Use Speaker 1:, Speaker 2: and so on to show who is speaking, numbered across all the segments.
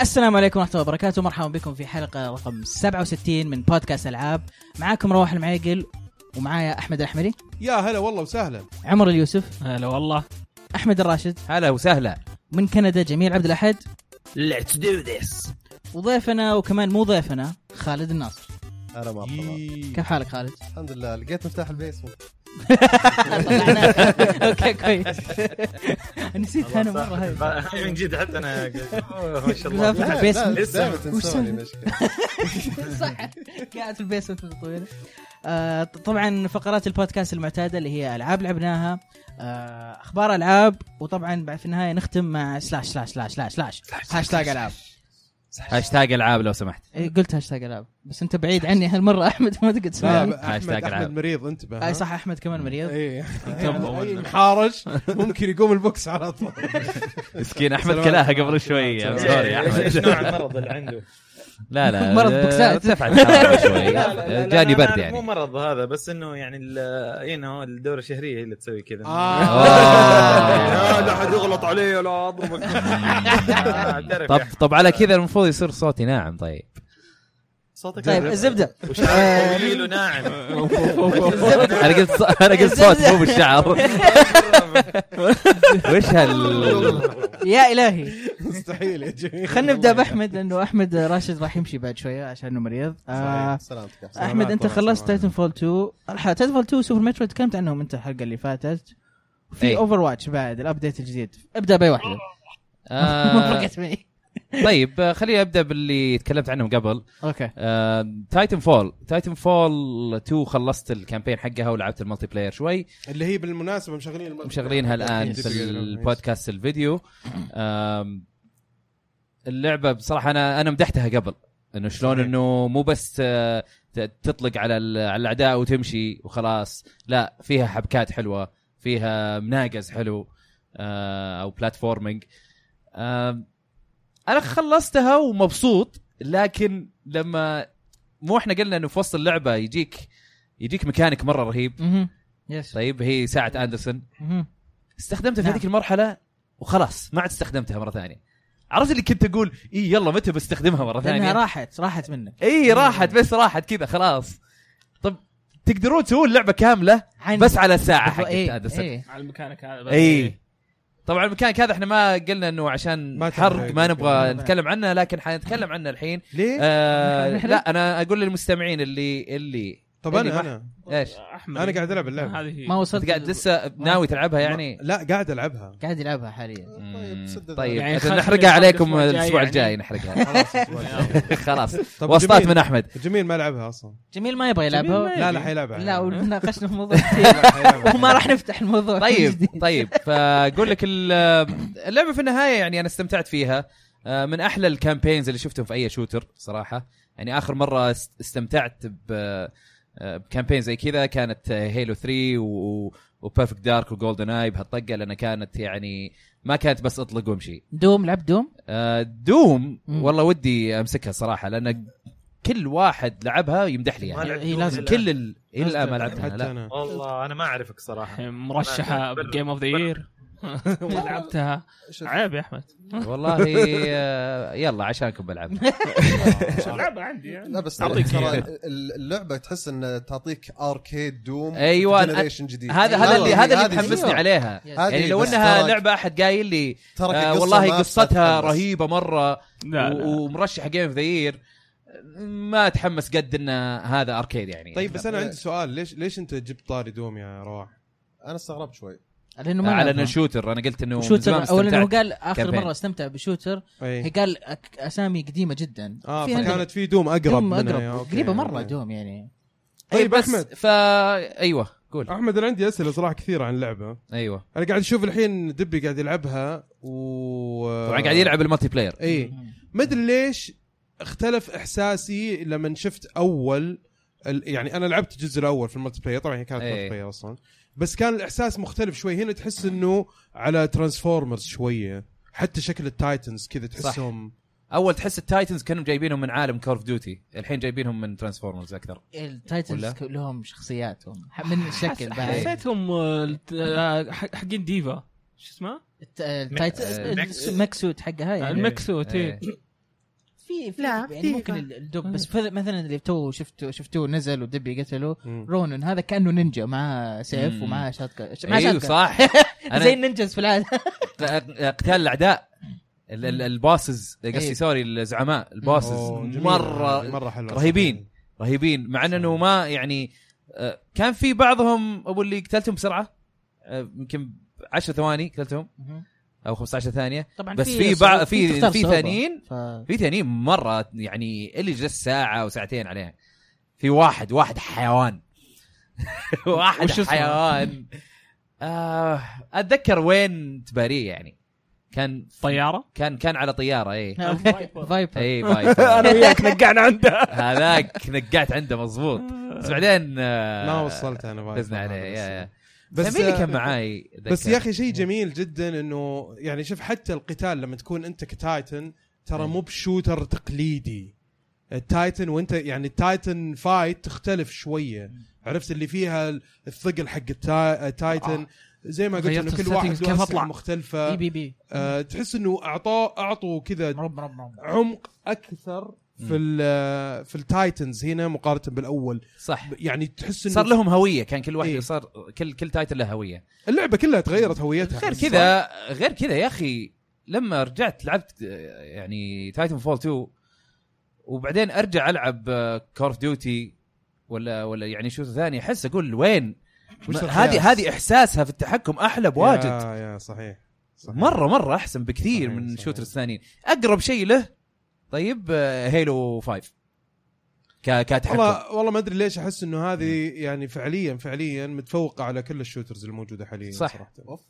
Speaker 1: السلام عليكم ورحمة الله وبركاته مرحبا بكم في حلقة رقم 67 من بودكاست ألعاب معاكم رواح المعيقل ومعايا أحمد الأحمري
Speaker 2: يا هلا والله وسهلا
Speaker 1: عمر اليوسف
Speaker 3: هلا والله
Speaker 1: أحمد الراشد
Speaker 3: هلا وسهلا
Speaker 1: من كندا جميل عبد الأحد
Speaker 3: ليتس دو ذس
Speaker 1: وضيفنا وكمان مو ضيفنا خالد الناصر
Speaker 4: انا ما أبغى.
Speaker 2: يي.
Speaker 1: كيف حالك خالد؟
Speaker 4: الحمد لله لقيت مفتاح البيسمنت
Speaker 1: اوكي كويس نسيت انا مره هاي
Speaker 5: من جد حتى انا أوه، ما شاء
Speaker 1: لا،
Speaker 5: الله
Speaker 1: فتح
Speaker 4: لا،
Speaker 1: البيسمنت.
Speaker 4: لا، دائما
Speaker 1: وش
Speaker 4: تنسوني
Speaker 1: سوي؟
Speaker 4: المشكلة.
Speaker 1: صح قاعد في البيسمنت مدة طويلة آه طبعا فقرات البودكاست المعتادة اللي هي ألعاب لعبناها آه أخبار ألعاب وطبعا بعد في النهاية نختم مع سلاش سلاش سلاش سلاش سلاش هاشتاج ألعاب
Speaker 3: هاشتاج العاب لو سمحت
Speaker 1: إيه، قلت هاشتاج ألعاب بس أنت بعيد عني هالمرة أحمد ما تقدر
Speaker 2: لا إيه،
Speaker 1: تسمعني
Speaker 2: ب- احمد
Speaker 3: هاشتاج
Speaker 2: احمد
Speaker 3: إيه. ألعاب. إيه.
Speaker 2: مريض انتبه
Speaker 1: أي صح أحمد كمان مريض
Speaker 2: اي
Speaker 3: انتبهوا
Speaker 2: أي محارج إيه، ممكن يقوم البوكس على طول
Speaker 3: مسكين احمد
Speaker 2: سلام.
Speaker 3: كلاها قبل شوي I'm sorry يا احمد
Speaker 5: ايش نوع إيه. المرض اللي عنده؟
Speaker 3: لا لا
Speaker 1: مرض بوكسات.
Speaker 3: ارتفعت حرارة شوي
Speaker 5: لا، لا، لا،
Speaker 3: إيه، جاني
Speaker 5: لا،
Speaker 3: برد
Speaker 5: أنا مو
Speaker 3: يعني
Speaker 5: مرض هذا بس انه يعني يو نو الدوره الشهريه هي اللي تسوي كذا
Speaker 3: آه.
Speaker 5: آه، يغلط علي ولا اضربك آه، تعرف
Speaker 3: طب
Speaker 5: يا أحمد،
Speaker 3: طب على كذا المفروض يصير صوتي ناعم طيب
Speaker 5: صوتك
Speaker 1: طيب
Speaker 5: غريب.
Speaker 1: الزبدة آه،
Speaker 5: وشعرك طويل وناعم
Speaker 3: يعني انا قلت ص- انا قلت صوت مو بالشعر وش هال
Speaker 1: يا إلهي
Speaker 2: مستحيل يا جميل
Speaker 1: خلينا نبدأ بأحمد لأنه أحمد راشد راح يمشي بعد شوية عشانه مريض آه
Speaker 4: صحيح. طيب، سلامتك يا حسين.
Speaker 1: احمد انت
Speaker 2: طبعاً،
Speaker 1: خلصت
Speaker 2: طبعاً.
Speaker 1: تايتن فول 2 الحلقه تايتن فول 2 سوبر مترويد تكلمت عنهم انت الحلقه اللي فاتت في
Speaker 3: إيه.
Speaker 1: اوفر واتش بعد الابديت الجديد ابدا باي واحده ما
Speaker 3: آه،
Speaker 1: فرقت معي
Speaker 3: طيب آه، خليني ابدا باللي تكلمت عنهم قبل آه،
Speaker 1: اوكي
Speaker 3: تايتن فول تايتن فول 2 خلصت الكامبين حقها ولعبت الملتي بلاير شوي
Speaker 2: اللي هي بالمناسبه مشغلين إيه، الم-
Speaker 3: مشغلينها الان في البودكاست الفيديو آم، اللعبه بصراحه انا انا مدحتها قبل انه شلون
Speaker 2: صحيح.
Speaker 3: انه مو بس آه، ت- تطلق على ال- على الاعداء وتمشي وخلاص لا فيها حبكات حلوه فيها مناقز حلو آه، او بلاتفورمينج آم، انا خلصتها ومبسوط لكن لما مو احنا قلنا انه في وسط اللعبه يجيك يجيك ميكانيك مره رهيب
Speaker 1: مهم. يس
Speaker 3: طيب هي ساعه اندرسون
Speaker 1: مهم.
Speaker 3: استخدمتها في
Speaker 1: نعم.
Speaker 3: هذيك المرحله وخلاص ما عاد استخدمتها مره ثانيه عرفت اللي كنت اقول اي يلا متى بستخدمها مره
Speaker 1: لانها
Speaker 3: ثانيه
Speaker 1: راحت راحت منك
Speaker 3: اي راحت بس راحت كذا خلاص طب تقدرون تسوون لعبه كامله
Speaker 1: عن-
Speaker 3: بس على ساعه حقت
Speaker 1: إيه،
Speaker 3: هذا
Speaker 1: إيه.
Speaker 6: على المكانك هذا
Speaker 3: اي طبعا المكان هذا احنا ما قلنا انه عشان
Speaker 2: ما
Speaker 3: ما
Speaker 2: تحرق.
Speaker 3: حرق ما نبغى نتكلم عنه لكن حنتكلم عنه الحين
Speaker 1: إيه.
Speaker 2: ليه؟
Speaker 3: آه
Speaker 1: نحرق؟
Speaker 3: لا انا اقول للمستمعين اللي اللي
Speaker 2: طب
Speaker 3: اللي
Speaker 2: انا
Speaker 3: يعني ما-
Speaker 2: انا
Speaker 3: ايش
Speaker 6: احمد
Speaker 2: انا قاعد العب اللعبه
Speaker 6: هذه هي
Speaker 1: ما وصلت
Speaker 3: انت قاعد لسه ناوي تلعبها يعني
Speaker 2: لا قاعد العبها
Speaker 1: قاعد يلعبها حاليا
Speaker 3: مم،
Speaker 4: سدد.
Speaker 3: طيب
Speaker 6: يعني
Speaker 3: عشان
Speaker 6: خلف
Speaker 3: نحرقها
Speaker 6: الأسبوع
Speaker 3: عليكم
Speaker 6: الجاي
Speaker 3: الاسبوع
Speaker 6: يعني.
Speaker 3: الجاي نحرقها
Speaker 2: خلاص الأسبوع الجاي.
Speaker 3: خلاص
Speaker 2: طب
Speaker 3: وصلات
Speaker 2: جميل-
Speaker 3: من احمد
Speaker 2: جميل ما لعبها اصلا
Speaker 1: جميل ما يبغى
Speaker 6: جميل
Speaker 1: يلعبها
Speaker 6: ما
Speaker 2: لا لا حيلعبها
Speaker 1: لا
Speaker 2: لا،
Speaker 1: وناقشنا في موضوع كثير
Speaker 2: حيلعبها.
Speaker 1: وما راح نفتح الموضوع
Speaker 3: طيب
Speaker 1: الجديد.
Speaker 3: طيب فاقول لك ال- اللعبه في النهايه يعني انا استمتعت فيها آه، من احلى الكامبينز اللي شفتهم في اي شوتر صراحه يعني اخر مره است- استمتعت ب آه، بكامبين زي كذا كانت آه، هيلو 3 و وبيرفكت دارك وجولدن اي بهالطقه لانها كانت يعني ما كانت بس اطلق وامشي
Speaker 1: دوم لعب دوم
Speaker 3: آه، دوم
Speaker 1: مم.
Speaker 3: والله ودي امسكها صراحه لان كل واحد لعبها يمدح لي
Speaker 5: ما
Speaker 3: يعني
Speaker 5: لعبت
Speaker 1: إيه، لازم.
Speaker 5: ولا-
Speaker 3: كل ال... الى الان ما لعبتها
Speaker 2: حتى
Speaker 3: لا
Speaker 2: انا
Speaker 5: والله انا ما اعرفك صراحه
Speaker 6: مرشحه بجيم اوف ذا يير لعبتها عيب يا احمد
Speaker 3: والله آه، يلا عشانكم بلعب
Speaker 6: لعبه عندي يعني
Speaker 4: لا بس
Speaker 6: أعطيك
Speaker 4: ترى ال- اللعبه تحس ان تعطيك اركيد دوم
Speaker 3: أيوة، أنا-
Speaker 4: جنريشن جديد
Speaker 3: هذا
Speaker 4: أيوة،
Speaker 3: هذا اللي هذا اللي
Speaker 4: هذه
Speaker 3: محمسني
Speaker 4: حلوة.
Speaker 3: عليها
Speaker 4: هذه
Speaker 3: يعني لو
Speaker 4: بس
Speaker 3: انها
Speaker 4: ترى-
Speaker 3: لعبه احد قايل لي
Speaker 4: ترى
Speaker 3: آه
Speaker 4: القصة ما
Speaker 3: والله
Speaker 4: أصلا
Speaker 3: قصتها
Speaker 4: تخلص.
Speaker 3: رهيبه مره
Speaker 6: لا
Speaker 3: و-
Speaker 6: لا
Speaker 3: ومرشح جيم اوف ذا يير ما اتحمس قد ان هذا اركيد يعني
Speaker 2: طيب بس انا
Speaker 4: ليش؟
Speaker 2: عندي سؤال ليش ليش انت جبت طاري دوم يا رواح؟
Speaker 4: انا استغربت شوي
Speaker 1: لانه ما
Speaker 3: على
Speaker 1: لعبها.
Speaker 3: انه شوتر انا قلت انه من زمان
Speaker 1: شوتر اولا هو
Speaker 3: استمتعت.
Speaker 1: قال اخر
Speaker 3: كامبين.
Speaker 1: مره استمتع بشوتر هي
Speaker 3: إيه.
Speaker 2: اي
Speaker 1: قال أك- اسامي قديمه جدا
Speaker 3: آه،
Speaker 2: اه
Speaker 1: فيها لعبة.
Speaker 2: إيه. فكانت في دوم اقرب
Speaker 1: دوم
Speaker 2: منها يا
Speaker 1: اقرب
Speaker 2: أوكي.
Speaker 1: قريبه مره
Speaker 2: أوكي.
Speaker 1: دوم يعني
Speaker 2: طيب
Speaker 3: بس
Speaker 2: احمد
Speaker 3: فا ايوه قول
Speaker 2: احمد انا عندي اسئله صراحه كثيره عن اللعبه
Speaker 3: ايوه
Speaker 2: انا قاعد اشوف الحين دبي قاعد يلعبها و
Speaker 3: طبعا قاعد يلعب الملتي بلاير
Speaker 2: اي ما ادري ليش اختلف احساسي لما شفت اول ال- يعني انا لعبت الجزء الاول في الملتي بلاير طبعا هي كانت
Speaker 3: إيه.
Speaker 2: ملتي بلاير اصلا بس كان الاحساس مختلف شوي هنا تحس انه على ترانسفورمرز شويه حتى شكل التايتنز كذا تحسهم
Speaker 3: اول تحس التايتنز كانوا جايبينهم من عالم كور اوف ديوتي الحين جايبينهم من ترانسفورمرز اكثر
Speaker 1: التايتنز
Speaker 3: ولا؟
Speaker 1: ك- لهم شخصياتهم ح- من الشكل بعد
Speaker 6: حسيتهم آه، الت- آه، حق- حقين ديفا شو اسمه؟
Speaker 1: الت- التايتنز
Speaker 3: آه،
Speaker 1: المكسوت حقها يعني
Speaker 6: المكسوت إيه.
Speaker 3: إيه.
Speaker 1: في في
Speaker 7: لا،
Speaker 1: يعني
Speaker 7: في
Speaker 1: ممكن
Speaker 7: ما-
Speaker 1: الدب بس فذ- مثلا اللي تو شفته شفتوه نزل ودبي قتله
Speaker 2: مم.
Speaker 1: رونن هذا كانه نينجا معاه سيف
Speaker 3: مم.
Speaker 1: ومعاه شاتكا معاه
Speaker 3: ايوه
Speaker 1: شاتكا
Speaker 3: صح
Speaker 1: زي
Speaker 3: انا
Speaker 1: النينجاز في العاده
Speaker 3: قتال الاعداء ال- ال- الباسز
Speaker 1: إيه.
Speaker 3: قصدي سوري الزعماء الباسز
Speaker 2: أوه، جميل.
Speaker 3: مره
Speaker 2: مره حلو
Speaker 3: رهيبين. رهيبين مع انه ما يعني آه، كان في بعضهم ابو اللي قتلتهم بسرعه آه، يمكن 10 ثواني قتلتهم او 15 ثانيه
Speaker 1: طبعا
Speaker 3: بس في بعض في في ثانيين
Speaker 1: ف...
Speaker 3: في ثانيين مره يعني اللي جلس ساعه وساعتين عليها في واحد واحد حيوان واحد
Speaker 1: وش اسمه؟
Speaker 3: حيوان آه اتذكر وين تباريه يعني كان
Speaker 6: طياره
Speaker 3: كان كان على إيه. طياره اي
Speaker 1: نعم. فايبر
Speaker 3: اي فايتر.
Speaker 6: انا وياك نقعنا عنده
Speaker 3: هذاك نقعت عنده مضبوط بس بعدين آه،
Speaker 2: ما وصلت انا بعد.
Speaker 3: فزنا عليه يا يا
Speaker 2: بس
Speaker 3: بس مين اللي
Speaker 2: آه،
Speaker 3: كان معاي
Speaker 2: بس يا اخي شيء جميل جدا انه يعني شوف حتى القتال لما تكون انت كتايتن ترى
Speaker 6: إيه.
Speaker 2: مو بشوتر تقليدي التايتن وانت يعني التايتن فايت تختلف
Speaker 6: إيه.
Speaker 2: شويه عرفت اللي فيها الثقل حق التا- التايتن زي ما قلت
Speaker 6: آه. غيرت
Speaker 2: انه كل
Speaker 6: الsettings،
Speaker 2: واحد له
Speaker 6: كيف
Speaker 2: أسلحة
Speaker 6: أطلع؟ إيه.
Speaker 1: اي
Speaker 2: مختلفه
Speaker 1: بي بي
Speaker 2: آه، تحس انه اعطاه اعطوا كذا
Speaker 1: مرب مرب مرب
Speaker 2: عمق اكثر في ال- في التايتنز هنا مقارنه بالاول
Speaker 3: صح
Speaker 2: يعني تحس انه
Speaker 3: صار لهم هويه كان كل واحد
Speaker 2: إيه.
Speaker 3: صار كل كل تايتل له هويه
Speaker 2: اللعبه كلها تغيرت هويتها
Speaker 3: غير كذا غير كذا يا اخي لما رجعت لعبت آه، يعني تايتن فول 2 وبعدين ارجع العب كور اوف ديوتي ولا ولا يعني شو ثاني احس اقول وين
Speaker 2: وش
Speaker 3: ما-
Speaker 2: الخياس؟
Speaker 3: هذه هذه احساسها في التحكم احلى بواجد
Speaker 2: يا يا صحيح صحيح.
Speaker 3: مره مره احسن بكثير
Speaker 2: صحيح،
Speaker 3: من
Speaker 2: صحيح.
Speaker 3: الشوترز الثانيين اقرب شيء له طيب آه، هيلو 5 ك كتحكم
Speaker 2: والله والله ما ادري ليش احس انه هذه يعني فعليا فعليا متفوقه على كل الشوترز الموجوده حاليا
Speaker 3: صح.
Speaker 2: صراحه
Speaker 4: أوف.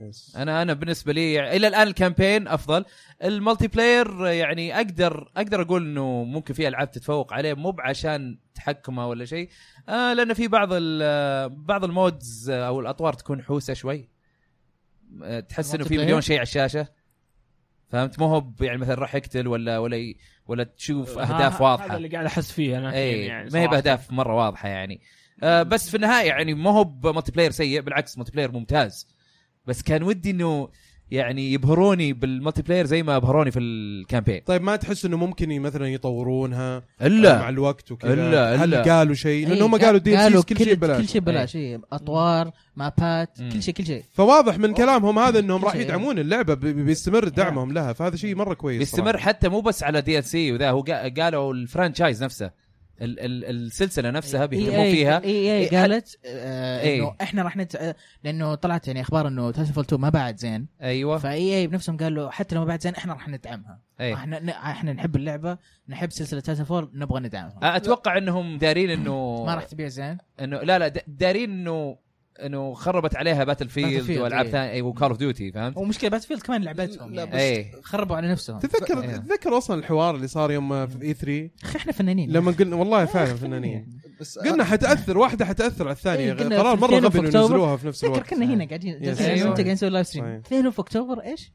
Speaker 2: يس.
Speaker 3: انا انا بالنسبه لي الى الان الكامبين افضل الملتي بلاير يعني اقدر اقدر اقول انه ممكن في العاب تتفوق عليه مو بعشان تحكمه ولا شيء آه لان في بعض ال- بعض المودز او الاطوار تكون حوسه شوي آه، تحس انه في
Speaker 1: الملتي
Speaker 3: مليون شيء على الشاشه فهمت مو هو ب- يعني مثلا راح يقتل ولا ولا ي- ولا تشوف اهداف
Speaker 6: آه، هذا
Speaker 3: واضحه
Speaker 6: اللي قاعد احس فيه انا
Speaker 3: اي
Speaker 6: يعني
Speaker 3: إيه، ما هي
Speaker 6: صراحة.
Speaker 3: باهداف مره واضحه يعني آه بس في النهايه يعني ما هو بملتي بلاير سيء بالعكس ملتي بلاير ممتاز بس كان ودي انه يعني يبهروني بالملتي بلاير زي ما ابهروني في الكامبين
Speaker 2: طيب ما تحس انه ممكن ي- مثلا يطورونها مع
Speaker 3: الا
Speaker 2: الوقت وكذا
Speaker 3: إلا-
Speaker 2: هل
Speaker 3: إلا.
Speaker 2: قالوا شيء لان
Speaker 1: إيه،
Speaker 2: هم قالوا دي
Speaker 1: قالوا
Speaker 2: قالوا كل شيء
Speaker 1: كل
Speaker 2: ببلاش
Speaker 1: شيء بلاش إيه، اطوار مابات
Speaker 3: مم.
Speaker 1: كل شيء كل شيء
Speaker 2: فواضح من كلامهم هذا انهم
Speaker 1: كل
Speaker 2: راح
Speaker 1: شيء. إيه.
Speaker 2: يدعمون اللعبه ب- ب- بيستمر دعمهم لها فهذا شيء مره كويس
Speaker 3: بيستمر حتى مو بس على دي ال سي وذا هو قا- قالوا الفرانشايز نفسه ال- ال- السلسله نفسها بيهتمون
Speaker 1: EA
Speaker 3: فيها
Speaker 1: اي اي
Speaker 3: إيه،
Speaker 1: قالت آه،
Speaker 3: إيه.
Speaker 1: انه احنا راح نت... آه، لانه طلعت يعني اخبار انه تايتن فول 2 ما بعد زين
Speaker 3: ايوه
Speaker 1: فاي اي بنفسهم قالوا حتى لو ما بعد زين احنا راح ندعمها
Speaker 3: أي.
Speaker 1: احنا ن- احنا نحب اللعبه نحب سلسله تايتن فول نبغى
Speaker 3: آه.
Speaker 1: ندعمها
Speaker 3: اتوقع انهم دارين انه
Speaker 1: ما راح تبيع زين
Speaker 3: انه لا لا د- دارين انه انه خربت عليها باتل فيلد
Speaker 1: Battlefield،
Speaker 3: والعاب
Speaker 1: إيه.
Speaker 3: ثانيه وكول اوف ديوتي فهمت؟
Speaker 1: ومشكله بات فيلد كمان لعبتهم
Speaker 4: لا،
Speaker 1: يعني.
Speaker 4: بس-
Speaker 3: ايه
Speaker 1: خربوا على نفسهم
Speaker 2: تتذكر
Speaker 3: إيه.
Speaker 2: تتذكر اصلا الحوار اللي صار يوم في اي 3
Speaker 1: اخي احنا فنانين
Speaker 2: لما قلنا والله فعلا فنانين
Speaker 4: بس
Speaker 2: قلنا حتاثر واحده حتاثر على الثانيه
Speaker 1: إيه، قلنا
Speaker 2: قرار
Speaker 1: في
Speaker 2: مره
Speaker 1: 2
Speaker 2: غبي انه
Speaker 1: أكتوبر.
Speaker 2: ينزلوها في نفس
Speaker 1: تذكر
Speaker 2: الوقت
Speaker 1: كنا هنا قاعدين جالسين
Speaker 2: أيوة.
Speaker 3: أيوه.
Speaker 1: انت قاعدين نسوي لايف ستريم
Speaker 2: صحيح.
Speaker 1: 2 في اكتوبر ايش؟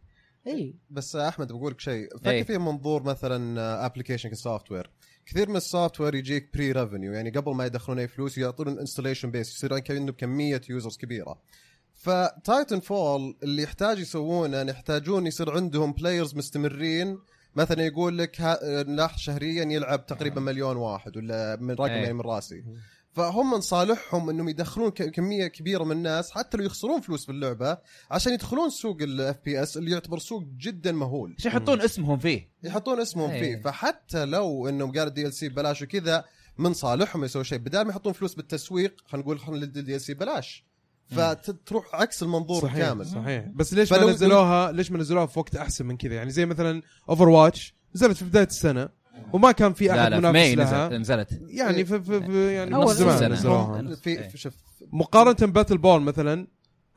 Speaker 1: اي
Speaker 4: بس احمد بقول لك شيء
Speaker 3: إيه.
Speaker 4: فكر في منظور مثلا ابلكيشن سوفت وير كثير من السوفت وير يجيك بري ريفنيو يعني قبل ما يدخلون اي فلوس يعطون انستليشن بيس يصير كانه بكميه يوزرز كبيره فتايتن فول اللي يحتاج يسوونه إن يحتاجون يصير عندهم بلايرز مستمرين مثلا يقول لك ها- ناح شهريا يلعب تقريبا مليون واحد ولا من رقم
Speaker 3: إيه.
Speaker 4: يعني من راسي فهم من صالحهم انهم يدخلون ك- كميه كبيره من الناس حتى لو يخسرون فلوس باللعبه عشان يدخلون سوق الاف بي اس اللي يعتبر سوق جدا مهول
Speaker 3: عشان يحطون اسمهم فيه
Speaker 4: يحطون اسمهم
Speaker 3: أي.
Speaker 4: فيه فحتى لو انهم قالوا دي ال سي ببلاش وكذا من صالحهم يسووا شيء بدال ما يحطون فلوس بالتسويق خلينا نقول خلينا الدي ال سي ببلاش فتروح عكس المنظور
Speaker 2: صحيح
Speaker 4: كامل
Speaker 2: صحيح بس ليش ما
Speaker 4: فلو-
Speaker 2: نزلوها ليش ما نزلوها في وقت احسن من كذا يعني زي مثلا اوفر واتش نزلت في بدايه السنه وما كان في
Speaker 3: لا
Speaker 2: احد
Speaker 3: لا في ماي
Speaker 2: منافس
Speaker 3: نزلت
Speaker 2: لها
Speaker 3: نزلت
Speaker 2: يعني في, في, في يعني
Speaker 1: أول
Speaker 2: من زمان
Speaker 3: السنة.
Speaker 2: نزلوها
Speaker 4: في
Speaker 3: أي.
Speaker 4: في- شوف
Speaker 2: مقارنه باتل بول مثلا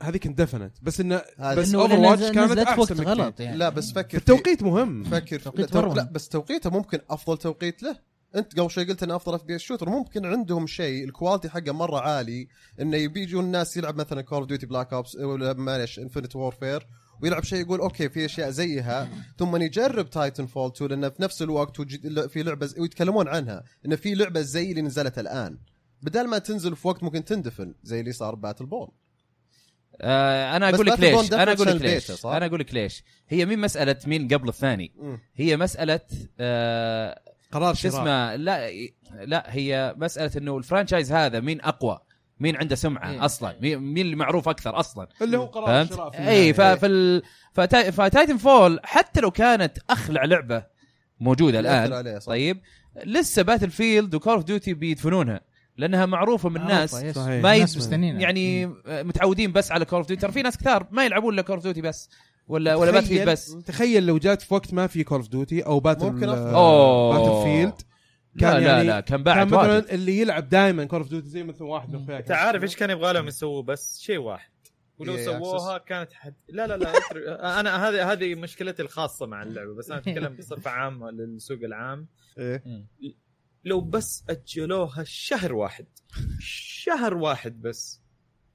Speaker 2: هذيك اندفنت بس انه
Speaker 4: هذا-
Speaker 2: بس
Speaker 1: إنه
Speaker 2: اوفر
Speaker 1: لأنها
Speaker 2: واتش
Speaker 1: نزلت
Speaker 2: كانت
Speaker 1: في وقت
Speaker 2: احسن من غلط
Speaker 1: غلط يعني
Speaker 4: لا
Speaker 3: آه،
Speaker 4: بس فكر في-
Speaker 2: التوقيت مهم
Speaker 4: فكر
Speaker 1: توقيت
Speaker 4: لا,
Speaker 1: مرة.
Speaker 4: لا بس توقيته ممكن افضل توقيت له انت قبل شوي قلت انه افضل اف بي اس شوتر ممكن عندهم شيء الكواليتي حقه مره عالي انه يبي يجون الناس يلعب مثلا كول اوف ديوتي بلاك اوبس ولا معلش انفنت وورفير ويلعب شيء يقول اوكي في اشياء زيها ثم يجرب تايتن فول 2 لانه في نفس الوقت وجد- لا، في لعبه ز- ويتكلمون عنها انه في لعبه زي اللي نزلت الان بدل ما تنزل في وقت ممكن تندفن زي اللي صار باتل بول
Speaker 3: آه انا
Speaker 4: بس
Speaker 3: اقول لك
Speaker 4: Battle Bond
Speaker 3: ليش انا
Speaker 4: definitely
Speaker 3: اقول لك
Speaker 4: البيتا،
Speaker 3: ليش
Speaker 4: صح؟
Speaker 3: انا اقول لك ليش هي مين مساله مين قبل الثاني
Speaker 4: مم.
Speaker 3: هي مساله آه
Speaker 2: قرار
Speaker 3: شو
Speaker 2: شراء
Speaker 3: اسمه لا لا هي مساله انه الفرانشايز هذا مين اقوى مين عنده سمعه مم. اصلا مين مين اللي معروف اكثر اصلا
Speaker 2: اللي هو قرار
Speaker 3: فهمت؟ إيه،
Speaker 2: شراء في النهاية.
Speaker 3: اي ففي فتا... فتايتن فول حتى لو كانت اخلع لعبه موجوده
Speaker 4: يأثر
Speaker 3: الان
Speaker 4: عليه، صح.
Speaker 3: طيب لسه باتل فيلد وكول اوف ديوتي بيدفنونها لانها معروفه من الناس
Speaker 7: معروفة، يس.
Speaker 2: صحيح.
Speaker 3: ما
Speaker 7: الناس
Speaker 3: يد-
Speaker 2: إيه.
Speaker 7: مستنينها.
Speaker 3: يعني متعودين بس على كول اوف ديوتي ترى في ناس كثار ما يلعبون الا كول اوف ديوتي بس ولا ولا باتل فيلد
Speaker 2: تخيل-
Speaker 3: بس
Speaker 2: تخيل لو جات في وقت ما في كول اوف ديوتي او باتل
Speaker 4: ممكن أفضل.
Speaker 3: أوه.
Speaker 2: باتل فيلد
Speaker 3: لا
Speaker 2: كان
Speaker 3: لا
Speaker 2: يعني-
Speaker 3: لا كان
Speaker 2: كان
Speaker 3: باعت واجد.
Speaker 2: مثلا اللي يلعب دائما كول اوف ديوتي زي مثلا واحد من اخوياك
Speaker 8: انت عارف ايش كان يبغى لهم يسووا بس شيء واحد ولو
Speaker 4: EA
Speaker 8: سووها كانت حد لا لا لا أتر- انا هذه هذه مشكلتي الخاصه مع اللعبه بس انا اتكلم بصفه عامه للسوق العام
Speaker 4: إيه.
Speaker 8: لو بس اجلوها شهر واحد شهر واحد بس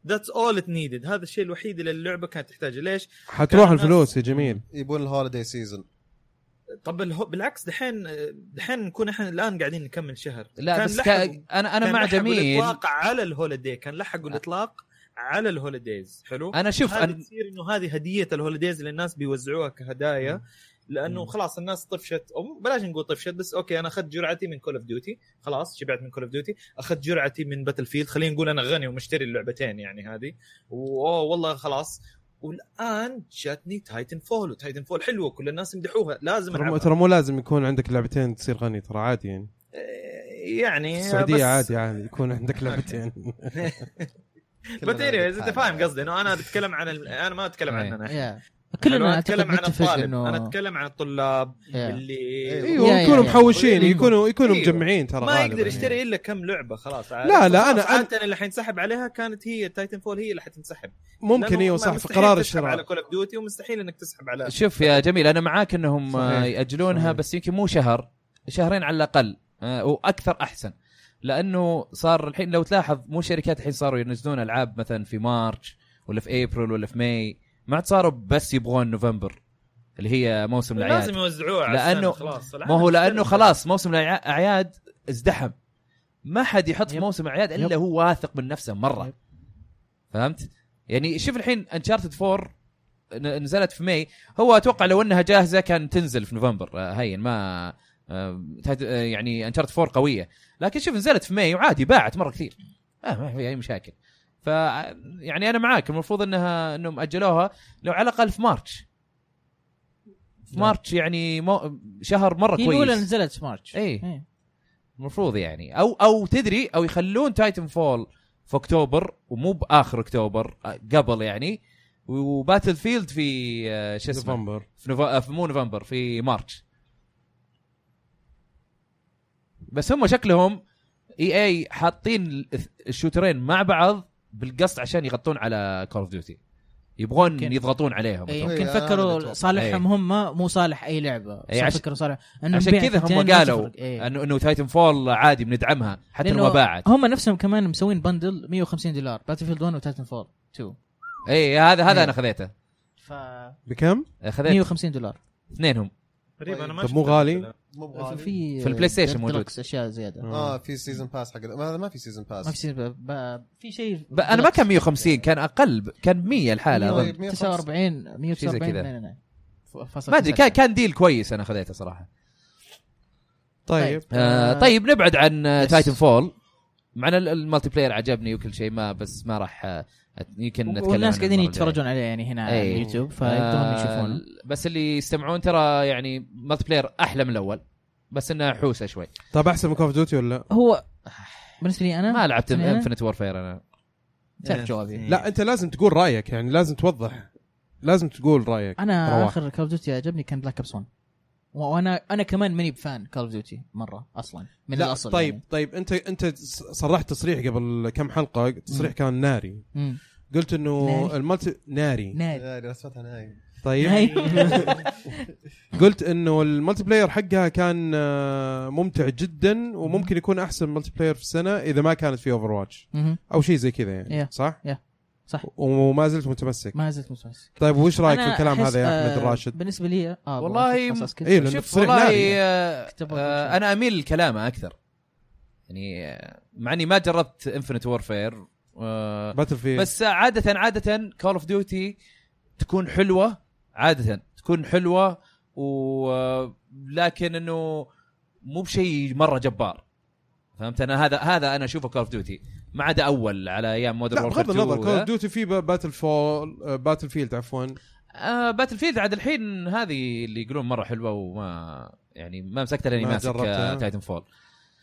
Speaker 8: ذاتس اول ات نيدد هذا الشيء الوحيد اللي اللعبه كانت تحتاجه ليش؟
Speaker 2: حتروح
Speaker 8: كان نعم. الناس-
Speaker 2: الفلوس يا جميل
Speaker 4: يبون الهوليداي سيزون
Speaker 8: طب الهو- بالعكس دحين دحين نكون احنا الان قاعدين نكمل شهر
Speaker 3: لا
Speaker 8: كان
Speaker 3: بس كا...
Speaker 8: لحقوا-
Speaker 3: انا انا
Speaker 8: كان
Speaker 3: مع
Speaker 8: لحقوا
Speaker 3: جميل
Speaker 8: الاطلاق على الهوليداي كان لحقوا الاطلاق على الهوليديز حلو
Speaker 3: انا شوف
Speaker 8: هذه
Speaker 3: أنا...
Speaker 8: تصير انه هذه هديه الهوليديز اللي الناس بيوزعوها كهدايا لانه خلاص الناس طفشت او بلاش نقول طفشت بس اوكي انا اخذت جرعتي من كول اوف ديوتي خلاص شبعت من كول اوف ديوتي اخذت جرعتي من باتل فيلد خلينا نقول انا غني ومشتري اللعبتين يعني هذه واوه والله خلاص والان جاتني تايتن فول وتايتن فول حلوه كل الناس يمدحوها لازم
Speaker 2: ترى مو-
Speaker 8: ألعبها.
Speaker 2: ترى مو لازم يكون عندك لعبتين تصير غني ترى عادي يعني
Speaker 8: إيه، يعني
Speaker 2: في
Speaker 8: بس-
Speaker 2: السعوديه عادي عادي يكون عندك لعبتين
Speaker 8: بس anyways، انت فاهم قصدي انه انا بتكلم عن ال- انا ما اتكلم
Speaker 3: إيه.
Speaker 8: عننا نحن.
Speaker 7: يا.
Speaker 8: أنا
Speaker 7: كلنا اعتقد
Speaker 8: اتكلم عن
Speaker 7: نتفق
Speaker 8: الطالب انا
Speaker 7: انه
Speaker 8: اتكلم عن الطلاب
Speaker 7: يا.
Speaker 8: اللي
Speaker 4: أيوة.
Speaker 2: ايوه
Speaker 7: يا-
Speaker 2: يكونوا
Speaker 7: يا.
Speaker 2: محوشين
Speaker 7: أيوة.
Speaker 2: يكونوا يكونوا
Speaker 8: أيوة.
Speaker 2: مجمعين ترى
Speaker 8: ما
Speaker 2: غالباً
Speaker 8: يقدر
Speaker 2: يعني.
Speaker 8: يشتري الا كم لعبه خلاص
Speaker 2: لا، لا، أنا-
Speaker 8: عاده اللي حينسحب عليها كانت هي تايتن فول هي اللي حتنسحب
Speaker 2: ممكن
Speaker 8: لأنه
Speaker 2: ايوه
Speaker 8: ما-
Speaker 2: صح في
Speaker 8: مستحيل
Speaker 2: قرار
Speaker 8: تسحب على
Speaker 2: الشراء
Speaker 8: كول اوف ديوتي ومستحيل انك تسحب على
Speaker 3: شوف يا جميل انا معاك انهم
Speaker 2: صحيح.
Speaker 3: آه، ياجلونها
Speaker 2: صحيح.
Speaker 3: بس يمكن مو شهر شهرين على الاقل آه، واكثر احسن لانه صار الحين لو تلاحظ مو شركات الحين صاروا ينزلون العاب مثلا في مارش ولا في ابريل ولا في ماي ما عاد صاروا بس يبغون نوفمبر اللي هي موسم
Speaker 8: لازم
Speaker 3: الاعياد
Speaker 8: يوزعوها على
Speaker 3: لأنه-
Speaker 8: السنة، خلاص
Speaker 3: ما هو لانه خلاص موسم الاعياد ازدحم ما حد يحط في
Speaker 7: يب.
Speaker 3: موسم اعياد الا
Speaker 7: يب.
Speaker 3: هو واثق من نفسه مره
Speaker 7: يب.
Speaker 3: فهمت؟ يعني شوف الحين انشارتد 4 ن- نزلت في ماي هو اتوقع لو انها جاهزه كان تنزل في نوفمبر آه، هين ما آه، تايت- آه، يعني انشارتد 4 قويه لكن شوف نزلت في ماي وعادي باعت مره كثير آه ما في اي مشاكل ف يعني انا معاك المفروض انها انهم اجلوها لو على الاقل في مارتش في مارتش يعني مو شهر مره
Speaker 1: هي الاولى
Speaker 3: كويس
Speaker 1: نزلت في مارتش
Speaker 3: إيه. المفروض يعني او او تدري او يخلون تايتن فول في اكتوبر ومو باخر اكتوبر آه، قبل يعني وباتل فيلد في آه، شو اسمه
Speaker 2: نوفمبر
Speaker 3: في, نوف... آه، في مو نوفمبر في مارتش بس هم شكلهم اي اي حاطين الإث- الشوترين مع بعض بالقصد عشان يغطون على كول اوف ديوتي يبغون
Speaker 1: يمكن.
Speaker 3: يضغطون عليهم
Speaker 1: إيه،
Speaker 3: أتوقع.
Speaker 1: يمكن
Speaker 4: أنا هذا
Speaker 1: فكروا
Speaker 4: أتوقع.
Speaker 1: صالحهم هم مو صالح اي لعبه
Speaker 3: إيه،
Speaker 1: صار
Speaker 3: عش-
Speaker 1: فكروا صالح
Speaker 3: عشان كذا هم قالوا
Speaker 1: انه
Speaker 3: انه انه تايتن فول عادي بندعمها حتى لو ما
Speaker 1: لأنه
Speaker 3: باعت
Speaker 1: إيه. هم نفسهم كمان مسوين بندل 150 دولار باتل فيلد 1 وتايتن فول 2
Speaker 3: اي هذا هذا
Speaker 1: إيه.
Speaker 3: انا خذيته
Speaker 1: ف
Speaker 2: بكم؟
Speaker 3: خذيت
Speaker 1: 150 دولار
Speaker 3: اثنينهم
Speaker 8: تقريبا انا طيب، ما
Speaker 2: طب طيب، مو
Speaker 8: شفت
Speaker 2: غالي؟
Speaker 8: ال-
Speaker 4: مو بغالي.
Speaker 1: في
Speaker 3: في البلاي ستيشن
Speaker 1: Deluxe
Speaker 3: موجود.
Speaker 1: اشياء زياده
Speaker 4: اه في سيزون باس حق ما هذا ما في سيزون باس
Speaker 1: آه. ما في شيء ب- ب- في شيء
Speaker 3: ب- انا ما كان
Speaker 1: Deluxe.
Speaker 3: 150 كان اقل ب- كان 100 الحاله
Speaker 4: طيب،
Speaker 3: اظن
Speaker 4: 150.
Speaker 1: 49
Speaker 3: شيء
Speaker 1: 149
Speaker 3: زي كذا.
Speaker 1: 99. فاصل
Speaker 3: ما ادري كان
Speaker 1: 99.
Speaker 3: كان ديل كويس انا خذيته صراحه
Speaker 2: طيب
Speaker 3: آه طيب نبعد عن آه،
Speaker 1: يس.
Speaker 3: تايتن فول مع ان ال- المالتي بلاير عجبني وكل شيء ما بس ما راح آه، أت- يمكن نتكلم
Speaker 1: والناس
Speaker 3: عنه
Speaker 1: قاعدين
Speaker 3: المرة الجاية.
Speaker 1: يتفرجون عليه يعني هنا على
Speaker 3: إيه.
Speaker 1: اليوتيوب فيقدرون
Speaker 3: آه،
Speaker 1: يشوفونه
Speaker 3: بس اللي يستمعون ترى يعني مالتي بلاير احلى من الاول بس انها حوسه شوي
Speaker 2: طيب احسن من كوف ديوتي ولا لا؟
Speaker 1: هو بالنسبه لي انا
Speaker 3: ما لعبت
Speaker 1: أنا- آه،
Speaker 3: انفنت وورفير انا
Speaker 1: تعرف جوابي
Speaker 2: لا انت لازم تقول رايك يعني لازم توضح لازم تقول رايك
Speaker 1: انا
Speaker 2: رواح.
Speaker 1: اخر كول اوف ديوتي عجبني كان بلاك ابس 1 وانا انا كمان ماني بفان كول اوف ديوتي مره اصلا من
Speaker 2: لا
Speaker 1: الاصل
Speaker 2: طيب
Speaker 1: يعني.
Speaker 2: طيب انت انت صرحت تصريح قبل كم حلقه تصريح كان ناري
Speaker 1: مم.
Speaker 2: قلت انه
Speaker 1: ناري؟
Speaker 2: المالتي ناري
Speaker 1: ناري
Speaker 4: لا رسمتها نايم
Speaker 3: إيه.
Speaker 2: طيب
Speaker 1: ناري.
Speaker 2: قلت انه المالتي بلاير حقها كان آه، ممتع جدا وممكن يكون احسن مالتي بلاير في السنه اذا ما كانت في اوفر واتش
Speaker 1: مهم.
Speaker 2: او شيء زي كذا يعني
Speaker 1: Yeah.
Speaker 2: صح؟
Speaker 1: صح
Speaker 2: وما زلت متمسك
Speaker 1: ما زلت
Speaker 3: إيه.
Speaker 1: متمسك
Speaker 2: طيب وش رايك في
Speaker 1: أنا
Speaker 2: الكلام
Speaker 1: أحس-
Speaker 2: هذا يا
Speaker 1: آه،
Speaker 2: احمد الراشد؟
Speaker 1: بالنسبه لي اه
Speaker 3: والله
Speaker 1: والله
Speaker 3: م-
Speaker 2: اي لانه
Speaker 3: شوف
Speaker 2: تصريح
Speaker 3: والله
Speaker 2: ناري
Speaker 3: آه
Speaker 1: كتبوا كل
Speaker 3: آه
Speaker 1: شيء.
Speaker 3: انا اميل لكلامه اكثر يعني آه، مع اني ما جربت انفنت وورفير آه،
Speaker 2: باتل فيلد
Speaker 3: بس عاده عاده كول اوف ديوتي تكون حلوه عاده تكون حلوه و لكن انه مو بشيء مره جبار فهمت انا هذا هذا انا اشوفه كول اوف ديوتي ما عدا اول على ايام مودرن
Speaker 2: لا
Speaker 3: وورفير
Speaker 2: بغض النظر
Speaker 3: 2
Speaker 2: كول اوف
Speaker 3: وذا.
Speaker 2: ديوتي في باتل فول باتل فيلد عفوا
Speaker 3: آه باتل فيلد عاد الحين هذه اللي يقولون مره حلوه وما يعني ما مسكتها لاني
Speaker 2: ما
Speaker 3: ماسك
Speaker 2: جربتها.
Speaker 3: تايتن فول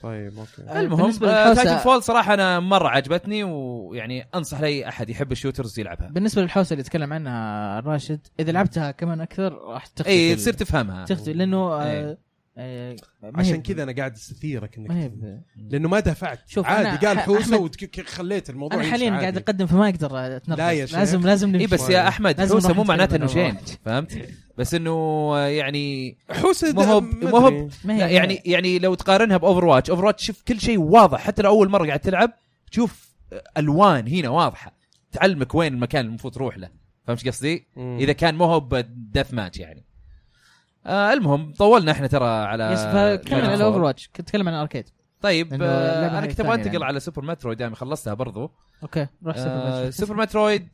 Speaker 2: طيب اوكي
Speaker 3: المهم
Speaker 1: بالنسبة
Speaker 3: آه
Speaker 1: للحوسة-
Speaker 3: تايتن فول صراحه انا مره عجبتني ويعني انصح لاي احد يحب الشوترز يلعبها
Speaker 1: بالنسبه للحوسه اللي تكلم عنها راشد اذا لعبتها كمان اكثر راح تختفي
Speaker 3: اي
Speaker 1: ال-
Speaker 3: إيه، تصير تفهمها
Speaker 1: تختفي لانه آه
Speaker 3: إيه.
Speaker 1: آه ما هي
Speaker 2: عشان
Speaker 1: ب-
Speaker 2: كذا انا قاعد استثيرك
Speaker 1: ما هي
Speaker 2: انك
Speaker 1: ب-
Speaker 2: لانه ما دفعت
Speaker 1: طيب. شوف،
Speaker 2: شوف
Speaker 1: أنا
Speaker 2: عادي قال
Speaker 1: ح-
Speaker 2: حوسه
Speaker 1: أحمد-
Speaker 2: وخليت الموضوع
Speaker 1: انا
Speaker 2: يمشي
Speaker 1: حاليا
Speaker 2: عادي.
Speaker 1: قاعد اقدم فما اقدر اتنرفز
Speaker 2: لا يا شيخ.
Speaker 1: لازم لازم
Speaker 3: اي
Speaker 1: نمشي
Speaker 3: إيه، بس يا احمد
Speaker 1: لازم
Speaker 3: حوسه
Speaker 1: نروح
Speaker 3: مو معناته انه
Speaker 1: نتكلم عن
Speaker 3: شين فهمت بس انه آه، يعني
Speaker 1: إيه،
Speaker 2: حوسه
Speaker 3: ما هو-
Speaker 2: ما
Speaker 3: ما هو-
Speaker 2: أدري.
Speaker 1: ما هي آه،
Speaker 3: لا يعني يعني لو تقارنها باوفر واتش اوفر واتش شوف كل شيء واضح حتى لو اول مره قاعد تلعب تشوف الوان هنا واضحه تعلمك وين المكان اللي المفروض تروح له فهمت قصدي؟
Speaker 2: مم.
Speaker 3: اذا كان ما هو بدث ماتش يعني آه المهم طولنا احنا ترى
Speaker 1: يس
Speaker 3: على
Speaker 1: فكمل على اوفر واتش كنت اتكلم عن الاركيد
Speaker 3: طيب
Speaker 1: إنه
Speaker 3: آه
Speaker 1: اللعبة
Speaker 3: انا
Speaker 1: هاي
Speaker 3: كنت ابغى
Speaker 1: الثانية
Speaker 3: انتقل
Speaker 1: يعني.
Speaker 3: على سوبر مترويد دائما خلصتها برضو
Speaker 1: اوكي روح سوبر
Speaker 3: آه،
Speaker 1: ماتش.
Speaker 3: سوبر مترويد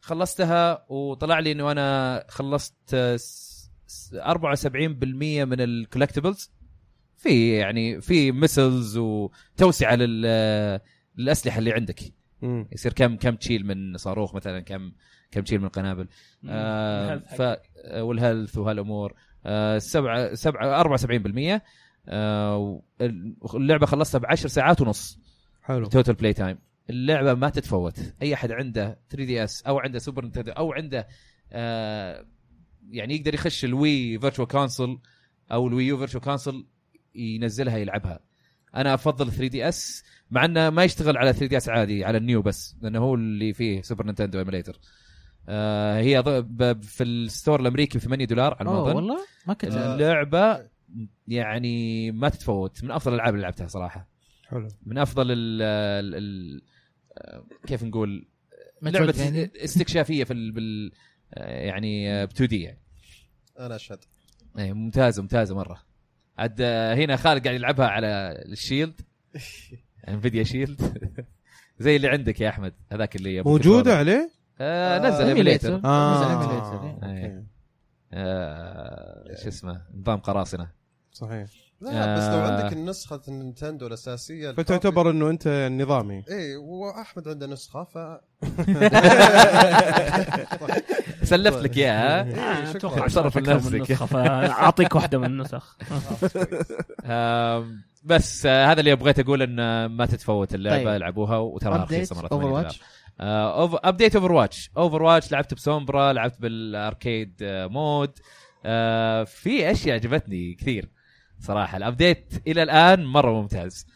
Speaker 3: خلصتها وطلع لي انه انا خلصت آه، س- س- 74% من الكولكتبلز في يعني في مسلز وتوسعه لل آه، للاسلحه اللي عندك
Speaker 2: مم.
Speaker 3: يصير كم كم تشيل من صاروخ مثلا كم كم تشيل من قنابل آه
Speaker 6: الهيلث
Speaker 3: ف آه، والهيلث وهالامور آه سبعة سبعة 74% آه وال- اللعبه خلصتها ب 10 ساعات ونص
Speaker 2: حلو
Speaker 3: توتال بلاي تايم اللعبه ما تتفوت اي احد عنده 3 دي اس او عنده سوبر نتندو او عنده آه يعني يقدر يخش الوي فيرتشوال كونسل او الويو فيرتشوال كونسل ينزلها يلعبها انا افضل 3 دي اس مع انه ما يشتغل على 3 دي اس عادي على النيو بس لانه هو اللي فيه سوبر نتندو ايميليتر آه هي ض- ب- في الستور الامريكي ب 8 دولار على ما
Speaker 1: أوه،
Speaker 3: اظن
Speaker 1: والله ما كنت أعرف.
Speaker 3: اللعبه يعني ما تتفوت من افضل الالعاب اللي لعبتها صراحه
Speaker 2: حلو
Speaker 3: من افضل ال ال ال آه، كيف نقول
Speaker 1: مترويد
Speaker 3: لعبه
Speaker 1: فينيا.
Speaker 3: استكشافيه في ال بال يعني ب 2 دي يعني
Speaker 4: انا اشهد
Speaker 3: إيه، ممتازه ممتازه مره عاد آه، هنا خالد قاعد يلعبها على الشيلد انفيديا شيلد زي اللي عندك يا احمد هذاك اللي أبو
Speaker 2: موجوده
Speaker 3: كنترولر.
Speaker 2: عليه؟
Speaker 3: آه
Speaker 4: آه،
Speaker 3: نزل ايميليتر
Speaker 1: نزل إيميليتر،
Speaker 3: آه.
Speaker 1: إيه.
Speaker 2: أوكي.
Speaker 3: شو اسمه نظام قراصنه
Speaker 2: صحيح
Speaker 4: لا بس لو
Speaker 3: آه.
Speaker 4: عندك النسخه النينتندو الاساسيه
Speaker 2: فتعتبر انه انت نظامي
Speaker 4: اي واحمد إيه، عنده نسخه ف
Speaker 3: سلفت لك آه، اياها
Speaker 4: إيه، شكراً.
Speaker 6: اتوقع
Speaker 3: اتصرف
Speaker 6: أشتريت أكثر
Speaker 3: لنفسك.
Speaker 6: من نسخة، فاعطيك واحده من النسخ
Speaker 3: آم، بس آه، هذا اللي بغيت اقول ان آه، ما تتفوت اللعبه
Speaker 1: طيب.
Speaker 3: العبوها وتراها
Speaker 1: ابديت
Speaker 3: رخيصه مره
Speaker 1: اوفر واتش
Speaker 3: آه، أوف- ابديت اوفر واتش اوفر واتش لعبت بسومبرا لعبت بالاركيد آه، مود آه، في اشياء عجبتني كثير صراحه الابديت الى الان مره ممتاز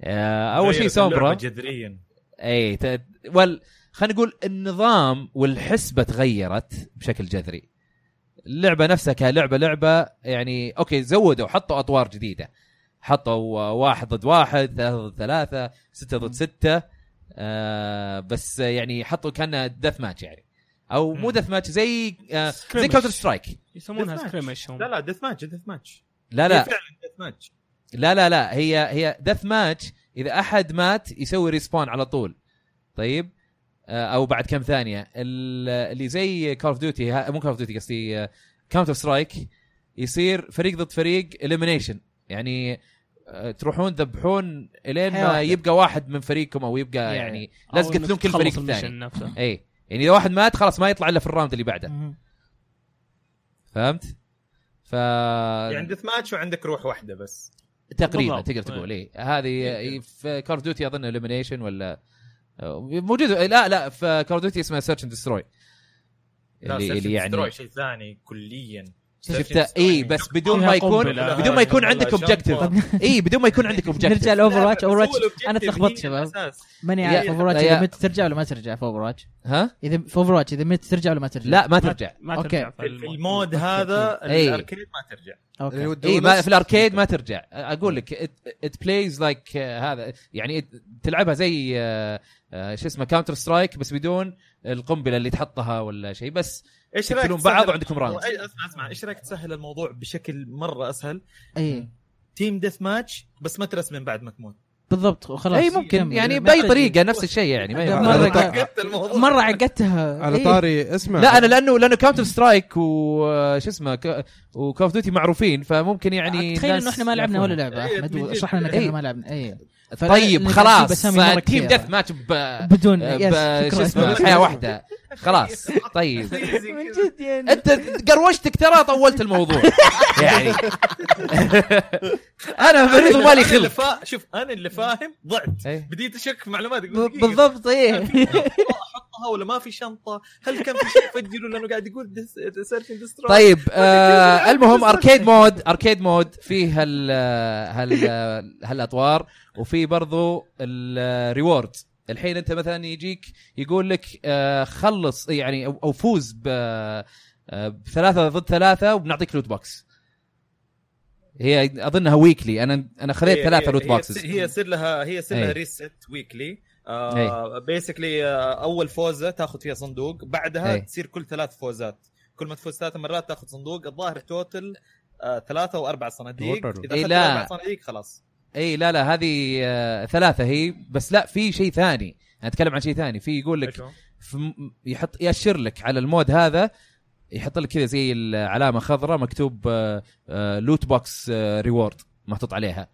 Speaker 3: آه، اول شيء
Speaker 8: غيرت
Speaker 3: سومبرا
Speaker 8: إيه، اللعبة جذريا
Speaker 3: اي إيه، ت... ول خلينا نقول النظام والحسبه تغيرت بشكل جذري اللعبه نفسها كلعبه لعبه يعني اوكي زودوا حطوا اطوار جديده حطوا آه، واحد ضد واحد ثلاثه ضد ثلاثه سته ضد سته آه بس يعني حطوا كان دث ماتش يعني او مو
Speaker 6: مم.
Speaker 3: دث ماتش زي آه زي
Speaker 6: Skirmish.
Speaker 3: كاونتر سترايك
Speaker 6: يسمونها
Speaker 8: Deathmatch.
Speaker 6: سكريمش هم
Speaker 8: لا لا ديث ماتش ديث ماتش
Speaker 3: لا
Speaker 6: إيه،
Speaker 3: لا
Speaker 8: فعلا ديث ماتش
Speaker 3: لا لا لا هي هي دث ماتش اذا احد مات يسوي ريسبون على طول طيب آه، او بعد كم ثانيه ال- اللي زي كول اوف ديوتي مو كول اوف ديوتي قصدي كاونتر سترايك يصير فريق ضد فريق اليمينيشن يعني آه، تروحون تذبحون الين
Speaker 1: حياة
Speaker 3: ما
Speaker 1: واحدة.
Speaker 3: يبقى واحد من فريقكم او يبقى
Speaker 6: Yeah.
Speaker 3: يعني لازم
Speaker 6: أو إنك
Speaker 3: تقتلون كل
Speaker 6: تخلص
Speaker 3: فريق
Speaker 6: المشن
Speaker 3: الثاني.
Speaker 6: نفسه
Speaker 3: اي يعني اذا واحد مات خلاص ما يطلع الا في الراوند اللي بعده
Speaker 1: مهم.
Speaker 3: فهمت؟ ف
Speaker 8: يعني ديث ماتش وعندك روح واحده بس
Speaker 3: تقريبا
Speaker 6: بالضبط.
Speaker 3: تقدر تقول اي هذه إيه،
Speaker 8: يمكن.
Speaker 3: في كول اوف ديوتي اظن اليمينيشن ولا آه، موجود إيه، لا لا في كول اوف ديوتي اسمها سيرش اند دستروي
Speaker 8: لا
Speaker 3: اللي,
Speaker 8: Search
Speaker 3: اللي
Speaker 8: and
Speaker 3: يعني
Speaker 8: Destroy شيء ثاني كليا
Speaker 3: شفتها اي بس بدون ما
Speaker 6: فيها
Speaker 3: يكون
Speaker 6: قنبلة.
Speaker 3: بدون ما يكون
Speaker 8: قنبلة،
Speaker 3: عندك
Speaker 8: شنطة.
Speaker 3: اوبجيكتيف اي بدون ما يكون عندك
Speaker 1: نرجع
Speaker 3: اوبجيكتيف
Speaker 1: لاوفر واتش اوفر
Speaker 8: بس هو
Speaker 1: واتش انا
Speaker 8: الobjective
Speaker 1: تلخبطت
Speaker 8: هي
Speaker 1: شباب
Speaker 8: الأساس.
Speaker 1: ماني
Speaker 3: يا-
Speaker 1: عارف اوفر واتش
Speaker 3: يا-
Speaker 1: اذا مت ترجع ولا ما ترجع في اوفر واتش
Speaker 3: ها
Speaker 1: اذا في اوفر واتش اذا مت ترجع ولا ما ترجع
Speaker 3: لا ما ترجع
Speaker 6: ما
Speaker 1: أوكي.
Speaker 6: ترجع
Speaker 8: في المود هذا
Speaker 3: إيه.
Speaker 8: الاركيد ما ترجع
Speaker 4: اللي
Speaker 1: اوكي
Speaker 4: هو
Speaker 3: اي إيه، ما
Speaker 4: الدولس.
Speaker 3: في الاركيد ما ترجع اقول لك ات بلايز لايك هذا يعني it- تلعبها زي آه، آه، شو اسمه كاونتر سترايك بس بدون القنبله اللي تحطها ولا شيء بس
Speaker 8: ايش رايك
Speaker 3: تقتلون بعض
Speaker 8: تسهل- إيه،
Speaker 3: وعندكم راوند
Speaker 8: اسمع اسمع ايش رايك تسهل الموضوع بشكل مره اسهل
Speaker 1: اي
Speaker 8: تيم ديث ماتش بس ما ترسم من بعد ما تموت
Speaker 1: بالضبط خلاص
Speaker 3: اي ممكن
Speaker 1: كمل.
Speaker 3: يعني
Speaker 1: ما
Speaker 3: باي
Speaker 1: يحتاج-
Speaker 3: طريقه نفس الشيء يعني ما
Speaker 1: مرة
Speaker 3: يفرق.
Speaker 1: قاعد- مره عقدتها
Speaker 2: على
Speaker 1: إيه.
Speaker 2: طاري اسمع
Speaker 3: لا انا لانه لانه كاونتر سترايك وش آه، اسمه وكوف اوف ديوتي معروفين فممكن يعني
Speaker 1: تخيل
Speaker 3: الناس
Speaker 1: انه احنا ما لعبنا ولا
Speaker 3: يعرفونها.
Speaker 1: لعبه
Speaker 8: إيه،
Speaker 1: احمد
Speaker 8: من جد.
Speaker 1: اشرح لنا
Speaker 3: إيه.
Speaker 1: كيف ما لعبنا اي فلا-
Speaker 3: طيب
Speaker 1: لأن في
Speaker 3: خلاص
Speaker 1: بسامي مرة
Speaker 3: تيم
Speaker 1: كثيرة.
Speaker 3: ديث ماتش ب آه،
Speaker 1: بدون يس،
Speaker 3: ب- شو
Speaker 1: شكراً.
Speaker 3: اسمه حياه واحده خلاص طيب
Speaker 1: من جد يعني
Speaker 3: انت قروشتك ترى طولت الموضوع يعني انا مريض ومالي
Speaker 8: أنا اللي
Speaker 3: خلق
Speaker 8: فا... شوف انا اللي فاهم ضعت
Speaker 3: إيه.
Speaker 8: بديت اشك في معلومات أقول
Speaker 1: ب-
Speaker 8: دقيقة،
Speaker 1: بالضبط ايه
Speaker 8: احطها ولا ما في شنطه هل كان في شيء يفجروا لانه قاعد يقول سيرش دستروي
Speaker 3: طيب آه المهم اركيد مود اركيد مود فيه هال هال هالاطوار وفي برضو الريورد الحين انت مثلا يجيك يقول لك آه خلص يعني او, أو فوز ب آه، بثلاثه ضد ثلاثه وبنعطيك لوت بوكس هي اظنها ويكلي انا انا خذيت ثلاثه لوت بوكسز
Speaker 8: هي يصير لها هي يصير
Speaker 3: إيه.
Speaker 8: لها ريست ويكلي آه، بيسكلي اول فوزه آه، تاخذ فيها صندوق بعدها
Speaker 3: إيه.
Speaker 8: تصير كل ثلاث فوزات كل ما تفوز ثلاث مرات تاخذ صندوق الظاهر توتل آه، ثلاثة واربع صناديق
Speaker 2: Water.
Speaker 8: اذا
Speaker 3: إيه،
Speaker 8: اخذت
Speaker 3: لا.
Speaker 8: اربع صناديق خلاص
Speaker 3: اي لا لا هذه آه، ثلاثه هي بس لا في شيء ثاني انا اتكلم عن شيء ثاني في يقول لك في م- يحط ياشر لك على المود هذا يحط لك كذا زي العلامه خضراء مكتوب آه، لوت بوكس ريورد آه، محطوط عليها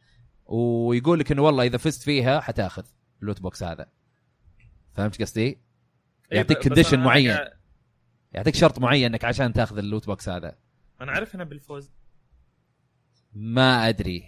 Speaker 3: ويقول لك انه والله اذا فزت فيها حتاخذ اللوت بوكس هذا فهمت قصدي؟
Speaker 8: إيه،
Speaker 3: يعطيك
Speaker 8: بس أنا-
Speaker 3: condition
Speaker 8: أنا
Speaker 3: معين.
Speaker 8: قاعد-
Speaker 3: يعطيك شرط معين انك عشان تاخذ اللوت بوكس هذا
Speaker 8: انا عارف انا بالفوز
Speaker 3: ما ادري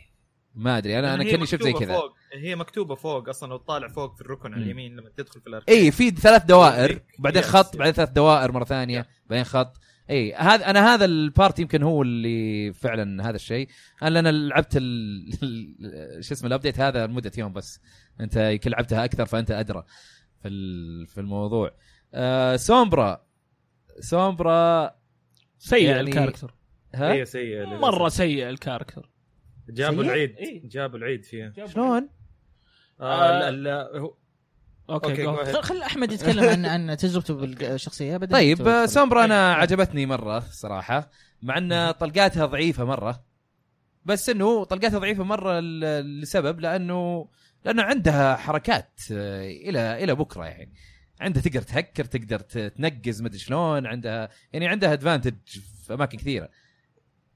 Speaker 3: ما ادري انا انا
Speaker 8: هي
Speaker 3: كاني شفت زي
Speaker 8: يعني مكتوبة
Speaker 3: كذا
Speaker 8: فوق. هي مكتوبه فوق اصلا لو تطالع فوق في الركن على
Speaker 3: مم.
Speaker 8: اليمين لما تدخل في الاركان
Speaker 3: اي إيه، في ثلاث دوائر بعدين
Speaker 8: Yes,
Speaker 3: خط
Speaker 8: yes.
Speaker 3: بعدين ثلاث دوائر مره ثانيه بعدين خط اي هذا انا هذا البارت يمكن هو اللي فعلا هذا الشيء انا لأن انا لعبت ال- ال- شو اسمه الابديت هذا لمده يوم بس انت يمكن لعبتها اكثر فانت ادرى في ال- في الموضوع آه سومبرا سومبرا
Speaker 6: سيء
Speaker 3: يعني-
Speaker 6: الكاركتر
Speaker 3: ها
Speaker 8: هي سيئه للأسف.
Speaker 6: مره سيء الكاركتر
Speaker 8: إيه، جابوا
Speaker 3: سيئة؟
Speaker 8: العيد
Speaker 6: إيه.
Speaker 8: جابوا العيد فيها
Speaker 3: شلون
Speaker 8: آه لا لا هو
Speaker 6: اوكي
Speaker 8: أوكي،
Speaker 6: جو.
Speaker 8: go ahead.
Speaker 1: خل خل احمد يتكلم عن عن تجربته بالشخصيه بعدين
Speaker 3: طيب
Speaker 1: تتكلم.
Speaker 3: آه، سومبرا انا
Speaker 8: طيب.
Speaker 3: عجبتني مره صراحه مع ان طلقاتها ضعيفه مره بس انه طلقاتها ضعيفه مره ل- لسبب لانه لانه عندها حركات آه، الى الى بكره يعني عندها تقدر تهكر تقدر ت- تنقز مدري شلون عندها يعني عندها ادفانتج في اماكن كثيره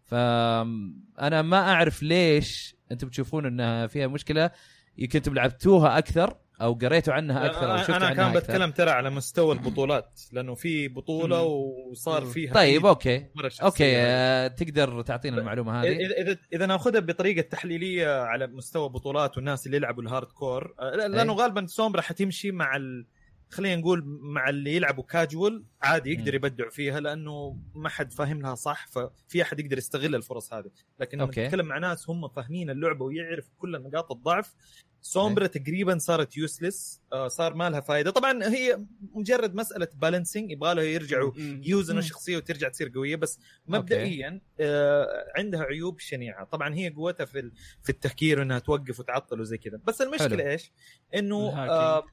Speaker 3: فانا ما اعرف ليش انتم تشوفون انها فيها مشكله يمكن انتم لعبتوها اكثر او قريتوا عنها اكثر او
Speaker 8: انا
Speaker 3: شفتوا
Speaker 8: أنا
Speaker 3: عنها
Speaker 8: كان
Speaker 3: اكثر
Speaker 8: بتكلم ترى على مستوى البطولات لانه في بطوله وصار فيها
Speaker 3: طيب
Speaker 8: أكيد
Speaker 3: اوكي
Speaker 8: مرة شخصية. إيه،
Speaker 3: اوكي آه، تقدر تعطينا المعلومه
Speaker 8: إذا-
Speaker 3: هذه
Speaker 8: اذا اذا اذا ناخذها بطريقه تحليليه على مستوى بطولات والناس اللي يلعبوا الهارد كور آه،
Speaker 3: إيه.
Speaker 8: لا- لانه غالبا سومبرا حتمشي مع ال... خلينا نقول مع اللي يلعبوا كاجوال عادي يقدر
Speaker 3: مم.
Speaker 8: يبدع فيها لانه ما حد فاهم لها صح ففي احد يقدر يستغل الفرص هذه لكن لما
Speaker 3: أوكي.
Speaker 8: تتكلم مع ناس هم فاهمين اللعبه ويعرفوا كل نقاط الضعف
Speaker 3: إيه.
Speaker 8: سومبرا تقريبا صارت يوسلس صار ما لها فائده طبعا هي مجرد مساله بالانسنج يبغى له يرجعوا
Speaker 6: مم.
Speaker 8: يوزنوا الشخصيه وترجع تصير قويه بس مبدئيا آه عندها عيوب شنيعه طبعا هي قوتها في ال- في التهكير انها توقف وتعطل وزي كذا بس المشكله
Speaker 3: حلو.
Speaker 8: ايش انه
Speaker 6: الهاكينج.
Speaker 8: آه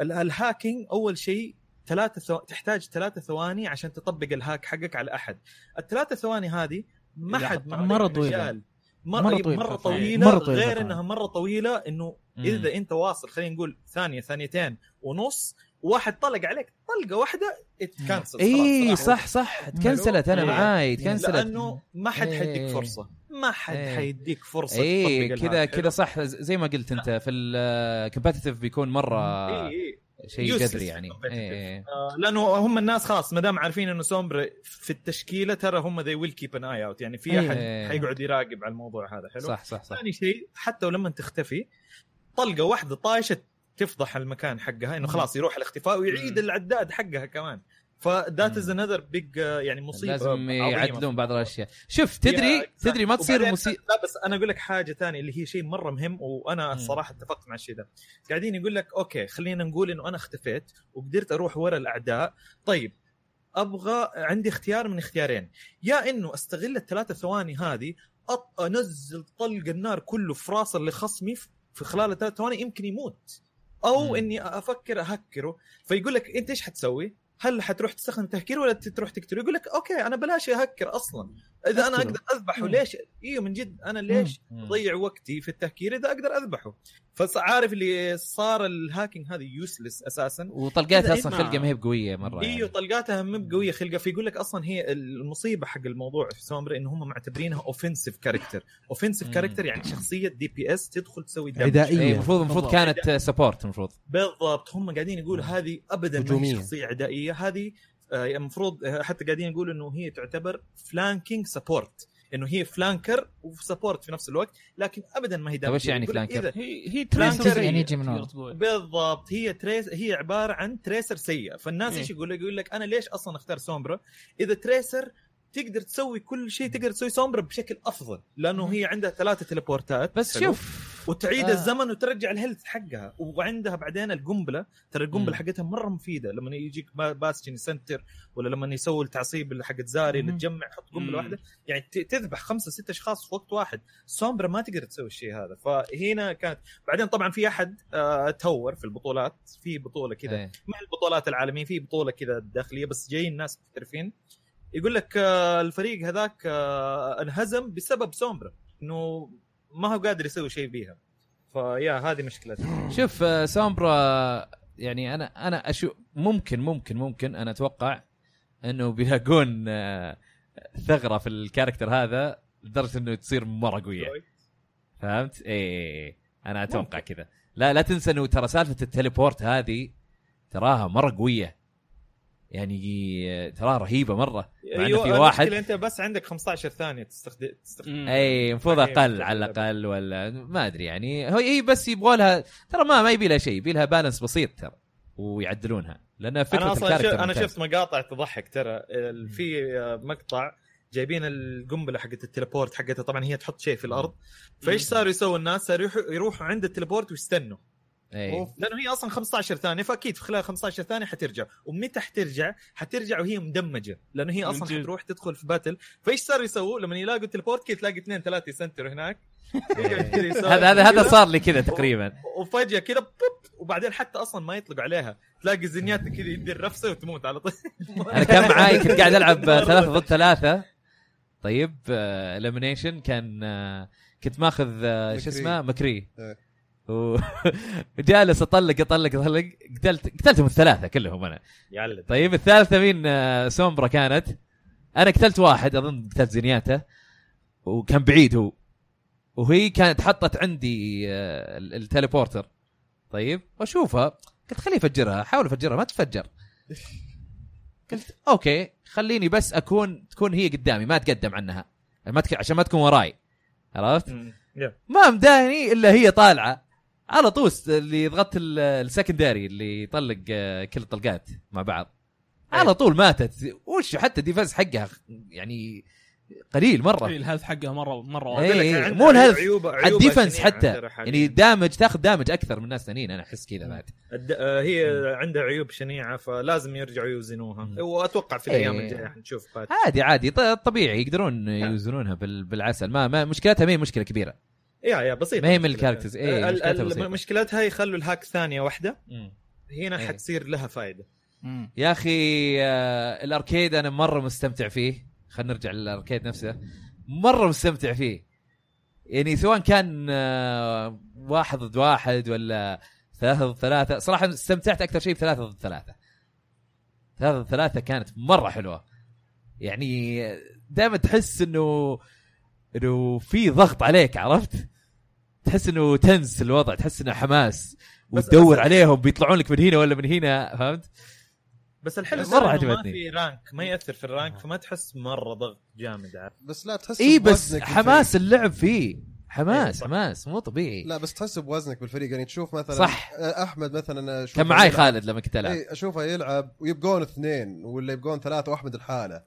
Speaker 8: ال- الهاكينج اول شيء ثلاثة ثو... تحتاج ثلاثة ثواني عشان تطبق الهاك حقك على احد الثلاثة ثواني هذه ما
Speaker 6: إذا
Speaker 8: حد
Speaker 6: حط
Speaker 8: ما
Speaker 6: عليك
Speaker 1: مرة طويلة.
Speaker 8: مجال.
Speaker 1: مرة
Speaker 8: مرة
Speaker 1: طويلة
Speaker 8: طويلة مرة
Speaker 1: طبعاً.
Speaker 8: طويلة,
Speaker 1: مرة طويلة
Speaker 8: غير
Speaker 1: طبعاً.
Speaker 8: انها مرة طويلة انه
Speaker 3: مم.
Speaker 8: اذا انت واصل خلينا نقول ثانية ثانيتين ونص واحد طلق عليك طلقة واحدة اتكنسل
Speaker 3: اي إيه، صح صح تكنسلت انا
Speaker 8: إيه.
Speaker 3: معاي تكنسلت
Speaker 8: لانه ما حد
Speaker 3: إيه.
Speaker 8: حيديك فرصه ما حد
Speaker 3: إيه.
Speaker 8: حيديك فرصه
Speaker 3: اي
Speaker 8: تطبق
Speaker 3: إيه، كذا
Speaker 8: الهاك.
Speaker 3: كذا صح ز- زي ما قلت انت في الكومبتتف بيكون مره
Speaker 8: إيه، إيه.
Speaker 3: شيء
Speaker 8: Useless
Speaker 3: قدري يعني
Speaker 8: competitive.
Speaker 3: إيه، إيه.
Speaker 8: آه، لانه هم الناس خلاص ما دام عارفين انه سومبر في التشكيله ترى هم ذي ويل كيب ان اي اوت يعني في احد
Speaker 3: إيه.
Speaker 8: حيقعد يراقب على الموضوع هذا حلو يعني
Speaker 3: صح صح صح
Speaker 8: ثاني شيء حتى ولما تختفي طلقه واحده طايشه تفضح المكان حقها انه خلاص يروح الاختفاء ويعيد العداد حقها كمان فذات از انذر بيج يعني مصيبه
Speaker 3: لازم
Speaker 8: عظيمة في
Speaker 3: يعدلون بعض الاشياء شوف
Speaker 8: يا
Speaker 3: تدري
Speaker 8: exactly.
Speaker 3: تدري ما تصير
Speaker 8: وبعدين-
Speaker 3: مصيبه
Speaker 8: لا بس انا اقول لك حاجه ثانيه اللي هي شيء مره مهم وانا
Speaker 3: مم.
Speaker 8: الصراحه اتفقت مع الشيء ده قاعدين يقول لك اوكي خلينا نقول انه انا اختفيت وقدرت اروح ورا الاعداء طيب ابغى عندي اختيار من اختيارين يا انه استغل الثلاثة ثواني هذه أط... انزل طلق النار كله في راس اللي خصمي في- في خلال الثلاث ثواني يمكن يموت او
Speaker 3: مم.
Speaker 8: مم. اني افكر اهكره فيقول لك انت ايش حتسوي؟ هل حتروح تستخدم تهكير ولا تروح تقتله؟ يقول لك اوكي انا بلاش اهكر اصلا اذا انا
Speaker 2: اقتله.
Speaker 8: اقدر اذبحه ليش ايوه من جد انا ليش إيه. اضيع وقتي في التهكير اذا اقدر اذبحه فعارف اللي صار الهاكينج هذه يوسلس اساسا
Speaker 3: وطلقات
Speaker 8: إذا
Speaker 3: اصلا
Speaker 8: إما-
Speaker 3: خلقه ما هي بقويه مره
Speaker 8: ايوه
Speaker 3: يعني.
Speaker 8: طلقاتها مب قويه خلقه فيقول لك اصلا هي المصيبه حق الموضوع في سومبر ان هم معتبرينها اوفنسيف كاركتر اوفنسيف
Speaker 3: مم.
Speaker 8: كاركتر يعني شخصيه دي بي اس تدخل تسوي damage.
Speaker 2: عدائية.
Speaker 3: اي إيه، المفروض المفروض كانت سبورت المفروض
Speaker 8: بالضبط هم قاعدين يقولوا
Speaker 3: نعم.
Speaker 8: هذه ابدا ما هي
Speaker 2: هجومية.
Speaker 8: شخصيه عدائيه هذه آه، المفروض آه، حتى قاعدين يقولوا انه هي تعتبر فلانكينج سبورت انه هي فلانكر وسبورت في نفس الوقت لكن ابدا ما هي
Speaker 3: طيب وش
Speaker 8: damage.
Speaker 3: يعني
Speaker 8: يقول
Speaker 3: flanker؟
Speaker 8: إذا-
Speaker 6: هي هي
Speaker 8: فلان
Speaker 6: تريسر
Speaker 8: جزء
Speaker 6: سيء،
Speaker 8: يعني
Speaker 1: يجي من ورا.
Speaker 6: تقدر تقول.
Speaker 8: بالضبط هي تريس هي عباره عن تريسر سيء فالناس
Speaker 6: إيه.
Speaker 8: ايش يقول لك يقول لك انا ليش اصلا اختار سومبرا اذا تريسر تقدر تسوي كل شيء تقدر تسوي سومبرا بشكل افضل لانه هي عندها ثلاثه تليبورتات
Speaker 3: بس
Speaker 8: حلو؟
Speaker 3: شوف
Speaker 8: وتعيد
Speaker 3: آه.
Speaker 8: آه. الزمن وترجع الهيلث حقها وعندها بعدين القنبله ترى القنبله
Speaker 3: مم.
Speaker 8: حقتها مره مفيده لما يجيك با- باستين سنتر ولا لما يسوي التعصيب اللي حقت زاري اللي
Speaker 1: مم.
Speaker 8: تجمع حط قنبله
Speaker 6: مم.
Speaker 8: واحده يعني ت- تذبح خمسه ستة اشخاص في وقت واحد سومبرا ما تقدر تسوي الشيء هذا فهنا كانت بعدين طبعا في احد آه تهور في البطولات في بطوله كذا
Speaker 3: إيه.
Speaker 8: مع البطولات العالميه في بطوله كذا داخليه بس جايين ناس محترفين يقول لك آه، الفريق هذاك آه، انهزم بسبب سومبرا انه ما هو قادر يسوي شيء بيها فيا هذه مشكلتها
Speaker 3: شوف آه، سامبرا يعني انا انا اشو ممكن ممكن ممكن انا اتوقع انه بيلاقون آه، ثغره في الكاركتر هذا لدرجه انه تصير مره قويه فهمت؟ إيه، اي انا اتوقع كذا لا لا تنسى انه ترى سالفه التليبورت هذه تراها مره قويه يعني تراها رهيبه مره مع انه في
Speaker 8: المشكلة
Speaker 3: واحد
Speaker 8: انت بس عندك 15 ثانيه تستخدم تستخدم
Speaker 6: مم.
Speaker 3: اي المفروض
Speaker 8: يعني
Speaker 3: اقل
Speaker 8: بتبقى-
Speaker 3: على الاقل ولا ما ادري يعني هو هي بس يبغى لها ترى ما ما يبي لها شيء يبي لها بالانس بسيط ترى ويعدلونها لان فكره
Speaker 8: انا اصلا شف...
Speaker 3: الكاركتر
Speaker 8: انا
Speaker 3: ممتازة.
Speaker 8: شفت مقاطع تضحك ترى ال- في آه، مقطع جايبين القنبله حقت التليبورت حقتها طبعا هي تحط شيء في الارض فايش صاروا يسووا الناس صاروا يروحوا- يروحوا عند التليبورت ويستنوا
Speaker 3: أي.
Speaker 8: لانه هي اصلا 15 ثانيه فاكيد في خلال 15 ثانيه حترجع ومتى حترجع حترجع وهي مدمجه لانه هي
Speaker 6: من
Speaker 8: اصلا
Speaker 6: جد.
Speaker 8: حتروح تدخل في باتل فايش صاروا يسووا لما يلاقوا التليبورت كي تلاقي اثنين ثلاثه يسنتروا هناك يقعد كذا يسوي
Speaker 3: إيه. هذا هذا هذا
Speaker 8: كذا.
Speaker 3: صار لي كذا تقريبا
Speaker 8: وفجاه كذا بوب وبعدين حتى اصلا ما يطلقوا عليها تلاقي زنيات كذا يدي الرفسه وتموت على طول
Speaker 3: انا كان معاي كنت قاعد العب ثلاثة ضد ثلاثة طيب الامينيشن كان آه، كنت ماخذ آه، شو
Speaker 4: مكري.
Speaker 3: اسمه مكري
Speaker 4: إيه.
Speaker 3: وجالس اطلق اطلق اطلق قتلت قتلتهم الثلاثة كلهم انا
Speaker 8: يعلم
Speaker 3: طيب الثالثه مين آه، سومبرا كانت انا قتلت واحد اظن قتلت زينياتا وكان بعيد هو وهي كانت حطت عندي آه، ال- التليبورتر طيب واشوفها قلت خليه يفجرها احاول افجرها ما تفجر قلت اوكي خليني بس اكون تكون هي قدامي ما اتقدم عنها ما تك... عشان ما تكون وراي عرفت ما مداني الا هي طالعه على طول س- اللي ضغطت ال- السكنداري اللي يطلق آه، كل الطلقات مع بعض على طول ماتت وش حتى الديفنس حقها خ- يعني قليل
Speaker 6: إيه،
Speaker 3: مره
Speaker 6: الهيلث حقها مره مره
Speaker 3: إيه.
Speaker 8: أقول
Speaker 6: واضح.
Speaker 8: لك عندها
Speaker 3: مو الهيلث،
Speaker 8: عيوب- عيوب
Speaker 3: على الديفنس
Speaker 8: عشان هي
Speaker 3: حتى.
Speaker 8: عندها حاجة.
Speaker 3: يعني دامج تاخذ دامج اكثر من ناس ثانيين انا احس كذا بعد
Speaker 8: الد- آه، هي عندها عيوب شنيعه فلازم يرجعوا
Speaker 3: مم.
Speaker 8: يوزنوها واتوقع في الايام
Speaker 3: إيه.
Speaker 8: الجايه حنشوف باتل
Speaker 3: عادي عادي ط- طبيعي يقدرون يوزنونها بال- بالعسل ما, ما مشكلتها ما هي مشكله كبيره
Speaker 8: يا يا بسيطه
Speaker 3: ما هي من
Speaker 8: مشكلتها.
Speaker 3: الكاركترز، إيه،
Speaker 8: ال- ال-
Speaker 3: مشكلتها بسيطة.
Speaker 8: مشكلتها يخلوا الهاك ثانيه واحده هنا
Speaker 3: إيه.
Speaker 8: حتصير لها فائده
Speaker 1: مم.
Speaker 3: يا اخي آه، الاركيد انا مره مستمتع فيه خلينا نرجع للاركيد نفسه مره مستمتع فيه يعني سواء كان آه، واحد ضد واحد ولا ثلاثة ضد ثلاثة صراحة استمتعت أكثر شيء بثلاثة ضد ثلاثة ثلاثة ضد ثلاثة كانت مرة حلوة يعني دائما تحس انه انه في ضغط عليك عرفت؟ تحس انه تنس الوضع تحس انه حماس
Speaker 8: بس
Speaker 3: وتدور عليهم بيطلعون لك من هنا ولا من هنا فهمت؟
Speaker 8: بس الحلو
Speaker 3: مرة
Speaker 8: مرة ما
Speaker 3: عجبتني. آه.
Speaker 8: في رانك ما ياثر في الرانك فما تحس مره ضغط جامد عارف
Speaker 4: بس لا تحس
Speaker 3: اي إيه، بس
Speaker 4: بوزنك
Speaker 3: حماس اللعب فيه
Speaker 8: إيه،
Speaker 3: حماس
Speaker 8: صح.
Speaker 3: حماس مو طبيعي
Speaker 4: لا بس تحس بوزنك بالفريق يعني تشوف مثلا
Speaker 3: صح.
Speaker 4: آه، احمد مثلا أشوفه
Speaker 3: كان معاي
Speaker 4: يلعب.
Speaker 3: خالد لما كنت العب
Speaker 4: اي اشوفه إيه، يلعب ويبقون اثنين ولا يبقون ثلاثه واحمد الحاله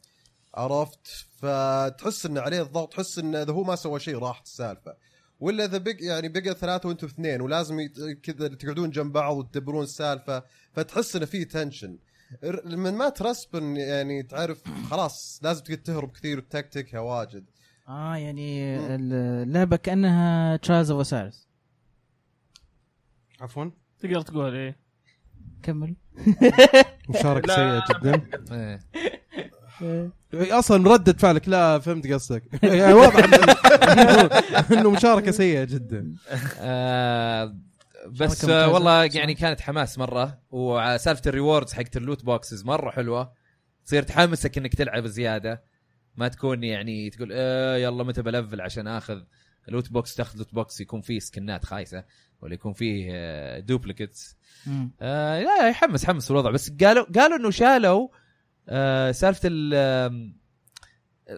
Speaker 4: عرفت فتحس ان عليه الضغط تحس ان اذا هو ما سوى شيء راحت السالفه ولا اذا بق يعني بقى ثلاثه وانتم اثنين ولازم يت- كذا تقعدون جنب بعض وتدبرون السالفه فتحس انه في تنشن ر- من ما ترسبن يعني تعرف خلاص لازم تقعد تهرب كثير وتكتكها واجد
Speaker 1: اه يعني
Speaker 4: مم.
Speaker 1: اللعبه كانها تشايلز اوف سايرس
Speaker 2: عفوا
Speaker 3: إيه.
Speaker 6: تقدر تقول ايه
Speaker 1: كمل
Speaker 2: مشاركه
Speaker 8: لا.
Speaker 2: سيئه جدا
Speaker 3: إيه.
Speaker 2: اصلا رده فعلك لا فهمت قصدك يعني واضح إنه- انه مشاركه سيئه جدا
Speaker 3: آه، بس
Speaker 1: شركة
Speaker 3: آه،
Speaker 1: ممتازة
Speaker 3: والله
Speaker 1: بصراحة.
Speaker 3: يعني كانت حماس مره وسالفه الريوردز حقت اللوت بوكسز مره حلوه تصير تحمسك انك تلعب زياده ما تكون يعني تقول آه يلا متى بلفل عشان اخذ لوت بوكس تاخذ لوت بوكس يكون فيه سكنات خايسه ولا يكون فيه آه، دوبليكتس
Speaker 1: مم.
Speaker 3: آه لا لا، يحمس حمس الوضع بس قالوا قالوا انه شالوا آه سالفه ال آم،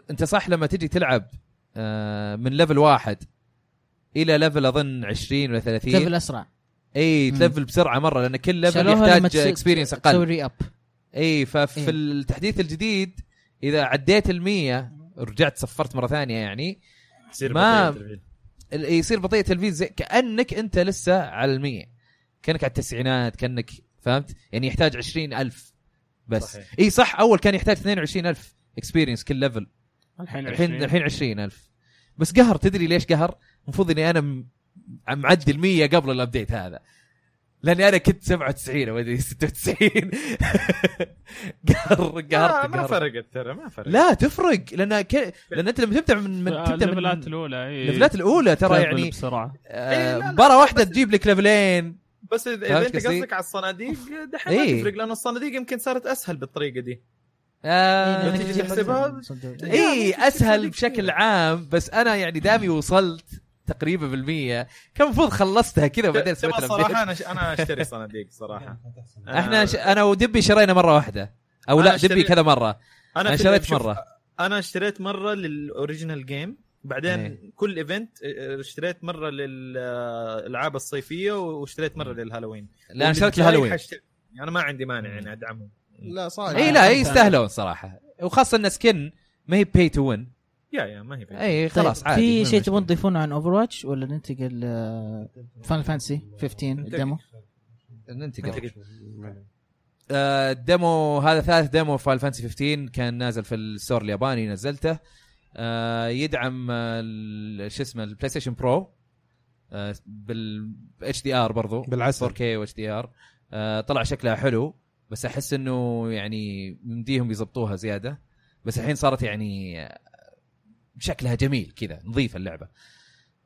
Speaker 3: انت صح لما تجي تلعب آه من ليفل واحد الى ليفل اظن 20 ولا 30
Speaker 1: ليفل اسرع
Speaker 3: اي
Speaker 1: مم.
Speaker 3: تلفل بسرعه مره لان كل ليفل
Speaker 1: شالوها لما
Speaker 3: يحتاج
Speaker 1: تس-
Speaker 3: اكسبيرينس
Speaker 1: تسوي
Speaker 3: اقل
Speaker 1: ري اب
Speaker 3: اي ففي
Speaker 1: إيه.
Speaker 3: التحديث الجديد اذا عديت المية رجعت صفرت مره ثانيه يعني
Speaker 8: يصير
Speaker 3: ما-
Speaker 8: بطيء التلفزيون.
Speaker 3: ال- يصير بطيء التلفيز زي كانك انت لسه على المية كانك على التسعينات كانك فهمت يعني يحتاج عشرين ألف بس
Speaker 8: صحيح.
Speaker 3: اي صح اول كان يحتاج 22000 اكسبيرينس كل ليفل
Speaker 6: الحين
Speaker 3: الحين
Speaker 6: 20
Speaker 3: الحين 20000 بس قهر تدري ليش قهر؟ المفروض اني انا م- عم- معدي ال 100 قبل الابديت هذا لاني انا كنت 97 او ادري 96 قهر
Speaker 8: ما-
Speaker 3: قهرت
Speaker 8: آه، ما
Speaker 3: قهرت
Speaker 8: فرقت ترى ما فرقت
Speaker 3: لا تفرق لان ك... لان انت لما تبدا من, من
Speaker 6: آه، إيه.
Speaker 3: تبدا من
Speaker 6: الليفلات الاولى اي
Speaker 3: الليفلات الاولى ترى
Speaker 6: تلفل
Speaker 3: يعني
Speaker 6: بسرعه
Speaker 3: آه،
Speaker 8: إيه، لا، لا،
Speaker 3: مباراه واحده
Speaker 8: بس-
Speaker 3: تجيب لك ليفلين
Speaker 8: بس اذا
Speaker 3: فهمت
Speaker 8: إذا انت
Speaker 3: قصدي؟
Speaker 8: قصدك على الصناديق دحين
Speaker 3: إيه.
Speaker 8: ما تفرق لأن الصناديق يمكن صارت اسهل بالطريقه دي
Speaker 3: آه،
Speaker 8: لما تجي تحسبها-
Speaker 1: صدق.
Speaker 3: اي
Speaker 8: يعني
Speaker 3: اسهل
Speaker 8: تسلك
Speaker 3: بشكل
Speaker 8: فيها.
Speaker 3: عام بس انا يعني دامي وصلت تقريبا بالمية كان المفروض خلصتها كذا وبعدين سويت
Speaker 8: ترى
Speaker 3: الأبديت.
Speaker 8: صراحه انا ش- انا اشتري صناديق صراحه
Speaker 3: احنا ش... انا ودبي شرينا مره واحده او
Speaker 8: أنا
Speaker 3: لا دبي
Speaker 8: اشتري-
Speaker 3: كذا مره انا
Speaker 8: في-
Speaker 3: شريت
Speaker 8: شوف،
Speaker 3: مره
Speaker 8: انا اشتريت مره للاوريجينال جيم بعدين
Speaker 3: إيه.
Speaker 8: كل ايفنت اشتريت مره للالعاب الصيفيه واشتريت مره للهالوين
Speaker 3: لا انا شريت
Speaker 8: والجاي
Speaker 3: الهالوين
Speaker 8: حشتري- انا ما عندي مانع يعني ادعمهم
Speaker 4: لا صعب
Speaker 3: اي إيه، لا اي يستاهلون صراحه وخاصه ان سكن ما هي بي تو وين
Speaker 8: يا يا ما هي بي.
Speaker 3: اي
Speaker 1: طيب،
Speaker 3: إيه، خلاص عادي
Speaker 1: في
Speaker 3: ما
Speaker 1: شيء
Speaker 3: مشكلة.
Speaker 1: تبون تضيفونه عن اوفر واتش ولا ننتقل فان فانسي 15 الدمو
Speaker 3: ننتقل آه، الديمو هذا ثالث ديمو فايل فانسي 15 كان نازل في الستور الياباني نزلته آه، يدعم آه، ال- شو اسمه البلاي ستيشن برو آه، بال اتش دي ار برضو
Speaker 2: بالعسل
Speaker 3: 4K و HDR آه، طلع شكلها حلو بس احس انه يعني مديهم يضبطوها زياده بس الحين صارت يعني آه، شكلها جميل كذا نظيفه اللعبه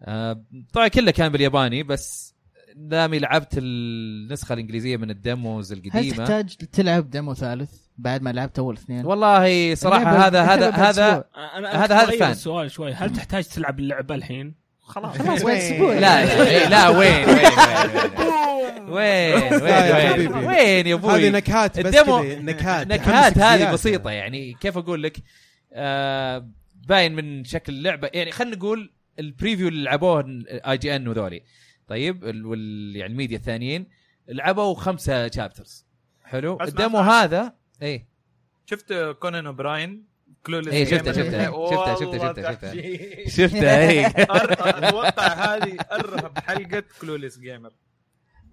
Speaker 3: آه، طبعا كله كان بالياباني بس دامي لعبت النسخه الانجليزيه من الديموز
Speaker 1: هل
Speaker 3: القديمه
Speaker 1: تحتاج تلعب ديمو ثالث بعد ما لعبت اول اثنين؟
Speaker 3: والله صراحه
Speaker 1: اللعبة-
Speaker 3: هذا هذا
Speaker 1: اللعبة بعد
Speaker 3: هذا
Speaker 1: أسبوع.
Speaker 6: انا
Speaker 3: هذا-
Speaker 6: هذا
Speaker 3: هذا
Speaker 6: هذا
Speaker 3: فان.
Speaker 6: فان السؤال شوي هل تحتاج تلعب اللعبه الحين؟ خلاص
Speaker 1: خلاص بعد اسبوع
Speaker 3: لا إيه، لا وين وين وين وين
Speaker 2: لا يا
Speaker 3: وين وين
Speaker 2: حبيبي.
Speaker 3: وين يا ابوي
Speaker 2: هذه نكهات بس
Speaker 3: الديمو-
Speaker 2: كذا، نكهات
Speaker 3: نكهات هذه
Speaker 2: سياسة.
Speaker 3: بسيطه يعني كيف اقول لك آه باين من شكل اللعبه يعني خلينا نقول البريفيو اللي لعبوه اي جي ان وذولي طيب ال- وال يعني الميديا الثانيين لعبوا خمسه شابترز حلو
Speaker 8: بس ما
Speaker 3: الديمو
Speaker 8: أسمع.
Speaker 3: هذا إيه. اي
Speaker 8: شفت كونان اوبراين كلولس
Speaker 3: إيه، شفته- شفته. شفته- شفته- شفته- شفته. شفته
Speaker 2: إيه.
Speaker 3: اي
Speaker 8: اتوقع هذه ارهب حلقه كلولس جيمر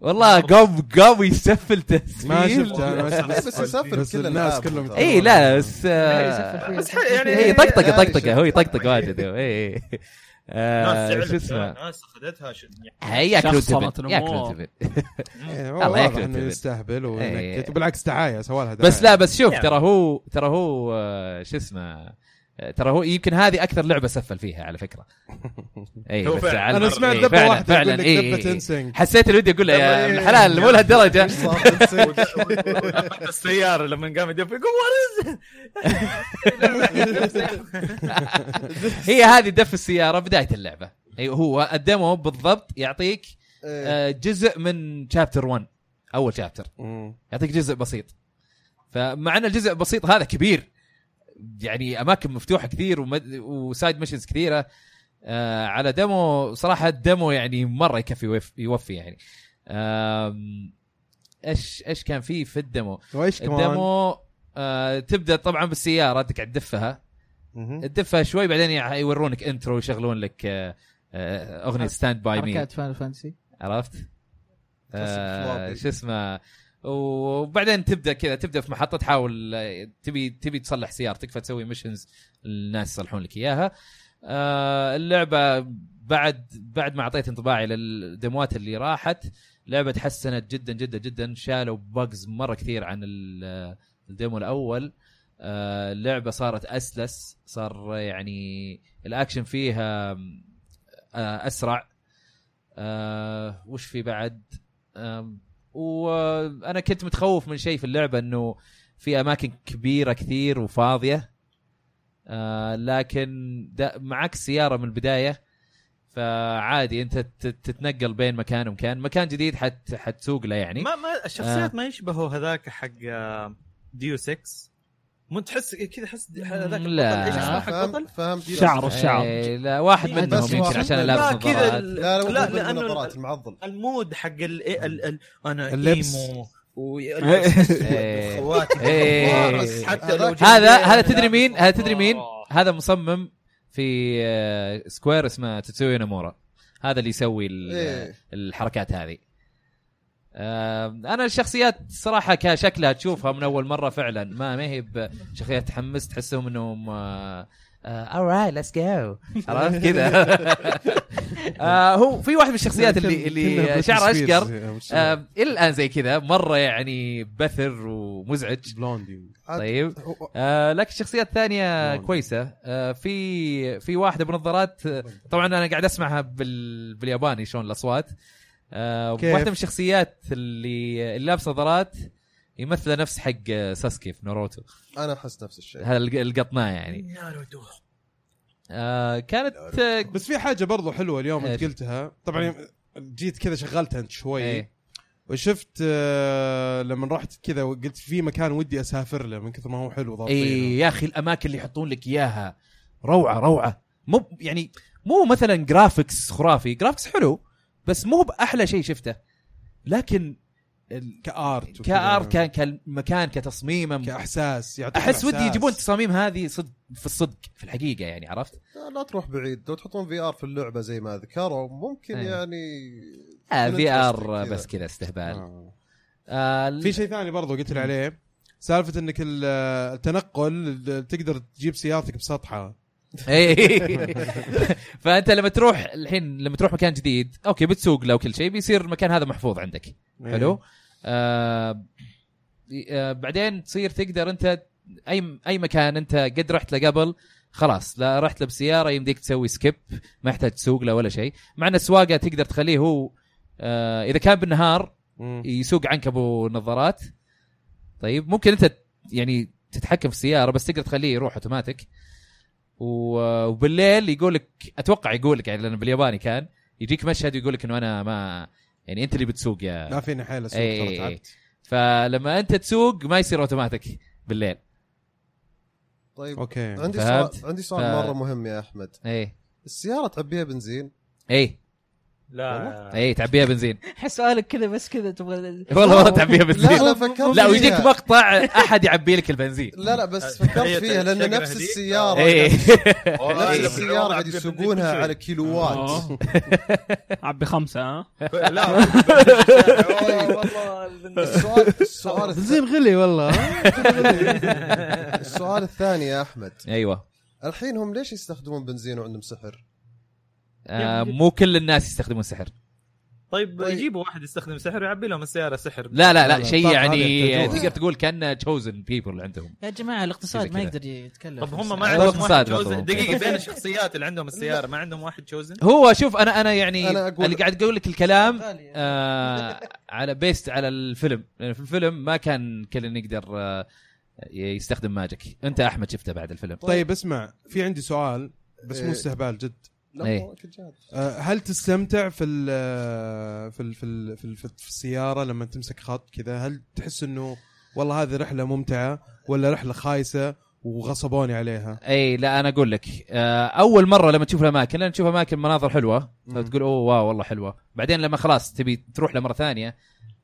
Speaker 3: والله قم قم يسفل تسفيل
Speaker 2: ما شفته أنا،
Speaker 4: بس
Speaker 2: بس-
Speaker 4: يسفر
Speaker 2: بس
Speaker 4: كل
Speaker 2: الناس
Speaker 4: الألعاب.
Speaker 2: كلهم إيه،
Speaker 3: اي إيه، لا بس
Speaker 1: إيه،
Speaker 3: آه،
Speaker 8: بس ح- يعني
Speaker 3: اي طقطقه
Speaker 4: يعني
Speaker 3: طقطقه هو يطقطق واجد هو، اي إي. آه،
Speaker 8: ناس
Speaker 3: شو اسمه
Speaker 8: ناس يعني اخذتها شن-
Speaker 3: هيا كلون
Speaker 6: شخصنت
Speaker 3: تبن يا كلون
Speaker 6: الأمور.
Speaker 3: تبن الله
Speaker 2: الله
Speaker 3: يكرم
Speaker 2: يكرم انه
Speaker 3: تبن.
Speaker 2: يستهبل
Speaker 3: إيه.
Speaker 2: ونكت بالعكس دعايه سوى لها
Speaker 3: بس
Speaker 2: دعاية.
Speaker 3: لا بس شوف
Speaker 8: يعني.
Speaker 3: ترى هو ترى هو آه، شو اسمه آه، ترى هو يمكن هذه اكثر لعبه سفل فيها على فكره اي
Speaker 8: هو
Speaker 3: بس
Speaker 8: فعلاً.
Speaker 3: على-
Speaker 2: انا سمعت
Speaker 3: إي،
Speaker 2: دبه
Speaker 3: إيه، فعلاً- إيه.
Speaker 2: واحده
Speaker 3: فعلا
Speaker 2: يقول لك
Speaker 3: إي،
Speaker 2: دبه
Speaker 3: إي.
Speaker 2: انسينك
Speaker 3: حسيت الودي اقول له يا
Speaker 2: إيه.
Speaker 4: يلا،
Speaker 3: ابن
Speaker 4: إي.
Speaker 3: الحلال مو لهالدرجه
Speaker 8: السياره لما قام يدفع يقول
Speaker 3: هي هذه دف السياره بدايه اللعبه اي إيه، هو الديمو بالضبط يعطيك
Speaker 4: إيه.
Speaker 3: آه، جزء من شابتر 1 اول شابتر يعطيك جزء بسيط فمع ان الجزء البسيط هذا كبير يعني اماكن مفتوحه كثير ومد... وسايد ميشنز كثيره آه على ديمو صراحه الديمو يعني مره يكفي ويف... يوفي يعني آم، ايش ايش كان فيه في الديمو؟
Speaker 2: وايش كمان؟
Speaker 3: الديمو آه تبدا طبعا بالسياره انت قاعد تدفها
Speaker 2: مهم.
Speaker 3: تدفها شوي بعدين يع- يورونك انترو ويشغلون لك آه آه اغنيه ستاند باي مي
Speaker 1: حركات فان فانسي
Speaker 3: عرفت؟ آه،
Speaker 4: فلوبي.
Speaker 3: شو اسمه وبعدين تبدا كذا تبدا في محطه تحاول آه، تبي تبي تصلح سيارتك فتسوي ميشنز الناس يصلحون لك اياها آه، اللعبه بعد بعد ما اعطيت انطباعي للدموات اللي راحت لعبه تحسنت جدا جدا جدا شالوا بجز مره كثير عن ال- الديمو الاول آه، اللعبه صارت اسلس صار يعني الاكشن فيها آم، آه، اسرع آه، وش في بعد آم، وانا كنت متخوف من شيء في اللعبه انه في اماكن كبيره كثير وفاضيه آه، لكن دا- معك سياره من البدايه فعادي انت تت- تتنقل بين مكان ومكان مكان جديد حت حتسوق له يعني
Speaker 8: ما ما الشخصيات ما يشبهوا هذاك حق ديو 6 مو تحس كذا حس هذاك
Speaker 3: لا.
Speaker 8: البطل، إيش اسمه حق
Speaker 4: فاهم
Speaker 8: بطل؟
Speaker 4: فاهم
Speaker 6: شعره الشعر
Speaker 3: إيه، لا واحد
Speaker 8: يعني بس
Speaker 3: منهم
Speaker 4: واحد
Speaker 3: يمكن عشان
Speaker 4: منهم.
Speaker 3: لابس
Speaker 8: لا، كذا
Speaker 3: نظارات
Speaker 8: ال-
Speaker 4: لا لا,
Speaker 8: لا،
Speaker 4: لا
Speaker 8: لأنه-
Speaker 4: النظارات المعضل
Speaker 8: المود حق ال ال ال انا
Speaker 2: اللبس.
Speaker 8: ايمو
Speaker 3: إيه.
Speaker 8: والخوات
Speaker 3: إيه.
Speaker 8: بس حتى لو
Speaker 4: هذاك-
Speaker 3: هذا
Speaker 8: جنبي
Speaker 3: هذا
Speaker 8: أنا
Speaker 3: تدري مين
Speaker 8: لابس
Speaker 3: هذا تدري مين
Speaker 8: نظارة.
Speaker 3: هذا مصمم في آه، سكوير اسمه تتسوي نامورا هذا اللي يسوي ال-
Speaker 4: إيه.
Speaker 3: الحركات هذه آه، انا الشخصيات صراحه كشكلها تشوفها من اول مره فعلا ما ما هي بشخصيات تحمس تحسهم آه، انهم alright let's go عرفت كذا آه، هو في واحد من الشخصيات اللي اللي شعره اشقر آه، الى الان زي كذا مره يعني بثر ومزعج
Speaker 2: بلوندي
Speaker 3: طيب آه لكن الشخصيات الثانيه
Speaker 2: نعم.
Speaker 3: كويسه آه في في واحد ابو نظارات آه،
Speaker 2: طيب.
Speaker 3: طبعا انا قاعد اسمعها بال بالياباني شلون الاصوات آه
Speaker 2: كيف؟
Speaker 3: واحده من الشخصيات اللي اللي لابس نظارات يمثله نفس حق آه، ساسكي في ناروتو
Speaker 4: انا احس نفس الشيء
Speaker 3: هذا الق- القطناه يعني
Speaker 8: ناروتو.
Speaker 3: آه كانت آه
Speaker 2: بس في حاجه برضو حلوه اليوم انت
Speaker 3: إيش؟
Speaker 2: قلتها طبعا جيت كذا شغلتها انت شوي
Speaker 3: إيه.
Speaker 2: وشفت آه، لما رحت كذا وقلت في مكان ودي اسافر له من كثر ما هو حلو ضابطينه
Speaker 3: اي يا اخي الاماكن اللي يحطون لك اياها روعه روعه مو يعني مو مثلا جرافيكس خرافي جرافيكس حلو بس مو باحلى شيء شفته لكن ال-
Speaker 2: كارت وكذا.
Speaker 3: كارت كان كالمكان كتصميما
Speaker 2: كاحساس يعطيك
Speaker 3: احس ودي
Speaker 2: إحساس.
Speaker 3: يجيبون التصاميم هذه صدق في الصدق في الحقيقه يعني عرفت؟
Speaker 4: لا, لا تروح بعيد لو تحطون في ار في اللعبه زي ما ذكروا ممكن
Speaker 3: أي.
Speaker 4: يعني
Speaker 3: آه
Speaker 4: يكون
Speaker 3: في ار
Speaker 4: interesting
Speaker 3: بس كذا استهبال
Speaker 2: آه.
Speaker 3: آه
Speaker 2: في شيء ثاني برضو قلت لي عليه سالفه انك ال- آه، التنقل تقدر تجيب سيارتك بسطحه
Speaker 3: إيه. فانت لما تروح الحين لما تروح مكان جديد اوكي بتسوق لو كل شيء بيصير المكان هذا محفوظ عندك حلو إيه. آه آه بعدين تصير تقدر انت اي اي مكان انت قد رحت له قبل خلاص لا رحت له بسياره يمديك تسوي سكيب ما يحتاج تسوق له ولا شيء مع ان السواقه تقدر تخليه هو آه اذا كان بالنهار
Speaker 2: مم.
Speaker 3: يسوق عنك ابو نظارات طيب ممكن انت يعني تتحكم في السياره بس تقدر تخليه يروح اوتوماتيك و- وبالليل يقول لك اتوقع يقول لك يعني لانه بالياباني كان يجيك مشهد يقول لك انه انا ما يعني انت اللي بتسوق يا
Speaker 2: ما فينا حيل اسوق
Speaker 3: إيه.
Speaker 2: ترى تعبت
Speaker 3: فلما انت تسوق ما يصير اوتوماتيك بالليل
Speaker 4: طيب
Speaker 2: اوكي
Speaker 4: عندي
Speaker 3: فهمت؟
Speaker 4: سؤال عندي سؤال
Speaker 3: ف-
Speaker 4: مره مهم يا احمد
Speaker 3: ايه
Speaker 4: السياره تعبيها بنزين
Speaker 3: ايه
Speaker 8: لا
Speaker 3: ايه تعبيها بنزين
Speaker 1: احس سؤالك كذا بس كذا تبغى
Speaker 3: والله والله تعبيها بنزين
Speaker 4: لا فكرت
Speaker 3: لا ويجيك
Speaker 4: فيها.
Speaker 3: مقطع احد يعبي لك البنزين
Speaker 4: لا لا بس فكرت فيها لان
Speaker 8: شجرة
Speaker 4: نفس
Speaker 8: هذيك.
Speaker 4: السياره
Speaker 3: ايه
Speaker 4: نفس
Speaker 8: إيه.
Speaker 4: السياره قاعد يسوقونها على كيلووات
Speaker 3: آه.
Speaker 6: أوه. عبي خمسه ها
Speaker 8: لا والله
Speaker 4: طيب.
Speaker 8: البنت-
Speaker 4: السؤال السؤال الث-
Speaker 2: زين غلي
Speaker 1: يعني
Speaker 2: والله
Speaker 4: السؤال الثاني يا احمد
Speaker 3: ايوه
Speaker 4: الحين هم ليش يستخدمون بنزين وعندهم سحر؟
Speaker 3: آه مو كل الناس يستخدمون سحر
Speaker 8: طيب
Speaker 4: طيب.
Speaker 8: يجيبوا واحد يستخدم سحر يعبي لهم السياره سحر
Speaker 3: لا لا
Speaker 2: لا،
Speaker 3: لا
Speaker 2: لا،
Speaker 3: شيء
Speaker 2: طبعاً
Speaker 3: يعني
Speaker 2: يحتاجون.
Speaker 3: تقدر تقول كان تشوزن بيبل عندهم
Speaker 1: يا جماعه الاقتصاد
Speaker 3: كذا
Speaker 1: ما
Speaker 3: كذا.
Speaker 1: يقدر يتكلم
Speaker 8: طب هم ما
Speaker 1: ما
Speaker 3: عندهم
Speaker 8: عندهم
Speaker 3: اقتصاد
Speaker 8: واحد جوزن
Speaker 3: برضو.
Speaker 8: دقيقه بين الشخصيات اللي عندهم السياره ما عندهم واحد جوزن
Speaker 3: هو شوف انا انا يعني
Speaker 4: أنا
Speaker 3: أنا
Speaker 4: أقول-
Speaker 3: اللي قاعد اقول لك الكلام
Speaker 1: غالي.
Speaker 3: آه على بيست على الفيلم لأن في الفيلم ما كان كل يقدر آه يستخدم ماجيك انت احمد شفته بعد الفيلم
Speaker 2: طيب اسمع في عندي سؤال بس مو
Speaker 4: إيه.
Speaker 2: استهبال جد
Speaker 4: لا
Speaker 3: إيه.
Speaker 4: مو أكيد جاد.
Speaker 2: آه، هل تستمتع في ال في ال في, ال في, ال في السياره لما تمسك خط كذا هل تحس انه والله هذه رحله ممتعه ولا رحله خايسه وغصبوني عليها
Speaker 3: اي لا انا اقول لك آه، اول مره لما تشوف الاماكن لان تشوف اماكن مناظر حلوه
Speaker 2: مم.
Speaker 3: فتقول اوه واو والله حلوه بعدين لما خلاص تبي تروح له مره ثانيه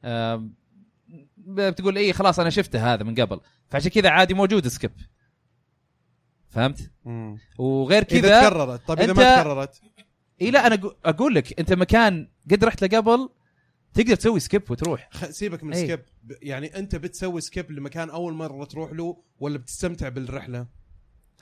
Speaker 3: آم، بتقول اي خلاص انا شفته هذا من قبل فعشان كذا عادي موجود سكيب فهمت
Speaker 2: مم.
Speaker 3: وغير
Speaker 2: اذا
Speaker 3: كذا
Speaker 2: تكررت طب اذا ما
Speaker 3: أنت-
Speaker 2: تكررت
Speaker 3: اي لا انا أقو- اقول لك انت مكان قد رحت له قبل تقدر تسوي سكيب وتروح
Speaker 2: خ- سيبك من
Speaker 3: إيه.
Speaker 2: سكيب يعني انت بتسوي سكيب لمكان اول مره تروح له ولا بتستمتع بالرحله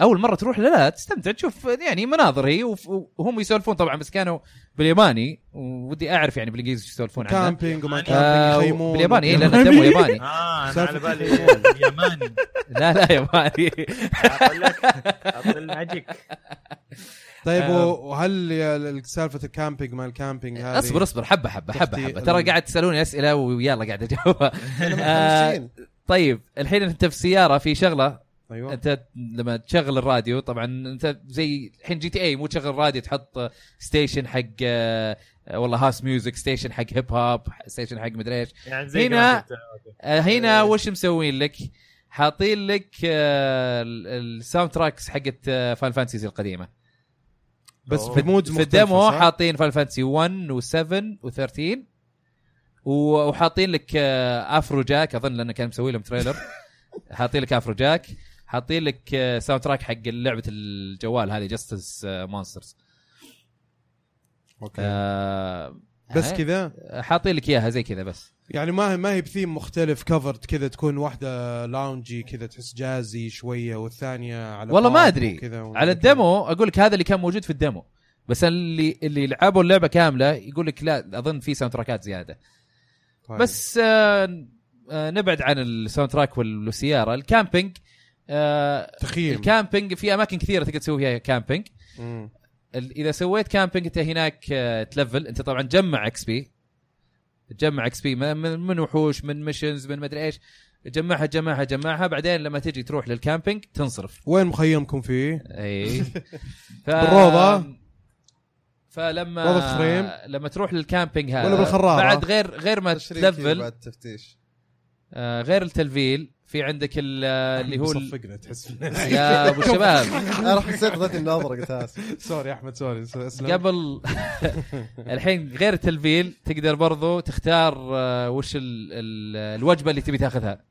Speaker 3: اول مره تروح لا لا تستمتع تشوف يعني مناظر هي وف- وهم يسولفون طبعا بس كانوا بالياباني ودي اعرف يعني بالانجليزي شو يسولفون عنه
Speaker 2: كامبينج وما
Speaker 8: آه،
Speaker 2: كامبينج يخيمون
Speaker 3: بالياباني اي لان الدمو ياباني
Speaker 8: اه انا على
Speaker 2: سالفة
Speaker 8: بالي
Speaker 2: التليفون.
Speaker 8: يماني
Speaker 3: لا لا ياباني
Speaker 8: اطلق اطلق ماجيك
Speaker 2: طيب
Speaker 3: آه.
Speaker 2: و- وهل يا- سالفه الكامبينج ما الكامبينج هذه
Speaker 3: اصبر اصبر حبه حبه حبه
Speaker 2: تختي-
Speaker 3: حبه ترى قاعد تسالوني اسئله ويلا قاعد اجاوبها آه،
Speaker 4: متحمسين
Speaker 3: طيب الحين انت في سياره في شغله
Speaker 2: ايوه
Speaker 3: انت لما تشغل الراديو طبعا انت زي الحين جي تي اي مو تشغل الراديو تحط ستيشن حق آه، والله هاوس ميوزك ستيشن حق هيب هوب ستيشن حق مدري ايش
Speaker 8: يعني زي
Speaker 3: هنا-
Speaker 8: جراند
Speaker 3: آه، هنا وش مسوين لك؟ حاطين لك آه، ال- الساوند تراكس حقت آه، فان فانتسيز القديمه
Speaker 2: بس
Speaker 8: أوه.
Speaker 2: في مود
Speaker 3: في الديمو حاطين فان فانتسي 1 و7 و13 و- وحاطين لك آه، افرو جاك اظن لانه كان مسوي لهم تريلر حاطين لك افرو جاك حاطين لك آه، ساوند تراك حق لعبه الجوال هذه آه، جاستس مونسترز
Speaker 4: اوكي
Speaker 2: بس كذا
Speaker 3: آه، حاطين لك اياها زي كذا بس
Speaker 2: يعني ما هي ما هي بثيم مختلف كفرد كذا تكون واحده لاونجي كذا تحس جازي شويه والثانيه على
Speaker 3: والله ما
Speaker 2: باب
Speaker 3: أدري.
Speaker 2: وكذا و-
Speaker 3: على الديمو اقول لك هذا اللي كان موجود في الديمو بس اللي اللي لعبوا اللعبه كامله يقول لك لا اظن في ساوند تراكات زياده
Speaker 2: طيب.
Speaker 3: بس آه آه نبعد عن الساوند تراك وال- والسياره الكامبينج آه
Speaker 2: تخييم
Speaker 3: الكامبينج في اماكن كثيره تقدر تسوي فيها كامبينج
Speaker 2: مم.
Speaker 3: ال- اذا سويت كامبينج انت هناك آه تلفل انت طبعا تجمع اكس بي تجمع اكس بي من, من- من وحوش من ميشنز من مدري ايش تجمعها تجمعها تجمعها بعدين لما تجي تروح للكامبينج تنصرف
Speaker 2: وين مخيمكم فيه؟
Speaker 3: اي ف...
Speaker 2: بالروضة؟
Speaker 3: فلما
Speaker 2: روضة خريم؟
Speaker 3: لما تروح للكامبينج هذا
Speaker 2: ولا بالخرارة؟
Speaker 3: آه، بعد غير غير ما
Speaker 4: تشريكي
Speaker 3: تلفل
Speaker 4: بعد تفتيش
Speaker 3: آه غير التلفيل في عندك ال- اللي هو ال-
Speaker 2: صفقنا تحس
Speaker 3: يا ابو الشباب
Speaker 4: انا راح استيقظت الناظره قلت هاس
Speaker 2: سوري احمد سوري س- اسلم
Speaker 3: قبل الحين غير التلفيل تقدر برضو تختار آه، وش ال ال الوجبه اللي تبي تاخذها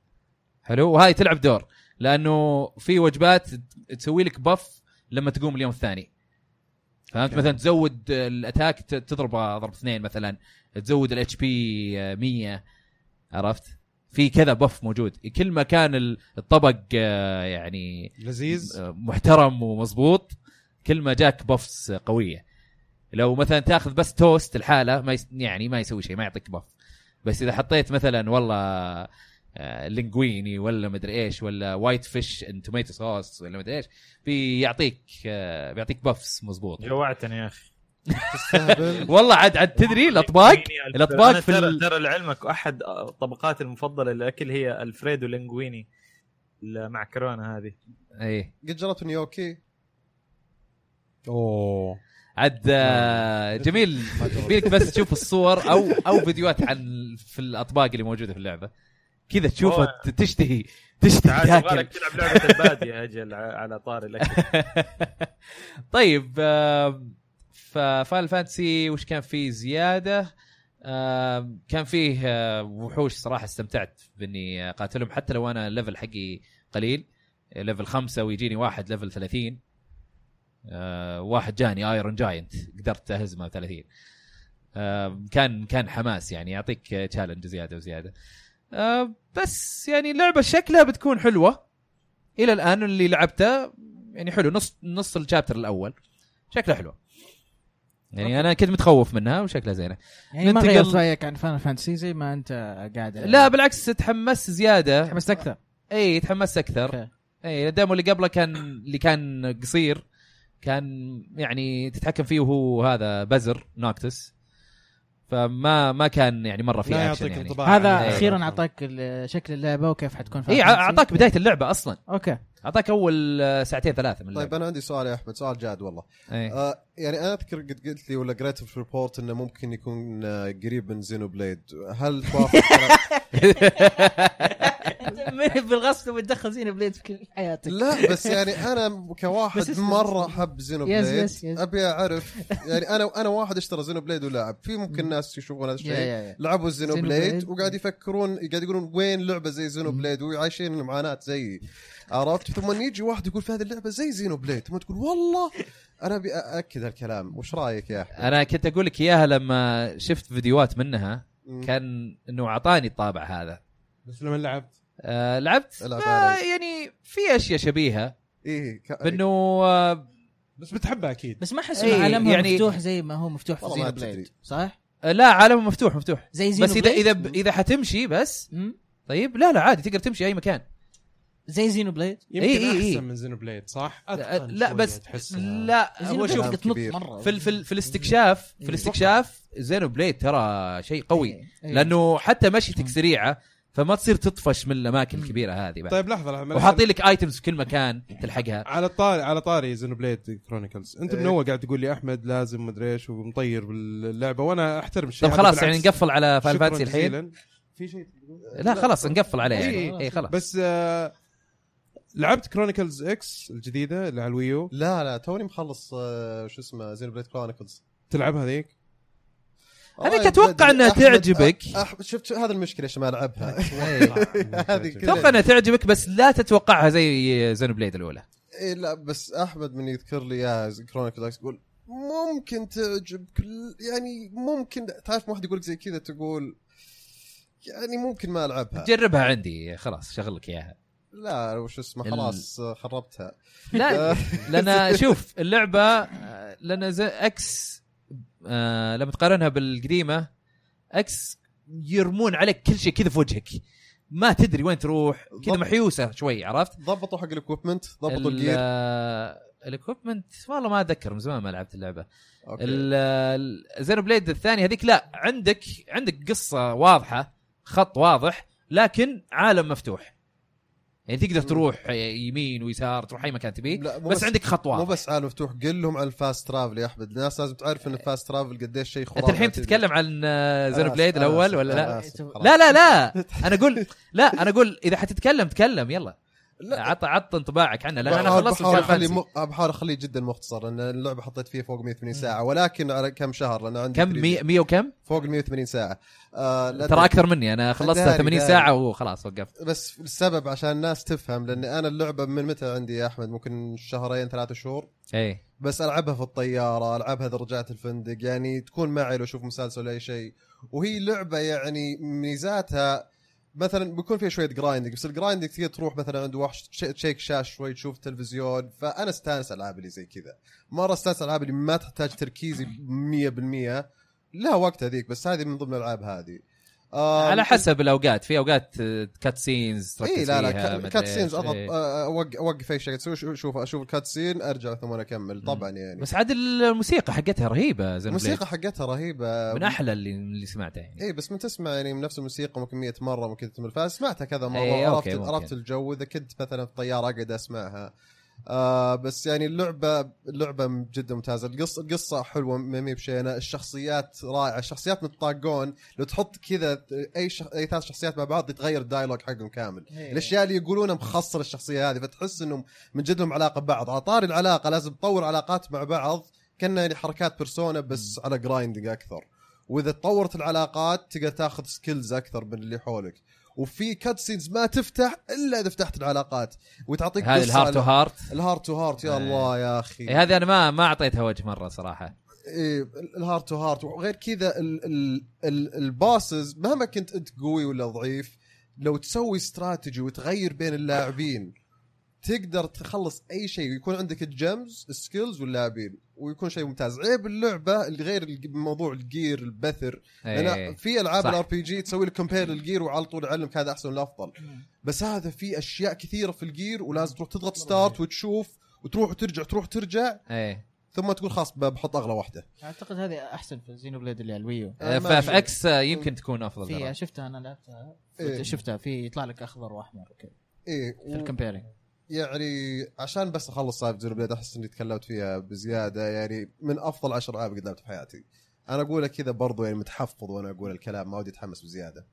Speaker 3: حلو وهاي تلعب دور لانه في وجبات ت- تسوي لك بف لما تقوم اليوم الثاني فهمت مثلا تزود الاتاك ت- تضربه ضرب اثنين مثلا تزود الاتش بي 100 عرفت في كذا بف موجود كل ما كان ال- الطبق آه، يعني
Speaker 2: لذيذ
Speaker 3: محترم ومزبوط كل ما جاك بفس قويه لو مثلا تاخذ بس توست الحالة ما يس... يعني ما يسوي شيء ما يعطيك بف بس اذا حطيت مثلا والله آه، لينجويني ولا مدري ايش ولا وايت فيش ان توميتو صوص ولا مدري ايش بيعطيك آه، بيعطيك بفس مزبوط
Speaker 8: جوعتني يا يعني اخي
Speaker 4: تستهبل
Speaker 3: والله عاد عاد تدري الاطباق الأطباق
Speaker 8: أنا
Speaker 3: في
Speaker 8: ترى-
Speaker 3: ال-
Speaker 8: ترى لعلمك احد طبقاتي المفضله للاكل هي الفريدو لينجويني المعكرونه هذه
Speaker 3: اي
Speaker 4: قد جربت نيوكي
Speaker 2: اوه
Speaker 3: عاد آه، جميل يبيلك بس تشوف الصور او او فيديوهات عن في الاطباق اللي موجوده في اللعبه كذا تشوفها
Speaker 8: أوه.
Speaker 3: ت- تشتهي تشتهي
Speaker 8: تعال
Speaker 3: تاكل
Speaker 8: يبغالك تلعب لعبه الباد يا اجل ع- على طاري الاكل
Speaker 3: طيب آم، ففاينل فانتسي وش كان فيه زياده آم، كان فيه آه، وحوش صراحه استمتعت باني اقاتلهم حتى لو انا الليفل حقي قليل ليفل خمسة ويجيني واحد ليفل 30 آه، واحد جاني ايرون جاينت قدرت اهزمه 30 آم، كان كان حماس يعني يعطيك تشالنج زياده وزياده آه، بس يعني اللعبه شكلها بتكون حلوه الى الان اللي لعبته يعني حلو نص نص الشابتر الاول شكلها حلو يعني انا كنت متخوف منها وشكلها زينه
Speaker 1: يعني ما
Speaker 3: ننتقل-
Speaker 1: غيرت رايك عن فان فانتسي زي ما انت قاعد
Speaker 3: لا بالعكس تحمست زياده
Speaker 1: بس اكثر
Speaker 3: اي تحمست اكثر
Speaker 1: أوكي.
Speaker 3: اي الديمو اللي قبله كان اللي كان قصير كان يعني تتحكم فيه وهو هذا بزر نوكتس فما ما كان يعني مره في
Speaker 2: لا
Speaker 3: اكشن
Speaker 2: يعطيك
Speaker 3: يعني
Speaker 2: انطباع عن
Speaker 1: هذا
Speaker 2: اللعبة.
Speaker 1: اخيرا اعطاك ال- شكل اللعبه وكيف حتكون
Speaker 3: اي
Speaker 1: Final Fantasy.
Speaker 3: اعطاك بدايه اللعبه اصلا
Speaker 1: اوكي
Speaker 3: اعطاك اول آه، ساعتين ثلاثه من
Speaker 4: طيب
Speaker 3: اللعبه
Speaker 4: انا عندي سؤال يا احمد سؤال جاد والله
Speaker 2: طيب.
Speaker 3: إيه.
Speaker 4: آه يعني انا اذكر قد قلت لي ولا قريت في ريبورت انه ممكن يكون آه قريب من زينو بليد هل توافق الكلام؟
Speaker 1: بالغصب بتدخل زين بليد في كل حياتك
Speaker 4: لا بس يعني انا
Speaker 1: بس
Speaker 4: كواحد
Speaker 1: اسمع.
Speaker 4: مره حب زينو
Speaker 1: يس-
Speaker 4: بليد
Speaker 1: يس- يس.
Speaker 4: ابي اعرف يعني انا انا واحد اشترى زينو بليد ولاعب في ممكن ناس يشوفون هذا
Speaker 1: يا-
Speaker 4: الشيء
Speaker 1: يا- يا.
Speaker 4: لعبوا زينو
Speaker 1: زينو
Speaker 4: بليد
Speaker 1: بليد.
Speaker 4: وقاعد يفكرون قاعد يقولون وين لعبه زي زينو بليد وعايشين معاناه زيي عرفت ثم يجي واحد يقول في هذه اللعبه زي زينو بليد ثم تقول والله انا ابي ااكد هالكلام وش رايك يا احمد؟
Speaker 3: انا كنت اقول لك اياها لما شفت فيديوهات منها
Speaker 4: مم.
Speaker 3: كان انه اعطاني الطابع هذا
Speaker 2: بس لما لعبت
Speaker 3: آه لعبت
Speaker 4: العب
Speaker 3: ما
Speaker 4: علي.
Speaker 3: يعني في اشياء شبيهه
Speaker 4: ايه ك...
Speaker 3: بانه آه،
Speaker 2: بس بتحبها اكيد
Speaker 1: بس ما احس
Speaker 3: إيه،
Speaker 1: انه عالمها
Speaker 3: يعني-
Speaker 1: مفتوح زي ما هو مفتوح في
Speaker 4: والله ما
Speaker 1: زينو
Speaker 4: تدري.
Speaker 1: بليد صح؟
Speaker 3: لا عالمه مفتوح مفتوح
Speaker 1: زي زينو
Speaker 3: بس اذا
Speaker 1: بليد؟
Speaker 3: اذا ب- اذا حتمشي بس
Speaker 1: مم.
Speaker 3: طيب لا لا عادي تقدر تمشي اي مكان
Speaker 1: زي زينو بليد
Speaker 2: يمكن
Speaker 3: إي إي
Speaker 2: إيه
Speaker 3: إي.
Speaker 2: احسن من زينو بليد صح؟
Speaker 3: لا,
Speaker 2: أتقن
Speaker 3: آه، لا
Speaker 2: شوية
Speaker 3: بس
Speaker 1: آه.
Speaker 2: تحسها.
Speaker 3: لا
Speaker 1: زينو
Speaker 3: هو
Speaker 1: بليد
Speaker 3: شوف
Speaker 4: كلام
Speaker 1: تقدر تنط
Speaker 4: كبير.
Speaker 1: مره
Speaker 3: في ال- في, ال- في الاستكشاف في
Speaker 1: إيه.
Speaker 3: الاستكشاف زينو بليد ترى شيء قوي
Speaker 1: إيه. إيه.
Speaker 3: لانه حتى مشيتك سريعه فما تصير تطفش من الاماكن الكبيره هذه بعد
Speaker 2: طيب لحظه لحظه معلش.
Speaker 3: وحاطين لك ايتمز في كل مكان تلحقها
Speaker 2: على طاري على طاري زينو بليد كرونيكلز انت من
Speaker 4: إيه.
Speaker 2: اول قاعد تقول لي احمد لازم مدري ايش ومطير باللعبه وانا احترم الشيء
Speaker 3: طب
Speaker 2: هذا،
Speaker 3: خلاص يعني
Speaker 2: بالعكس.
Speaker 3: نقفل على فاين
Speaker 2: شكراً
Speaker 3: فانتسي الحين
Speaker 2: جزيلاً. في شيء تقوله؟
Speaker 3: لا خلاص نقفل عليه
Speaker 2: إيه،
Speaker 3: يعني
Speaker 2: إيه.
Speaker 3: اي خلاص
Speaker 2: بس آه لعبت كرونيكلز اكس الجديده اللي على الويو
Speaker 4: لا لا توني مخلص آه، شو اسمه زينو بليد كرونيكلز
Speaker 2: تلعبها ذيك
Speaker 3: هذيك أتوقع إنها تعجبك.
Speaker 4: آه، أح... شفت شو- هذا المشكله ايش ما العبها هذه كذا.
Speaker 3: اتوقع انها تعجبك بس لا تتوقعها زي زينو بليد الاولى
Speaker 4: إيه لا بس احمد من يذكر لي يا كرونيكل اكس يقول ممكن تعجب كل يعني ممكن تعرف واحد يقول لك زي كذا تقول يعني ممكن ما العبها
Speaker 3: جربها عندي خلاص شغل لك اياها
Speaker 4: لا وش اسمه
Speaker 3: ال-
Speaker 4: خلاص آه، خربتها آه.
Speaker 3: لا لان شوف اللعبه آه، لان زي- اكس آه لما تقارنها بالقديمه اكس يرمون عليك كل شيء كذا في وجهك ما تدري وين تروح كذا
Speaker 4: بالضبط.
Speaker 3: محيوسه شوي عرفت
Speaker 4: ضبطوا حق الاكويبمنت ضبطوا الجير
Speaker 3: الاكوبمنت والله ما اتذكر من زمان ما لعبت اللعبه
Speaker 4: اوكي
Speaker 3: ال-
Speaker 4: إيه.
Speaker 3: ال- زينو بليد الثاني هذيك لا عندك عندك قصه واضحه خط واضح لكن عالم مفتوح يعني تقدر تروح يمين ويسار تروح اي مكان تبيه
Speaker 4: لا مو
Speaker 3: بس عندك خط
Speaker 4: مو
Speaker 3: واضح
Speaker 4: بس عالم مفتوح قل لهم على الفاست ترافل يا احمد الناس لازم تعرف ان الفاست ترافل قديش شيء خرافي
Speaker 3: انت إيه. الحين تتكلم عن آه،
Speaker 4: أنا
Speaker 3: زينو
Speaker 4: آسف،
Speaker 3: بليد
Speaker 4: أنا
Speaker 3: الاول
Speaker 4: آسف،
Speaker 3: ولا
Speaker 4: أنا
Speaker 3: لا؟
Speaker 4: آسف، خلاص.
Speaker 3: لا لا لا انا اقول لا انا اقول اذا حتتكلم تكلم يلا
Speaker 4: لا.
Speaker 3: عط عط انطباعك عنه لان انا
Speaker 4: بحاول-
Speaker 3: خلصت
Speaker 4: بحاول
Speaker 3: Final
Speaker 4: اخليه
Speaker 3: Fantasy.
Speaker 4: م- بحاول اخليه جدا مختصر لان اللعبه حطيت فيها فوق 180 ساعه ولكن على كم شهر لان عندي
Speaker 3: كم
Speaker 4: 3D.
Speaker 3: 100 100 وكم؟
Speaker 4: فوق ال 180 ساعه آه لا
Speaker 3: ترى اكثر مني انا خلصتها
Speaker 4: داري،
Speaker 3: 80
Speaker 4: داري.
Speaker 3: ساعه وخلاص وقفت
Speaker 4: بس السبب عشان الناس تفهم لان انا اللعبه من متى عندي يا احمد ممكن شهرين ثلاثة شهور
Speaker 3: اي
Speaker 4: بس العبها في الطياره العبها اذا رجعت الفندق يعني تكون معي لو اشوف مسلسل ولا اي شيء وهي لعبه يعني ميزاتها مثلا بيكون فيها شويه جرايندنج بس الجرايندنج تقدر تروح مثلا عند وحش تش- تشيك شاش شوي تشوف تلفزيون فانا استانس العاب اللي زي كذا مره استانس العاب اللي ما تحتاج تركيزي 100% لها وقت هذيك بس هذه من ضمن الالعاب هذه آه
Speaker 3: على
Speaker 4: ممكن-
Speaker 3: حسب الاوقات في آه، اوقات كات سينز
Speaker 4: اي لا لا كات سينز اضغط
Speaker 3: إيه.
Speaker 4: آه، أوق- اوقف اي شيء اسوي شوف اشوف الكات سين ارجع ثم اكمل طبعا يعني
Speaker 3: بس عاد الموسيقى حقتها رهيبه زين
Speaker 4: الموسيقى حقتها رهيبه
Speaker 3: من احلى اللي, اللي سمعته يعني
Speaker 4: اي بس من تسمع يعني من نفس الموسيقى ممكن 100 مره ممكن تمل فسمعتها كذا مره
Speaker 3: إي،
Speaker 4: وعرفت
Speaker 3: إيه، أوكي، ممكن.
Speaker 4: عرفت الجو اذا كنت مثلا في الطياره اقعد اسمعها آه بس يعني اللعبه اللعبه جدا ممتازه القصه القصه حلوه ما هي بشينه الشخصيات رائعه الشخصيات متطاقون لو تحط كذا اي شخ... اي ثلاث شخصيات مع بعض يتغير الدايلوج حقهم كامل الاشياء اللي يقولونها مخصر الشخصيه هذه فتحس انهم من جد لهم علاقه ببعض على طاري العلاقه لازم تطور علاقات مع بعض كنا يعني حركات بيرسونا بس على جرايندنج اكثر واذا تطورت العلاقات تقدر تاخذ سكيلز اكثر من اللي حولك وفي كات سينز ما تفتح الا اذا فتحت العلاقات وتعطيك
Speaker 3: هذه
Speaker 4: قصة
Speaker 3: الهارت تو
Speaker 4: على-
Speaker 3: هارت
Speaker 4: الهارت تو هارت يا
Speaker 3: إيه.
Speaker 4: الله يا اخي
Speaker 3: إيه هذه انا ما ما اعطيتها وجه مره صراحه
Speaker 4: إيه، الهارت تو هارت وغير كذا ال- ال- ال- الباسز مهما كنت انت قوي ولا ضعيف لو تسوي استراتيجي وتغير بين اللاعبين تقدر تخلص اي شيء ويكون عندك الجيمز السكيلز واللاعبين ويكون شيء ممتاز عيب اللعبه اللي غير الج- موضوع الجير البثر لان
Speaker 3: إيه.
Speaker 4: في العاب
Speaker 3: صح.
Speaker 4: الار بي جي تسوي لك كومبير للجير وعلى طول علمك هذا احسن ولا افضل بس هذا في اشياء كثيره في الجير ولازم تروح تضغط ستارت وتشوف وتروح وترجع تروح وترجع
Speaker 3: ايه
Speaker 4: ثم تقول خلاص ب- بحط اغلى واحده
Speaker 1: اعتقد هذه احسن في زينو بليد اللي على الويو
Speaker 4: أنا ما
Speaker 3: ففي
Speaker 4: أشوف.
Speaker 3: اكس آه، يمكن تكون افضل
Speaker 1: في
Speaker 3: ترى.
Speaker 1: شفتها انا لعبتها
Speaker 4: إيه.
Speaker 1: شفتها في يطلع لك اخضر واحمر وكذا
Speaker 4: ايه
Speaker 1: في الكمبيرنج
Speaker 4: يعني عشان بس اخلص سالفه زيرو بليد احس اني تكلمت فيها بزياده يعني من افضل عشر العاب قد لعبت في حياتي انا اقولها كذا برضو يعني متحفظ وانا اقول الكلام ما ودي اتحمس بزياده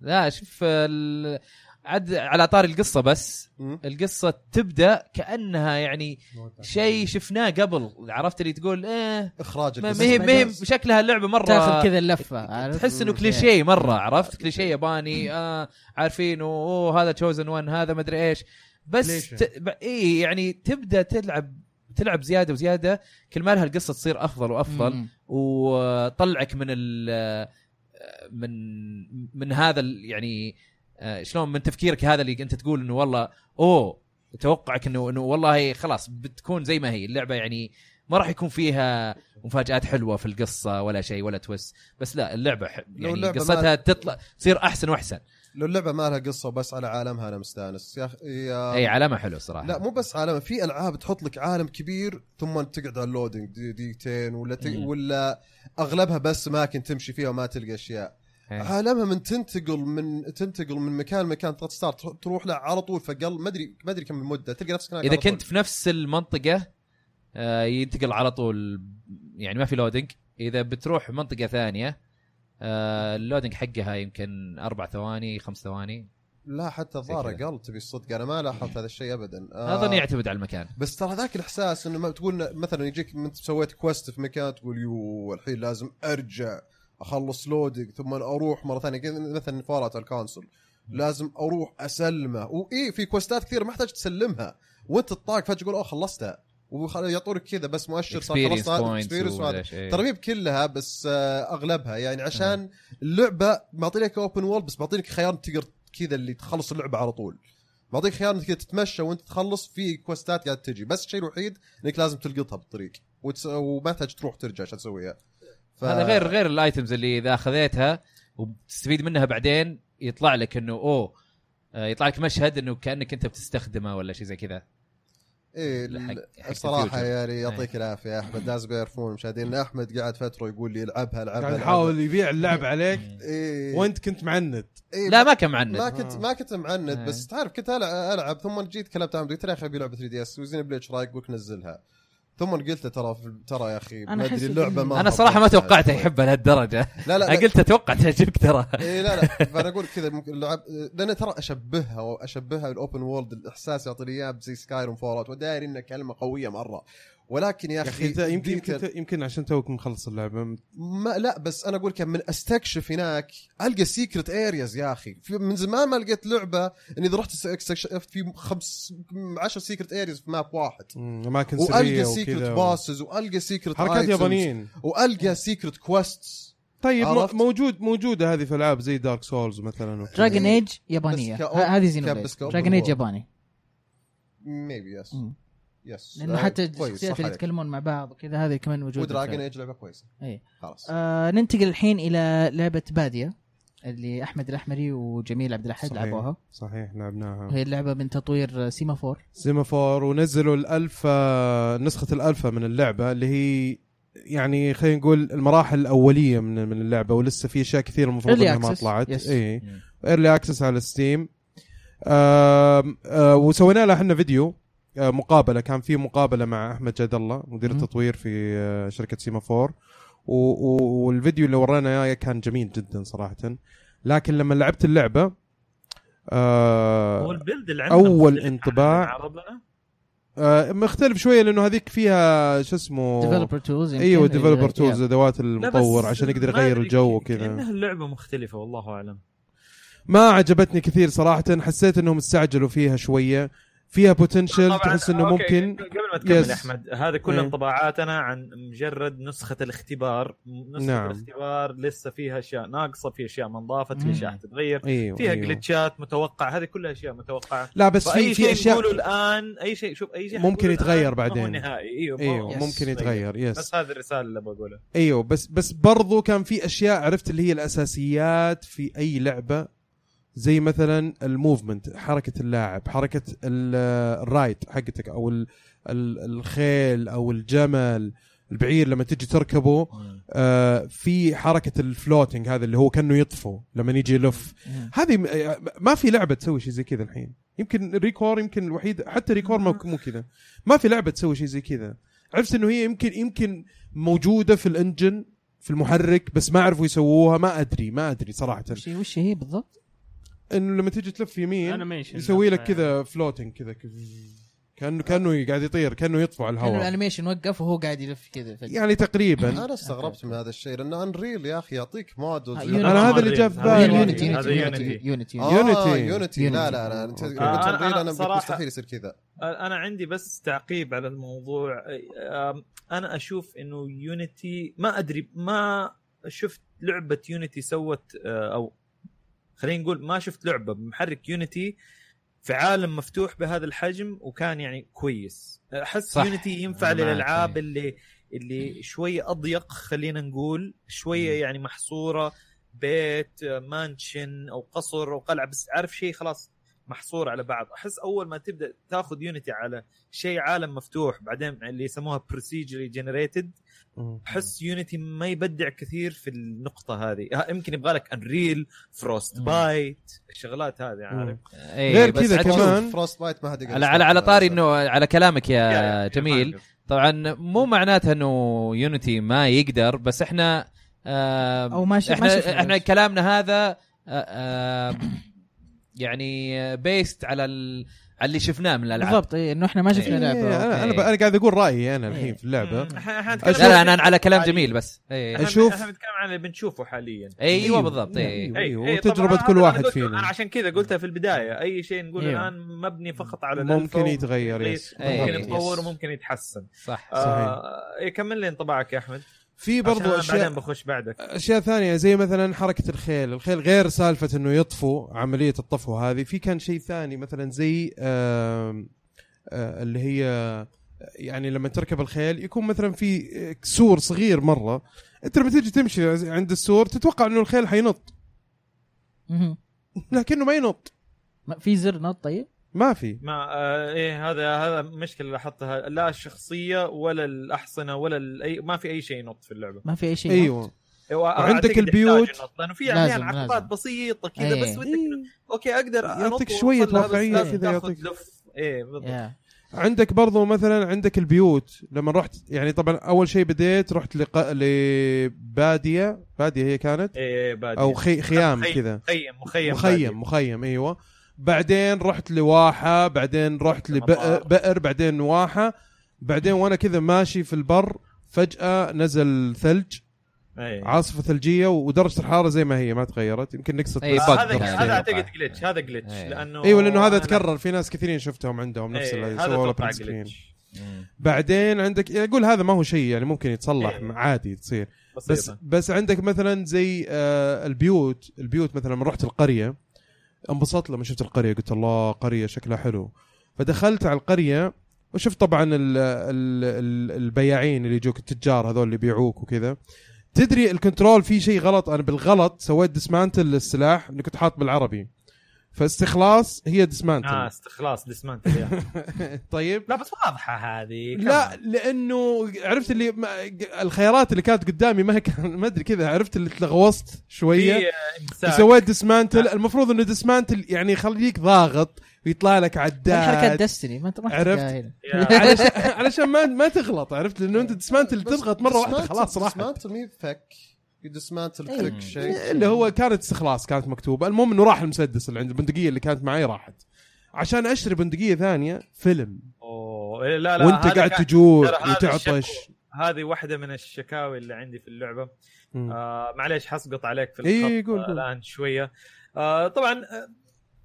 Speaker 3: لا شوف ال... عد على طار القصه بس
Speaker 4: مم.
Speaker 3: القصه تبدا كانها يعني شيء شفناه قبل عرفت اللي تقول ايه
Speaker 4: اخراج
Speaker 3: ما
Speaker 4: القصة
Speaker 3: ما هي ما هي
Speaker 4: ممتاز.
Speaker 3: شكلها اللعبه مره
Speaker 1: تاخذ كذا إيه. اللفه عارف؟
Speaker 3: تحس انه
Speaker 1: مم.
Speaker 3: كليشيه مره عرفت كليشيه ياباني آه عارفين اوه هذا تشوزن ون هذا مدري ايش بس
Speaker 2: ليش؟
Speaker 3: ت... ب... اي يعني تبدا تلعب تلعب زياده وزياده كل ما لها القصه تصير افضل وافضل
Speaker 1: مم.
Speaker 3: وطلعك من ال من من هذا ال- يعني آه، شلون من تفكيرك هذا اللي انت تقول انه والله اوه توقعك انه انه والله خلاص بتكون زي ما هي اللعبه يعني ما راح يكون فيها مفاجات حلوه في القصه ولا شيء ولا توس بس لا اللعبه ح- يعني
Speaker 4: اللعبة
Speaker 3: قصتها
Speaker 4: ما-
Speaker 3: تطلع تصير احسن واحسن
Speaker 4: لو اللعبه ما لها قصه وبس على عالمها انا مستانس يا اخي يا
Speaker 3: اي علامه حلوه صراحه
Speaker 4: آه. لا مو بس عالم في العاب تحط لك عالم كبير ثم تقعد على اللودنج دي- دقيقتين ولا تق...
Speaker 3: مم.
Speaker 4: ولا اغلبها بس اماكن تمشي فيها وما تلقى اشياء
Speaker 3: إيه.
Speaker 4: عالمها من تنتقل من تنتقل من مكان لمكان تضغط ستارت تح- تروح له على طول فقل ما ادري ما ادري كم المده تلقى نفسك هناك
Speaker 3: اذا
Speaker 4: على طول.
Speaker 3: كنت في نفس المنطقه آه، ينتقل على طول يعني ما في لودنج اذا بتروح منطقه ثانيه آه، اللودنج حقها يمكن اربع ثواني خمس ثواني
Speaker 4: لا حتى الظاهر
Speaker 3: كذا.
Speaker 4: قل تبي الصدق انا ما لاحظت هذا الشيء ابدا آه،
Speaker 3: اظن يعتمد على المكان
Speaker 4: بس ترى ذاك الاحساس انه ما تقول مثلا يجيك انت سويت كويست في مكان تقول يو الحين لازم ارجع اخلص لودنج ثم اروح مره ثانيه كذا مثلا فارات الكونسول لازم اروح اسلمه واي إيه، في كوستات كثير ما احتاج تسلمها وانت الطاق فجاه تقول اوه خلصتها ويعطونك كذا بس مؤشر صار
Speaker 3: اكسبيرينس
Speaker 4: خلصت هذا experience وهذا
Speaker 3: بوينتس
Speaker 4: ترى مي بكلها بس آه، اغلبها يعني عشان اللعبه معطي لك اوبن وورلد بس معطي لك خيار إنك تقدر كذا اللي تخلص اللعبه على طول معطيك خيار انك تتمشى وانت تخلص في كوستات قاعد تجي بس الشيء الوحيد انك لازم تلقطها بالطريق وتس... وما تحتاج تروح ترجع عشان تسويها ف...
Speaker 3: هذا غير غير الايتمز اللي اذا اخذتها وبتستفيد منها بعدين يطلع لك انه اوه آه، يطلع لك مشهد انه كانك انت بتستخدمه ولا شيء زي كذا
Speaker 4: إيه
Speaker 3: حق- إيه. حق
Speaker 4: الصراحه
Speaker 3: الفيوتشر.
Speaker 4: يعني يعطيك العافيه يا احمد لازم يعرفون مشاهدين احمد قاعد فتره يقول لي العبها العبها
Speaker 2: قاعد
Speaker 4: العبها.
Speaker 2: يحاول يبيع اللعبه عليك
Speaker 4: إيه.
Speaker 2: وانت كنت معند
Speaker 4: إيه،
Speaker 3: لا ما كان معند
Speaker 4: ما كنت ما كنت معند
Speaker 3: آه.
Speaker 4: بس تعرف كنت ألع- العب ثم جيت كلمت عمد قلت له يا اخي ابي لعبه 3 دي اس وزين بليتش رايك قلت نزلها ثم قلت له ترى في- ترى يا اخي
Speaker 1: أنا
Speaker 4: ما
Speaker 1: أحس
Speaker 4: ادري اللعبه
Speaker 1: إن-
Speaker 4: ما
Speaker 3: انا صراحه ما
Speaker 4: هبطتها
Speaker 3: توقعته
Speaker 4: شوي.
Speaker 3: يحبها لهالدرجه
Speaker 4: لا لا,
Speaker 3: انا
Speaker 4: لا
Speaker 3: قلت اتوقع تعجبك ترى
Speaker 4: إيه لا لا فانا اقول كذا ممكن لعب لان ترى اشبهها واشبهها بالاوبن وورلد الاحساس يعطيني اياه زي سكايرم فولات وداري انها كلمه قويه مره ولكن يا
Speaker 2: يا
Speaker 4: اخي
Speaker 2: اخي أنت يمكن
Speaker 4: يمكن-
Speaker 2: يمكن, يمكن عشان توك مخلص اللعبه م-
Speaker 4: ما لا بس انا اقول لك من استكشف هناك القى سيكرت ارياز يا اخي في- من زمان ما لقيت لعبه اني اذا رحت استكشفت في خمس 10 سيكرت ارياز في ماب واحد
Speaker 2: اماكن سريه
Speaker 4: والقى سيكرت
Speaker 2: وكذا
Speaker 4: باسز والقى سيكرت
Speaker 2: حركات
Speaker 4: items،
Speaker 2: يابانيين
Speaker 4: والقى سيكرت كويستس
Speaker 2: طيب مو-
Speaker 4: عرفت؟
Speaker 2: موجود موجوده هذه في العاب زي دارك سولز مثلا
Speaker 1: دراجن
Speaker 4: إيه.
Speaker 1: ايج يابانيه
Speaker 4: بس كأو-
Speaker 1: ه- هذه زينو
Speaker 4: كا-
Speaker 1: بليد
Speaker 4: بس كأوبن
Speaker 1: دراجن ايج
Speaker 4: وورلد.
Speaker 1: ياباني
Speaker 4: ميبي يس
Speaker 1: مم.
Speaker 4: يس
Speaker 1: لانه حتى الشخصيات اللي يتكلمون مع بعض وكذا هذه كمان موجوده
Speaker 4: ودراجن ايج لعبه كويسه
Speaker 1: إيه.
Speaker 4: خلاص
Speaker 1: آه ننتقل الحين الى لعبه باديه اللي احمد الاحمري وجميل عبد الاحد
Speaker 2: صحيح.
Speaker 1: لعبوها
Speaker 2: صحيح لعبناها
Speaker 1: وهي اللعبه من تطوير سيمافور
Speaker 2: سيمافور ونزلوا الالفا نسخه الالفا من اللعبه اللي هي يعني خلينا نقول المراحل الاوليه من من اللعبه ولسه في اشياء كثيره المفروض
Speaker 1: Early
Speaker 2: انها ما
Speaker 1: access.
Speaker 2: طلعت
Speaker 1: Yes.
Speaker 2: اي ايرلي اكسس على ستيم آم، آه، وسوينا له احنا فيديو آه، مقابله كان في مقابله مع احمد جد الله مدير
Speaker 1: مم.
Speaker 2: التطوير في آه، شركه سيمافور و- و- والفيديو اللي ورانا اياه كان جميل جدا صراحه لكن لما لعبت اللعبه آه،
Speaker 8: هو البيلد اللي عندنا
Speaker 2: أول
Speaker 8: مختلف عن
Speaker 2: انطباع.
Speaker 8: عربنا
Speaker 2: آه، مختلف شويه لانه هذيك فيها شو اسمه
Speaker 1: ديفلوبر تولز
Speaker 2: ايوه
Speaker 1: يعني
Speaker 2: ديفلوبر تولز ادوات المطور عشان يقدر يغير الجو وكذا
Speaker 8: انها اللعبه مختلفه والله اعلم
Speaker 2: ما عجبتني كثير صراحه حسيت انهم استعجلوا فيها شويه فيها بوتنشل
Speaker 8: طبعاً،
Speaker 2: تحس انه
Speaker 8: أوكي،
Speaker 2: ممكن
Speaker 8: قبل ما تكمل
Speaker 2: Yes.
Speaker 8: يا احمد هذا كل
Speaker 2: إيه.
Speaker 8: انطباعاتنا عن مجرد نسخه الاختبار نسخه
Speaker 2: نعم.
Speaker 8: نعم. الاختبار لسه فيها اشياء ناقصه في اشياء ما انضافت
Speaker 1: مم.
Speaker 8: في اشياء حتتغير
Speaker 2: ايوه
Speaker 8: فيها
Speaker 2: أيوه.
Speaker 8: جلتشات متوقع هذه كلها اشياء متوقعه
Speaker 2: لا بس في
Speaker 8: فاي
Speaker 2: في
Speaker 8: شيء نقوله
Speaker 2: اشياء
Speaker 8: الان اي شيء شوف اي شيء
Speaker 2: ممكن
Speaker 8: حنقوله الآن
Speaker 2: يتغير
Speaker 8: ما هو
Speaker 2: بعدين.
Speaker 8: نهائي ايوه, ما هو-
Speaker 2: ايوه
Speaker 1: Yes.
Speaker 2: ممكن يتغير يس
Speaker 8: بس هذه الرساله اللي بقولها
Speaker 2: ايوه بس بس برضو كان في اشياء عرفت اللي هي الاساسيات في اي لعبه زي مثلا الموفمنت حركه اللاعب حركه ال- الرايد حقتك او ال- ال- الخيل او الجمل البعير لما تجي تركبه آه في حركه الفلوتنج هذا اللي هو كانه يطفو لما يجي يلف هذه م- آه، ما في لعبه تسوي شيء زي كذا الحين يمكن ريكور يمكن الوحيد حتى ريكور ما مو كذا ما في لعبه تسوي شيء زي كذا عرفت انه هي يمكن يمكن موجوده في الانجن في المحرك بس ما عرفوا يسووها ما ادري ما ادري صراحه
Speaker 1: شيء وش هي بالضبط؟
Speaker 2: انه لما تيجي تلف يمين
Speaker 6: انيميشن
Speaker 2: يسوي لك كذا فلوتنج كذا كذا. كانه كانه قاعد يطير كانه يطفو على
Speaker 1: كانه
Speaker 2: الهواء
Speaker 1: الانيميشن وقف وهو قاعد يلف كذا فجأة.
Speaker 2: يعني تقريبا
Speaker 4: انا استغربت من هذا الشيء لان انريل يا اخي يعطيك مودلز
Speaker 1: آه،
Speaker 4: يعطيك-
Speaker 2: انا هذا اللي جاء في
Speaker 1: هذا
Speaker 2: بالي
Speaker 1: يونيتي
Speaker 8: هذا
Speaker 1: يونيتي
Speaker 8: يونيتي.
Speaker 1: يونيتي
Speaker 4: آه،
Speaker 2: يونيتي.
Speaker 4: يونيتي لا لا لا انت
Speaker 1: يونيتي.
Speaker 4: قلت
Speaker 2: آه،
Speaker 8: أنا-
Speaker 4: انريل
Speaker 8: أنا
Speaker 4: انا
Speaker 8: صراحة-
Speaker 4: مستحيل يصير كذا
Speaker 8: انا عندي بس تعقيب على الموضوع أم، انا اشوف انه يونيتي ما ادري ما شفت لعبه يونيتي سوت أه، او خلينا نقول ما شفت لعبه بمحرك يونيتي في عالم مفتوح بهذا الحجم وكان يعني كويس احس
Speaker 3: صح.
Speaker 8: يونيتي ينفع
Speaker 3: أنا معك،
Speaker 8: للالعاب
Speaker 3: إيه.
Speaker 8: اللي اللي شوي اضيق خلينا نقول شويه يعني محصوره بيت آه، مانشن او قصر او قلعه بس عارف شيء خلاص محصور على بعض احس اول ما تبدا تاخذ يونيتي على شيء عالم مفتوح بعدين اللي يسموها بروسيجري جنريتد احس يونيتي ما يبدع كثير في النقطه هذه ها، يمكن يبغى لك انريل فروست
Speaker 3: مم.
Speaker 8: بايت الشغلات هذه عارف
Speaker 3: إيه،
Speaker 2: غير
Speaker 3: بس
Speaker 2: كذا
Speaker 3: عاد
Speaker 2: كمان-
Speaker 3: شوف،
Speaker 4: فروست بايت ما حد يقدر
Speaker 3: على على, على طاري انه على كلامك
Speaker 8: يعني-
Speaker 3: يا آه، جميل طبعا مو معناتها انه يونيتي ما يقدر بس احنا آه
Speaker 1: او ما شف- ما شفنا
Speaker 3: احنا احنا كلامنا هذا آه، آه يعني بيست على ال... على اللي شفناه من الالعاب
Speaker 1: بالضبط إيه، انه احنا ما شفنا
Speaker 3: إيه،
Speaker 1: لعبه
Speaker 2: انا
Speaker 3: أوكي.
Speaker 2: انا انا قاعد اقول رايي انا
Speaker 1: إيه.
Speaker 2: الحين في اللعبه
Speaker 8: مم، إحنا- إحنا
Speaker 2: أشوف-
Speaker 3: لا لا انا
Speaker 8: نتكلم-
Speaker 3: أنا على كلام جميل بس
Speaker 8: إحنا-
Speaker 3: إيه.
Speaker 2: أشوف-
Speaker 8: احنا بنتكلم عن اللي بنشوفه حيا
Speaker 3: ايوه بالضبط ايه
Speaker 2: أيوة.
Speaker 8: أي-
Speaker 2: أيوة،
Speaker 8: أي،
Speaker 2: وتجربة
Speaker 8: إيه، طبعاً
Speaker 2: كل
Speaker 8: أنا
Speaker 2: واحد
Speaker 8: قلت-
Speaker 2: فينا. إيه.
Speaker 8: انا عشان كذا قلتها في البدايه اي شيء نقول
Speaker 1: أيوة.
Speaker 8: الان مبني فقط على إيه. الألفا
Speaker 2: ممكن إيه، يتغير يس
Speaker 8: ويقيس،
Speaker 3: أيوة.
Speaker 8: ممكن يتطور
Speaker 3: يس.
Speaker 8: وممكن يتحسن
Speaker 3: صح
Speaker 8: آه، إيه، كمل لي انطباعك يا احمد
Speaker 2: في
Speaker 8: برضو
Speaker 2: برضو اشياء
Speaker 8: بعدين بخش بعدك
Speaker 2: اشياء ثانيه زي مثلا حركه الخيل الخيل غير سالفه انه يطفو عمليه الطفو هذه في كان شيء ثاني مثلا زي آم، آه، اللي هي يعني لما تركب الخيل يكون مثلا في سور صغير مره انت لما تيجي تمشي عند السور تتوقع انه الخيل حينط
Speaker 1: مهم.
Speaker 2: لكنه ما ينط
Speaker 1: ما- في زر نط طيب
Speaker 2: ما في
Speaker 8: ما آه، ايه هذا هذا مشكله لاحظتها لا الشخصيه ولا الاحصنه ولا الاي ما في اي شيء ينط في اللعبه
Speaker 1: ما في اي شيء
Speaker 2: ايوه وعندك
Speaker 8: أعتقد
Speaker 2: البيوت.
Speaker 8: يحتاج ينط، لانه في
Speaker 1: لازم-
Speaker 8: احيانا عقبات
Speaker 1: لازم.
Speaker 8: بسيطه كذا
Speaker 1: إيه.
Speaker 8: بس ودك اوكي اقدر انط
Speaker 2: يعطيك
Speaker 8: وأوصل
Speaker 2: شوية
Speaker 8: لها، بس
Speaker 2: واقعية
Speaker 8: لازم
Speaker 2: كذا،
Speaker 8: تاخذ
Speaker 2: يعطيك-
Speaker 8: لف ايه بالضبط
Speaker 1: يا.
Speaker 2: عندك برضو مثلا عندك البيوت لما رحت يعني طبعا اول شيء بديت رحت لق... لباديه باديه هي كانت
Speaker 8: ايه بعد
Speaker 2: او خي... خيام
Speaker 8: خيم.
Speaker 2: كذا
Speaker 8: مخيم مخيم
Speaker 2: مخيم مخيم ايوه بعدين رحت لواحه بعدين رحت لبئر
Speaker 8: مطار.
Speaker 2: بئر بعدين واحه بعدين وانا كذا ماشي في البر فجاه نزل ثلج
Speaker 8: بعدين. إيه.
Speaker 2: عاصفه ثلجيه ودرجه الحراره زي ما هي ما تغيرت يمكن نقصت
Speaker 3: أي
Speaker 2: بس
Speaker 3: bug
Speaker 8: هذا
Speaker 2: درجة.
Speaker 3: يعني.
Speaker 8: هذا اعتقد جلتش هذا جلتش
Speaker 3: إيه.
Speaker 8: لانه
Speaker 2: ايوه لانه هذا
Speaker 8: أنا-
Speaker 2: تكرر في ناس كثيرين شفتهم عندهم نفس
Speaker 8: إيه،
Speaker 2: اللي
Speaker 8: هذا
Speaker 2: سووا له
Speaker 8: اتوقع
Speaker 2: print screen.
Speaker 8: glitch.
Speaker 2: بعدين عندك يعني اقول هذا ما هو شيء يعني ممكن يتصلح
Speaker 8: إيه.
Speaker 2: عادي تصير بس
Speaker 8: بسيطة. آه،
Speaker 2: بس عندك مثلا زي آه البيوت البيوت مثلا لما رحت القريه انبسطت لما شفت القريه قلت الله قريه شكلها حلو فدخلت على القريه وشفت طبعا ال ال ال البياعين اللي يجوك التجار هذول اللي يبيعوك وكذا تدري الكنترول فيه شيء غلط انا بالغلط سويت ديسمانتل للسلاح اني كنت حاط بالعربي فاستخلاص هي ديسمانتل
Speaker 8: اه استخلاص ديسمانتل يا.
Speaker 2: طيب
Speaker 8: لا بس واضحه هذه
Speaker 2: لا لانه عرفت اللي ما الخيارات اللي كانت قدامي ما كان ما ادري كذا عرفت اللي تلغوصت شويه
Speaker 8: هي امساك
Speaker 2: سويت ديسمانتل
Speaker 8: نعم.
Speaker 2: المفروض انه ديسمانتل يعني يخليك ضاغط ويطلع لك
Speaker 1: حركات
Speaker 2: عداد
Speaker 1: دستني ما انت ما
Speaker 2: عرفت؟
Speaker 1: تلقاها هنا.
Speaker 8: يا-
Speaker 2: علشان علشان ما ما تغلط عرفت لانه انت ديسمانتل تضغط مره واحده خلاص راحت
Speaker 4: ديسمانتل مي فك ديسمانتل
Speaker 3: إيه.
Speaker 1: أيوة.
Speaker 4: فك شيء
Speaker 2: اللي هو كانت استخلاص كانت مكتوبه المهم انه راح المسدس اللي عند البندقيه اللي كانت معي راحت عشان اشتري بندقيه ثانيه فيلم
Speaker 8: أوه، إيه، لا لا
Speaker 2: وانت
Speaker 8: هذا
Speaker 2: قاعد
Speaker 8: كان-
Speaker 2: تجوع
Speaker 8: ترى هذا
Speaker 2: وتعطش
Speaker 8: الشكوى. هذه واحده من الشكاوي اللي عندي في اللعبه
Speaker 2: مم.
Speaker 8: آه معليش حسقط عليك في
Speaker 2: إيه،
Speaker 8: الخط
Speaker 2: قول،
Speaker 8: آه،
Speaker 2: قول.
Speaker 8: الان شويه آه طبعا آه،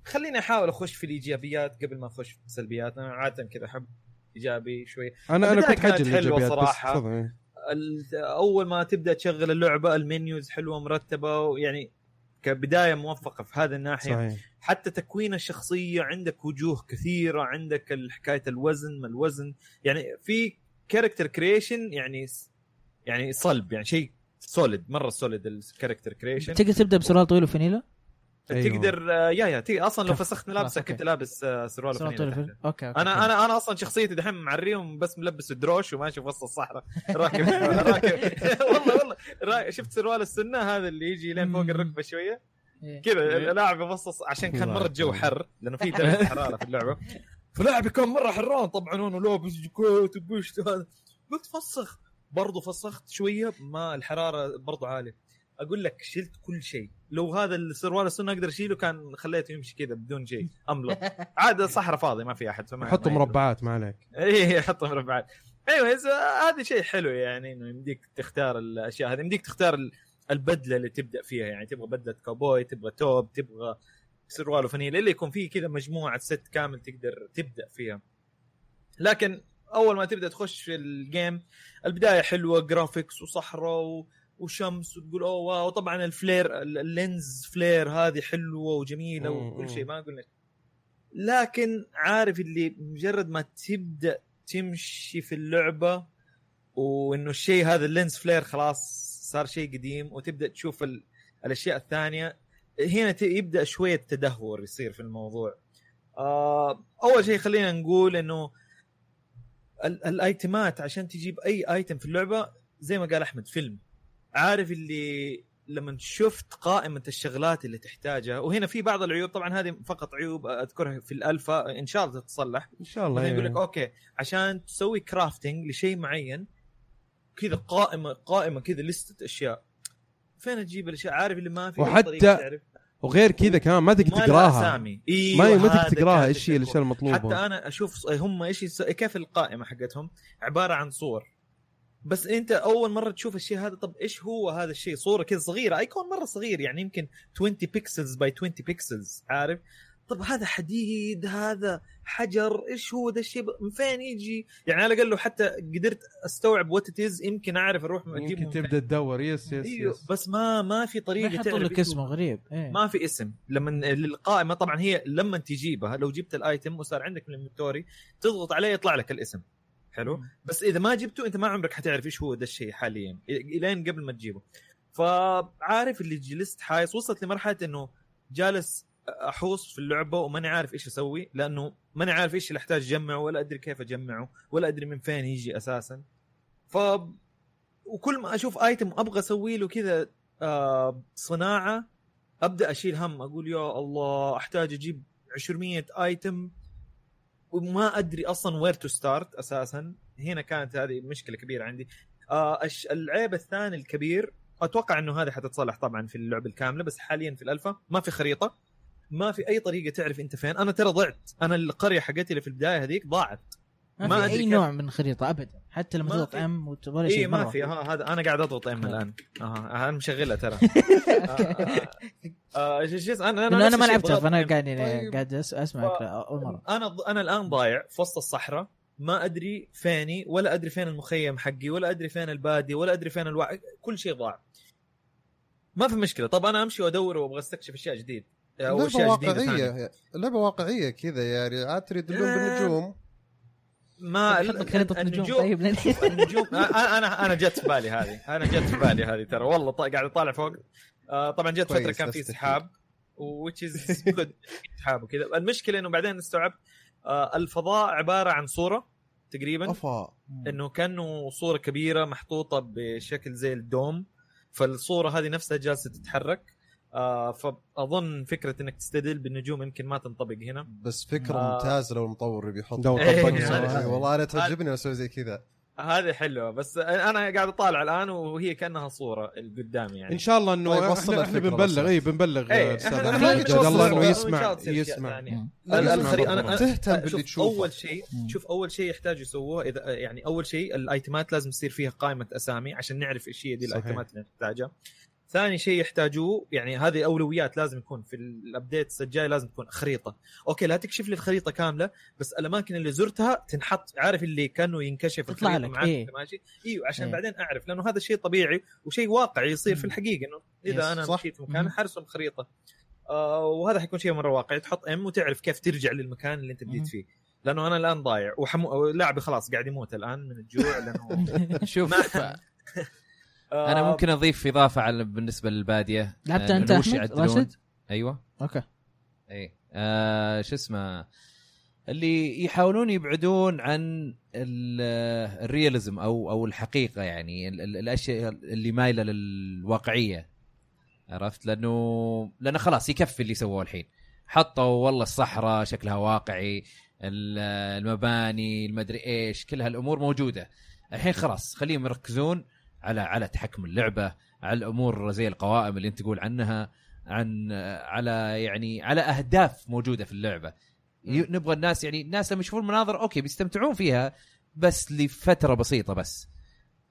Speaker 8: خليني احاول اخش في الايجابيات قبل ما اخش في السلبيات انا عاده كذا احب ايجابي شويه
Speaker 2: انا انا
Speaker 8: البداية
Speaker 2: كنت حاجه
Speaker 8: كانت حلوة
Speaker 2: الايجابيات بس
Speaker 8: صراحة.
Speaker 2: تفضل
Speaker 8: ال- اول ما تبدا تشغل اللعبه المنيوز حلوه مرتبه ويعني كبدايه موفقه يعني في هذه الناحيه صحيح.
Speaker 2: صحيح
Speaker 8: حتى تكوين الشخصيه عندك وجوه كثيره عندك ال- حكايه الوزن ما الوزن يعني في كاركتر كريشن يعني يعني صلب يعني شيء سوليد مره سوليد الكاركتر كريشن
Speaker 1: تقدر تبدا بسرعه طويل وفانيلا
Speaker 2: أيوه.
Speaker 8: تقدر آه، يا يا تي اصلا لو
Speaker 1: كف.
Speaker 8: فسخت
Speaker 1: خلاص،
Speaker 8: ملابسك
Speaker 1: أوكي.
Speaker 8: كنت لابس آه، سروال
Speaker 1: بسرعه
Speaker 8: وفانيلة
Speaker 1: طويل
Speaker 8: تحت.
Speaker 1: وفانيلا اوكى أوكي.
Speaker 8: انا انا انا اصلا شخصيتي دحين معريهم بس ملبس دروش وماشي في وسط الصحراء راكب راكب والله والله را... شفت سروال السنه هذا اللي يجي لين فوق
Speaker 1: مم.
Speaker 8: الركبه شويه
Speaker 1: إيه.
Speaker 8: كذا لاعب بوسط الص- عشان كان مره الجو حر لانه في درجه حراره في اللعبه فلاعبي كان مره حران طبعا وانا لابس جاكيت وبوشت هذا قلت فسخ برضو فسخت شويه ما الحراره برضو عاليه اقول لك شلت كل شيء لو هذا السروال السنه اقدر اشيله كان خليته يمشي كذا بدون شيء املط عاد صحراء فاضي ما في احد فما ما
Speaker 2: حطوا
Speaker 8: يدري.
Speaker 2: مربعات ما عليك
Speaker 8: ايه حط مربعات ايوه هذا شيء حلو يعني انه يمديك تختار الاشياء هذه يمديك تختار ال- البدله اللي تبدا فيها يعني تبغى بدله كاوبوي تبغى توب تبغى سروال وفنيلة اللي يكون فيه كذا مجموعه ست كامل تقدر تبدا فيها لكن اول ما تبدا تخش في الجيم البدايه حلوه جرافيكس وصحراء و... وشمس وتقول اوه واو طبعا الفلير ال- اللينز فلير هذه حلوه وجميله
Speaker 2: مم،
Speaker 8: وكل شيء ما قلنا لكن عارف اللي مجرد ما تبدا تمشي في اللعبه وانه الشيء هذا اللينس فلير خلاص صار شيء قديم وتبدا تشوف ال... الاشياء الثانيه هنا ت... يبدا شويه تدهور يصير في الموضوع آه... اول شيء خلينا نقول انه ال... الايتمات عشان تجيب اي ايتم في اللعبه زي ما قال احمد فيلم عارف اللي لما شفت قائمه الشغلات اللي تحتاجها وهنا في بعض العيوب طبعا هذه فقط عيوب اذكرها في الالفا ان شاء الله تتصلح
Speaker 2: ان شاء الله
Speaker 8: مثلا يقول
Speaker 2: يعني.
Speaker 8: لك اوكي عشان تسوي كرافتنج لشيء معين كذا قائمه قائمه كذا لستة اشياء فين تجيب الاشياء عارف اللي ما في
Speaker 2: وحتى وغير كذا كمان ما تقدر تقراها
Speaker 8: إيوه،
Speaker 2: ما
Speaker 8: أيوة،
Speaker 2: ما تقدر تقراها ايش هي الاشياء
Speaker 8: حتى
Speaker 2: المطلوبه
Speaker 8: انا اشوف هم ايش يس- كيف القائمه حقتهم عباره عن صور بس انت اول مره تشوف الشيء هذا طب ايش هو هذا الشيء صوره كذا صغيره ايكون مره صغير يعني يمكن 20 بيكسلز باي 20 بيكسلز عارف طب هذا حديد هذا حجر ايش هو ذا الشيء ب- من فين يجي يعني على الاقل لو حتى قدرت استوعب وات از يمكن اعرف اروح
Speaker 2: يمكن
Speaker 8: اجيبهم
Speaker 2: تبدا تدور يس يس
Speaker 8: أيوه،
Speaker 2: يس
Speaker 8: بس ما ما في
Speaker 1: ما
Speaker 8: طريقه
Speaker 1: يحطوا
Speaker 8: تعرف
Speaker 1: لك
Speaker 8: إيش هو.
Speaker 1: اسمه غريب إيه.
Speaker 8: ما في اسم لما القائمه طبعا هي لما تجيبها لو جبت الايتم وصار عندك في الانفنتوري تضغط عليه يطلع لك الاسم حلو بس اذا ما جبته انت ما عمرك حتعرف ايش هو ده الشيء حاليا الين قبل ما تجيبه فعارف اللي جلست حايس وصلت لمرحله انه جالس احوص في اللعبه وماني عارف ايش اسوي لانه ماني عارف ايش اللي احتاج اجمعه ولا ادري كيف اجمعه ولا ادري من فين يجي اساسا ف وكل ما اشوف ايتم ابغى اسوي له كذا آه، صناعه ابدا اشيل هم اقول يا الله احتاج اجيب 200 ايتم وما ادري اصلا وير تو ستارت اساسا هنا كانت هذه مشكله كبيره عندي آه الش- العيب الثاني الكبير اتوقع انه هذه حتتصلح طبعا في اللعبه الكامله بس حاليا في الالفا ما في خريطه ما في اي طريقه تعرف انت فين انا ترى ضعت انا القريه حقتي اللي في البدايه هذيك ضاعت
Speaker 1: ما,
Speaker 8: ما
Speaker 1: في
Speaker 8: أدري
Speaker 1: اي
Speaker 8: كيف.
Speaker 1: نوع من خريطه ابدا حتى لما
Speaker 8: ما
Speaker 1: تضغط
Speaker 8: في.
Speaker 1: ام وت- ولا شيء
Speaker 8: اي إيه، ما
Speaker 1: مرة. آه.
Speaker 8: في ها هذا انا قاعد اضغط ام الان اها انا مشغلها ترى آه، آه، آه، شو اسمه؟ انا
Speaker 1: لانه
Speaker 8: نفس
Speaker 1: انا ما
Speaker 8: الشيء
Speaker 1: لعبتها
Speaker 8: بضغط
Speaker 1: فانا
Speaker 8: M.
Speaker 1: قاعد يعني
Speaker 8: طيب.
Speaker 1: قاعد أس- اسمعك
Speaker 8: ف-
Speaker 1: اول مره
Speaker 8: انا انا الان ضايع في وسط الصحراء ما ادري فيني ولا ادري فين المخيم حقي ولا ادري فين البادي ولا ادري فين الوع كل شيء ضاع ما في مشكله طب انا امشي وادور وابغى استكشف اشياء جديد او
Speaker 4: لعبه
Speaker 8: اشياء جديده ثانية.
Speaker 4: واقعيه لعبه واقعيه كذا يعني عاد تدلون بالنجوم
Speaker 8: ما
Speaker 1: حط لك خريطه طيب، نجوم
Speaker 8: النجوم
Speaker 1: طيب لأن-
Speaker 8: النجوم انا انا انا جت في بالي هذه انا جت في بالي هذه ترى والله ط- قاعد اطالع فوق آه، طبعا جت فتره
Speaker 4: كويس،
Speaker 8: كان
Speaker 4: بس
Speaker 8: في
Speaker 4: تحكي.
Speaker 8: سحاب وتش از جود سحاب وكذا المشكله انه بعدين استوعبت آه، الفضاء عباره عن صوره تقريبا
Speaker 4: افا
Speaker 8: انه كانه صوره كبيره محطوطه بشكل زي الدوم فالصوره هذه نفسها جالسه تتحرك آه فاظن فكره انك تستدل بالنجوم يمكن ما تنطبق هنا
Speaker 4: بس فكره
Speaker 8: آه.
Speaker 4: ممتازه لو المطور بيحط
Speaker 2: لو
Speaker 8: إيه،
Speaker 2: طبقنا.
Speaker 8: هذا-
Speaker 4: إيه، والله انا تعجبني اسوي زي كذا
Speaker 8: هذه حلوه بس انا قاعد اطالع الان وهي كانها صوره اللي قدامي يعني
Speaker 2: ان شاء الله
Speaker 4: طيب،
Speaker 2: انه
Speaker 4: وصلت
Speaker 2: احنا, احنا
Speaker 4: فكرة
Speaker 2: بنبلغ
Speaker 4: وصلت.
Speaker 2: اي بنبلغ
Speaker 8: إيه،
Speaker 2: أستاذ
Speaker 8: إحنا-
Speaker 2: أحمد.
Speaker 4: إحنا
Speaker 2: إن
Speaker 4: نقدر
Speaker 2: شاء الله
Speaker 4: نوصل.
Speaker 2: انه
Speaker 8: إن شاء
Speaker 2: يسمع
Speaker 8: الله تصير أشياء
Speaker 2: يسمع
Speaker 8: ثانية.
Speaker 1: لا،
Speaker 8: ال-
Speaker 1: يسمع
Speaker 8: الخري-
Speaker 2: بالضبط.
Speaker 8: انا انا
Speaker 4: تهتم
Speaker 8: يعني. طيب، شوف،
Speaker 4: باللي تشوفه.
Speaker 8: اول شيء
Speaker 1: مم.
Speaker 8: شوف اول شيء يحتاج يسووه اذا يعني اول شيء الايتمات لازم يصير فيها قائمه اسامي عشان نعرف ايش هي دي
Speaker 2: صحيح.
Speaker 8: الايتمات اللي نحتاجها ثاني شيء يحتاجوه يعني هذه اولويات لازم يكون في الابديت الجاي لازم تكون خريطه اوكي لا تكشف لي الخريطه كامله بس الاماكن اللي زرتها تنحط عارف اللي كانه ينكشف
Speaker 1: تطلع
Speaker 8: الخريطه
Speaker 1: لك،
Speaker 8: معاك
Speaker 1: إيه.
Speaker 8: وأنت ماشي ايوه عشان
Speaker 1: إيه.
Speaker 8: بعدين اعرف لانه هذا شيء طبيعي وشيء واقعي يصير في
Speaker 1: مم.
Speaker 8: الحقيقه انه
Speaker 1: Yes.
Speaker 8: اذا انا
Speaker 4: صح.
Speaker 8: مشيت مكان
Speaker 1: مم.
Speaker 8: حرسم خريطه آه، وهذا حيكون شيء مره واقعي تحط ام وتعرف كيف ترجع للمكان اللي انت
Speaker 1: مهم.
Speaker 8: بديت فيه لانه انا الان ضايع وحمو... لاعبي خلاص قاعد يموت الان من الجوع لانه
Speaker 3: شوف
Speaker 8: ما- آه،
Speaker 3: انا ممكن اضيف اضافه على بالنسبه للباديه
Speaker 1: لعبت
Speaker 3: آه،
Speaker 1: أنت
Speaker 3: الوش
Speaker 1: أحمد؟
Speaker 3: يعدلون.
Speaker 1: راشد؟
Speaker 3: ايوه
Speaker 1: اوكي
Speaker 3: اي آه شو اسمه اللي يحاولون يبعدون عن ال- آه، الرياليزم او او الحقيقه يعني ال- ال- الاشياء اللي مايله للواقعيه عرفت لانه لانه خلاص يكفي اللي سووه الحين حطوا والله الصحراء شكلها واقعي ال- آه، المباني المدري ايش كل هالامور موجوده الحين خلاص خليهم يركزون على على تحكم اللعبه على الامور زي القوائم اللي انت تقول عنها عن على يعني على اهداف موجوده في اللعبه ي- نبغى الناس يعني الناس لما يشوفون المناظر اوكي بيستمتعون فيها بس لفتره بسيطه بس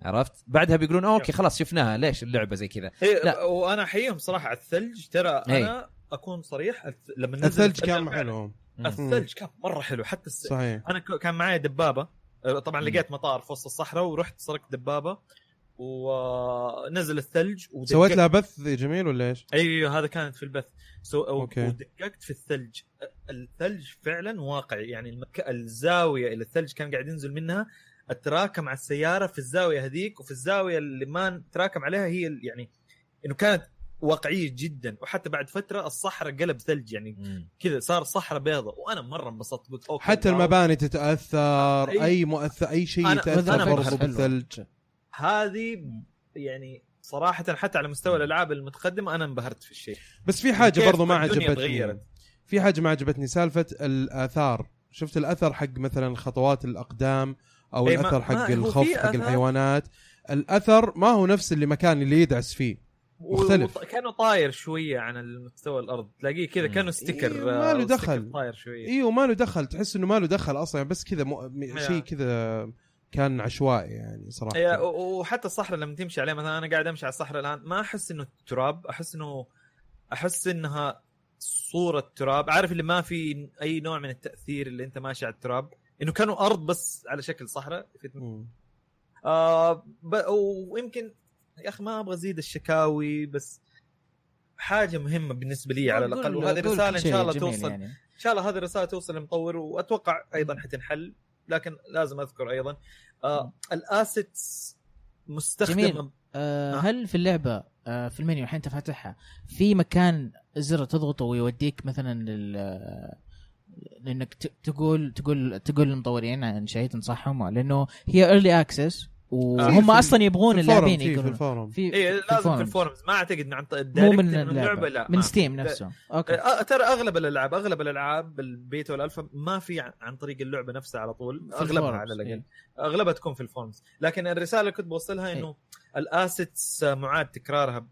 Speaker 3: عرفت بعدها بيقولون اوكي خلاص شفناها ليش اللعبه زي كذا
Speaker 8: إيه،
Speaker 3: لا.
Speaker 8: وانا احييهم صراحه على الثلج ترى
Speaker 3: إيه.
Speaker 8: انا اكون صريح الث- لما نزل
Speaker 2: الثلج كان
Speaker 8: فعلاً،
Speaker 2: حلو
Speaker 8: الثلج كان مره حلو حتى الس...
Speaker 2: صحيح
Speaker 8: انا ك- كان معي دبابه آه، طبعا
Speaker 3: مم.
Speaker 8: لقيت مطار في وسط الصحراء ورحت سرقت دبابه ونزل الثلج ودققت-
Speaker 2: سويت لها بث جميل ولا ايش؟
Speaker 8: ايوه هذا كانت في البث سو
Speaker 2: أوكي.
Speaker 8: أوكي. ودققت في الثلج الثلج فعلا واقعي يعني المك... الزاويه اللي الثلج كان قاعد ينزل منها اتراكم على السياره في الزاويه هذيك وفي الزاويه اللي ما تراكم عليها هي ال- يعني انه كانت واقعيه جدا وحتى بعد فتره الصحراء قلب ثلج يعني كذا صار صحراء بيضاء وانا مره انبسطت قلت اوكي
Speaker 2: حتى
Speaker 8: واو.
Speaker 2: المباني تتاثر
Speaker 8: أي-
Speaker 2: اي مؤثر اي شيء
Speaker 8: أنا-
Speaker 2: يتاثر
Speaker 8: أنا
Speaker 2: برضو
Speaker 1: مرة
Speaker 2: بالثلج
Speaker 8: هذه يعني صراحه حتى على مستوى الالعاب المتقدمه انا انبهرت في الشيء
Speaker 2: بس في حاجه
Speaker 8: كيف
Speaker 2: برضو ما
Speaker 8: الدنيا
Speaker 2: عجبتني
Speaker 8: تغيرت.
Speaker 2: في حاجه ما عجبتني سالفه الاثار شفت الاثر حق مثلا خطوات الاقدام او
Speaker 8: إيه، ما-
Speaker 2: الاثر
Speaker 8: ما-
Speaker 2: حق
Speaker 8: هو
Speaker 2: الخوف
Speaker 8: في
Speaker 2: حق
Speaker 8: آثار.
Speaker 2: الحيوانات الاثر ما هو نفس اللي مكان اللي يدعس فيه مختلف.
Speaker 8: وط- كانه طاير شويه عن المستوى الارض تلاقيه كذا
Speaker 3: مم.
Speaker 8: كانه ستيكر
Speaker 2: إيه، ما له
Speaker 8: آه،
Speaker 2: دخل.
Speaker 8: ستيكر طاير شويه
Speaker 2: ايوه ما له دخل تحس انه ما له دخل اصلا بس كذا م... شيء
Speaker 8: يعني.
Speaker 2: كذا كان عشوائي يعني صراحه
Speaker 8: إيه، و- وحتى الصحراء لما تمشي عليها مثلا انا قاعد امشي على الصحراء الان ما احس انه تراب احس انه احس انها صوره تراب عارف اللي ما في اي نوع من التاثير اللي انت ماشي على التراب انه كانوا ارض بس على شكل صحراء
Speaker 2: مم.
Speaker 8: آه ب... ويمكن يا اخي ما ابغى ازيد الشكاوي بس حاجه مهمه بالنسبه لي على
Speaker 1: قول-
Speaker 8: الاقل يعني وهذه
Speaker 1: قول
Speaker 8: رساله ان
Speaker 1: شيء
Speaker 8: شاء الله
Speaker 1: جميل
Speaker 8: توصل
Speaker 1: يعني.
Speaker 8: ان شاء الله هذه الرساله توصل للمطور واتوقع ايضا حتنحل لكن لازم اذكر ايضا آه الاسيتس
Speaker 1: جميل.
Speaker 8: مستخدمه
Speaker 1: آه
Speaker 8: نعم.
Speaker 1: هل في اللعبه آه في المنيو الحين انت فاتحها في مكان زر تضغطه ويوديك مثلا لل لانك ت- تقول تقول تقول للمطورين ان شيء تنصحهم لانه هي ايرلي اكسس
Speaker 8: آه.
Speaker 2: في-
Speaker 1: وهم
Speaker 2: في-
Speaker 1: اصلا يبغون
Speaker 2: في الفورم، إيه،
Speaker 1: اللاعبين
Speaker 2: في- في
Speaker 1: يقولون
Speaker 2: الفورم
Speaker 1: في
Speaker 8: اي إيه، لازم في
Speaker 1: الفورم.
Speaker 8: الفورمز ما اعتقد انه عن طريق
Speaker 1: مو
Speaker 8: direct
Speaker 1: من اللعبه
Speaker 8: لا
Speaker 1: من
Speaker 8: ما.
Speaker 1: ستيم
Speaker 8: لا.
Speaker 1: نفسه اوكي
Speaker 8: آه، ترى اغلب الالعاب اغلب الالعاب البيتا والالفا ما في عن- عن طريق اللعبه نفسها على طول اغلبها
Speaker 1: الفورمز،
Speaker 8: على الاقل
Speaker 1: إيه.
Speaker 8: اغلبها تكون في الفورمز لكن الرساله اللي كنت بوصلها انه الاسيتس معاد تكرارها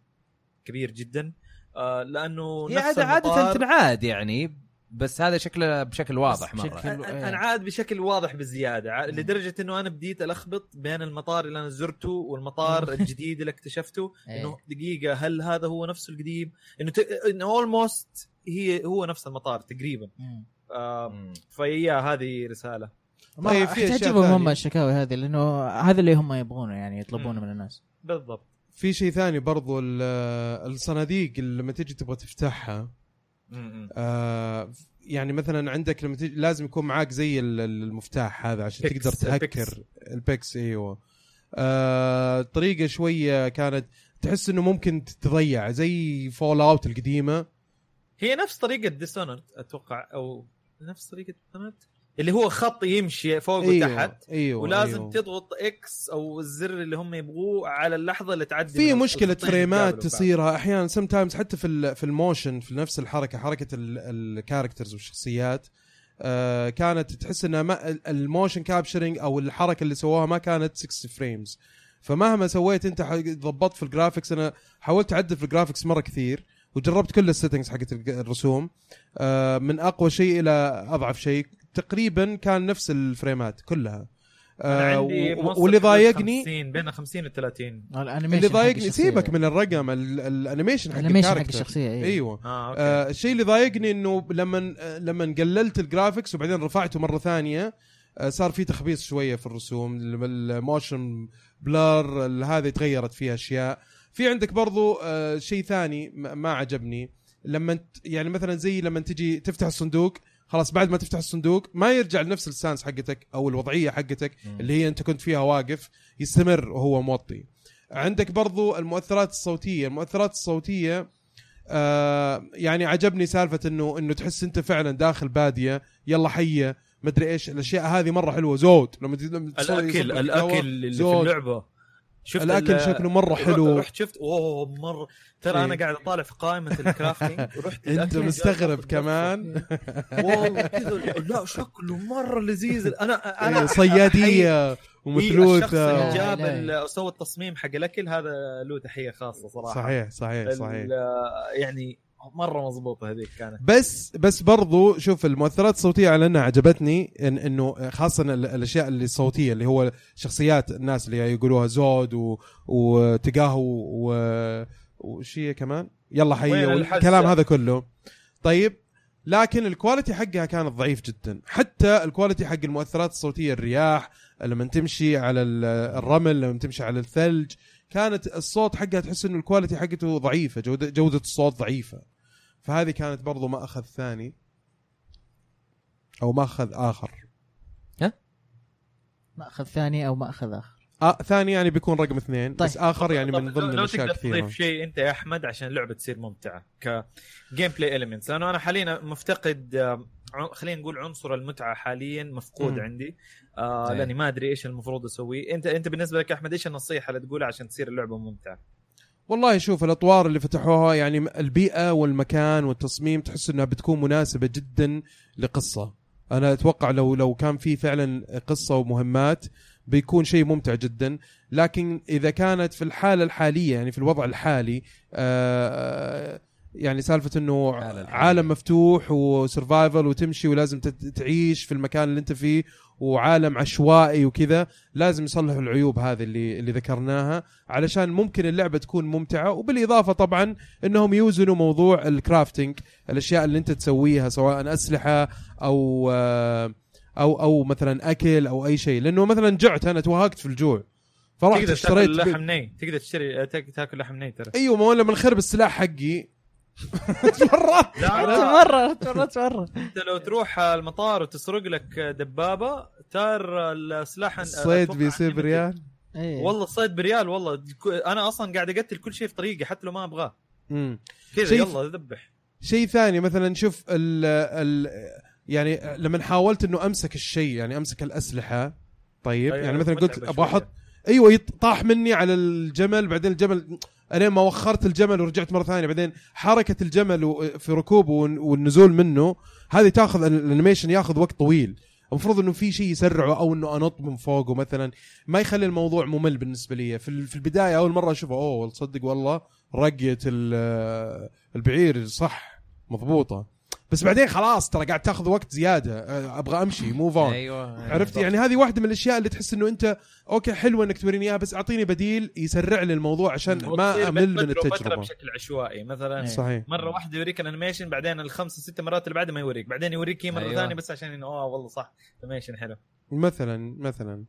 Speaker 8: كبير جدا آه، لانه
Speaker 3: هي
Speaker 8: نفس
Speaker 3: عادة عادة
Speaker 8: المطار-
Speaker 3: تنعاد يعني بس هذا شكله بشكل واضح
Speaker 1: بس
Speaker 3: مرة
Speaker 1: بشكل- حلو، إيه.
Speaker 8: انا عاد بشكل واضح بزياده ع- لدرجه انه انا بديت الخبط بين المطار اللي انا زرته والمطار الجديد اللي اكتشفته
Speaker 1: إيه.
Speaker 8: انه دقيقه هل هذا هو نفسه القديم؟ انه ت... انه اولموست هي هو نفس المطار تقريبا
Speaker 1: مم.
Speaker 8: آه
Speaker 3: مم.
Speaker 8: فهي هذه رساله
Speaker 2: طيب،
Speaker 1: ما
Speaker 2: في أشياء
Speaker 1: تعجبهم هم
Speaker 2: ثانية.
Speaker 1: الشكاوي هذه لانه هذا اللي هم يبغونه يعني يطلبونه
Speaker 8: مم.
Speaker 1: من الناس
Speaker 8: بالضبط
Speaker 2: في شيء ثاني برضو ال- الصناديق اللي لما تجي تبغى تفتحها آه، يعني مثلا عندك لما تجي لازم يكون معاك زي ال- ال- المفتاح هذا عشان
Speaker 8: بيكس،
Speaker 2: تقدر
Speaker 8: البيكس.
Speaker 2: تهكر البيكس ايوه آه، طريقه شويه كانت تحس انه ممكن تتضيع زي فول اوت القديمه
Speaker 8: هي نفس طريقه ديسوننت اتوقع او نفس طريقه ديسوننت اللي هو خط يمشي فوق وتحت
Speaker 2: ايوه
Speaker 8: ولازم
Speaker 2: أيوه.
Speaker 8: تضغط اكس او الزر اللي هم يبغوه على اللحظه اللي تعدي
Speaker 2: في
Speaker 8: من
Speaker 2: مشكله
Speaker 8: الخطين
Speaker 2: فريمات
Speaker 8: اللي تقابلوا بعض.
Speaker 2: تصيرها احيانا سم تايمز حتى في ال- في الموشن في نفس الحركه حركه الكاركترز والشخصيات آه، كانت تحس انها ما ال- الموشن كابشرنج او الحركه اللي سووها ما كانت 6 فريمز فمهما سويت انت ح- ضبطت في الجرافكس انا حاولت اعدل في الجرافكس مره كثير وجربت كل السيتنجز حقت الج- الرسوم آه، من اقوى شيء الى اضعف شيء تقريبا كان نفس الفريمات كلها
Speaker 8: أنا
Speaker 2: آه،
Speaker 8: عندي
Speaker 2: و-
Speaker 8: موصل
Speaker 2: واللي
Speaker 8: كبير
Speaker 2: ضايقني
Speaker 8: 50 بين 50 و 30
Speaker 1: الانيميشن
Speaker 2: اللي
Speaker 1: حق
Speaker 2: ضايقني
Speaker 1: الشخصية.
Speaker 2: سيبك من الرقم ال- الانيميشن حق
Speaker 1: الانيميشن حق
Speaker 2: الكاركتر
Speaker 1: الشخصيه إيه.
Speaker 2: ايوه
Speaker 8: اه اوكي
Speaker 2: آه الشيء اللي ضايقني انه لما آه، لما قللت الجرافكس وبعدين رفعته مره ثانيه آه، صار في تخبيص شويه في الرسوم ال- الموشن بلر ال- هذه تغيرت فيها اشياء في عندك برضو آه، شيء ثاني ما ما عجبني لما ت- يعني مثلا زي لما تجي تفتح الصندوق خلاص بعد ما تفتح الصندوق ما يرجع لنفس السانس حقتك او الوضعيه حقتك اللي هي انت كنت فيها واقف يستمر وهو موطي عندك برضو المؤثرات الصوتيه المؤثرات الصوتيه آه يعني عجبني سالفه انه انه تحس انت فعلا داخل باديه يلا حيه مدري ايش الاشياء هذه مره حلوه زود لما تجي- لما تصير
Speaker 8: الاكل
Speaker 2: يصبح
Speaker 8: الاكل
Speaker 2: الهواء،
Speaker 8: اللي في
Speaker 2: زود.
Speaker 8: اللعبه شفت
Speaker 2: الاكل
Speaker 8: ال-
Speaker 2: شكله مره حلو
Speaker 8: رحت شفت اوه مره ترى
Speaker 2: إيه.
Speaker 8: انا قاعد اطالع في قائمه الكرافتنج ورحت
Speaker 2: انت مستغرب كمان
Speaker 8: والله كذا لا شكله مره لذيذ انا
Speaker 2: إيه،
Speaker 8: انا
Speaker 2: صياديه
Speaker 8: ومثلوث
Speaker 2: ومثلوثه
Speaker 8: اللي جاب
Speaker 1: لا، لا.
Speaker 8: ال- سوى التصميم حق الاكل هذا له تحيه خاصه صراحه
Speaker 2: صحيح صحيح صحيح
Speaker 8: ال- يعني مره مضبوطه هذيك كانت
Speaker 2: بس بس برضو شوف المؤثرات الصوتيه على انها عجبتني إن انه خاصه ال- الاشياء اللي الصوتيه اللي هو شخصيات الناس اللي يقولوها زود و... وتقاه و... وش هي كمان يلا حيه
Speaker 8: وين
Speaker 2: والكلام
Speaker 8: الحزة؟
Speaker 2: هذا كله طيب لكن الكواليتي حقها كان ضعيف جدا حتى الكواليتي حق المؤثرات الصوتيه الرياح لما تمشي على ال- الرمل لما تمشي على الثلج كانت الصوت حقها تحس انه الكواليتي حقته ضعيفه جوده جوده الصوت ضعيفه فهذه كانت برضو ما اخذ ثاني او ما اخذ اخر
Speaker 1: ماخذ ثاني او ماخذ اخر
Speaker 2: آه ثاني يعني بيكون رقم اثنين طيب. بس اخر يعني
Speaker 8: طب
Speaker 2: من
Speaker 8: لو-
Speaker 2: ضمن
Speaker 8: لو
Speaker 2: الاشياء
Speaker 8: تقدر تضيف
Speaker 2: الكثيره
Speaker 8: شيء انت يا احمد عشان اللعبه تصير ممتعه ك جيم بلاي المنتس لانه انا حاليا مفتقد آم، عن- خلينا نقول عنصر المتعه حاليا مفقود
Speaker 2: مم.
Speaker 8: عندي آه
Speaker 3: أي.
Speaker 8: لاني ما ادري ايش المفروض اسوي انت انت بالنسبه لك يا احمد ايش النصيحه اللي تقولها عشان تصير اللعبه ممتعه
Speaker 2: والله شوف الاطوار اللي فتحوها يعني م- البيئه والمكان والتصميم تحس انها بتكون مناسبه جدا لقصه انا اتوقع لو لو كان في فعلا قصه ومهمات بيكون شيء ممتع جدا لكن اذا كانت في الحاله الحاليه يعني في الوضع الحالي آه، آه، يعني سالفه انه
Speaker 3: الحالة الحالية.
Speaker 2: عالم مفتوح وسرفايفل وتمشي ولازم تت- تعيش في المكان اللي انت فيه وعالم عشوائي وكذا لازم يصلحوا العيوب هذه اللي اللي ذكرناها علشان ممكن اللعبه تكون ممتعه وبالاضافه طبعا انهم يوزنوا موضوع الكرافتنج الاشياء اللي انت تسويها سواء اسلحه او آه، او او مثلا اكل او اي شيء لانه مثلا جعت انا توهقت في الجوع فرحت
Speaker 8: تقدر
Speaker 2: اشتريت
Speaker 8: تاكل
Speaker 2: ب-
Speaker 8: لحم ني تقدر تشتري آه، تاك- تاكل لحم ني ترى
Speaker 2: ايوه ما هو لما نخرب السلاح حقي مرات
Speaker 1: مره مرات مره
Speaker 8: انت لو تروح المطار وتسرق لك دبابه تار السلاح
Speaker 2: الصيد
Speaker 8: أتوقع
Speaker 2: بيصير
Speaker 8: unlimited.
Speaker 2: بريال
Speaker 1: إيه.
Speaker 8: والله الصيد بريال والله الك- انا اصلا قاعد اقتل كل شيء في طريقي حتى لو ما ابغاه
Speaker 2: مم.
Speaker 8: كذا
Speaker 2: شيء-
Speaker 8: يلا ذبح
Speaker 2: شيء ثاني مثلا شوف ال ال يعني لما حاولت انه امسك الشيء يعني امسك الاسلحه طيب يعني مثلا قلت
Speaker 8: متعبة
Speaker 2: ابغى
Speaker 8: شوية.
Speaker 2: احط ايوه يط- طاح مني على الجمل بعدين الجمل انا ما وخرت الجمل ورجعت مره ثانيه بعدين حركه الجمل و- في ركوبه ون- والنزول منه هذه تاخذ ال- الانيميشن ياخذ وقت طويل المفروض انه في شيء يسرعه او انه انط من فوقه مثلا ما يخلي الموضوع ممل بالنسبه لي في ال- في البدايه اول مره اشوفه اوه تصدق والله رقيه ال- البعير صح مضبوطه بس بعدين خلاص ترى قاعد تاخذ وقت زياده أه، ابغى امشي موف اون
Speaker 3: ايوه
Speaker 2: عرفت يعني هذه واحده من الاشياء اللي تحس انه انت اوكي حلوه انك توريني اياها بس اعطيني بديل يسرع لي الموضوع عشان
Speaker 8: وتصير
Speaker 2: ما امل من
Speaker 8: فترة- فترة
Speaker 2: التجربه
Speaker 8: بشكل عشوائي مثلا
Speaker 2: صحيح
Speaker 8: مره واحده يوريك الانيميشن بعدين الخمسه ست مرات اللي بعدها ما يوريك بعدين يوريك إياه مره
Speaker 3: أيوة.
Speaker 8: ثانيه بس عشان انه اه والله صح انيميشن حلو
Speaker 2: مثلا مثلا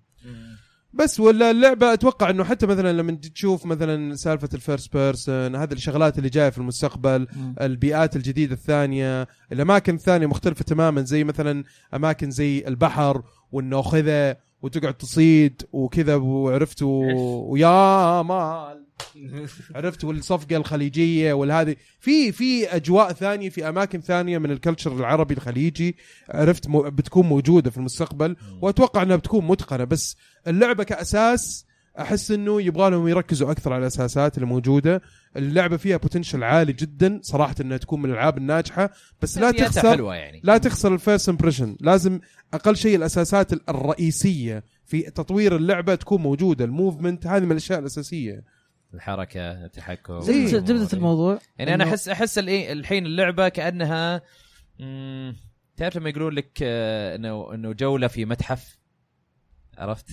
Speaker 2: بس ولا اللعبه اتوقع انه حتى مثلا لما تشوف مثلا سالفه الفيرست بيرسون هذه الشغلات اللي جايه في المستقبل
Speaker 1: مم.
Speaker 2: البيئات الجديدة الثانية الأماكن الثانية مختلفة تماما زي مثلا أماكن زي البحر والناخذة وتقعد تصيد وكذا وعرفت و... ويا مال عرفت والصفقة الخليجية والهذه في في أجواء ثانية في أماكن ثانية من الكلتشر العربي الخليجي عرفت م... بتكون موجودة في المستقبل وأتوقع أنها بتكون متقنة بس اللعبة كأساس احس انه يبغى لهم يركزوا اكثر على الاساسات اللي موجوده اللعبه فيها بوتنشل عالي جدا صراحه انها تكون من الالعاب الناجحه بس لا
Speaker 3: بيئتها
Speaker 2: تخسر
Speaker 3: حلوه يعني
Speaker 2: لا تخسر الفيرست امبريشن لازم اقل شيء الاساسات ال- الرئيسيه في تطوير اللعبه تكون موجوده الموفمنت هذه من الاشياء الاساسيه
Speaker 3: الحركه التحكم
Speaker 2: إيه.
Speaker 1: زبده زبدة الموضوع
Speaker 3: يعني انا
Speaker 1: إنه-
Speaker 3: احس احس الإي- الحين اللعبه كانها مم، تعرف لما يقولون لك آه، انه انه جوله في متحف عرفت؟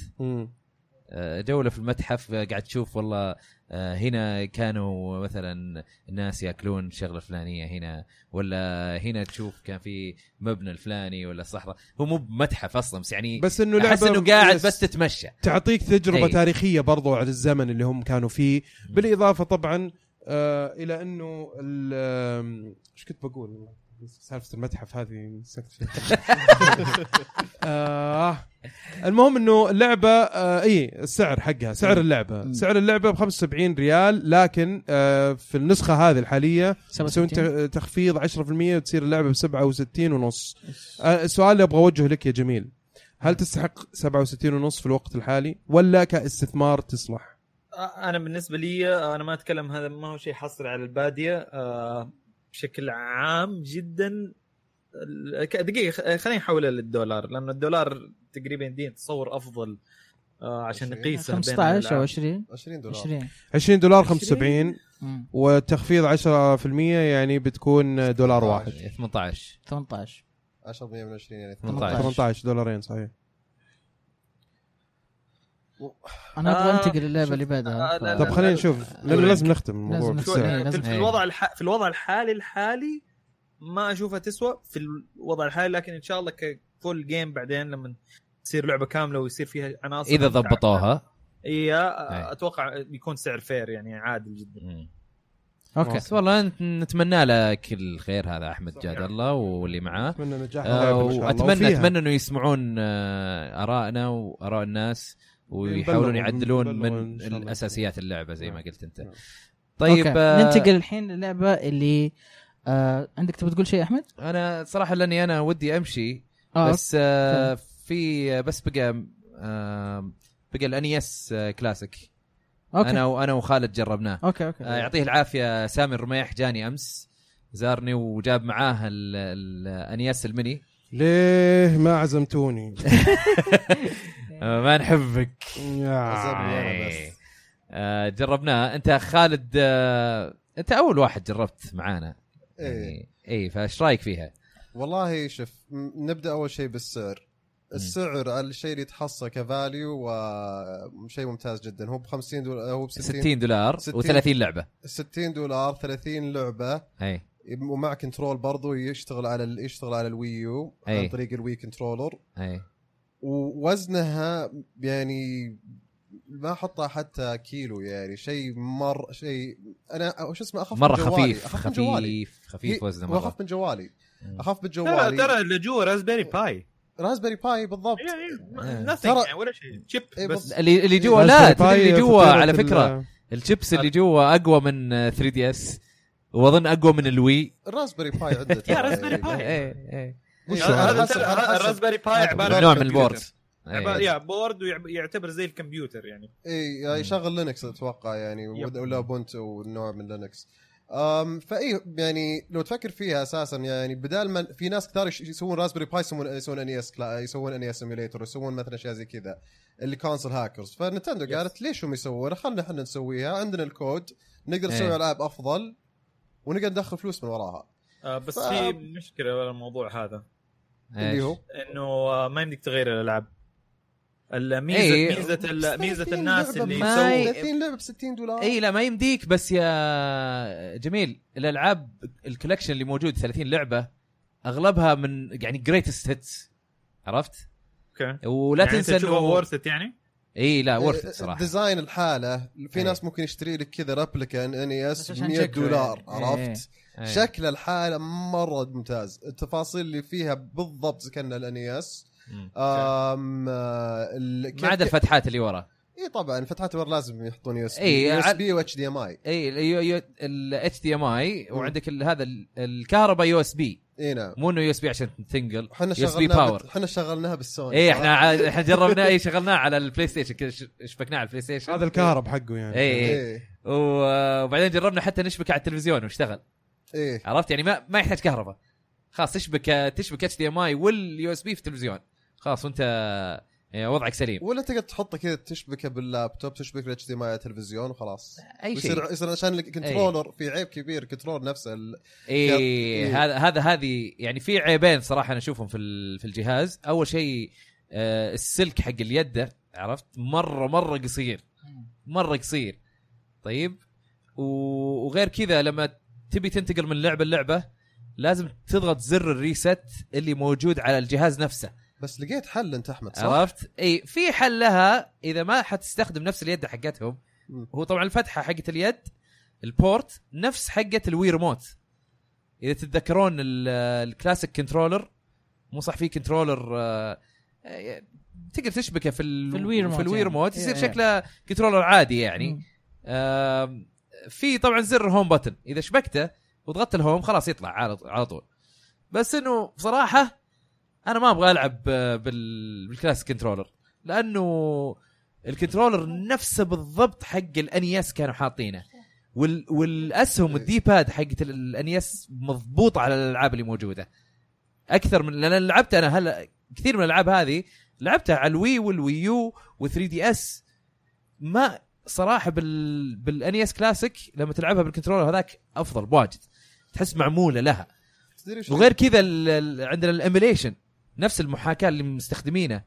Speaker 3: آه، جوله في المتحف آه، قاعد تشوف والله آه، هنا كانوا مثلا الناس ياكلون شغله فلانيه هنا ولا هنا تشوف كان في مبنى الفلاني ولا صحراء هو مو بمتحف اصلا بس يعني
Speaker 2: بس انه لعبه
Speaker 3: احس انه قاعد
Speaker 2: يس،
Speaker 3: بس تتمشى
Speaker 2: تعطيك تجربه
Speaker 3: إيه.
Speaker 2: تاريخيه برضو على الزمن اللي هم كانوا فيه
Speaker 3: مم.
Speaker 2: بالاضافه طبعا آه الى انه ال- آم، ايش كنت بقول سالفه المتحف هذه نسيت فيها. آه المهم انه اللعبه آه اي السعر حقها سعر اللعبه
Speaker 1: مم.
Speaker 2: سعر اللعبه ب 75 ريال لكن آه في النسخه هذه الحاليه مسوين
Speaker 1: 67.
Speaker 2: تخ- تخفيض 10% وتصير اللعبه ب 67 ونص آه، السؤال اللي ابغى اوجهه لك يا جميل هل تستحق 67 ونص في الوقت الحالي ولا كاستثمار تصلح؟
Speaker 8: آه، انا بالنسبه لي آه، انا ما اتكلم هذا ما هو شيء حصري على الباديه آه، بشكل عام جدا ال- ك- دقيقه خ- خليني احولها للدولار لانه الدولار تقريبا دي تصور افضل آه، عشان
Speaker 4: عشرين.
Speaker 8: نقيسها بين
Speaker 1: 15 او
Speaker 8: الألعاب.
Speaker 1: 20
Speaker 4: 20 دولار
Speaker 1: 20
Speaker 2: 20 دولار
Speaker 8: 20.
Speaker 2: 75
Speaker 1: مم.
Speaker 2: والتخفيض 10% يعني بتكون
Speaker 8: طيب،
Speaker 2: دولار واحد
Speaker 3: يعني 18
Speaker 1: 18
Speaker 4: 10% من 20 يعني
Speaker 3: 18
Speaker 2: 18 دولارين صحيح
Speaker 1: انا ابغى
Speaker 8: آه،
Speaker 1: انتقل للعبه
Speaker 8: شوف،
Speaker 1: اللي بعدها
Speaker 8: آه، لا،
Speaker 2: طب
Speaker 8: لا.
Speaker 2: خلينا نشوف لانه
Speaker 8: لك.
Speaker 2: لازم نختم الموضوع
Speaker 1: لازم
Speaker 8: شو-
Speaker 1: نختم.
Speaker 2: بسرعه
Speaker 1: إيه، لازم.
Speaker 8: في
Speaker 3: إيه.
Speaker 8: الوضع الح... في الوضع الحالي الحالي ما اشوفها تسوى في الوضع الحالي لكن ان شاء الله كفول جيم بعدين لما تصير لعبه كامله ويصير فيها عناصر
Speaker 3: اذا
Speaker 8: ممتعة.
Speaker 3: ضبطوها
Speaker 8: هي
Speaker 3: أي.
Speaker 8: اتوقع بيكون سعر فير يعني عادل جدا
Speaker 3: مم.
Speaker 1: اوكي
Speaker 3: بس والله نت- نتمنى له كل خير هذا احمد جاد الله واللي معاه
Speaker 2: اتمنى نجاح
Speaker 3: آه،
Speaker 2: طيب إن شاء الله.
Speaker 3: واتمنى
Speaker 2: وفيها.
Speaker 3: اتمنى انه يسمعون آه، ارائنا واراء الناس ويحاولون
Speaker 2: بنبلغهم-
Speaker 3: يعدلون
Speaker 2: بنبلغهم إن
Speaker 3: من
Speaker 2: شاء الله.
Speaker 3: الاساسيات اللعبه زي ما
Speaker 2: نعم.
Speaker 3: قلت انت
Speaker 2: نعم.
Speaker 3: طيب
Speaker 1: أوكي.
Speaker 3: آه،
Speaker 1: ننتقل الحين للعبه اللي آه عندك تبي تقول شيء احمد؟
Speaker 3: انا صراحه لاني انا ودي امشي
Speaker 1: آه.
Speaker 3: بس آه في آه، بس بقى آه بقى الانيس كلاسيك
Speaker 1: اوكي
Speaker 3: انا وانا وخالد جربناه
Speaker 1: اوكي اوكي
Speaker 4: إيه.
Speaker 3: آه، يعطيه العافيه سامي الرميح جاني امس زارني وجاب معاه الانياس المني
Speaker 2: ليه ما عزمتوني؟
Speaker 3: آه، ما نحبك
Speaker 2: يا
Speaker 4: أنا بس.
Speaker 3: آي. آه، جربناه انت خالد آه، انت اول واحد جربت معانا
Speaker 4: إيه.
Speaker 3: يعني اي فايش رايك فيها؟
Speaker 4: والله شوف م- نبدا اول شيء بالسعر السعر على الشيء اللي يتحصل كفاليو وشيء ممتاز جدا هو ب 50 دولار هو ب 60
Speaker 3: 60 دولار
Speaker 4: 60
Speaker 3: و30 لعبه
Speaker 4: 60 دولار 30 لعبه
Speaker 3: اي
Speaker 4: ومع كنترول برضو يشتغل على ال- يشتغل على الويو
Speaker 3: أي.
Speaker 4: عن طريق الوي كنترولر
Speaker 3: اي
Speaker 4: ووزنها يعني ما احطها حتى كيلو يعني شيء مر شيء انا شو اسمه اخاف
Speaker 3: مره
Speaker 4: من جوالي.
Speaker 3: خفيف
Speaker 4: اخاف من جوالي
Speaker 3: خفيف خفيف وزنه مره
Speaker 4: واخاف من جوالي
Speaker 3: مم.
Speaker 4: اخاف من
Speaker 8: ترى
Speaker 4: جوالي
Speaker 8: ترى إيه، اللي جوا رازبيري باي
Speaker 4: رازبري باي بالضبط ترى-
Speaker 8: nothing يعني ولا شيء شيب
Speaker 4: إيه
Speaker 8: بس
Speaker 4: بس-
Speaker 3: اللي اللي جوا لا تدري اللي جوا على فكره الشيبس اللي جوا اقوى من 3 دي اس واظن اقوى من الوي إيه،
Speaker 4: الرازبري باي إيه، عدة
Speaker 8: يا رازبري
Speaker 4: إيه.
Speaker 8: باي.
Speaker 3: اي
Speaker 4: وش
Speaker 2: هذا
Speaker 4: على
Speaker 8: هذا
Speaker 4: حسب-
Speaker 8: ترى-
Speaker 4: على
Speaker 8: هذا
Speaker 4: حسب-
Speaker 8: الرازبيري باي عباره عن
Speaker 3: نوع من
Speaker 8: كمبيوتر.
Speaker 3: البورد إيه،
Speaker 8: عبارة- يا بورد ويعب- يعتبر زي الكمبيوتر يعني
Speaker 4: اي يعني شغل لينكس اتوقع يعني
Speaker 8: يب.
Speaker 4: ولا بونت ونوع من لينكس أم فاي يعني لو تفكر فيها اساسا يعني بدال ما في ناس كثار يش- يسوون رازبري باي يسوون يسوون ان اس يسوون ان اس سيميوليتر يسوون مثلا اشياء زي كذا اللي كونسل هاكرز فنتندو قالت ليش هم يسوونها خلينا احنا نسويها عندنا الكود نقدر نسوي
Speaker 3: إيه.
Speaker 4: العاب افضل ونقدر ندخل فلوس من وراها
Speaker 8: آه، بس
Speaker 4: ف-
Speaker 8: في مشكله ولا الموضوع هذا
Speaker 4: اللي هو
Speaker 8: انه آه، ما يمديك تغير الالعاب الميزه
Speaker 3: إيه.
Speaker 8: ميزه ال- ميزه
Speaker 4: 30
Speaker 8: الناس
Speaker 4: لعبة
Speaker 8: اللي
Speaker 4: ب-
Speaker 3: ما
Speaker 8: يسووا
Speaker 3: ي-
Speaker 4: 30 لعبه ب 60 دولار
Speaker 8: إيه،
Speaker 3: اي إيه، لا ما يمديك بس يا جميل الالعاب الكولكشن اللي موجود 30 لعبه اغلبها من يعني جريتست هيتس عرفت؟
Speaker 8: اوكي
Speaker 3: ولا تنسى
Speaker 8: انه
Speaker 3: انه
Speaker 8: ورثت يعني
Speaker 3: اي لا ورث
Speaker 8: إيه،
Speaker 3: صراحه
Speaker 4: ديزاين الحاله في
Speaker 3: أي.
Speaker 4: ناس ممكن يشتري لك كذا ريبليكا ان
Speaker 1: بس
Speaker 4: اس
Speaker 1: عشان
Speaker 4: 100
Speaker 1: شكله
Speaker 4: دولار
Speaker 3: إيه،
Speaker 1: يعني.
Speaker 4: عرفت
Speaker 3: أي.
Speaker 4: شكل الحاله مره ممتاز التفاصيل اللي فيها بالضبط زي كانها الان اس
Speaker 3: مم.
Speaker 4: آه، ما آه،
Speaker 3: ما عدا الفتحات اللي ورا
Speaker 4: اي طبعا فتحات الور لازم يحطون يو اس
Speaker 3: إي،
Speaker 4: بي يو اس
Speaker 3: عاد-
Speaker 4: بي واتش دي ام اي
Speaker 3: إيه، اي الاتش دي ام اي وعندك ال- هذا ال- الكهرباء يو اس بي
Speaker 4: اي نعم
Speaker 3: مو انه يو اس بي عشان تنقل
Speaker 4: احنا
Speaker 3: يو اس بي إيه،
Speaker 4: شغلناها
Speaker 3: باور
Speaker 4: بال- احنا شغلناها بالسوني
Speaker 3: اي احنا ع- احنا جربناه اي شغلناه على البلاي ستيشن كذا ش- شبكناه على البلاي ستيشن
Speaker 2: هذا الكهرب حقه يعني
Speaker 3: إيه.
Speaker 4: اي
Speaker 3: و- وبعدين جربنا حتى نشبك على التلفزيون واشتغل
Speaker 4: اي
Speaker 3: عرفت يعني ما ما يحتاج كهرباء خلاص تشبك تشبك اتش دي ام اي واليو اس بي في التلفزيون خلاص وانت آه، وضعك سليم
Speaker 4: ولا تقدر تحطه كذا تشبكه باللابتوب تشبك الاتش دي ام اي على التلفزيون وخلاص
Speaker 3: اي شيء إيه.
Speaker 4: يصير يصير عشان الكنترولر في عيب كبير الكنترول نفسه ال-
Speaker 3: اي
Speaker 4: يب.
Speaker 3: إيه، هذا هذا هذه يعني في عيبين صراحه انا اشوفهم في ال- في الجهاز اول شيء آه، السلك حق اليد عرفت مره مره قصير مره قصير طيب و- وغير كذا لما تبي تنتقل من لعبه للعبه لازم تضغط زر الريست اللي موجود على الجهاز نفسه
Speaker 4: بس لقيت حل انت احمد صح؟
Speaker 3: عرفت؟ اي في حل لها اذا ما حتستخدم نفس اليد حقتهم
Speaker 4: مم.
Speaker 3: هو طبعا الفتحه حقت اليد البورت نفس حقه الوي ريموت اذا تتذكرون ال- الكلاسيك كنترولر مو صح في كنترولر آه، آه، تقدر تشبكه في, ال...
Speaker 1: في الوي ريموت
Speaker 3: في الوي
Speaker 1: يعني.
Speaker 3: ريموت يصير
Speaker 1: إيه.
Speaker 3: شكله كنترولر عادي يعني
Speaker 1: مم.
Speaker 3: آم، في طبعا زر هوم بتن اذا شبكته وضغطت الهوم خلاص يطلع على على طول بس انه بصراحه انا ما ابغى العب آه، بال بالكلاسيك كنترولر لانه الكنترولر نفسه بالضبط حق الانياس كانوا حاطينه وال
Speaker 2: إيه.
Speaker 3: والاسهم والدي باد حقت الانياس مضبوطه على الالعاب اللي موجوده اكثر من لان لعبت انا هلا كثير من الالعاب هذه لعبتها على الوي والويو و3 دي اس ما صراحه بال بالانيس كلاسيك لما تلعبها بالكنترولر هذاك افضل بواجد تحس معموله لها
Speaker 4: تدري وش
Speaker 3: وغير كذا ال- ال- عندنا الاميليشن نفس المحاكاه اللي مستخدمينه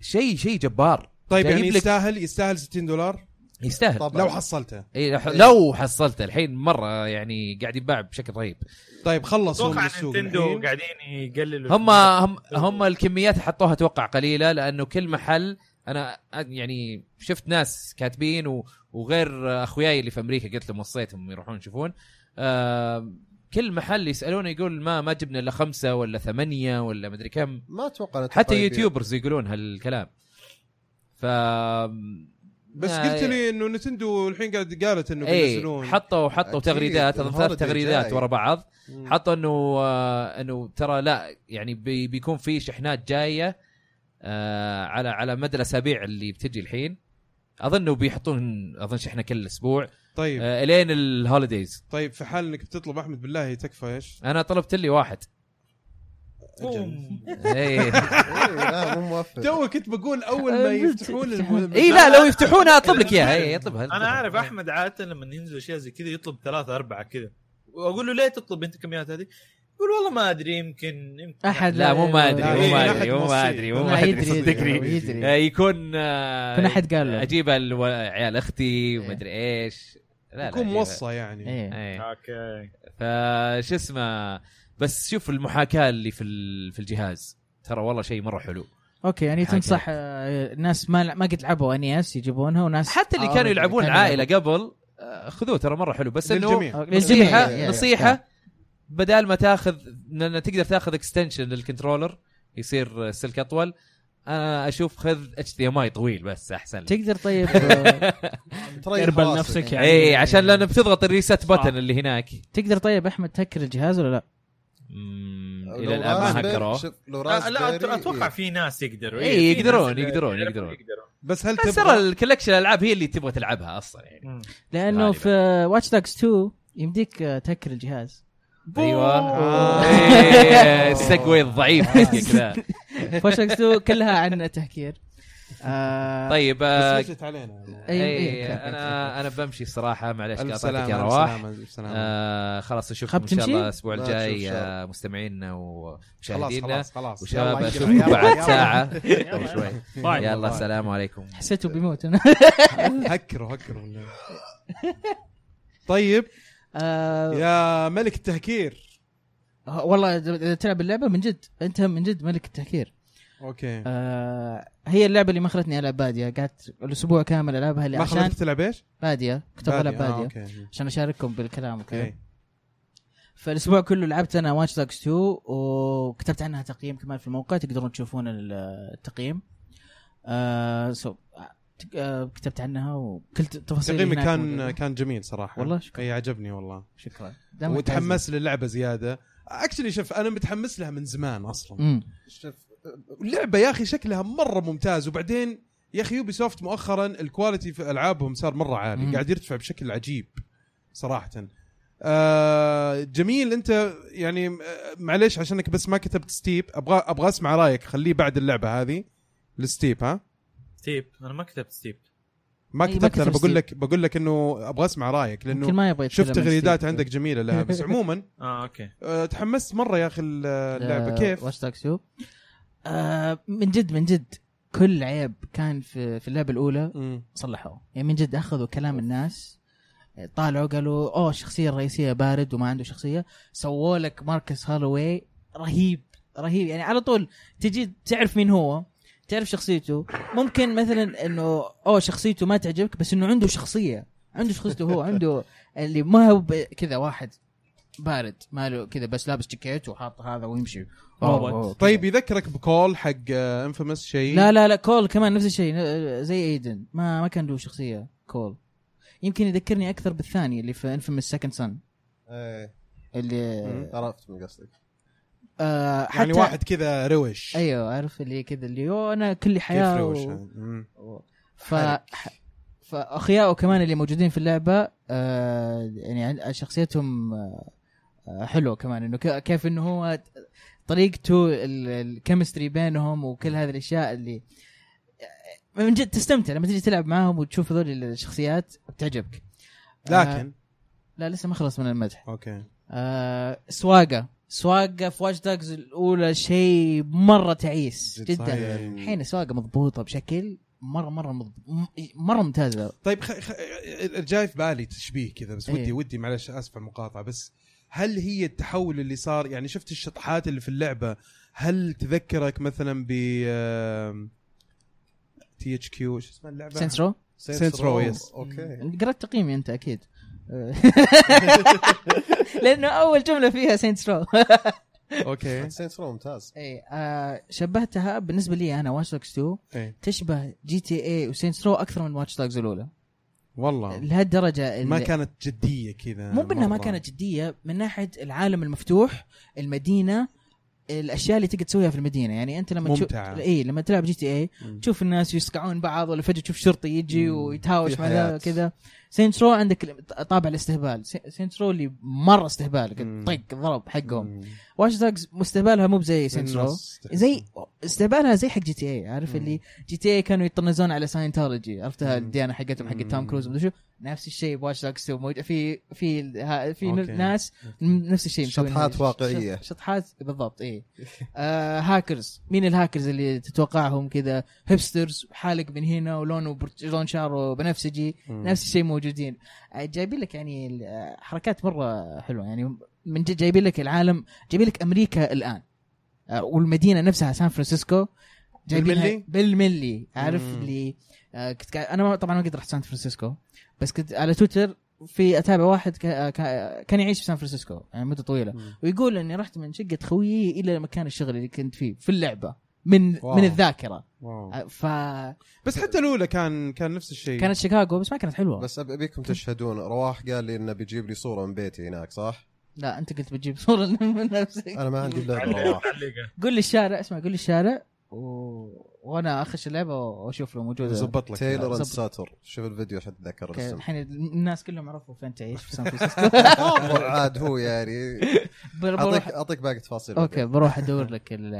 Speaker 3: شيء شيء جبار
Speaker 2: طيب
Speaker 3: جايب
Speaker 2: يعني
Speaker 3: لك-
Speaker 2: يستاهل يستاهل 60 دولار
Speaker 3: يستاهل
Speaker 4: طبعا
Speaker 2: لو حصلته
Speaker 3: إيه لو- لو حصلته الحين مره يعني قاعد ينباع بشكل رهيب
Speaker 2: طيب خلص هو من
Speaker 8: اتوقع
Speaker 2: السوق
Speaker 8: نينتندو
Speaker 2: الحين.
Speaker 8: قاعدين يقللوا
Speaker 3: هم هم هم الكميات حطوها اتوقع قليله لانه كل محل انا يعني شفت ناس كاتبين و... وغير اخوياي اللي في امريكا قلت لهم وصيتهم يروحون يشوفون آه كل محل يسالونه يقول ما ما جبنا الا خمسه ولا ثمانيه ولا مدري كم
Speaker 4: ما اتوقع إن
Speaker 3: حتى
Speaker 4: التقييم-
Speaker 3: يوتيوبرز يقولون هالكلام ف
Speaker 2: بس
Speaker 3: آه،
Speaker 2: قلت لي انه نتندو الحين قاعد قالت انه
Speaker 3: ايه
Speaker 2: بينزلون
Speaker 3: حطوا حطوا
Speaker 4: أكيد،
Speaker 3: تغريدات اظن ثلاث
Speaker 4: الهوليدي
Speaker 3: تغريدات
Speaker 4: جاي.
Speaker 3: ورا بعض
Speaker 2: مم.
Speaker 3: حطوا انه آه، انه ترى لا يعني بي بيكون في شحنات جايه آه على على مدى الاسابيع اللي بتجي الحين اظن انه بيحطون اظن شحنه كل اسبوع
Speaker 2: طيب
Speaker 3: آه الين الهوليديز
Speaker 2: طيب في حال انك بتطلب احمد بالله تكفى ايش؟
Speaker 3: انا طلبت لي واحد اي
Speaker 4: إيه، لا مو موفق
Speaker 2: تو كنت بقول اول ما يفتحون الم-
Speaker 3: إيه لا لو يفتحونها اطلب لك اياها اي اطلبها
Speaker 8: انا اعرف احمد عاده لما ينزل اشياء زي كذا يطلب ثلاثه اربعه كذا واقول له ليه تطلب انت الكميات هذه؟ يقول والله ما ادري يمكن يمكن
Speaker 1: احد
Speaker 3: لا مو ما ادري
Speaker 2: لا،
Speaker 3: مو ما
Speaker 2: إيه،
Speaker 3: ادري
Speaker 2: أحد
Speaker 3: مو ما
Speaker 2: موصي.
Speaker 3: ادري مو
Speaker 1: لا،
Speaker 3: ما ادري
Speaker 1: يدري
Speaker 3: صدقني
Speaker 1: يدري يدري.
Speaker 3: آه، يكون آه،
Speaker 1: كنا حد قال له
Speaker 3: اجيب الو- عيال اختي ومدري ايش لا، لا
Speaker 2: يكون
Speaker 3: أجيبها.
Speaker 2: موصى يعني
Speaker 1: إيه.
Speaker 3: إيه.
Speaker 8: اوكي
Speaker 3: فش اسمه بس شوف المحاكاه اللي في ال- في الجهاز ترى والله شيء مره حلو
Speaker 1: اوكي يعني
Speaker 3: حاجة.
Speaker 1: تنصح آه، ناس ما ما قد لعبوا انيس يجيبونها وناس
Speaker 3: حتى اللي
Speaker 1: آه،
Speaker 3: كانوا يلعبون
Speaker 1: كانوا
Speaker 3: العائله قبل آه، خذوه ترى مره حلو بس انه
Speaker 2: للجميع
Speaker 1: للجميع.
Speaker 3: نصيحه
Speaker 1: إيه، إيه،
Speaker 3: نصيحه بدال ما تاخذ لان تقدر تاخذ اكستنشن للكنترولر يصير السلك اطول انا اشوف خذ اتش دي ام اي طويل بس احسن لك.
Speaker 1: تقدر طيب آه،
Speaker 4: تريح
Speaker 6: اربل
Speaker 4: راسك.
Speaker 6: نفسك يعني
Speaker 3: اي إيه، عشان لان بتضغط الريست
Speaker 6: صح.
Speaker 3: بتن اللي هناك
Speaker 1: تقدر طيب احمد تهكر الجهاز ولا لا؟
Speaker 3: مم،
Speaker 4: لو
Speaker 3: الى الان ما
Speaker 4: راسبيري-
Speaker 3: هكروه
Speaker 4: شوف، لو
Speaker 8: آه، لا لا، أت-
Speaker 4: راسبيري،
Speaker 8: اتوقع
Speaker 4: إيه.
Speaker 8: في ناس يقدروا
Speaker 3: إيه،
Speaker 8: في
Speaker 3: يقدرون،
Speaker 8: ناس
Speaker 3: يقدرون،
Speaker 8: يعرفون
Speaker 3: يقدرون.
Speaker 2: بس هل
Speaker 3: بس ترى
Speaker 2: تبغى
Speaker 3: الكولكشن الالعاب هي اللي تبغى تلعبها اصلا يعني
Speaker 1: لانه
Speaker 3: غالباً.
Speaker 1: في واتش دوجز 2 يمديك آه، تهكر الجهاز
Speaker 3: ايوه
Speaker 2: آه.
Speaker 3: إيه، السقوي الضعيف حقك ذا
Speaker 1: في واتش دوجز 2 كلها عن التهكير آه،
Speaker 3: طيب
Speaker 2: بس
Speaker 3: آه،
Speaker 2: لفت علينا
Speaker 1: أي-
Speaker 3: إيه،
Speaker 1: أي.
Speaker 3: انا انا بمشي الصراحه معليش
Speaker 2: الف
Speaker 3: قاطعتك يا
Speaker 2: سلامه
Speaker 3: رواح
Speaker 2: الف سلامه
Speaker 3: آه خلاص اشوفكم
Speaker 1: خاب
Speaker 3: ان شاء
Speaker 1: تمشي؟
Speaker 3: الله الاسبوع
Speaker 4: لا،
Speaker 3: الجاي
Speaker 4: شوف شاف.
Speaker 3: آه، مستمعينا
Speaker 2: خلاص
Speaker 3: ومشاهدينا
Speaker 2: خلاص خلاص
Speaker 3: وشباب
Speaker 2: يلا،
Speaker 3: اشوفكم
Speaker 2: يلا،
Speaker 3: بعد
Speaker 2: يلا.
Speaker 3: ساعه او
Speaker 6: يلا.
Speaker 3: شوي
Speaker 6: باي.
Speaker 3: يلا السلام عليكم
Speaker 1: حسيته بيموت انا
Speaker 2: هكروا هكروا طيب
Speaker 1: آه،
Speaker 2: يا ملك التهكير
Speaker 1: آه، والله إذا- إذا تلعب اللعبه من جد انت من جد ملك التهكير
Speaker 2: اوكي
Speaker 1: آه، هي اللعبه اللي ما خلتني العب باديه قعدت الاسبوع كامل العبها اللي
Speaker 2: ما
Speaker 1: عشان
Speaker 2: خلتك تلعب ايش؟
Speaker 1: باديه كنت أبغى العب
Speaker 2: بادي. آه،
Speaker 1: باديه
Speaker 2: اوكي
Speaker 1: عشان اشارككم بالكلام وكذا
Speaker 2: اوكي
Speaker 1: فالاسبوع كله لعبت انا واتش دوجز 2 وكتبت عنها تقييم كمان في الموقع تقدرون تشوفون ال- التقييم آه سو تق- آه، كتبت عنها وكل تفاصيل
Speaker 2: تقييمي كان كان جميل صراحه
Speaker 1: والله شكراً.
Speaker 2: اي عجبني والله
Speaker 1: شكرا
Speaker 2: وتحمس للعبه زياده اكشلي شوف انا متحمس لها من زمان اصلا
Speaker 1: امم
Speaker 4: إيه، شوف،
Speaker 2: اللعبه يا اخي شكلها مره ممتاز وبعدين يا اخي يوبي سوفت مؤخرا الكواليتي في العابهم صار مره عالي
Speaker 1: مم.
Speaker 2: قاعد يرتفع بشكل عجيب صراحه آه جميل انت يعني آه، معليش عشانك بس ما كتبت ستيب ابغى ابغى اسمع رايك خليه بعد اللعبه هذه الستيب ها
Speaker 8: ستيب انا ما كتبت ستيب
Speaker 2: ما
Speaker 1: أي، ما
Speaker 2: كتبت انا
Speaker 1: كتب
Speaker 2: بقول
Speaker 1: ستيب.
Speaker 2: لك بقول لك انه ابغى اسمع رايك
Speaker 1: يمكن
Speaker 2: لانه
Speaker 1: ما يبغى يتكلم
Speaker 2: شفت
Speaker 1: عن
Speaker 2: تغريدات
Speaker 1: ستيف.
Speaker 2: عندك جميله لها بس عموما
Speaker 8: اه اوكي
Speaker 2: آه، تحمست مره يا اخي اللعبه كيف
Speaker 1: واتش دوجز 2 آه، من جد من جد كل عيب كان في في اللعبه الاولى
Speaker 2: مم.
Speaker 1: صلحوه يعني من جد اخذوا كلام الناس طالعوا قالوا اوه الشخصيه الرئيسيه بارد وما عنده شخصيه سووا لك ماركس هالوي رهيب رهيب يعني على طول تجي تعرف مين هو تعرف شخصيته ممكن مثلا انه اوه شخصيته ما تعجبك بس انه عنده شخصيه عنده شخصيته هو عنده اللي ما هو ب- كذا واحد بارد ماله كذا بس لابس جاكيت وحاط هذا ويمشي أوه،
Speaker 6: روبوت.
Speaker 1: أوه، كذا.
Speaker 2: طيب يذكرك بكول حق انفيمس شيء
Speaker 1: لا لا لا كول كمان نفس الشيء ن- زي ايدن ما ما كان له شخصيه كول يمكن يذكرني اكثر بالثاني اللي في انفيمس سكند سن
Speaker 4: إيه،
Speaker 1: اللي
Speaker 4: عرفت من قصدك
Speaker 1: آه حتى
Speaker 2: يعني واحد كذا روش
Speaker 1: ايوه عارف اللي كذا اللي يو انا كل
Speaker 2: كيف
Speaker 1: حياه
Speaker 2: روش
Speaker 1: و...
Speaker 2: مم.
Speaker 1: و... ف ح- فاخيائه كمان اللي موجودين في اللعبه آه يعني عن- شخصيتهم آه آه، حلوه كمان انه ك- كيف انه هو ت- طريقته الكيمستري بينهم وكل هذه الاشياء اللي آه، من جد تستمتع لما تجي تلعب معاهم وتشوف هذول الشخصيات بتعجبك آه
Speaker 2: لكن
Speaker 1: لا لسه ما خلص من المدح
Speaker 2: اوكي
Speaker 1: آه سواقه سواقه في واش داجز الاولى شيء مره تعيس
Speaker 4: جد
Speaker 1: جدا
Speaker 2: صحيح.
Speaker 1: الحين السواقه مضبوطه بشكل مره مره مضب... م- مره ممتازه
Speaker 2: طيب خ... خ... جاي في بالي تشبيه كذا بس
Speaker 1: إيه.
Speaker 2: ودي ودي معلش اسف على المقاطعه بس هل هي التحول اللي صار يعني شفت الشطحات اللي في اللعبه هل تذكرك مثلا ب آم، تي اتش كيو شو اسمها اللعبه؟
Speaker 1: سينسرو
Speaker 2: Saints Row، يس.
Speaker 4: اوكي
Speaker 1: قرأت تقييمي انت اكيد لانه اول جمله فيها سينسرو
Speaker 2: اوكي
Speaker 4: سينس رو ممتاز
Speaker 1: اي آه شبهتها بالنسبه لي انا واتش دوكس 2
Speaker 2: إيه.
Speaker 1: تشبه جي تي اي وسينسترو اكثر من واتش دوكس الاولى
Speaker 2: والله
Speaker 1: لهالدرجه
Speaker 2: ما
Speaker 1: ال-
Speaker 2: كانت جديه كذا
Speaker 1: مو بانها ما
Speaker 2: آه، مرة.
Speaker 1: كانت جديه من ناحيه العالم المفتوح المدينه الاشياء اللي تقدر تسويها في المدينه يعني انت لما تشوف
Speaker 2: ممتعة.
Speaker 1: اي لما تلعب جي تي اي
Speaker 2: مم.
Speaker 1: تشوف الناس يسقعون بعض ولا فجاه تشوف شرطي يجي
Speaker 2: مم.
Speaker 1: ويتهاوش
Speaker 4: في
Speaker 1: مع ذا
Speaker 4: حياة.
Speaker 1: كذا سينترو عندك طابع الاستهبال سينترو اللي مره استهبال
Speaker 2: مم.
Speaker 1: طق ضرب حقهم
Speaker 4: مم.
Speaker 1: واتش دوجز مستهبالها مو زي سينترو
Speaker 4: بالنص.
Speaker 1: زي استهبالها زي حق جي تي اي عارف
Speaker 2: مم.
Speaker 1: اللي جي تي اي كانوا يطنزون على ساينتولوجي عرفتها
Speaker 2: مم.
Speaker 1: الديانه حقتهم حق توم
Speaker 2: مم.
Speaker 1: كروز ومدري شو نفس الشيء بواتش دوجز موجود في في ال- ها- في
Speaker 2: أوكي.
Speaker 1: ناس نفس الشيء مسوين
Speaker 4: شطحات
Speaker 1: هذا.
Speaker 4: واقعية.
Speaker 1: شط- شطحات بالضبط اي آه هاكرز مين الهاكرز اللي تتوقعهم كذا هيبسترز حالق من هنا ولونه برت- لون شعره بنفسجي
Speaker 2: مم.
Speaker 1: نفس الشيء موجودين آه، جايبين لك يعني ال- آه، حركات مره حلوه يعني من جد جايبين لك العالم جايبين لك امريكا الان آه، والمدينه نفسها سان فرانسيسكو جايبينها-
Speaker 2: بالملي؟
Speaker 1: بالملي عارف
Speaker 2: مم.
Speaker 1: اللي آه، كنت قاعد- انا ما- طبعا ما قد رحت سان فرانسيسكو بس كنت على تويتر في اتابع واحد كا- كا- آه، كان يعيش في سان فرانسيسكو يعني مده طويله
Speaker 2: مم.
Speaker 1: ويقول اني رحت من شقه خويي الى مكان الشغل اللي كنت فيه في اللعبه من
Speaker 2: واو. إيه.
Speaker 1: من الذاكره
Speaker 2: واو.
Speaker 1: آه، فكانت
Speaker 2: بس حتى الاولى كان كان نفس الشيء
Speaker 1: شيكاغو بس ما كانت حلوه
Speaker 4: بس أبي- ابيكم تشهدون رواح قال لي انه بيجيب لي صوره من بيتي هناك صح؟
Speaker 1: لا انت قلت بتجيب صوره من نفسك
Speaker 4: انا ما عندي لعبه
Speaker 5: تعليق-
Speaker 4: رواح
Speaker 5: تعليقه
Speaker 1: قول لي الشارع اسمع قول لي الشارع و... وانا اخش اللعبه واشوف لو موجوده
Speaker 2: زبط لك
Speaker 4: تايلر اند
Speaker 1: زبط.
Speaker 4: ساتر شوف الفيديو حتى اتذكر
Speaker 1: اوكي،
Speaker 4: الاسم
Speaker 1: الحين الناس كلهم عرفوا فين تعيش في سان فرانسيسكو
Speaker 4: عاد هو يعني
Speaker 1: بر-
Speaker 4: اعطيك
Speaker 1: بروح
Speaker 4: اعطيك باقي تفاصيل
Speaker 1: اوكي بروح ادور لك ال...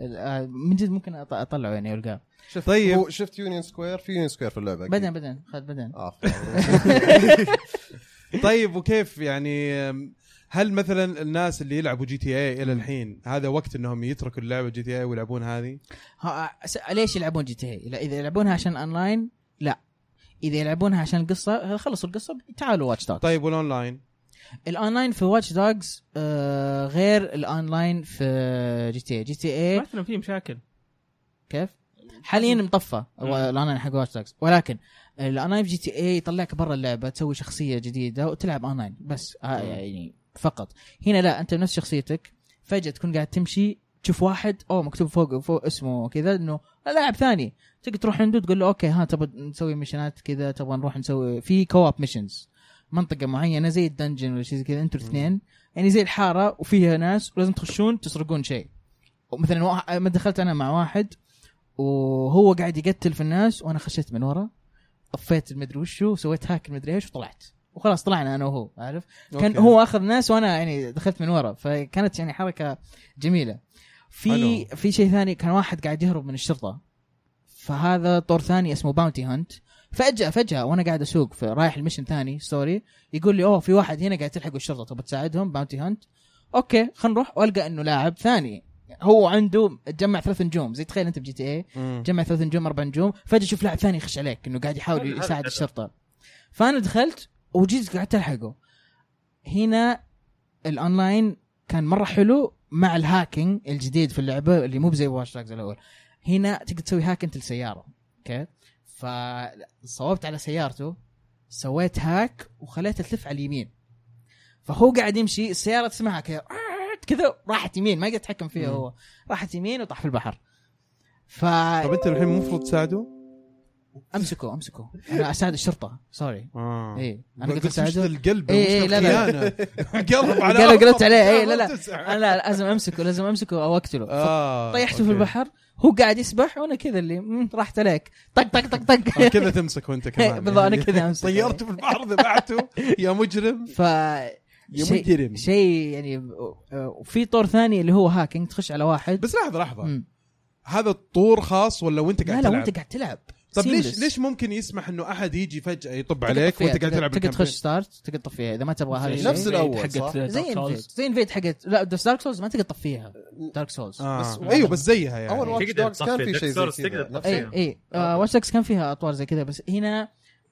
Speaker 1: ال- آه، من جد ممكن أط- اطلعه يعني والقاه
Speaker 2: طيب
Speaker 4: هو شفت يونيون سكوير في يونيون سكوير في اللعبه أكيد.
Speaker 1: بعدين بعدين خذ بعدين
Speaker 4: آه.
Speaker 2: طيب وكيف يعني أم، هل مثلا الناس اللي يلعبوا جي تي اي الى الحين هذا وقت انهم يتركوا اللعبه جي تي اي ويلعبون هذه؟
Speaker 1: ها أس- ليش يلعبون جي تي إيه؟ اي؟ اذا يلعبونها عشان اونلاين لا اذا يلعبونها عشان القصه خلصوا القصه تعالوا واتش دوجز
Speaker 2: طيب والاونلاين؟
Speaker 1: الاونلاين في واتش دوجز آه غير الاونلاين في جي تي اي جي تي إيه اي
Speaker 6: مثلا في مشاكل
Speaker 1: كيف؟ حاليا مطفى الاونلاين حق واتش دوجز ولكن الاونلاين في جي تي اي يطلعك برا اللعبه تسوي شخصيه جديده وتلعب اونلاين بس آه يعني فقط هنا لا انت نفس شخصيتك فجاه تكون قاعد تمشي تشوف واحد او مكتوب فوق فوق اسمه كذا انه لاعب ثاني تقدر تروح عنده تقول له اوكي ها تبغى نسوي ميشنات كذا تبغى نروح نسوي في كواب ميشنز منطقه معينه زي الدنجن ولا شيء زي كذا انتوا الاثنين يعني زي الحاره وفيها ناس ولازم تخشون تسرقون شيء ومثلا واحد- ما دخلت انا مع واحد وهو قاعد يقتل في الناس وانا خشيت من ورا طفيت المدري وشو وسويت هاك المدري ايش وطلعت وخلاص طلعنا انا وهو عارف كان
Speaker 2: أوكي.
Speaker 1: هو اخذ ناس وانا يعني دخلت من ورا فكانت يعني حركه جميله في
Speaker 2: حلو.
Speaker 1: في شيء ثاني كان واحد قاعد يهرب من الشرطه فهذا طور ثاني اسمه باونتي هانت فجاه فجاه وانا قاعد اسوق في- رايح المشن ثاني سوري يقول لي اوه في واحد هنا قاعد تلحق الشرطه تبغى تساعدهم باونتي هانت اوكي خلينا نروح والقى انه لاعب ثاني هو عنده تجمع ثلاث نجوم زي تخيل انت بجي تي اي
Speaker 2: مم.
Speaker 1: جمع ثلاث نجوم اربع نجوم فجاه شوف لاعب ثاني يخش عليك انه قاعد يحاول
Speaker 5: هذا-
Speaker 1: يساعد
Speaker 5: هذا.
Speaker 1: الشرطه فانا دخلت وجيت قعدت الحقه هنا الاونلاين كان مره حلو مع الهاكينج الجديد في اللعبه اللي مو زي واتش دوجز الاول هنا تقدر تسوي هاك انت لسياره اوكي فصوبت على سيارته سويت هاك وخليتها تلف على اليمين فهو قاعد يمشي السياره تسمعها كذا كذا راحت يمين ما قدرت اتحكم فيها هو راحت يمين وطاح في البحر ف
Speaker 2: طب انت طيب، الحين المفروض تساعده؟
Speaker 1: امسكه امسكه انا اساعد الشرطه سوري
Speaker 2: اه
Speaker 1: اي انا قلت
Speaker 2: قلت مش
Speaker 1: اساعده
Speaker 2: القلب
Speaker 1: إيه، إيه،
Speaker 2: مش
Speaker 1: لا، لا.
Speaker 2: الخيانه قلب على
Speaker 1: قلب- قلبت
Speaker 2: أرضك.
Speaker 1: عليه، إيه،
Speaker 2: ما
Speaker 1: لا، لا.
Speaker 2: تسعى.
Speaker 1: انا لا لازم امسكه لازم امسكه او اقتله
Speaker 2: آه،
Speaker 1: طيحته في
Speaker 2: أوكي.
Speaker 1: البحر هو قاعد يسبح وانا كذا اللي مم، راحت عليك طق طق طق
Speaker 2: آه،
Speaker 1: طق
Speaker 2: كذا تمسك وانت كمان
Speaker 1: إيه، بالضبط، أنا
Speaker 2: يعني
Speaker 1: كذا أمسك.
Speaker 2: طيرته في البحر ذبحته يا مجرم
Speaker 1: ف
Speaker 2: يا
Speaker 1: شيء-
Speaker 2: مجرم.
Speaker 1: شيء يعني آه، وفي طور ثاني اللي هو هاكينج تخش على واحد
Speaker 2: بس لحظه لحظه
Speaker 1: مم.
Speaker 2: هذا الطور خاص ولا وانت
Speaker 1: لا
Speaker 2: قاعد
Speaker 1: لا
Speaker 2: تلعب؟
Speaker 1: وانت قاعد تلعب
Speaker 2: طب ليش
Speaker 1: Seamless.
Speaker 2: ليش ممكن يسمح انه احد يجي فجاه يطب
Speaker 1: تقدر
Speaker 2: عليك
Speaker 1: تطفيها،
Speaker 2: وانت قاعد
Speaker 1: تقدر-
Speaker 2: تلعب
Speaker 1: تقدر تخش
Speaker 2: الكامبين؟
Speaker 1: ستارت تقدر تطفيها اذا ما تبغى هذا
Speaker 4: نفس
Speaker 1: الشيء.
Speaker 4: الأول، صح؟
Speaker 6: حقت
Speaker 1: زي
Speaker 6: دارك
Speaker 1: انفيد
Speaker 6: سولز
Speaker 1: زي انفيد حقت لا بس دارك سولز ما تقدر تطفيها دارك سولز
Speaker 4: بس-
Speaker 2: آه. ايوه بس زيها يعني
Speaker 4: اول واتش
Speaker 5: تقدر
Speaker 4: دوجز كان في
Speaker 5: تصفي
Speaker 4: شيء
Speaker 5: دكتور،
Speaker 4: زي كذا
Speaker 5: تقدر
Speaker 4: نفس-
Speaker 1: اي اي آه واتش دوجز كان فيها اطوار زي كذا بس هنا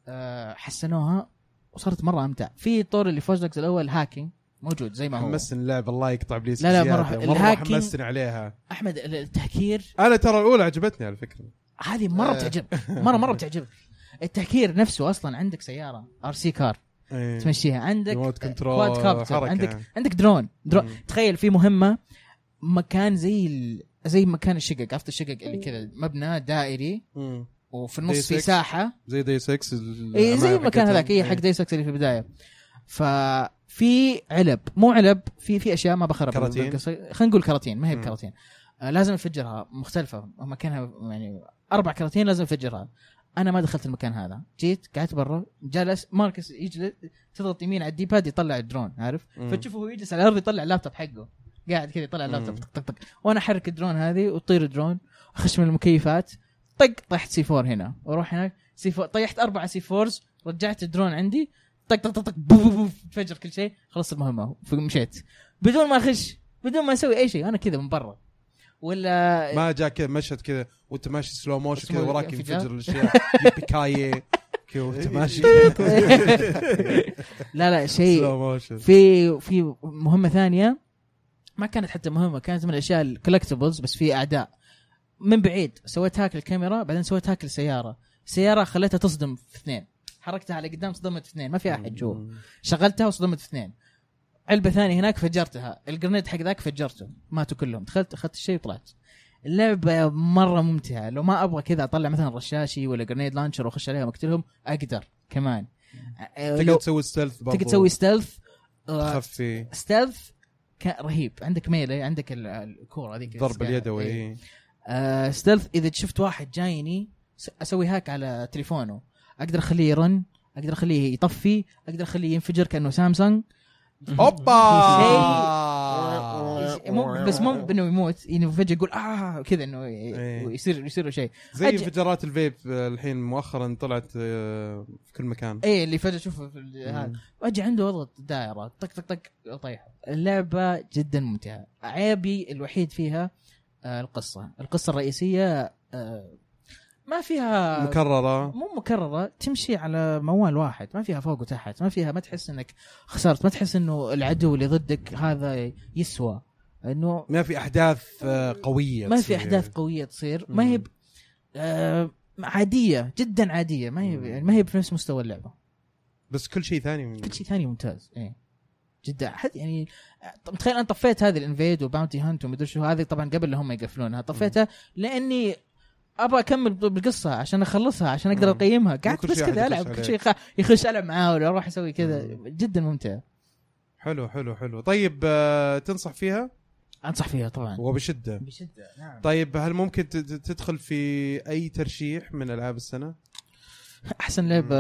Speaker 1: آه حسنوها وصارت مره امتع في طور اللي في واتش دوجز الاول هاكينج موجود زي ما هو
Speaker 2: حمسني اللعبه الله يقطع ابليس
Speaker 1: لا، لا،
Speaker 2: زيادة.
Speaker 1: مرة-
Speaker 2: مره
Speaker 1: الهاكينج-
Speaker 2: حمسني عليها
Speaker 1: احمد ال- التهكير
Speaker 2: انا ترى الاولى عجبتني على فكره
Speaker 1: هذه مره
Speaker 2: آه.
Speaker 4: إيه.
Speaker 1: بتعجبك مره مره بتعجبك التهكير نفسه اصلا عندك سياره ار سي كار
Speaker 2: إيه.
Speaker 1: تمشيها عندك
Speaker 2: ريموت كنترول،
Speaker 1: كواد كابتر
Speaker 2: حركة.
Speaker 1: عندك عندك درون درون
Speaker 2: مم.
Speaker 1: تخيل في مهمه مكان زي ال... زي مكان الشقق عرفت الشقق اللي كذا مبنى دائري
Speaker 2: مم.
Speaker 1: وفي النص
Speaker 2: دي
Speaker 1: في
Speaker 2: سكس.
Speaker 1: ساحه
Speaker 2: زي دي 6 ال- إيه.
Speaker 1: اي إيه، زي
Speaker 2: الأماكن
Speaker 1: المكان هذاك اي
Speaker 2: حقتهم.
Speaker 1: حق داي سكس اللي في البدايه ففي علب مو علب في في اشياء ما بخرب
Speaker 2: كراتين؟
Speaker 1: بالقصة. خلينا نقول كراتين ما هي
Speaker 2: مم.
Speaker 1: بكراتين آه لازم نفجرها مختلفه مكانها يعني اربع كراتين لازم نفجرها انا ما دخلت المكان هذا جيت قعدت برا جالس ماركس يجلس تضغط يمين على الديباد يطلع الدرون عارف
Speaker 2: مم.
Speaker 1: فتشوفه هو يجلس على الارض يطلع اللابتوب حقه قاعد كذا يطلع اللابتوب
Speaker 2: مم.
Speaker 1: طق طق طق وانا احرك الدرون هذه وطير الدرون اخش من المكيفات طق طحت سي 4 هنا واروح هناك سي 4 طيحت اربع سي 4 رجعت الدرون عندي طق طق طق طق بوف بوف بوف تفجر كل شيء خلصت المهمه مشيت بدون ما اخش بدون ما اسوي اي شيء انا كذا من برا ولا
Speaker 2: ما جاء كذا مشهد كذا وانت ماشي سلو موشن كذا
Speaker 1: اسمه إيه.
Speaker 2: وراك
Speaker 1: انفجار.
Speaker 2: ينفجر الاشياء يبكايه كذا وانت ماشي سلو
Speaker 1: لا لا شيء
Speaker 2: موشن
Speaker 1: في في مهمه ثانيه ما كانت حتى مهمه كانت من الاشياء الكولكتبلز بس في اعداء من بعيد سويت هاك الكاميرا بعدين سويت هاك السياره السياره خليتها تصدم في اثنين حركتها على قدام صدمت في اثنين ما في احد جوا شغلتها وصدمت في اثنين علبه ثانيه هناك فجرتها الجرنيد حق ذاك فجرته ماتوا كلهم دخلت اخذت الشيء وطلعت اللعبه مره ممتعه لو ما ابغى كذا اطلع مثلا رشاشي ولا جرنيد لانشر واخش عليهم واقتلهم اقدر كمان أه،
Speaker 2: تقدر
Speaker 1: لو-
Speaker 2: تسوي ستيلث برضو
Speaker 1: تقدر تسوي ستيلث
Speaker 2: تخفي
Speaker 1: ستيلث ك- رهيب عندك ميله عندك ال- الكوره هذيك
Speaker 2: ضرب اليدوي إيه.
Speaker 1: آه، ستيلث اذا شفت واحد جايني س- اسوي هاك على تليفونه اقدر اخليه يرن اقدر اخليه يطفي اقدر اخليه ينفجر كانه سامسونج
Speaker 2: اوبا
Speaker 1: مو بس مو بانه يموت يعني فجاه يقول اه كذا انه
Speaker 2: إيه.
Speaker 1: ي- يصير يصير له شيء
Speaker 2: زي
Speaker 1: أج-
Speaker 2: انفجارات الفيب آه، الحين مؤخرا طلعت آه، في كل مكان
Speaker 1: اي إيه، اللي فجاه تشوفه في ال- إيه، هذا واجي عنده اضغط دائره طق طق طق طيح اللعبه جدا ممتعه عيبي الوحيد فيها آه القصه القصه الرئيسيه آه ما فيها
Speaker 2: مكرره
Speaker 1: مو مكرره تمشي على موال واحد ما فيها فوق وتحت ما فيها ما تحس انك خسرت ما تحس انه العدو اللي ضدك هذا يسوى انه
Speaker 2: ما في احداث آه، قويه
Speaker 1: ما في
Speaker 2: تصير.
Speaker 1: احداث قويه تصير ما هي ب- آه عاديه جدا عاديه ما هي ب- يعني ما هي بنفس مستوى اللعبه
Speaker 2: بس كل شيء ثاني من-
Speaker 1: كل شيء ثاني ممتاز ايه جدا حد يعني طب متخيل انا طفيت هذه الانفيد وباونتي هانت ومدري شو هذه طبعا قبل لا هم يقفلونها طفيتها لاني ابغى اكمل بالقصه عشان اخلصها عشان اقدر
Speaker 2: مم.
Speaker 1: اقيمها قعدت
Speaker 2: كل
Speaker 1: بس
Speaker 2: شيء
Speaker 1: كذا
Speaker 2: أحد
Speaker 1: العب
Speaker 2: يخش
Speaker 1: كل شيء يخ- يخش العب معاه ولا اروح اسوي كذا
Speaker 2: مم.
Speaker 1: جدا ممتع
Speaker 2: حلو حلو حلو طيب آه، تنصح فيها
Speaker 1: انصح فيها طبعا
Speaker 2: وبشده
Speaker 1: بشده نعم
Speaker 2: طيب هل ممكن تت- تدخل في اي ترشيح من العاب السنه؟
Speaker 1: احسن لعبه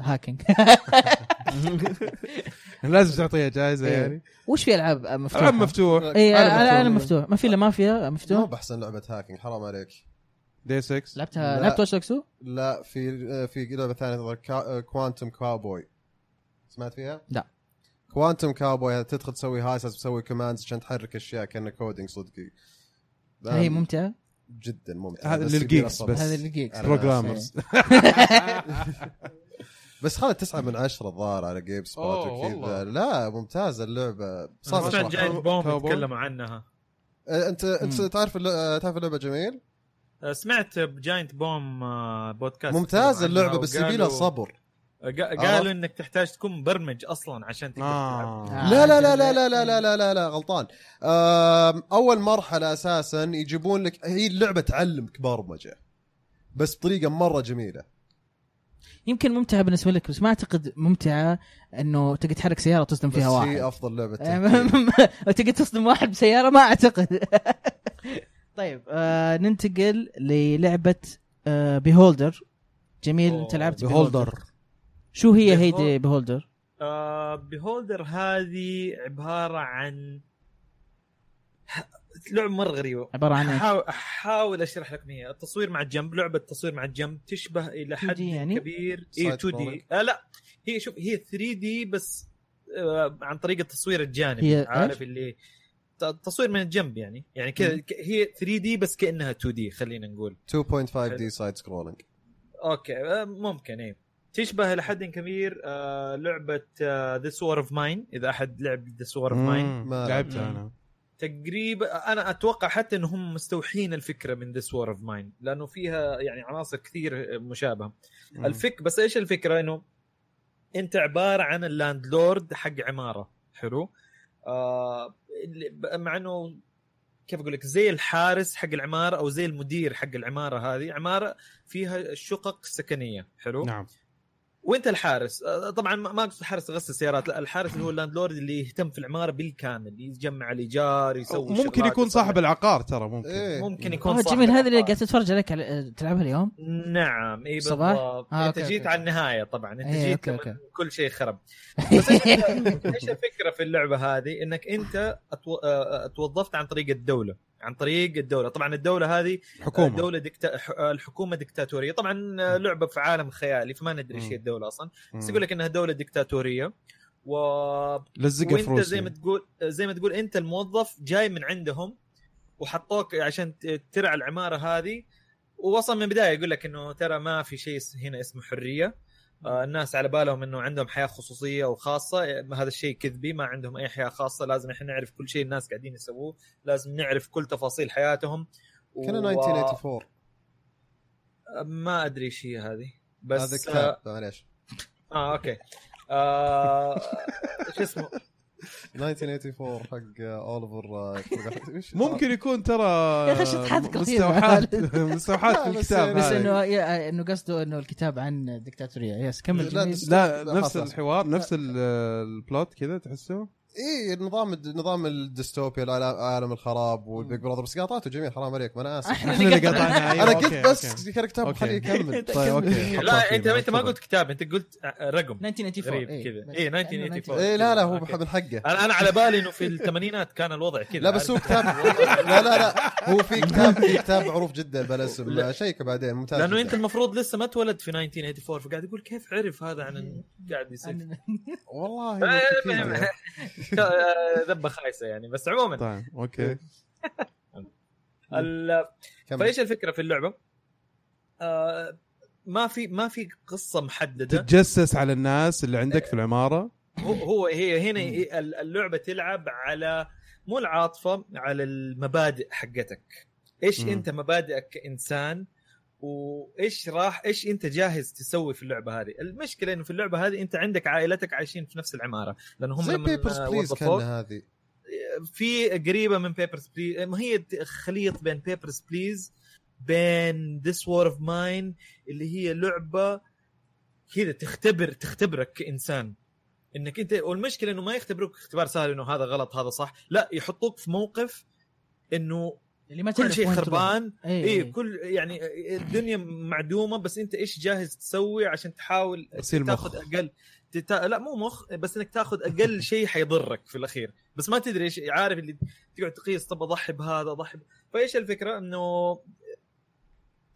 Speaker 1: هاكينج
Speaker 2: لازم تعطيها جائزه
Speaker 1: إيه.
Speaker 2: يعني
Speaker 1: وش في العاب مفتوحه؟
Speaker 2: العاب مفتوح
Speaker 1: اي انا انا
Speaker 4: عالم
Speaker 1: مفتوح ما في الا مافيا
Speaker 4: مو
Speaker 1: مفتوح
Speaker 4: باحسن لعبه هاكينج حرام عليك
Speaker 2: دي 6
Speaker 1: لعبتها
Speaker 4: لا.
Speaker 1: لعبت وش دوكسو؟
Speaker 4: لا في آه، في لعبه ثانيه كوانتم كاوبوي آه، سمعت فيها؟
Speaker 1: لا.
Speaker 4: كوانتم كاوبوي تدخل تسوي هايسز تسوي كوماندز عشان تحرك اشياء كانه كودينج صدقي آه.
Speaker 1: هي ممتعه
Speaker 4: جدا ممتع
Speaker 2: هذا
Speaker 4: بس
Speaker 2: للgeeks
Speaker 4: يبيله صبر.
Speaker 2: بس.
Speaker 1: هذا اللي جيكس
Speaker 4: أنا-
Speaker 2: بروجرامرز
Speaker 4: بس خلت تسعة من عشرة الظاهر على جيم سبوت
Speaker 2: أوه، والله.
Speaker 4: وكذا لا ممتازة اللعبة صار
Speaker 2: أنا
Speaker 4: أشرح.
Speaker 8: سمعت جاينت بوم
Speaker 2: كاوبوي؟
Speaker 8: يتكلموا عنها
Speaker 4: أه، انت انت
Speaker 1: مم.
Speaker 4: تعرف الل- تعرف اللعبة جميل
Speaker 8: آه، سمعت بجاينت بوم آه، بودكاست
Speaker 4: ممتازة
Speaker 8: يتكلموا عنها
Speaker 4: اللعبة بس
Speaker 8: وقالوا- آه،
Speaker 4: يبيلها صبر آه.
Speaker 8: قا-
Speaker 4: عرفت؟
Speaker 8: قالوا انك تحتاج تكون مبرمج اصلا عشان تقدر تلعب
Speaker 2: آه.
Speaker 1: آه.
Speaker 4: لا لا لا لا لا لا لا لا لا, لا غلطان آم، اول مرحله اساسا يجيبون لك هي اللعبه تعلمك برمجه بس بطريقه مره جميله
Speaker 1: يمكن ممتعه بالنسبه لك بس ما اعتقد ممتعه انه تقعد تحرك سياره وتصدم
Speaker 4: بس
Speaker 1: فيها
Speaker 4: هي
Speaker 1: واحد إيه،
Speaker 4: افضل لعبه تفكير.
Speaker 1: تقعد تصدم واحد بسياره ما اعتقد طيب آه ننتقل للعبه آه بيهولدر جميل انت
Speaker 8: أوه،
Speaker 1: لعبت
Speaker 2: هولدر
Speaker 1: شو هي
Speaker 8: Beholder.
Speaker 1: هيدي بيهولدر؟
Speaker 8: بهولدر آه، هذه عباره عن ح- لعبه مره غريبه
Speaker 1: عباره عن إيه؟ إيش؟
Speaker 8: حاول احاول اشرح لكم هي التصوير مع الجنب لعبه تصوير مع الجنب تشبه الى
Speaker 1: 2D
Speaker 8: حد
Speaker 1: يعني؟
Speaker 8: يعني؟ كبير اي
Speaker 4: Side
Speaker 8: 2
Speaker 4: scrolling.
Speaker 8: دي آه لا هي شوف هي 3 دي بس آه عن طريق التصوير الجانبي
Speaker 1: هي إيش؟
Speaker 8: عارف اللي ت- تصوير من الجنب يعني يعني كذا ك- هي 3 دي بس كانها 2 دي خلينا نقول
Speaker 4: 2.5 دي سايد سكرولينج
Speaker 8: اوكي آه، ممكن ايه تشبه الى حد كبير آه لعبه ذا وور اوف ماين اذا احد لعب ذا وور اوف ماين
Speaker 4: ما-
Speaker 2: لعبتها انا
Speaker 8: تقريبا انا اتوقع حتى انهم مستوحين الفكره من ذس وور اوف ماين لانه فيها يعني عناصر كثير مشابهه
Speaker 2: مم.
Speaker 8: الفك بس ايش الفكره انه انت عباره عن اللاندلورد حق عماره حلو آه اللي- ب- مع انه كيف اقول لك زي الحارس حق العماره او زي المدير حق العماره هذه عماره فيها شقق سكنيه حلو
Speaker 2: نعم
Speaker 8: وانت الحارس آه، طبعا ما ما اقصد حارس غسل السيارات لا الحارس اللي هو اللاندلورد اللي يهتم في العماره بالكامل يجمع الايجار يسوي
Speaker 2: ممكن
Speaker 8: شغلات،
Speaker 2: يكون
Speaker 8: يسوي-
Speaker 2: صاحب العقار ترى ممكن
Speaker 4: ايه
Speaker 8: ممكن يكون
Speaker 1: اه
Speaker 8: صاحب
Speaker 1: جميل هذه اللي
Speaker 8: العقار.
Speaker 1: قاعد تتفرج عليك على- آه، تلعبها اليوم
Speaker 8: نعم اي
Speaker 1: صباح؟
Speaker 8: بالضبط
Speaker 1: آه،
Speaker 8: انت
Speaker 1: أوكي،
Speaker 8: جيت
Speaker 1: أوكي.
Speaker 8: على النهايه طبعا انت
Speaker 1: إيه،
Speaker 8: جيت
Speaker 1: أوكي،
Speaker 8: لما
Speaker 1: أوكي.
Speaker 8: كل شيء خرب بس إيش- ايش الفكره في اللعبه هذه انك انت أتو... آه، توظفت عن طريق الدوله عن طريق الدوله طبعا الدوله هذه
Speaker 2: حكومه
Speaker 8: الدوله دكتا... ح- الحكومه دكتاتوريه طبعا آه، لعبه في عالم خيالي فما ندري ايش هي الدوله اصلا بس يقول لك انها دوله دكتاتوريه و
Speaker 2: لزقه في
Speaker 8: وانت زي ما
Speaker 4: يعني.
Speaker 2: روسيا
Speaker 8: تقول زي ما تقول انت الموظف جاي من عندهم وحطوك عشان ت- ترعى العماره هذه ووصل من البدايه يقول لك انه ترى ما في شيء اس- هنا اسمه حريه آه، الناس على بالهم انه عندهم حياه خصوصيه وخاصه آه، هذا الشيء كذبي ما عندهم اي حياه خاصه لازم احنا نعرف كل شيء الناس قاعدين يسووه لازم نعرف كل تفاصيل حياتهم
Speaker 4: كنا
Speaker 8: و-
Speaker 4: 1984
Speaker 8: ما ادري ايش هي هذه
Speaker 4: هذا
Speaker 8: بس آه,
Speaker 4: كتاب معليش
Speaker 8: اه اوكي آه شو اسمه
Speaker 4: 1984 حق اوليفر آه، فرقت- إيش؟
Speaker 2: ممكن يكون ترى
Speaker 1: يا أخي شطحات كثير.
Speaker 2: مستوحات مستوحات
Speaker 4: لا،
Speaker 2: في
Speaker 4: بس
Speaker 2: الكتاب
Speaker 4: يعني-
Speaker 1: بس
Speaker 4: هاي.
Speaker 1: انه يا- انه قصده انه الكتاب عن الدكتاتوريه يس كمل
Speaker 4: لا،
Speaker 1: جميل.
Speaker 4: تس-
Speaker 2: لا
Speaker 4: لا،
Speaker 2: نفس
Speaker 4: خلاص.
Speaker 2: الحوار نفس ال- البلوت كذا تحسه
Speaker 4: اي إيه، نظام نظام الديستوبيا العالم عالم الخراب والبيج براذر بس قاطعته جميل حرام عليك ما انا اسف
Speaker 2: احنا اللي قطعنا أيوة،
Speaker 4: انا
Speaker 2: أوكي،
Speaker 4: قلت بس
Speaker 2: أوكي.
Speaker 4: كان كتاب
Speaker 2: أوكي.
Speaker 4: خليه يكمل
Speaker 2: طيب اوكي
Speaker 8: لا انت انت ما قلت كتاب انت قلت رقم
Speaker 1: 1994
Speaker 8: غريب
Speaker 1: إيه.
Speaker 8: كذا اي 1984
Speaker 4: اي إيه، لا لا هو
Speaker 8: أوكي.
Speaker 4: من حقه
Speaker 8: انا انا على بالي انه في الثمانينات كان الوضع كذا
Speaker 4: لا بس هو
Speaker 8: عارف؟
Speaker 4: كتاب لا لا لا هو في كتاب في كتاب معروف جدا بلا اسم
Speaker 8: لا.
Speaker 4: شيكه بعدين ممتاز
Speaker 8: لانه
Speaker 4: جداً.
Speaker 8: انت المفروض لسه ما تولد في 1984 فقاعد يقول كيف عرف هذا عن ال- قاعد يصير
Speaker 1: عن-
Speaker 4: والله
Speaker 8: آه،
Speaker 4: متفقين
Speaker 8: المهم.
Speaker 4: يعني.
Speaker 8: آه، ذبه خايسه يعني بس عموما
Speaker 2: طيب اوكي
Speaker 8: إيه. ال-
Speaker 4: كمل.
Speaker 8: فايش الفكره في اللعبه؟ آه، ما في ما في قصه محدده
Speaker 2: تتجسس على الناس اللي عندك في العماره
Speaker 8: هو هو هي هنا ال- اللعبه تلعب على مو العاطفه على المبادئ حقتك ايش
Speaker 2: مم.
Speaker 8: انت مبادئك كانسان وايش راح ايش انت جاهز تسوي في اللعبه هذه المشكله انه في اللعبه هذه انت عندك عائلتك عايشين في نفس العماره لان هم
Speaker 4: زي بيبرز
Speaker 8: لما آه،
Speaker 4: بليز
Speaker 8: وظفوك
Speaker 4: كان هذه
Speaker 8: في قريبه من بيبرز بليز ما هي خليط بين بيبرز بليز بين ذس وور اوف ماين اللي هي لعبه كذا تختبر تختبرك كانسان انك انت والمشكله انه ما يختبروك اختبار سهل انه هذا غلط هذا صح لا يحطوك في موقف انه
Speaker 1: اللي ما
Speaker 8: كل
Speaker 1: تعرف
Speaker 8: شيء
Speaker 1: وين تروح.
Speaker 8: خربان
Speaker 1: إيه.
Speaker 8: اي كل يعني الدنيا معدومه بس انت ايش جاهز تسوي عشان تحاول
Speaker 2: تصير مخ.
Speaker 8: تاخذ اقل تتا... لا مو مخ بس انك تاخذ اقل شيء حيضرك في الاخير بس ما تدري ايش عارف اللي تقعد تقيس طب اضحي بهذا اضحي ب- فايش الفكره انه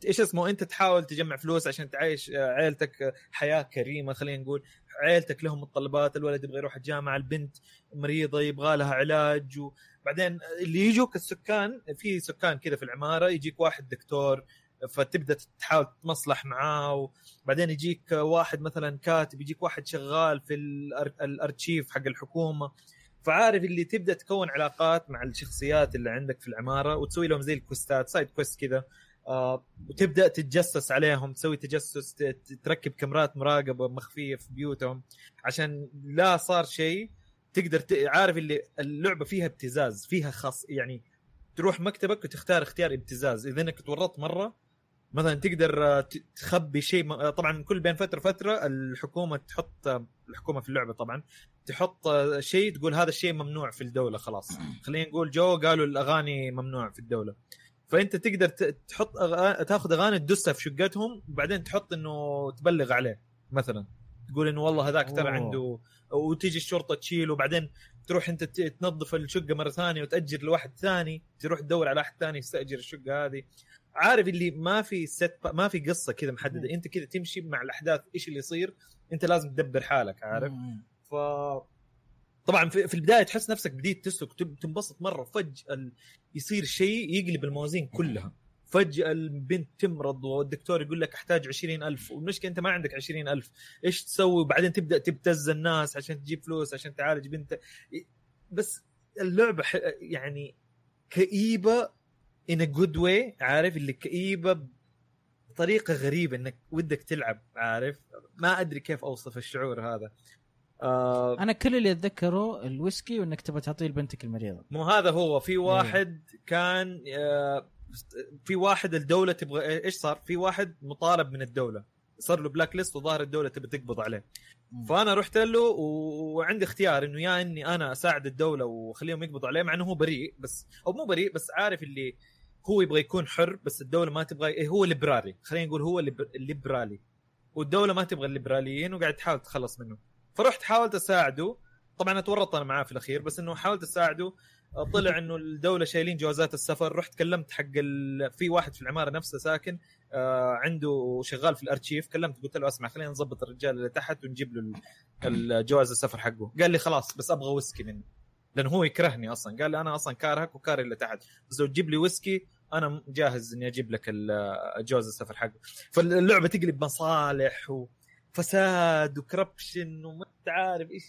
Speaker 8: ايش اسمه انت تحاول تجمع فلوس عشان تعيش آه، عيلتك آه، حياه كريمه خلينا نقول عيلتك لهم متطلبات الولد يبغى يروح الجامعه البنت مريضه يبغى لها علاج وبعدين اللي يجوك السكان في سكان كذا في العماره يجيك واحد دكتور فتبدا تحاول تتصلح معاه وبعدين يجيك واحد مثلا كاتب يجيك واحد شغال في الأر- الارشيف حق الحكومه فعارف اللي تبدا تكون علاقات مع الشخصيات اللي عندك في العماره وتسوي لهم زي الكوستات سايد كويست كذا آه وتبدا تتجسس عليهم تسوي تجسس ت- ت- تركب كاميرات مراقبه مخفيه في بيوتهم عشان لا صار شيء تقدر ت... عارف اللي اللعبه فيها ابتزاز فيها خاص يعني تروح مكتبك وتختار اختيار ابتزاز اذا انك تورطت مره مثلا تقدر آه، ت- تخبي شيء م- آه، طبعا كل بين فتره فتره الحكومه تحط آه، الحكومه في اللعبه طبعا تحط آه، شيء تقول هذا الشيء ممنوع في الدوله خلاص خلينا نقول جو قالوا الاغاني ممنوع في الدوله فانت تقدر ت- تحط أغ... تاخذ اغاني تدسها في شقتهم وبعدين تحط انه تبلغ عليه مثلا تقول انه والله هذاك ترى
Speaker 2: أوه.
Speaker 8: عنده وتيجي الشرطه تشيله وبعدين تروح انت ت- تنظف الشقه مره ثانيه وتاجر لواحد ثاني تروح تدور على واحد ثاني يستاجر الشقه هذه عارف اللي ما في ست ما في قصه كذا محدده انت كذا تمشي مع الاحداث ايش اللي يصير انت لازم تدبر حالك عارف
Speaker 1: مم.
Speaker 8: ف طبعا في في البدايه تحس نفسك بديت تسلك تب- تنبسط مره فجاه ال- يصير شيء يقلب الموازين كلها فجاه البنت تمرض والدكتور يقول لك احتاج 20000 والمشكله انت ما عندك 20000 ايش تسوي وبعدين تبدا تبتز الناس عشان تجيب فلوس عشان تعالج بنتك بس اللعبه ح- يعني كئيبه in a good way عارف اللي كئيبه بطريقه غريبه انك ودك تلعب عارف ما ادري كيف اوصف الشعور هذا آه
Speaker 1: انا كل اللي اتذكره الويسكي وانك تبغى تعطيه لبنتك المريضه
Speaker 8: مو هذا هو في واحد كان آه، في واحد الدوله تبغى ايش صار؟ في واحد مطالب من الدوله صار له بلاك ليست وظاهر الدوله تبي تقبض عليه
Speaker 1: مم.
Speaker 8: فانا رحت له و- وعندي اختيار انه يا اني انا اساعد الدوله واخليهم يقبضوا عليه مع انه هو بريء بس او مو بريء بس عارف اللي هو يبغى يكون حر بس الدوله ما تبغى إيه، هو ليبرالي خلينا نقول هو ليب- ليبرالي والدوله ما تبغى الليبراليين وقاعد تحاول تتخلص منه فرحت حاولت اساعده طبعا اتورط انا معاه في الاخير بس انه حاولت اساعده طلع انه الدوله شايلين جوازات السفر رحت كلمت حق ال... في واحد في العماره نفسها ساكن آه عنده شغال في الارشيف كلمت قلت له اسمع خلينا نظبط الرجال اللي تحت ونجيب له ال- الجواز السفر حقه قال لي خلاص بس ابغى ويسكي منه لانه هو يكرهني اصلا قال لي انا اصلا كارهك وكاره اللي تحت بس لو تجيب لي ويسكي انا جاهز اني اجيب لك ال- جواز السفر حقه فاللعبه تقلب مصالح وفساد وكربشن وما أنت عارف ايش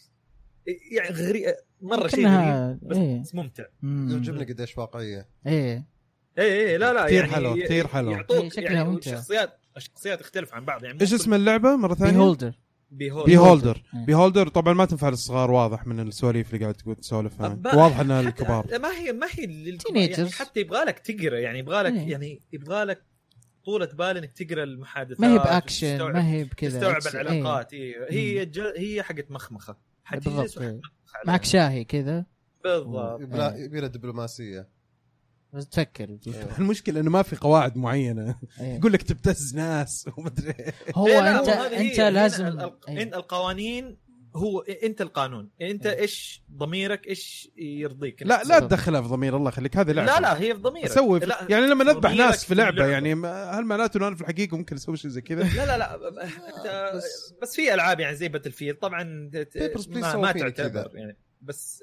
Speaker 8: يعني غريب مره شيء غريب
Speaker 1: كأنها-
Speaker 8: بس-
Speaker 1: إيه.
Speaker 8: بس ممتع
Speaker 1: مم.
Speaker 4: يعجبني قديش واقعيه
Speaker 1: ايه
Speaker 8: اي اي لا لا
Speaker 2: كثير
Speaker 8: يعني
Speaker 2: حلو،
Speaker 8: ي-
Speaker 2: كثير حلو.
Speaker 1: إيه،
Speaker 8: يعطوك
Speaker 1: شكلها
Speaker 8: يعني
Speaker 1: ممتع.
Speaker 8: الشخصيات الشخصيات تختلف عن بعض يعني
Speaker 2: ايش اسم اللعبه مره ثانيه؟
Speaker 1: بيهولدر
Speaker 8: بيهولد
Speaker 2: بيهولدر
Speaker 8: Mm.
Speaker 1: إيه.
Speaker 2: بيهولدر طبعا ما تنفع للصغار واضح من السواليف اللي قاعد تقول تسولفها
Speaker 8: أب-
Speaker 2: واضح انها للكبار
Speaker 8: ما هي ما هي للكبار،
Speaker 1: Teenagers.
Speaker 8: يعني حتى يبغى لك تقرا يعني يبغى لك
Speaker 1: إيه.
Speaker 8: يعني يبغى لك طولة بال انك تقرا المحادثات
Speaker 1: ما هي باكشن
Speaker 8: وتستوعب-
Speaker 1: ما هي بكذا
Speaker 8: آه، تستوعب
Speaker 1: أكس- إيه.
Speaker 8: العلاقات إيه. هي جو هي حقت مخمخه حتجلس
Speaker 1: بالضبط
Speaker 8: وحتمخخ
Speaker 1: إيه.
Speaker 8: عليها.
Speaker 1: معك شاهي كذا
Speaker 8: بالضبط
Speaker 4: يبلا يبلا دبلوماسيه
Speaker 1: بس
Speaker 8: إيه.
Speaker 1: تفكر
Speaker 2: المشكله انه ما في قواعد معينه
Speaker 1: إيه.
Speaker 2: يقول لك تبتز ناس وما ادري
Speaker 1: هو
Speaker 8: إيه، لا،
Speaker 1: انت
Speaker 8: هذه هي.
Speaker 1: انت
Speaker 8: هنا
Speaker 1: لازم
Speaker 8: ال- ال-
Speaker 1: إيه.
Speaker 8: إن القوانين هو انت القانون انت ايش ضميرك ايش يرضيك
Speaker 2: لا لا تدخلها في ضمير الله يخليك هذه لعبه
Speaker 8: لا لا هي في ضميرك
Speaker 2: اسوي في...
Speaker 8: لا
Speaker 2: يعني لما نذبح
Speaker 8: ضميرك
Speaker 2: ناس في لعبه
Speaker 8: اللعبة.
Speaker 2: يعني ما- هل معناته انه انا في الحقيقه ممكن اسوي شيء زي كذا؟
Speaker 8: لا لا لا أنت-
Speaker 4: بس-
Speaker 8: بس في العاب يعني زي باتل فيلد طبعا ت- ت-
Speaker 4: Papers, Please
Speaker 8: ما,
Speaker 4: سووا
Speaker 8: ما
Speaker 4: فيني
Speaker 8: تعتبر
Speaker 4: كذا.
Speaker 8: يعني بس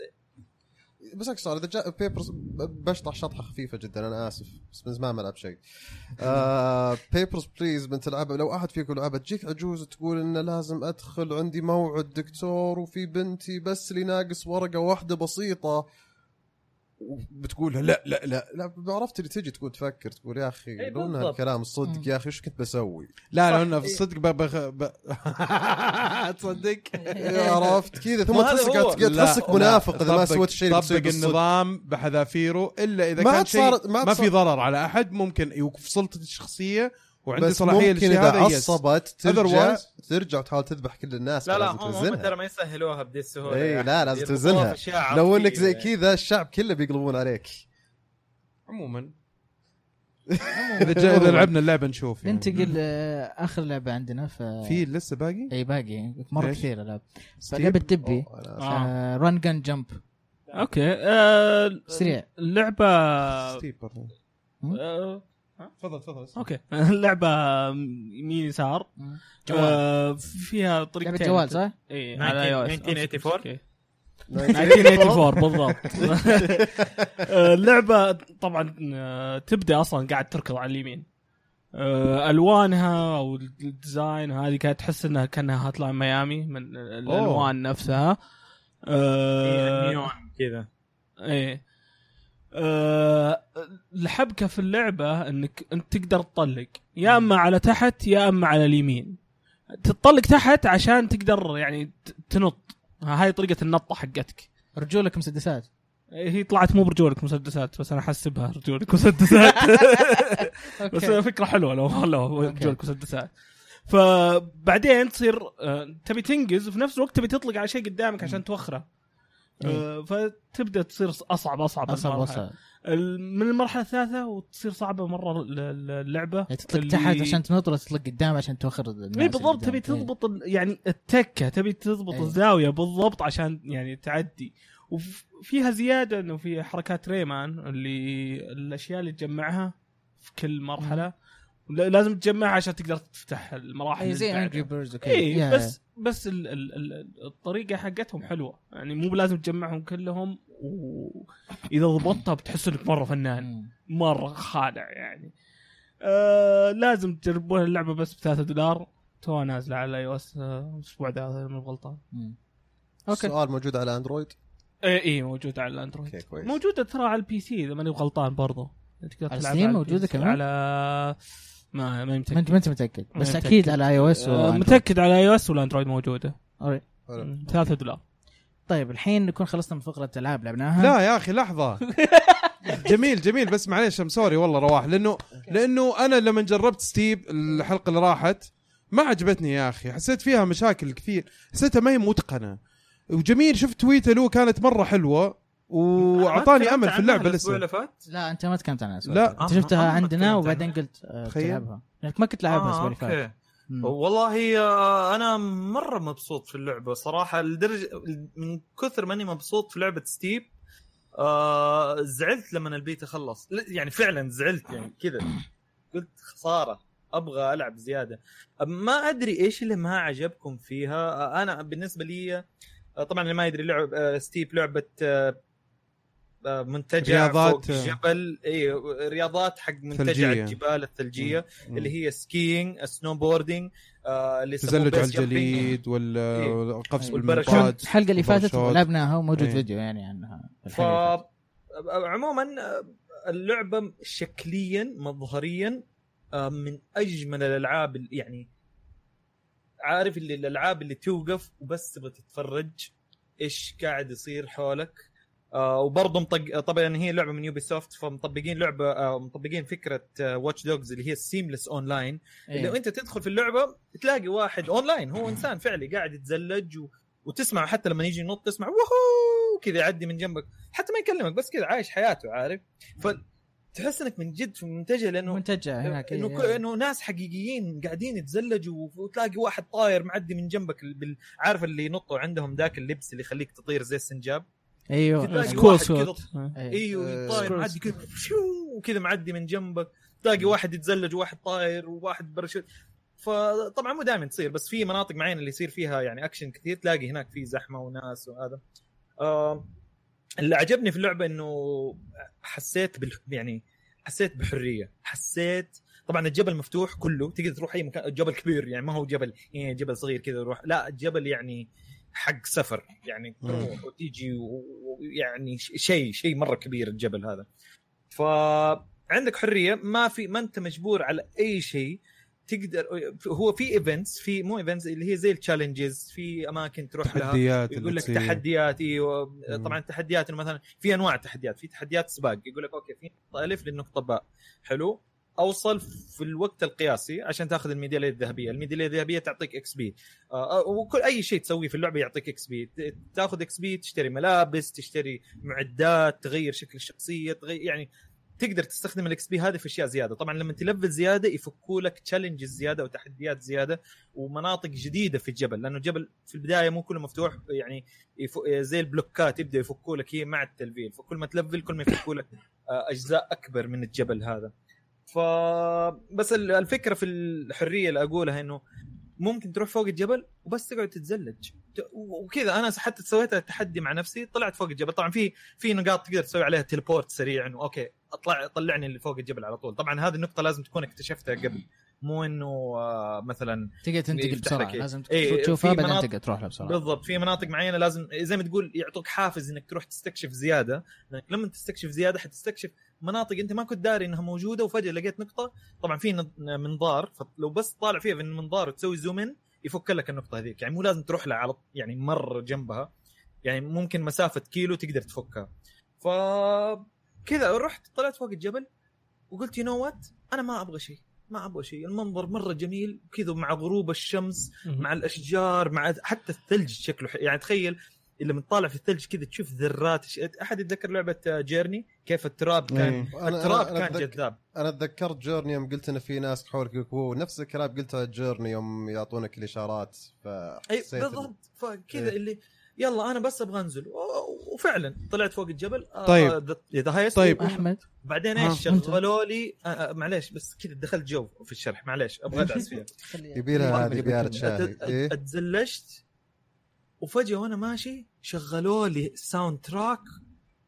Speaker 4: بس اكثر اذا جاء بيبرز بشطح شطحه خفيفه جدا انا اسف بس من زمان ما العب شيء آه بيبرز بليز من تلعبها لو احد فيكم لعبها تجيك عجوز تقول انه لازم ادخل عندي موعد دكتور وفي بنتي بس لي ناقص ورقه واحده بسيطه بتقول لا لا لا لا عرفت اللي تجي تقول تفكر تقول يا اخي
Speaker 8: إي
Speaker 4: لو ان
Speaker 8: بالضبط.
Speaker 4: هالكلام
Speaker 1: مم.
Speaker 4: صدق يا اخي ايش كنت بسوي؟
Speaker 2: لا
Speaker 8: صح.
Speaker 2: لا انا في الصدق ب... بخ... ب... تصدق
Speaker 8: إيه.
Speaker 4: عرفت كذا ثم
Speaker 8: ما هذا
Speaker 4: تحسك
Speaker 8: هو.
Speaker 2: لا،
Speaker 4: تحسك
Speaker 2: لا،
Speaker 4: منافق اذا ما
Speaker 2: طبق-
Speaker 4: سويت شيء اللي بيصير
Speaker 2: طبق
Speaker 4: بالصدق.
Speaker 2: النظام بحذافيره الا اذا
Speaker 4: ما
Speaker 2: كان
Speaker 4: عاد
Speaker 2: شيء
Speaker 4: صارت- ما عاد
Speaker 2: ما في
Speaker 4: صار-
Speaker 2: ضرر على احد ممكن وفصلت الشخصيه وعندي
Speaker 4: بس
Speaker 2: صلاحيه
Speaker 4: ممكن
Speaker 2: للشيء
Speaker 4: اذا
Speaker 2: هذا يس.
Speaker 4: عصبت ترجع
Speaker 2: Otherwise-
Speaker 4: ترجع وتحاول تذبح كل الناس
Speaker 8: لا لا
Speaker 4: لازم
Speaker 8: هم هم ترى
Speaker 4: توزنها
Speaker 8: ما يسهلوها بدي السهوله
Speaker 4: إيه،
Speaker 8: يعني.
Speaker 4: لا، لازم
Speaker 8: يربطوها
Speaker 4: توزنها.
Speaker 8: في أشياء
Speaker 4: لو
Speaker 8: عاطفية
Speaker 4: انك زي
Speaker 8: يعني.
Speaker 4: كذا الشعب كله بيقلبون عليك
Speaker 2: عموما اذا جاء اذا لعبنا اللعبه نشوف يعني.
Speaker 1: ننتقل آه، اخر لعبه عندنا ف
Speaker 2: في لسه باقي؟
Speaker 1: اي باقي مره
Speaker 2: إيش؟
Speaker 1: كثير العاب
Speaker 2: ستيب؟
Speaker 1: فلعبه دبي
Speaker 4: أوه، أنا
Speaker 6: آه.
Speaker 1: ران جن جمب
Speaker 6: اوكي آه،
Speaker 1: سريع.
Speaker 6: اللعبة
Speaker 2: ستيب برضه.
Speaker 6: آه،
Speaker 2: تفضل تفضل
Speaker 6: اوكي اللعبة يمين يسار
Speaker 1: مم.
Speaker 6: آه، فيها طريقتين
Speaker 1: لعبه جوال صح؟
Speaker 6: اي
Speaker 8: 19-
Speaker 6: على iOS.
Speaker 8: 1984.
Speaker 6: أوكي.
Speaker 4: أشوف.
Speaker 6: 1984 بالضبط آه، اللعبة طبعا آه، تبدا اصلا قاعد تركض على اليمين آه، الوانها او الديزاين هذه كانت تحس انها كانها هات لاين ميامي من ال-
Speaker 2: أوه.
Speaker 6: الالوان نفسها
Speaker 8: إيه،
Speaker 6: آه،
Speaker 8: نيون كذا
Speaker 6: ايه أه الحبكه في اللعبه انك انت تقدر تطلق يا اما على تحت يا اما على اليمين تطلق تحت عشان تقدر يعني ت- تنط هاي طريقه النطه حقتك إيه،
Speaker 1: رجولك مسدسات
Speaker 6: هي طلعت مو برجولك مسدسات بس انا حسبها رجولك مسدسات بس
Speaker 1: اوكي
Speaker 6: فكره حلوه لو خلوها
Speaker 1: أوكي.
Speaker 6: رجولك مسدسات فبعدين تصير آه، تبي تنجز وفي نفس الوقت تبي تطلق على شيء قدامك عشان توخره آه، فتبدا تصير اصعب اصعب
Speaker 1: اصعب
Speaker 6: المراحل.
Speaker 1: اصعب
Speaker 6: ال- من المرحله الثالثه وتصير صعبه مره ال- ال- اللعبه
Speaker 1: يعني تطلق تحت
Speaker 6: اللي-
Speaker 1: عشان تنط ولا تطلق قدام عشان توخر الناس
Speaker 6: اي
Speaker 1: اللي
Speaker 6: بالضبط
Speaker 1: قدام.
Speaker 6: تبي
Speaker 1: إيه.
Speaker 6: تضبط ال- يعني التكه تبي تضبط
Speaker 1: إيه.
Speaker 6: الزاويه بالضبط عشان يعني تعدي وفيها زياده انه في حركات ريمان اللي الاشياء اللي تجمعها في كل مرحله لا- لازم تجمعها عشان تقدر تفتح المراحل
Speaker 1: إيه، زي
Speaker 6: اللي
Speaker 1: انجري
Speaker 6: بعدها.
Speaker 1: بيرز وكذا
Speaker 8: إيه،
Speaker 6: اي
Speaker 1: يا-
Speaker 6: بس بس ال ال ال الطريقه حقتهم حلوه يعني مو لازم تجمعهم كلهم واذا ضبطتها بتحس انك مره فنان
Speaker 1: مم.
Speaker 6: مره خادع يعني آه لازم تجربون اللعبه بس ب 3 دولار توها آه، نازله على اي اس الاسبوع ده اذا ماني غلطان
Speaker 1: مم. اوكي
Speaker 4: السؤال موجود على اندرويد
Speaker 6: اي اي موجود إيه، على الاندرويد
Speaker 4: اوكي كويس
Speaker 6: موجوده ترى على البي سي اذا ماني غلطان برضو يعني تقدر
Speaker 1: على
Speaker 6: تلعب
Speaker 1: Steam
Speaker 6: البي
Speaker 1: موجودة
Speaker 6: سي.
Speaker 1: كمان؟
Speaker 6: على ما ما
Speaker 1: ما انت
Speaker 6: متاكد
Speaker 1: ما انت متاكد بس
Speaker 6: متأكد.
Speaker 1: اكيد على اي او اس
Speaker 6: آه، متاكد على اي او اس والاندرويد موجوده
Speaker 4: حلو.
Speaker 6: 3 دولار
Speaker 1: طيب الحين نكون خلصنا من فقره العاب لعبناها
Speaker 2: لا يا اخي لحظه جميل جميل بس معليش ام سوري والله رواح لانه لانه انا لما جربت ستيب الحلقه اللي راحت ما عجبتني يا اخي حسيت فيها مشاكل كثير حسيتها ما هي متقنه وجميل شفت تويته له كانت مره حلوه واعطاني امل في اللعبه
Speaker 8: الاسبوع
Speaker 2: لسه
Speaker 8: اللي فات
Speaker 1: لا انت ما تكلمت عنها
Speaker 2: لا.
Speaker 1: لا انت
Speaker 8: أنا- أنا
Speaker 1: شفتها
Speaker 8: آه، ما
Speaker 1: عندنا
Speaker 8: تكلمت
Speaker 1: وبعدين
Speaker 8: عنها.
Speaker 1: قلت آه،
Speaker 2: تخيل.
Speaker 1: تلعبها لانك ما كنت لعبها الاسبوع اللي فات
Speaker 8: أوكي.
Speaker 1: مم.
Speaker 8: والله آه، انا مره مبسوط في اللعبه صراحه لدرجه من كثر ماني مبسوط في لعبه ستيب آه زعلت لما البيتا خلص لا، يعني فعلا زعلت يعني كذا قلت خساره ابغى العب زياده ما ادري ايش اللي ما عجبكم فيها آه، انا بالنسبه لي آه، طبعا اللي ما يدري لعب آه، ستيب لعبه آه، آه، منتجع
Speaker 2: رياضات،
Speaker 8: فوق جبل اي رياضات حق منتجع
Speaker 2: ثلجية.
Speaker 8: الجبال الثلجيه اللي هي سكينج سنو بوردنج آه اللي يسموه
Speaker 2: تزلج على
Speaker 8: بيس جامبينج.
Speaker 2: الجليد ولا
Speaker 8: إيه.
Speaker 2: القفز
Speaker 8: أيوة.
Speaker 1: عشان
Speaker 2: بالمنطاد
Speaker 1: الحلقه اللي فاتت
Speaker 2: بارشوت.
Speaker 1: لعبناها وموجود
Speaker 2: إيه.
Speaker 1: فيديو يعني عنها
Speaker 8: ف
Speaker 1: الحلقة اللي فاتت.
Speaker 8: عموما آه، اللعبه شكليا مظهريا آه، من اجمل الالعاب ال- يعني عارف اللي الالعاب اللي توقف وبس تبغى تتفرج ايش قاعد يصير حولك آه وبرضه مطق طبعا هي لعبه من يوبي سوفت فمطبقين لعبه آه مطبقين فكره واتش دوجز اللي هي السيملس اونلاين
Speaker 1: إيه.
Speaker 8: لو انت تدخل في اللعبه تلاقي واحد اونلاين هو انسان فعلي قاعد يتزلج و... وتسمع حتى لما يجي ينط تسمع وهو كذا يعدي من جنبك حتى ما يكلمك بس كذا عايش حياته عارف فتحس انك من جد في منتجه لانه
Speaker 1: منتجع هناك
Speaker 8: انه,
Speaker 1: إيه.
Speaker 8: ك- إنه ناس حقيقيين قاعدين يتزلجوا وتلاقي واحد طاير معدي من جنبك ال- بال... عارف اللي ينطوا عندهم ذاك اللبس اللي يخليك تطير زي السنجاب
Speaker 1: ايوه
Speaker 8: تلاقي
Speaker 6: سكول
Speaker 8: واحد
Speaker 6: سوت
Speaker 1: إيه.
Speaker 8: ايوه
Speaker 4: آه،
Speaker 8: طاير
Speaker 6: سكرول
Speaker 8: معدي كذا شو وكذا معدي من جنبك تلاقي واحد يتزلج وواحد طاير وواحد برشوت فطبعا مو دائما تصير بس في مناطق معينه اللي يصير فيها يعني اكشن كثير تلاقي هناك في زحمه وناس وهذا آه اللي عجبني في اللعبه انه حسيت بال يعني حسيت بحريه حسيت طبعا الجبل مفتوح كله تقدر تروح اي مكان جبل كبير يعني ما هو جبل يعني جبل صغير كذا روح لا جبل يعني حق سفر يعني تروح يعني وتيجي ويعني شيء شيء مره كبير الجبل هذا فعندك حريه ما في ما انت مجبور على اي شيء تقدر هو في ايفنتس في مو ايفنتس اللي هي زي التشالنجز في اماكن تروح لها
Speaker 2: تحديات إيه.
Speaker 8: يقول لك
Speaker 2: اللي تصير.
Speaker 8: تحديات ايوه
Speaker 2: مم.
Speaker 8: طبعا التحديات إنه مثلا في انواع تحديات في تحديات سباق يقول لك اوكي في نقطه الف للنقطه باء حلو اوصل في الوقت القياسي عشان تاخذ الميداليه الذهبيه، الميداليه الذهبيه تعطيك اكس بي آه، وكل اي شيء تسويه في اللعبه يعطيك اكس بي، تاخذ اكس بي تشتري ملابس، تشتري معدات، تغير شكل الشخصيه، تغير يعني تقدر تستخدم الاكس بي هذه في اشياء زياده، طبعا لما تلفل زياده يفكوا لك تشالنجز زياده وتحديات زياده ومناطق جديده في الجبل لانه الجبل في البدايه مو كله مفتوح يعني يف... زي البلوكات يبدا يفكوا لك هي مع التلفيل فكل ما تلفل كل ما يفكوا لك آه، اجزاء اكبر من الجبل هذا ف بس ال- الفكره في الحريه اللي اقولها انه ممكن تروح فوق الجبل وبس تقعد تتزلج ت- و- وكذا انا حتى سويت التحدي مع نفسي طلعت فوق الجبل طبعا في في نقاط تقدر تسوي عليها تلبورت سريع انه اوكي اطلع طلعني اللي فوق الجبل على طول طبعا هذه النقطه لازم تكون اكتشفتها قبل مو انه آه، مثلا
Speaker 1: تقدر تنتقل
Speaker 8: يفتح
Speaker 1: بسرعه
Speaker 8: لك إيه.
Speaker 1: لازم
Speaker 8: إيه،
Speaker 1: تشوفها
Speaker 8: في
Speaker 1: بعدين
Speaker 8: مناطق-
Speaker 1: تقدر تروح لها بسرعه
Speaker 8: بالضبط في مناطق معينه لازم زي ما تقول يعطوك حافز انك تروح تستكشف زياده لانك لما تستكشف زياده حتستكشف مناطق انت ما كنت داري انها موجوده وفجاه لقيت نقطه طبعا في نض- منظار فلو بس طالع فيها في المنظار وتسوي زوم ان يفك لك النقطه هذيك يعني مو لازم تروح لها على يعني مره جنبها يعني ممكن مسافه كيلو تقدر تفكها ف كذا رحت طلعت فوق الجبل وقلت يو نو وات انا ما ابغى شيء ما ابغى شيء المنظر مره جميل كذا مع غروب الشمس مع الاشجار مع حتى الثلج شكله ح- يعني تخيل لما تطالع في الثلج كذا تشوف ذرات ش... احد يتذكر لعبه جيرني كيف التراب كان
Speaker 2: إيه.
Speaker 4: انا
Speaker 8: التراب
Speaker 4: انا انا,
Speaker 8: كان
Speaker 4: أتذك-
Speaker 8: جذاب
Speaker 4: أنا تذكرت جيرني يوم قلت ان في ناس حولك يقولوا نفس الكلام قلتها جيرني يوم يعطونك الاشارات ف
Speaker 8: اي
Speaker 4: حسيت إن-
Speaker 8: بالضبط فكذا
Speaker 4: إيه.
Speaker 8: اللي يلا انا بس ابغى انزل و- وفعلا طلعت فوق الجبل آه،
Speaker 2: طيب.
Speaker 8: ذا- ذا هايست
Speaker 2: طيب.
Speaker 1: احمد
Speaker 8: بعدين
Speaker 2: آه،
Speaker 8: ايش
Speaker 1: أنت.
Speaker 8: شغلوا لي آه، آه، معليش بس كذا دخلت جو في الشرح معليش ابغى ادعس فيها
Speaker 4: يبي لها هذه قيادة
Speaker 8: أت-
Speaker 4: شاهي
Speaker 8: أت-
Speaker 4: إيه؟
Speaker 8: اتزلجت وفجاه وانا ماشي شغلوا لي ساوند تراك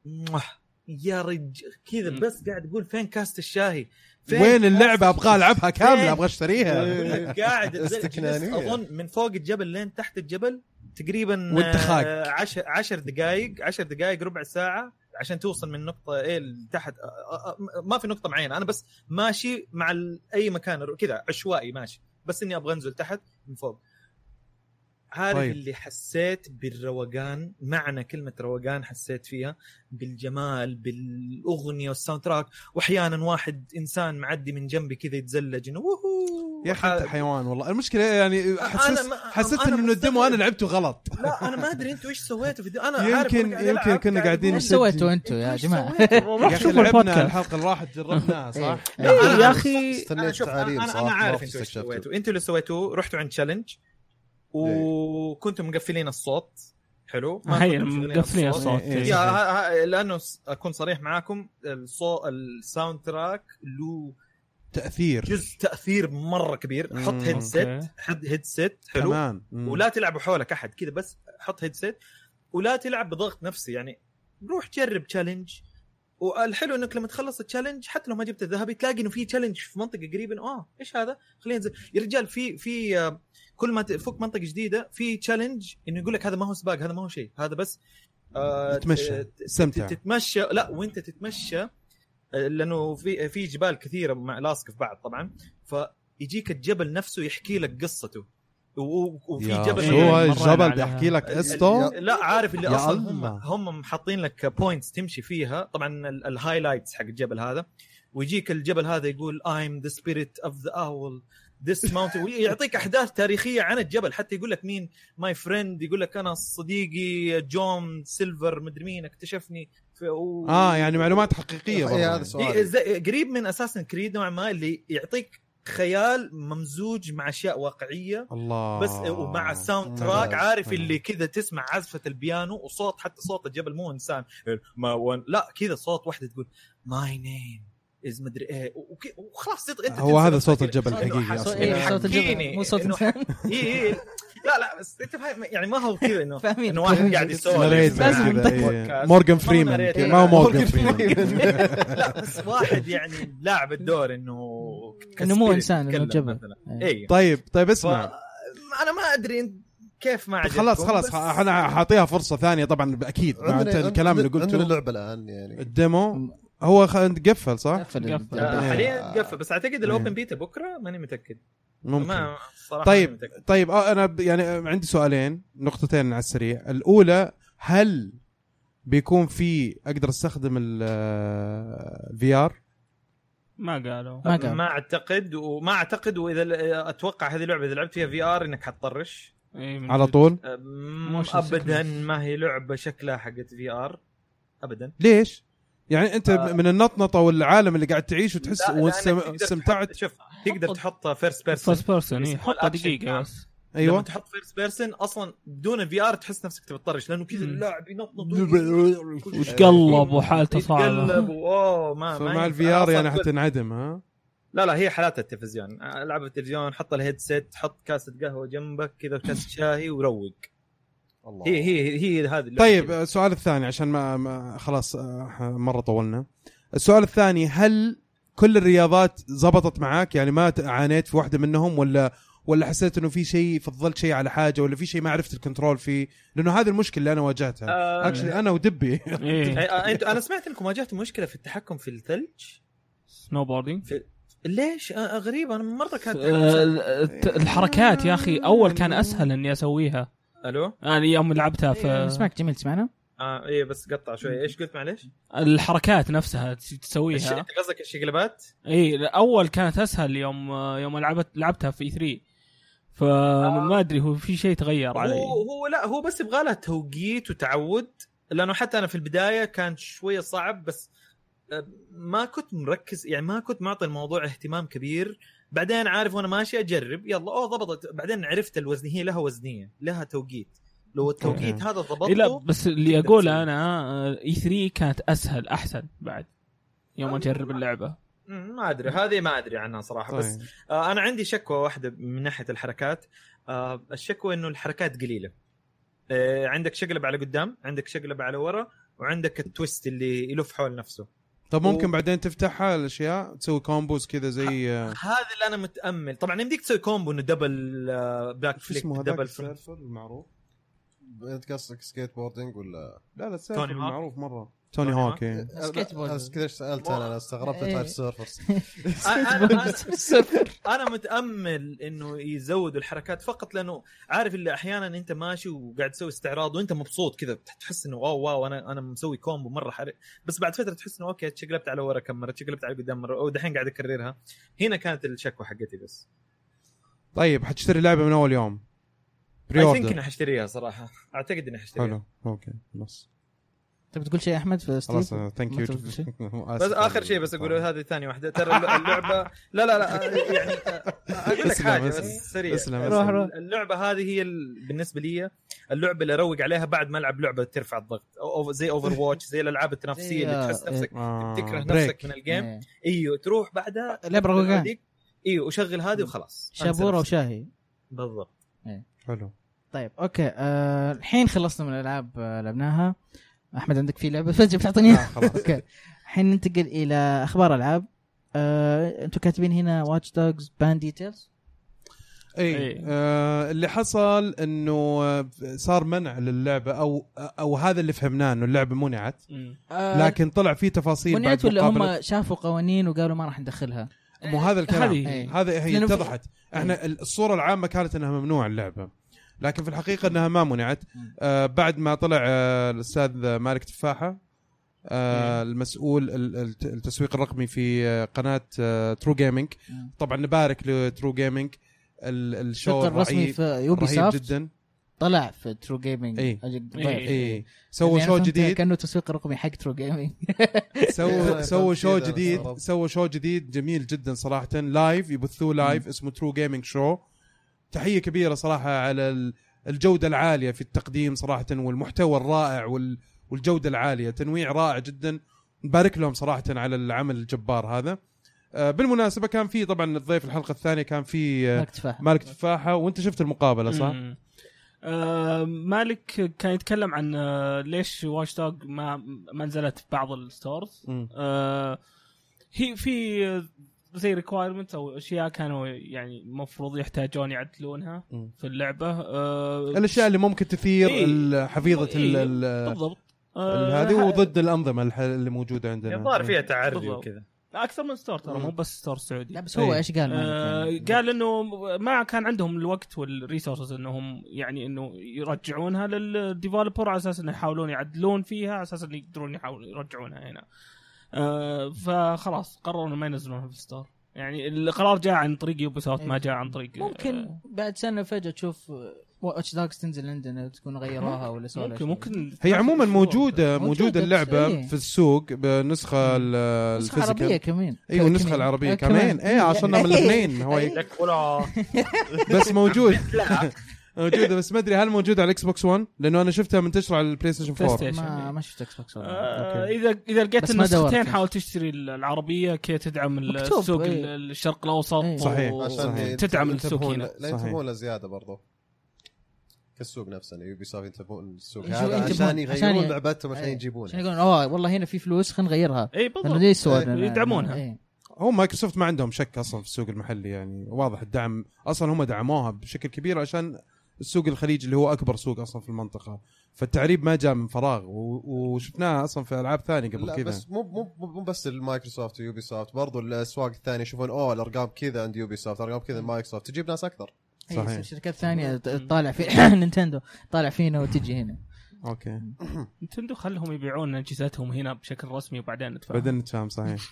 Speaker 8: موه، يا رج كذا
Speaker 6: مم.
Speaker 8: بس قاعد اقول فين كاست الشاهي فين
Speaker 2: وين
Speaker 8: كاسة
Speaker 2: اللعبه ابغى العبها كامله
Speaker 8: فين؟ إيه.
Speaker 2: ابغى اشتريها
Speaker 8: قاعد أتزلج.
Speaker 4: استكنانية.
Speaker 8: اظن من فوق الجبل آه، لين تحت الجبل تقريبا
Speaker 2: وأنت خاق.
Speaker 8: 10 10 دقائق 10 دقائق ربع ساعه عشان توصل من نقطه ايه لتحت آه، آه، آه، ما في نقطه معينه انا بس ماشي مع ال- اي مكان كذا عشوائي ماشي بس اني ابغى انزل تحت من فوق عارف
Speaker 2: طيب.
Speaker 8: طيب. اللي حسيت بالروقان معنى كلمه روقان حسيت فيها بالجمال بالاغنيه والساوند تراك واحيانا واحد انسان معدي من جنبي كذا يتزلج إنه وهو
Speaker 2: يا اخي انت حيوان والله المشكله يعني حسست
Speaker 8: ما-
Speaker 2: حسيت
Speaker 8: أنا
Speaker 2: انه الدمو انا
Speaker 8: مستغرب.
Speaker 2: لعبته غلط
Speaker 8: لا انا ما ادري انتوا ايش سويتوا في دي. انا عارف
Speaker 2: يمكن
Speaker 8: أنا قاعد ألعب،
Speaker 2: يمكن كنا
Speaker 8: قاعد
Speaker 2: قاعدين
Speaker 1: ايش
Speaker 2: نسجل.
Speaker 1: سويتوا انتوا يا جماعه
Speaker 2: يا
Speaker 6: روح
Speaker 2: اخي
Speaker 6: شوف
Speaker 2: لعبنا
Speaker 6: البودكاست
Speaker 2: الحلقه اللي راحت جربناها
Speaker 8: إيه.
Speaker 2: صح؟
Speaker 8: أنا-
Speaker 6: يا اخي
Speaker 4: استنيت
Speaker 8: أنا شوف أنا-
Speaker 4: تعليم
Speaker 8: انا
Speaker 4: صراحة،
Speaker 8: انا
Speaker 4: ما
Speaker 8: عارف
Speaker 4: في
Speaker 8: انتوا ايش
Speaker 4: استشفته.
Speaker 8: سويتوا انتوا اللي سويتوه رحتوا عند تشالنج وكنتم مقفلين الصوت حلو
Speaker 6: هي
Speaker 8: كنتم
Speaker 6: مقفلين الصوت.
Speaker 2: إيه، إيه.
Speaker 8: يا ها- ها- لانه س- اكون صريح معاكم الصوت الساوند تراك له
Speaker 2: تاثير
Speaker 8: جزء تاثير مره كبير حط
Speaker 2: مم،
Speaker 8: هيدسيت
Speaker 6: أوكي.
Speaker 8: حط هيدسيت حلو
Speaker 2: كمان مم.
Speaker 8: ولا تلعب حولك احد كذا بس حط هيدسيت ولا تلعب بضغط نفسي يعني روح جرب تشالنج والحلو انك لما تخلص التشالنج حتى لو ما جبت الذهبي تلاقي انه في تشالنج في منطقه قريبا اه ايش هذا؟ خلينا ننزل يا رجال في في آه، كل ما تفك منطقه جديده في تشالنج انه يقول لك هذا ما هو سباق هذا ما هو شيء هذا بس آه،
Speaker 2: تتمشى.
Speaker 8: ت-
Speaker 2: استمتع
Speaker 8: تتمشى لا وانت تتمشى آه، لانه في آه، في جبال كثيره مع لاصقه في بعض طبعا فيجيك الجبل نفسه يحكي لك قصته و- و- وفي
Speaker 2: يا
Speaker 8: جبل يعني
Speaker 2: شو هاي
Speaker 6: مرة
Speaker 2: الجبل
Speaker 6: عليها.
Speaker 2: بيحكي لك
Speaker 8: ال-
Speaker 2: قصته
Speaker 8: ال- لا عارف اللي
Speaker 2: يا
Speaker 8: اصلا هم
Speaker 2: الله.
Speaker 8: هم محطين لك بوينتس تمشي فيها طبعا ال- الهايلايتس حق الجبل هذا ويجيك الجبل هذا يقول I'm the spirit of the owl this mountain ويعطيك احداث تاريخيه عن الجبل حتى يقول لك مين ماي فريند يقول لك انا صديقي جون سيلفر مدري مين اكتشفني في و...
Speaker 2: اه يعني معلومات حقيقيه برضه
Speaker 4: إيه، هذا
Speaker 2: يعني.
Speaker 8: إيه،
Speaker 4: سؤال
Speaker 8: زي- قريب من اساسن كريد نوعا ما اللي يعطيك خيال ممزوج مع اشياء واقعيه
Speaker 2: الله
Speaker 8: بس ومع الساوند
Speaker 4: ممتاز.
Speaker 8: تراك عارف
Speaker 2: آه، مم.
Speaker 8: اللي كذا تسمع عزفه البيانو وصوت حتى صوت الجبل مو انسان ما ون... لا كذا صوت واحده تقول ماي نيم از مدري ايه وك- وخلاص تط- انت
Speaker 2: هو هذا
Speaker 8: تنسى
Speaker 2: صوت
Speaker 8: نفسك.
Speaker 2: الجبل
Speaker 8: إنه
Speaker 2: الحقيقي
Speaker 8: حس-
Speaker 1: صوت-
Speaker 2: أصلاً.
Speaker 8: إنه
Speaker 1: إيه، صوت الجبل
Speaker 8: حكيني،
Speaker 1: مو صوت
Speaker 8: إنه
Speaker 1: انسان
Speaker 8: اي اي لا لا بس انت فاهم يعني ما هو كذا انه
Speaker 1: فاهمين
Speaker 8: انه واحد قاعد يسولف
Speaker 2: ناريتر
Speaker 1: لازم
Speaker 2: كذا،
Speaker 1: نطق.
Speaker 2: إيه. مورجان فريمان
Speaker 8: ناريتر.
Speaker 2: ما هو مورجان
Speaker 4: مورجان
Speaker 2: فريمان
Speaker 8: لا بس واحد يعني لاعب الدور انه
Speaker 1: إنه مو
Speaker 8: كسبيريت
Speaker 1: إنسان، إنه
Speaker 8: يتكلم
Speaker 1: جبل.
Speaker 8: مثلاً.
Speaker 1: إيه.
Speaker 8: اي
Speaker 2: طيب طيب
Speaker 8: ف-
Speaker 2: اسمع
Speaker 8: انا ما ادري إن- كيف ما عجبكم
Speaker 2: طيب، خلاص خلاص
Speaker 8: بس-
Speaker 2: خ- انا حاعطيها فرصه ثانيه طبعا اكيد مع
Speaker 4: عندنا-
Speaker 2: أنت الكلام اللي
Speaker 4: عندنا
Speaker 2: قلته
Speaker 4: لعبه الان يعني
Speaker 2: الديمو هو خ- قفل صح؟
Speaker 1: قفل
Speaker 6: قفل.
Speaker 1: الدرب.
Speaker 8: آه،
Speaker 2: إيه.
Speaker 8: حاليا تقفل بس اعتقد
Speaker 2: إيه.
Speaker 8: الاوبن بيتا بكره ماني متاكد
Speaker 2: ممكن
Speaker 8: ما صراحه
Speaker 2: طيب.
Speaker 8: ماني متأكد.
Speaker 2: طيب آه، انا ب- يعني آه، عندي سؤالين نقطتين على السريع الاولى هل بيكون في اقدر استخدم الفي ار
Speaker 6: ما قالوا
Speaker 1: ما قال
Speaker 8: ما اعتقد وما اعتقد واذا ل- اتوقع هذه اللعبه اذا لعبت فيها في ار انك حتطرش
Speaker 6: إيه، من
Speaker 2: على
Speaker 6: جد.
Speaker 2: طول
Speaker 8: أم،
Speaker 6: Motion
Speaker 8: ابدا
Speaker 6: sickness.
Speaker 8: ما هي لعبه شكلها حقت في ار ابدا
Speaker 2: ليش يعني انت
Speaker 8: آه.
Speaker 2: من النطنطه والعالم اللي قاعد تعيش
Speaker 8: لا،
Speaker 2: وتحس
Speaker 8: لأنك تقدر
Speaker 2: واستمتعت
Speaker 8: تحط- شوف تقدر
Speaker 6: حط-
Speaker 8: تحطها فيرست بيرسون
Speaker 6: فيرست بيرسون إيه،
Speaker 8: اسمه
Speaker 6: حطها
Speaker 8: الأكشن
Speaker 6: دقيقه
Speaker 8: نعم.
Speaker 6: بس
Speaker 8: لما
Speaker 2: ايوه
Speaker 8: تحط فيرست بيرسون اصلا بدون الفي ار تحس نفسك تبي تطرش لانه كذا
Speaker 6: مم.
Speaker 8: اللاعب ينطنط
Speaker 6: وتقلب وحالته صعبه
Speaker 8: يتقلب واوه ما ما
Speaker 2: فمع
Speaker 8: ينفع.
Speaker 2: الفي ار
Speaker 8: أيوة. أصلاً
Speaker 2: يعني
Speaker 8: قلت-
Speaker 2: حتنعدم ها
Speaker 8: لا لا هي حالات التلفزيون العب التلفزيون حط الهيدسيت حط كاسه قهوه جنبك كذا كاسه شاي وروق
Speaker 4: الله.
Speaker 8: هي هي هي هذه اللعبة
Speaker 2: طيب
Speaker 8: كذا.
Speaker 2: آه، السؤال الثاني عشان ما, ما خلاص آه، ح- مره طولنا السؤال الثاني هل كل الرياضات زبطت معاك يعني ما ت- عانيت في واحده منهم ولا ولا حسيت انه في شيء فضلت شيء على حاجه ولا في شيء ما عرفت الكنترول فيه لانه هذه المشكله اللي انا واجهتها
Speaker 8: آه،
Speaker 2: اكشلي انا ودبي
Speaker 8: أي-
Speaker 6: ايه
Speaker 8: آه، انتوا انا سمعت انكم واجهتوا مشكله في التحكم في الثلج
Speaker 6: سنو بوردينج
Speaker 8: ليش آه، غريب انا مره كانت
Speaker 6: آه، الحركات يا اخي اول كان اسهل اني اسويها
Speaker 8: الو
Speaker 6: انا يوم لعبتها
Speaker 1: إيه،
Speaker 6: في
Speaker 1: اسمعك جميل تسمعنا
Speaker 8: اه ايه بس قطع شوي ايش قلت معليش؟
Speaker 6: الحركات نفسها
Speaker 8: الش-
Speaker 6: تسويها
Speaker 8: انت قصدك الشقلبات؟
Speaker 6: اي اول كانت اسهل يوم يوم لعبت لعبتها في E 3 فما ادري هو في شيء تغير علي
Speaker 8: هو هو لا هو بس يبغى لها توقيت وتعود لانه حتى انا في البدايه كان شويه صعب بس آه، ما كنت مركز يعني ما كنت معطي الموضوع اهتمام كبير بعدين عارف وانا ماشي اجرب يلا اوه ضبطت بعدين عرفت الوزن هي لها وزنيه لها توقيت لو التوقيت هذا
Speaker 6: إيه لا
Speaker 8: ضبطته
Speaker 6: بس اللي اقوله انا اي 3 E كانت اسهل احسن بعد يوم اجرب اللعبه
Speaker 8: مم، ما ادري هذه ما ادري عنها صراحه بس
Speaker 2: طيب.
Speaker 8: آه، انا عندي شكوى واحده من ناحيه الحركات آه، الشكوى انه الحركات قليله آه، عندك شقلب على قدام عندك شقلب على ورا وعندك التويست اللي يلف حول نفسه
Speaker 2: طب ممكن بعدين تفتحها الاشياء تسوي كومبوز كذا زي آه،
Speaker 8: هذا اللي انا متامل طبعا يمديك تسوي كومبو انه دبل آه، باك
Speaker 2: شو
Speaker 8: فليك
Speaker 2: اسمه هذاك
Speaker 8: دبل فرونت
Speaker 2: السيرفر المعروف
Speaker 4: انت قصدك سكيت بوردينج ولا
Speaker 2: لا لا السالفه
Speaker 8: توني هوك.
Speaker 2: معروف مره توني هوك إيه.
Speaker 1: سكيت بوردينج.
Speaker 4: أنا كذا سالت انا أنا استغربت
Speaker 1: إيه.
Speaker 4: تعرف سيرفرز
Speaker 8: آه، أنا- انا متامل انه يزودوا الحركات فقط لانه عارف اللي احيانا انت ماشي وقاعد تسوي استعراض وانت مبسوط كذا تحس انه واو واو انا انا مسوي كومبو مره حرق بس بعد فتره تحس انه اوكي تشقلبت على ورا كم مره تشقلبت على قدام مره ودحين قاعد اكررها هنا كانت الشكوى حقتي بس
Speaker 2: طيب حتشتري لعبه من اول يوم بري
Speaker 8: اي ثينك اني
Speaker 2: اوردر
Speaker 8: حشتريها صراحه اعتقد اني حشتريها
Speaker 2: حلو اوكي خلاص
Speaker 1: تبي تقول شيء احمد في ستيف؟
Speaker 2: خلاص ثانك
Speaker 1: ما تقول شيء؟
Speaker 2: يو
Speaker 8: بس اخر شيء بس
Speaker 2: طيب.
Speaker 8: اقوله هذه ثاني واحده ترى اللعبه لا لا لا يعني اقول لك
Speaker 2: اسلم،
Speaker 8: حاجه
Speaker 2: اسلم.
Speaker 8: بس سريع
Speaker 2: اسلم،
Speaker 1: روح، اسلم. روح.
Speaker 8: اللعبه هذه هي ال- بالنسبه لي اللعبه اللي اروق عليها بعد ما العب لعبه ترفع الضغط أو- أو- زي اوفر واتش زي الالعاب
Speaker 1: زي-
Speaker 8: التنافسيه اللي تحس
Speaker 1: آه،
Speaker 8: نفسك
Speaker 2: آه،
Speaker 8: تكره
Speaker 2: بريك.
Speaker 8: نفسك من الجيم
Speaker 1: إيه.
Speaker 8: ايوه تروح بعدها
Speaker 1: لعبه روقان
Speaker 8: هذيك. ايوه وشغل هذه وخلاص أنسى
Speaker 1: شابوره
Speaker 8: نفسك.
Speaker 1: وشاهي
Speaker 8: بالضبط
Speaker 2: حلو
Speaker 1: طيب اوكي آه، الحين خلصنا من الالعاب آه، لعبناها احمد عندك في لعبه فجاه بتعطيني
Speaker 2: آه، خلاص
Speaker 1: اوكي الحين ننتقل الى اخبار العاب آه، انتم كاتبين هنا واتش دوجز بان ديتيلز
Speaker 2: اي
Speaker 6: إيه.
Speaker 2: آه اللي حصل انه آه، صار منع للعبه او او هذا اللي فهمناه انه اللعبه منعت لكن طلع فيه تفاصيل
Speaker 1: آه، منعت
Speaker 2: بعد
Speaker 1: ولا
Speaker 2: مقابله
Speaker 1: هم شافوا قوانين وقالوا ما راح ندخلها
Speaker 2: مو هذا الكلام
Speaker 6: هذه
Speaker 1: إيه.
Speaker 2: هذا هي
Speaker 1: لأنه في- إيه.
Speaker 2: اتضحت احنا الصوره العامه كانت انها ممنوع اللعبه لكن في الحقيقه انها ما منعت آه بعد ما طلع آه الاستاذ مالك تفاحه
Speaker 1: إيه.
Speaker 2: آه المسؤول ال- ال- التسويق الرقمي في آه، قناه ترو جيمنج
Speaker 1: مم.
Speaker 2: طبعا نبارك لترو جيمنج الشو
Speaker 1: الشق الرسمي
Speaker 2: الرهيب
Speaker 1: في يوبي
Speaker 2: رهيب
Speaker 1: سافت
Speaker 2: جدا
Speaker 1: طلع في ترو جيمنج
Speaker 2: إيه.
Speaker 1: طيب.
Speaker 2: اي
Speaker 1: اللي
Speaker 2: إيه. سووا
Speaker 1: أنا
Speaker 2: شو
Speaker 1: فهمتها
Speaker 2: جديد
Speaker 1: كانه يعني تسويق رقمي حق ترو جيمنج
Speaker 2: سووا سووا شو
Speaker 4: كذا
Speaker 2: جديد
Speaker 4: بالضبط.
Speaker 2: سووا شو جديد جميل جدا صراحه لايف يبثوه لايف اسمه ترو جيمنج شو تحيه كبيره صراحه على ال- الجوده العاليه في التقديم صراحه والمحتوى الرائع وال- والجوده العاليه تنويع رائع جدا نبارك لهم صراحه على العمل الجبار هذا آه، بالمناسبه كان في طبعا الضيف الحلقه الثانيه كان في آه، مالك تفاحه وانت شفت المقابله صح؟
Speaker 6: مم. آه مالك كان يتكلم عن آه ليش واتش دوج ما ما نزلت في بعض الستورز
Speaker 2: مم.
Speaker 6: آه هي في آه، زي ريكوايرمنت او اشياء كانوا يعني المفروض يحتاجون يعدلونها
Speaker 2: مم.
Speaker 6: في اللعبه آه
Speaker 2: الاشياء اللي ممكن تثير
Speaker 6: إيه.
Speaker 2: ال- حفيظه ال-
Speaker 6: إيه.
Speaker 2: ال-
Speaker 6: بالضبط
Speaker 2: ال-
Speaker 6: آه،
Speaker 2: هذه
Speaker 6: ه-
Speaker 2: وضد الانظمه الح- اللي موجوده عندنا
Speaker 8: الظاهر فيها تعري
Speaker 6: بالضبط.
Speaker 8: وكذا
Speaker 6: اكثر من ستور ترى مو
Speaker 2: مم.
Speaker 6: بس ستور سعودي
Speaker 1: لا بس هو
Speaker 2: إيه.
Speaker 1: ايش قال
Speaker 6: آه،
Speaker 1: مالك يعني؟
Speaker 6: قال انه ما كان عندهم الوقت والريسورسز انهم يعني انه يرجعونها للديفلوبر على اساس انه يحاولون يعدلون فيها على اساس انه يقدرون يحاولون يرجعونها هنا. آه، فخلاص قرروا انه ما ينزلونها في الستور. يعني القرار جاء عن طريق يوبي سوفت ما جاء عن طريق
Speaker 1: ممكن بعد سنه فجاه تشوف واتش دوجز تنزل عندنا تكون غيروها ولا سوالف
Speaker 6: ممكن ممكن
Speaker 2: هي عموما
Speaker 1: موجودة
Speaker 2: موجوده موجوده اللعبه
Speaker 1: إيه.
Speaker 2: في السوق بنسخه ال-
Speaker 1: نسخة عربية
Speaker 2: الفيزيكال
Speaker 1: كمان
Speaker 2: ايوه النسخه
Speaker 1: كمان.
Speaker 2: العربيه
Speaker 1: آه،
Speaker 2: كمان ايه عشان من الاثنين
Speaker 1: إيه.
Speaker 2: هو
Speaker 8: لك ولا
Speaker 2: بس موجود موجوده بس ما ادري هل موجوده على الاكس بوكس 1 لانه انا شفتها منتشره على البلاي ستيشن
Speaker 6: بلاي
Speaker 2: 4
Speaker 6: ستيشن.
Speaker 1: ما ما شفت اكس بوكس
Speaker 6: آه،
Speaker 2: أوكي.
Speaker 6: اذا اذا لقيت
Speaker 1: بس ما دورت
Speaker 6: النسختين
Speaker 1: يعني.
Speaker 6: حاول تشتري العربيه كي تدعم
Speaker 1: مكتوب،
Speaker 6: السوق ال-
Speaker 1: إيه.
Speaker 6: الشرق الاوسط
Speaker 1: إيه.
Speaker 2: صحيح،
Speaker 6: و-
Speaker 2: صحيح.
Speaker 4: عشان
Speaker 6: تدعم السوق
Speaker 4: ينتبهون-
Speaker 6: هنا.
Speaker 4: لا
Speaker 2: صحيح.
Speaker 4: ينتبهون لزياده برضو كالسوق نفسه يعني يوبي سوفت ينتبهون للسوق
Speaker 1: يجوا
Speaker 4: هذا
Speaker 1: ينتبهون،
Speaker 4: عشان
Speaker 1: عشان
Speaker 4: يغيرون
Speaker 1: ي-
Speaker 4: لعبتهم عشان
Speaker 1: إيه. عشان
Speaker 4: يجيبونها
Speaker 1: يقولون اوه والله هنا في فلوس خلينا نغيرها
Speaker 6: اي
Speaker 1: لانه
Speaker 6: بالضبط
Speaker 1: دي السواد
Speaker 4: إيه،
Speaker 1: أنا-
Speaker 6: يدعمونها.
Speaker 1: إيه.
Speaker 2: هو مايكروسوفت ما عندهم شك اصلا في السوق المحلي يعني واضح الدعم اصلا هم دعموها بشكل كبير عشان السوق الخليجي اللي هو اكبر سوق اصلا في المنطقه فالتعريب ما جاء من فراغ و- وشفناها اصلا في العاب ثانيه قبل
Speaker 4: لا
Speaker 2: كذا
Speaker 4: بس مو مو مو بس المايكروسوفت ويوبي سوفت برضو الاسواق الثانيه يشوفون اوه الارقام كذا عند يوبي سوفت الارقام كذا عند مايكروسوفت تجيب ناس اكثر
Speaker 1: إيه،
Speaker 2: صحيح.
Speaker 1: شركات ثانية ت- تطالع في نينتندو تطالع فينا وتجي هنا
Speaker 2: اوكي
Speaker 6: نتندو خلهم يبيعون اجهزتهم هنا بشكل رسمي وبعدين ندفع
Speaker 2: بعدين نتفاهم صحيح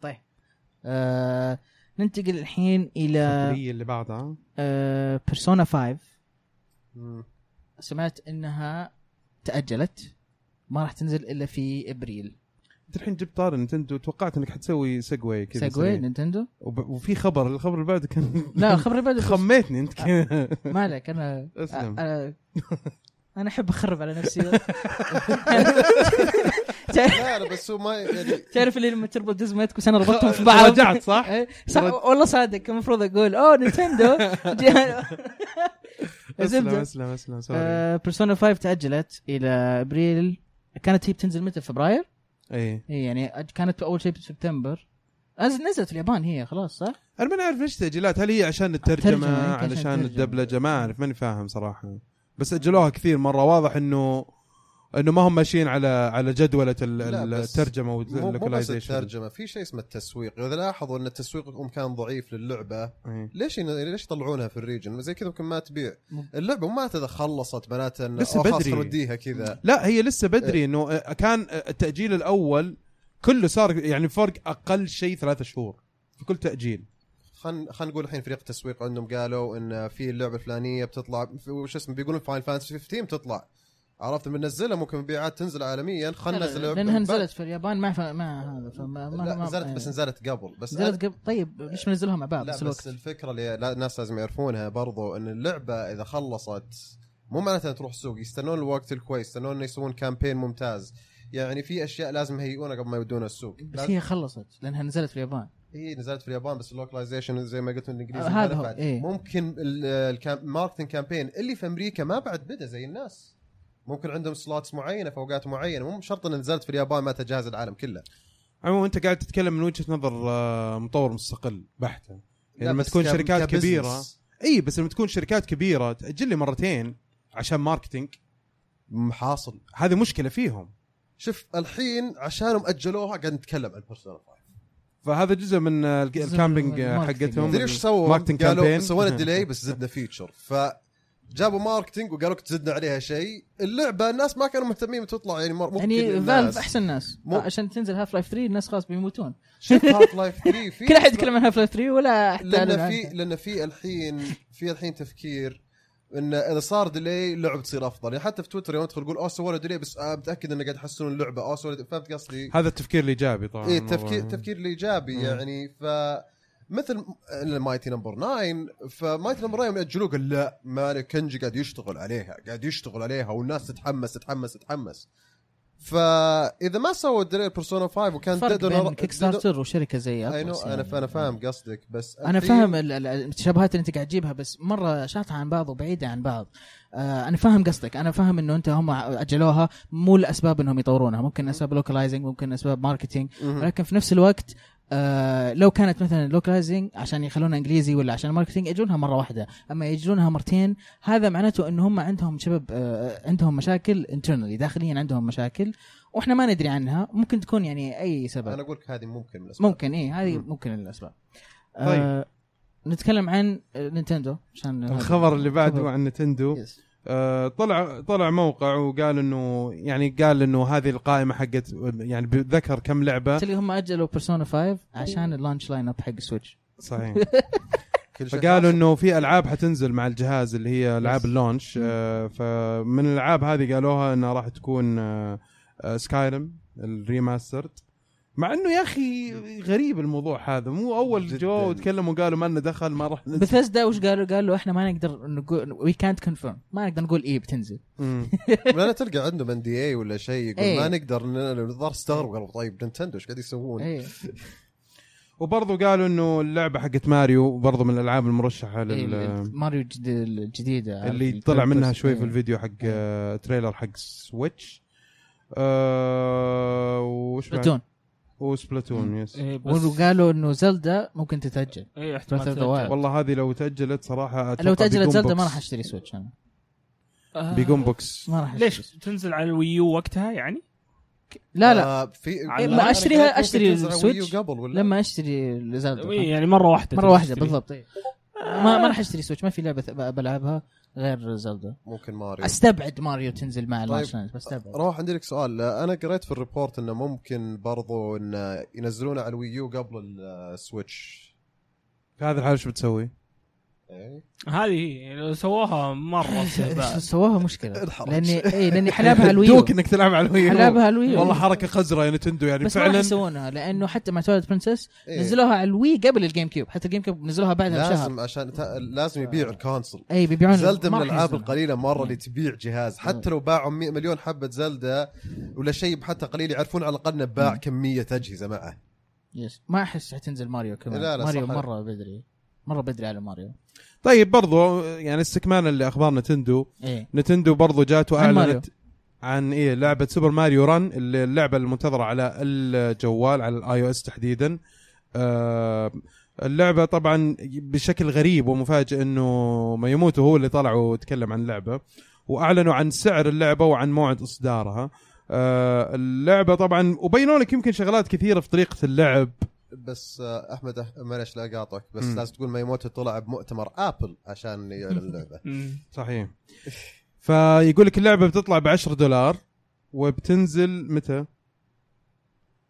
Speaker 1: طيب آه، ننتقل الحين آه، الى
Speaker 2: اللي بعدها
Speaker 1: بيرسونا 5
Speaker 4: مم.
Speaker 1: سمعت انها تاجلت ما راح تنزل الا في ابريل
Speaker 2: انت الحين جبت طار نتندو توقعت انك حتسوي سجوي كذا
Speaker 1: ساجوي
Speaker 2: سريع.
Speaker 1: نينتندو
Speaker 2: وب... وفي خبر الخبر اللي بعده كان
Speaker 1: لا الخبر اللي بعده
Speaker 2: خميتني انت كذا
Speaker 1: ما عليك انا
Speaker 2: اسلم.
Speaker 1: انا انا احب اخرب على نفسي
Speaker 4: لا لا بس هو ما يعني
Speaker 1: تعرف اللي لما تربط جزمتك وسنة ربطتهم في بعض
Speaker 2: رجعت صح؟
Speaker 1: إيه، صح والله صادق المفروض اقول اوه نينتندو
Speaker 2: اسلم
Speaker 1: زبدة.
Speaker 2: اسلم اسلم سوري
Speaker 1: بيرسونا 5 تاجلت الى ابريل كانت هي بتنزل متى فبراير؟
Speaker 2: اي
Speaker 1: إيه، يعني أج- كانت اول شيء بسبتمبر أز- نزلت اليابان هي خلاص صح؟
Speaker 2: انا ماني عارف ليش تاجيلات هل هي عشان الترجمه
Speaker 1: الترجمة، يمكن عشان
Speaker 2: علشان
Speaker 1: الترجمة.
Speaker 2: الدبلجه ما اعرف ماني فاهم صراحه بس اجلوها كثير مره واضح انه انه ما هم ماشيين على على جدوله ال-
Speaker 4: لا،
Speaker 2: ال-
Speaker 4: بس
Speaker 2: الترجمه
Speaker 4: مو مو بس
Speaker 2: واللوكلايزيشن
Speaker 4: الترجمه في شيء اسمه التسويق اذا لاحظوا ان التسويق يكون كان ضعيف للعبه
Speaker 2: إيه.
Speaker 4: ليش ليش يطلعونها في الريجن زي كذا يمكن ما تبيع
Speaker 1: مم.
Speaker 4: اللعبه ما تذا خلصت معناته انه
Speaker 2: لسه
Speaker 4: أوه، خلاص
Speaker 2: بدري.
Speaker 4: نوديها كذا
Speaker 2: لا هي لسه بدري انه آه، كان آه، التاجيل الاول كله صار يعني فرق اقل شيء ثلاثة شهور في كل تاجيل
Speaker 4: خلينا خلينا نقول الحين فريق التسويق عندهم قالوا ان في اللعبه الفلانيه بتطلع وش اسمه بيقولون فاين فانتسي 15 بتطلع عرفت بننزلها ممكن مبيعات تنزل عالميا خلينا ننزل
Speaker 1: لانها نزلت في اليابان ما ف... ما هذا فما ما
Speaker 4: آه،
Speaker 1: إيه.
Speaker 4: لا
Speaker 1: ما
Speaker 4: نزلت بس نزلت قبل بس
Speaker 1: نزلت قبل طيب ليش ما نزلوها مع بعض
Speaker 4: لا
Speaker 1: بس
Speaker 4: بس
Speaker 1: الوقت
Speaker 4: الفكره اللي لا- الناس لازم يعرفونها برضو ان اللعبه اذا خلصت مو معناتها تروح سوق يستنون الوقت الكويس يستنون انه يسوون كامبين ممتاز يعني في اشياء لازم يهيئونها قبل ما يودونها السوق
Speaker 1: بس
Speaker 4: لازم-
Speaker 1: هي خلصت لانها نزلت في اليابان
Speaker 4: هي نزلت في اليابان بس اللوكلايزيشن زي ما قلت الانجليزي
Speaker 1: آه،
Speaker 4: ما
Speaker 1: هذا هو،
Speaker 4: نفعت.
Speaker 1: إيه.
Speaker 4: ممكن الماركتنج كامبين اللي في امريكا ما بعد بدا زي الناس ممكن عندهم سلوتس معينه في اوقات معينه مو شرط ان نزلت في اليابان ما تجهز العالم كله
Speaker 2: عموما انت قاعد تتكلم من وجهه نظر آه، مطور مستقل بحته يعني
Speaker 4: لا،
Speaker 2: لما
Speaker 4: بس
Speaker 2: تكون
Speaker 4: ك-
Speaker 2: شركات
Speaker 4: كبزنس.
Speaker 2: كبيرة. اي بس لما تكون شركات كبيره تاجل لي مرتين عشان ماركتينج
Speaker 4: م- حاصل
Speaker 2: هذه مشكله فيهم
Speaker 4: شوف الحين عشانهم اجلوها قاعد نتكلم عن بيرسونا 5
Speaker 2: فهذا جزء من آه، الك-
Speaker 1: جزء
Speaker 2: الكامبينج
Speaker 1: من
Speaker 2: آه،
Speaker 1: الماركتينج.
Speaker 2: حقتهم
Speaker 4: تدري ايش سووا؟
Speaker 2: ماركتينج
Speaker 4: قالوا
Speaker 2: كامبين.
Speaker 4: سوينا ديلي بس زدنا فيتشر ف جابوا ماركتينج وقالوا لك زدنا عليها شيء اللعبه الناس ما كانوا مهتمين تطلع يعني مر- ممكن
Speaker 1: يعني فالف
Speaker 4: الناس
Speaker 1: احسن ناس
Speaker 4: مو-
Speaker 1: عشان تنزل هاف لايف 3 الناس خلاص بيموتون
Speaker 4: شوف هاف لايف 3 في
Speaker 1: كل احد يتكلم عن هاف لايف 3 ولا حتى أعلن
Speaker 4: لان
Speaker 1: عنها.
Speaker 4: في لان في الحين في الحين تفكير ان اذا صار ديلي اللعبه تصير افضل يعني حتى في تويتر يوم ادخل يقول اوه سووا ديلي بس آه متاكد انه قاعد يحسنون اللعبه اوه سووا فهمت قصدي؟
Speaker 2: هذا التفكير الايجابي طبعا
Speaker 4: اي التفكير
Speaker 2: والله.
Speaker 4: التفكير الايجابي
Speaker 2: مم.
Speaker 4: يعني ف مثل مايتي نمبر 9 فمايتي نمبر 9 من اجلوه قال لا ما كنجي قاعد يشتغل عليها قاعد يشتغل عليها والناس تتحمس تتحمس تتحمس فاذا ما سووا ديلي بيرسونا 5 وكان
Speaker 1: فرق
Speaker 4: Dead or-
Speaker 1: بين كيك ستارتر وشركه زي
Speaker 4: Dead or- I
Speaker 1: أطلس
Speaker 4: know، انا
Speaker 1: يعني.
Speaker 4: انا فاهم قصدك بس
Speaker 1: انا
Speaker 4: في-
Speaker 1: فاهم ال- ال- التشابهات اللي انت قاعد تجيبها بس مره شاطحه عن بعض وبعيده عن بعض آه انا فاهم قصدك انا فاهم انه انت هم اجلوها مو لاسباب انهم يطورونها ممكن اسباب لوكلايزنج ممكن اسباب ماركتينج
Speaker 4: مهم.
Speaker 1: ولكن في نفس الوقت آه لو كانت مثلا لوكلايزنج عشان يخلونها انجليزي ولا عشان ماركتينج يجونها مره واحده اما يجونها مرتين هذا معناته ان هم عندهم شباب آه عندهم مشاكل انترنالي داخليا عندهم مشاكل واحنا ما ندري عنها ممكن تكون يعني اي سبب
Speaker 4: انا اقول لك هذه ممكن من الأسباب.
Speaker 1: ممكن ايه هذه
Speaker 2: مم.
Speaker 1: ممكن الاسباب
Speaker 2: طيب.
Speaker 1: آه نتكلم عن آه، نينتندو عشان
Speaker 2: الخبر اللي بعده
Speaker 1: خبر.
Speaker 2: عن نتندو
Speaker 1: يس.
Speaker 2: آه، طلع طلع موقع وقال انه يعني قال انه هذه القائمه حقت يعني ذكر كم لعبه
Speaker 1: اللي هم اجلوا بيرسونا 5
Speaker 6: أيوه.
Speaker 1: عشان اللانش لاين اب حق السويتش
Speaker 2: صحيح
Speaker 4: كل شيء
Speaker 2: فقالوا
Speaker 4: حاصل.
Speaker 2: انه في العاب حتنزل مع الجهاز اللي هي العاب
Speaker 1: Yes. Mm.
Speaker 2: اللونش
Speaker 1: مم.
Speaker 2: آه، فمن الالعاب هذه قالوها انها راح تكون سكايرم الريماسترد مع انه يا اخي غريب الموضوع هذا مو اول
Speaker 4: جداً.
Speaker 2: جو وتكلموا قالوا ما لنا دخل ما راح ننزل
Speaker 1: بثيسدا وش قالوا؟ قالوا احنا ما نقدر نقول وي كانت كونفيرم ما نقدر نقول ايه بتنزل
Speaker 2: مم.
Speaker 4: ولا تلقى عندهم ان دي اي ولا شيء يقول
Speaker 1: إيه.
Speaker 4: ما نقدر ن- الظاهر استغرب قالوا طيب نينتندو ايش قاعد يسوون؟
Speaker 1: ايه
Speaker 2: وبرضه قالوا انه اللعبه حقت ماريو برضه من الالعاب المرشحه
Speaker 1: إيه،
Speaker 2: لل
Speaker 1: ماريو الجد- الجديده عارف،
Speaker 2: اللي
Speaker 1: ال-
Speaker 2: طلع منها شوي
Speaker 1: إيه.
Speaker 2: في الفيديو حق آه، تريلر حق سويتش آه وش بعد؟
Speaker 1: سبلاتون
Speaker 2: وسبلاتون يس
Speaker 6: إيه بس
Speaker 1: وقالوا انه زلدا ممكن تتاجل
Speaker 6: اي
Speaker 1: Breath of the
Speaker 6: احتمال
Speaker 1: Wild.
Speaker 2: والله هذه لو تاجلت صراحه أتوقع
Speaker 1: لو تاجلت
Speaker 2: بيقوم
Speaker 1: زلدا
Speaker 2: بوكس.
Speaker 1: ما راح اشتري سويتش انا
Speaker 6: آه،
Speaker 2: بيقوم بوكس
Speaker 1: ما راح أشتري
Speaker 6: ليش
Speaker 1: سويتش.
Speaker 6: تنزل على الويو وقتها يعني؟
Speaker 1: لا لا
Speaker 4: آه في
Speaker 6: على-
Speaker 4: أنا
Speaker 1: أشتريها-
Speaker 4: قلت ممكن
Speaker 1: أشتري
Speaker 4: تنزل على ويو
Speaker 1: السويتش
Speaker 4: قبل ولا
Speaker 1: لما اشتري زلدا
Speaker 6: يعني مره واحده
Speaker 1: مره واحده
Speaker 6: تشتري.
Speaker 1: بالضبط إيه. ما ما راح اشتري سويتش ما في لعبه ث- بلعبها غير زلدا
Speaker 4: ممكن ماريو
Speaker 1: استبعد ماريو تنزل مع
Speaker 4: إيه. طيب.
Speaker 1: اللانش لاين، بستبعد
Speaker 4: روح عندي لك سؤال انا قريت في الريبورت انه ممكن برضو انه ينزلونه على الويو قبل السويتش
Speaker 2: في هذه الحاله شو بتسوي؟
Speaker 4: إيه.
Speaker 6: هذه هي، سووها مره استهبال
Speaker 1: سووها مشكله
Speaker 4: الحرج.
Speaker 1: لاني اي لاني حلابها على الويو
Speaker 2: دوك انك تلعب على الويو
Speaker 1: حلابها على الويو
Speaker 2: والله حركه قزره يا نتندو يعني
Speaker 1: بس ما راح
Speaker 2: فعلا
Speaker 1: يسوونها لانه حتى مع توالت برنسس
Speaker 4: إيه.
Speaker 1: نزلوها على الوي قبل الجيم كيوب حتى الجيم كيوب نزلوها بعدها بشهر
Speaker 4: لازم عشان تا... لازم يبيع الكونسل
Speaker 1: اي بيبيعون
Speaker 4: زلدة
Speaker 1: ما راح
Speaker 4: من الالعاب
Speaker 1: ينزلونها.
Speaker 4: القليله مره اللي تبيع جهاز حتى لو باعوا 100 مليون حبه زلدة ولا شيء حتى قليل يعرفون على الاقل انه باع كميه اجهزه معه
Speaker 1: يس. ما احس حتنزل ماريو كمان
Speaker 4: لا، لا،
Speaker 1: ماريو
Speaker 4: صح.
Speaker 1: مره بدري مره بدري على ماريو
Speaker 2: طيب برضو يعني استكمالا لاخبار نتندو
Speaker 1: ايه
Speaker 2: نتندو برضو جات
Speaker 1: ماريو.
Speaker 2: واعلنت عن ايه لعبه سوبر ماريو ران اللي- اللعبه المنتظره على الجوال على الاي او اس تحديدا آه اللعبه طبعا بشكل غريب ومفاجئ انه ميموتو هو اللي طلع وتكلم عن اللعبه واعلنوا عن سعر اللعبه وعن موعد اصدارها آه، اللعبه طبعا وبينوا لك يمكن شغلات كثيره في طريقه اللعب
Speaker 4: بس آه، احمد أح- معلش لا اقاطعك بس
Speaker 2: مم.
Speaker 4: لازم تقول ميموتو طلع بمؤتمر ابل عشان يعلن اللعبه
Speaker 6: مم.
Speaker 2: صحيح فيقول لك اللعبه بتطلع ب 10 دولار وبتنزل متى؟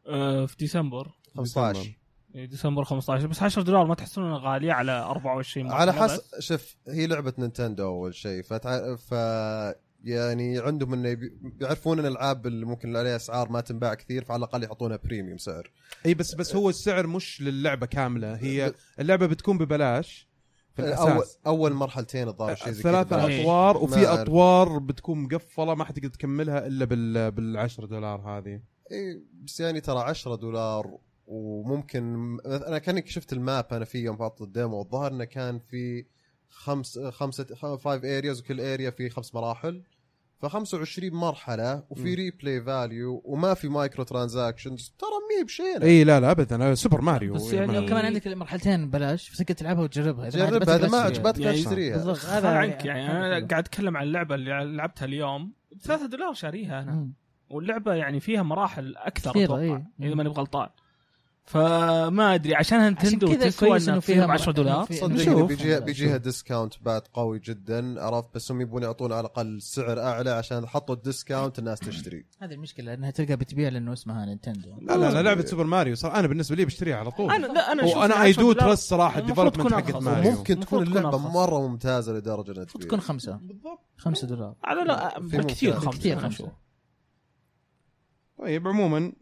Speaker 6: آه، في ديسمبر إيه،
Speaker 4: 15
Speaker 6: ديسمبر 15 بس 10 دولار ما تحسون انها غاليه على 24 مرة
Speaker 4: على
Speaker 6: بس؟
Speaker 4: حسب شوف هي لعبه نينتندو اول شيء فتع... ف يعني عندهم انه يبي- يعرفون ان الالعاب اللي ممكن عليها اسعار ما تنباع كثير فعلى الاقل يحطونها بريميوم سعر
Speaker 2: اي بس بس هو السعر مش للعبه كامله هي اللعبه بتكون ببلاش في
Speaker 4: اول
Speaker 2: الاساس
Speaker 4: اول مرحلتين الظاهر شيء زي كذا
Speaker 2: ثلاثة
Speaker 4: ببلاش.
Speaker 6: أيوة.
Speaker 2: اطوار
Speaker 4: ما
Speaker 2: وفي
Speaker 4: أعرف.
Speaker 2: اطوار بتكون مقفله ما حتقدر تكملها الا بال بال 10 دولار هذه
Speaker 4: إيه، بس يعني ترى 10 دولار وممكن انا كانك شفت الماب انا في يوم حاط الديمو الظاهر انه كان في خمس خمسه فايف ارياز وكل اريا في خمس مراحل ف 25 مرحله وفي
Speaker 2: مم.
Speaker 4: ريبلاي فاليو وما في مايكرو ترانزاكشنز ترى مي
Speaker 1: إيه،
Speaker 4: بشيء
Speaker 2: اي لا لا ابدا سوبر ماريو
Speaker 6: بس يعني
Speaker 2: ما-
Speaker 6: كم-
Speaker 1: كمان عندك مرحلتين ببلاش فسكر تلعبها وتجربها إذا ما
Speaker 4: جرب
Speaker 1: عجبتك
Speaker 4: هذا يعني ما
Speaker 1: لا تشتريها.
Speaker 4: عجبتك لا
Speaker 6: يعني
Speaker 4: تشتريها
Speaker 1: بالضبط
Speaker 6: هذا
Speaker 1: هذا
Speaker 6: عنك يعني انا قاعد اتكلم عن اللعبه اللي لعبتها اليوم ب 3 دولار شاريها انا
Speaker 1: مم.
Speaker 6: واللعبه يعني فيها مراحل اكثر
Speaker 1: كثيرة،
Speaker 6: اتوقع
Speaker 1: إيه.
Speaker 6: اذا ماني بغلطان فما ادري عشانها نتندو
Speaker 1: كذا
Speaker 6: تسوى
Speaker 1: كويس
Speaker 6: انه
Speaker 1: إنه
Speaker 6: فيها
Speaker 1: فيها
Speaker 6: 10 دولار
Speaker 1: في-
Speaker 4: صدقني
Speaker 1: نشوف.
Speaker 4: بيجيها بيجيها ديسكاونت بعد قوي جدا عرفت بس هم يبون يعطون على الاقل سعر اعلى عشان حطوا الديسكاونت الناس تشتري
Speaker 1: هذه المشكله انها تلقى بتبيع لانه اسمها نينتندو
Speaker 2: لا لا لا لعبه سوبر ماريو صار انا بالنسبه لي بشتريها على طول
Speaker 6: انا لا انا أشوف
Speaker 2: وانا
Speaker 6: إن
Speaker 2: اي
Speaker 6: 10
Speaker 2: دو
Speaker 6: دولار
Speaker 2: ترست صراحه
Speaker 6: المفروض تكون
Speaker 2: الديفلوبمنت حقت
Speaker 6: أرخص.
Speaker 2: ماريو
Speaker 4: ممكن تكون
Speaker 6: المفروض تكون
Speaker 4: اللعبه
Speaker 6: أرخص.
Speaker 4: مره ممتازه لدرجه انها
Speaker 1: المفروض
Speaker 4: تبيع.
Speaker 1: تكون خمسه خمسة دولار
Speaker 6: على لا
Speaker 4: في
Speaker 6: كثير
Speaker 4: ممكن.
Speaker 6: خمسة
Speaker 1: كثير
Speaker 6: أنا
Speaker 1: خمسة.
Speaker 6: أشوف.
Speaker 2: طيب عموما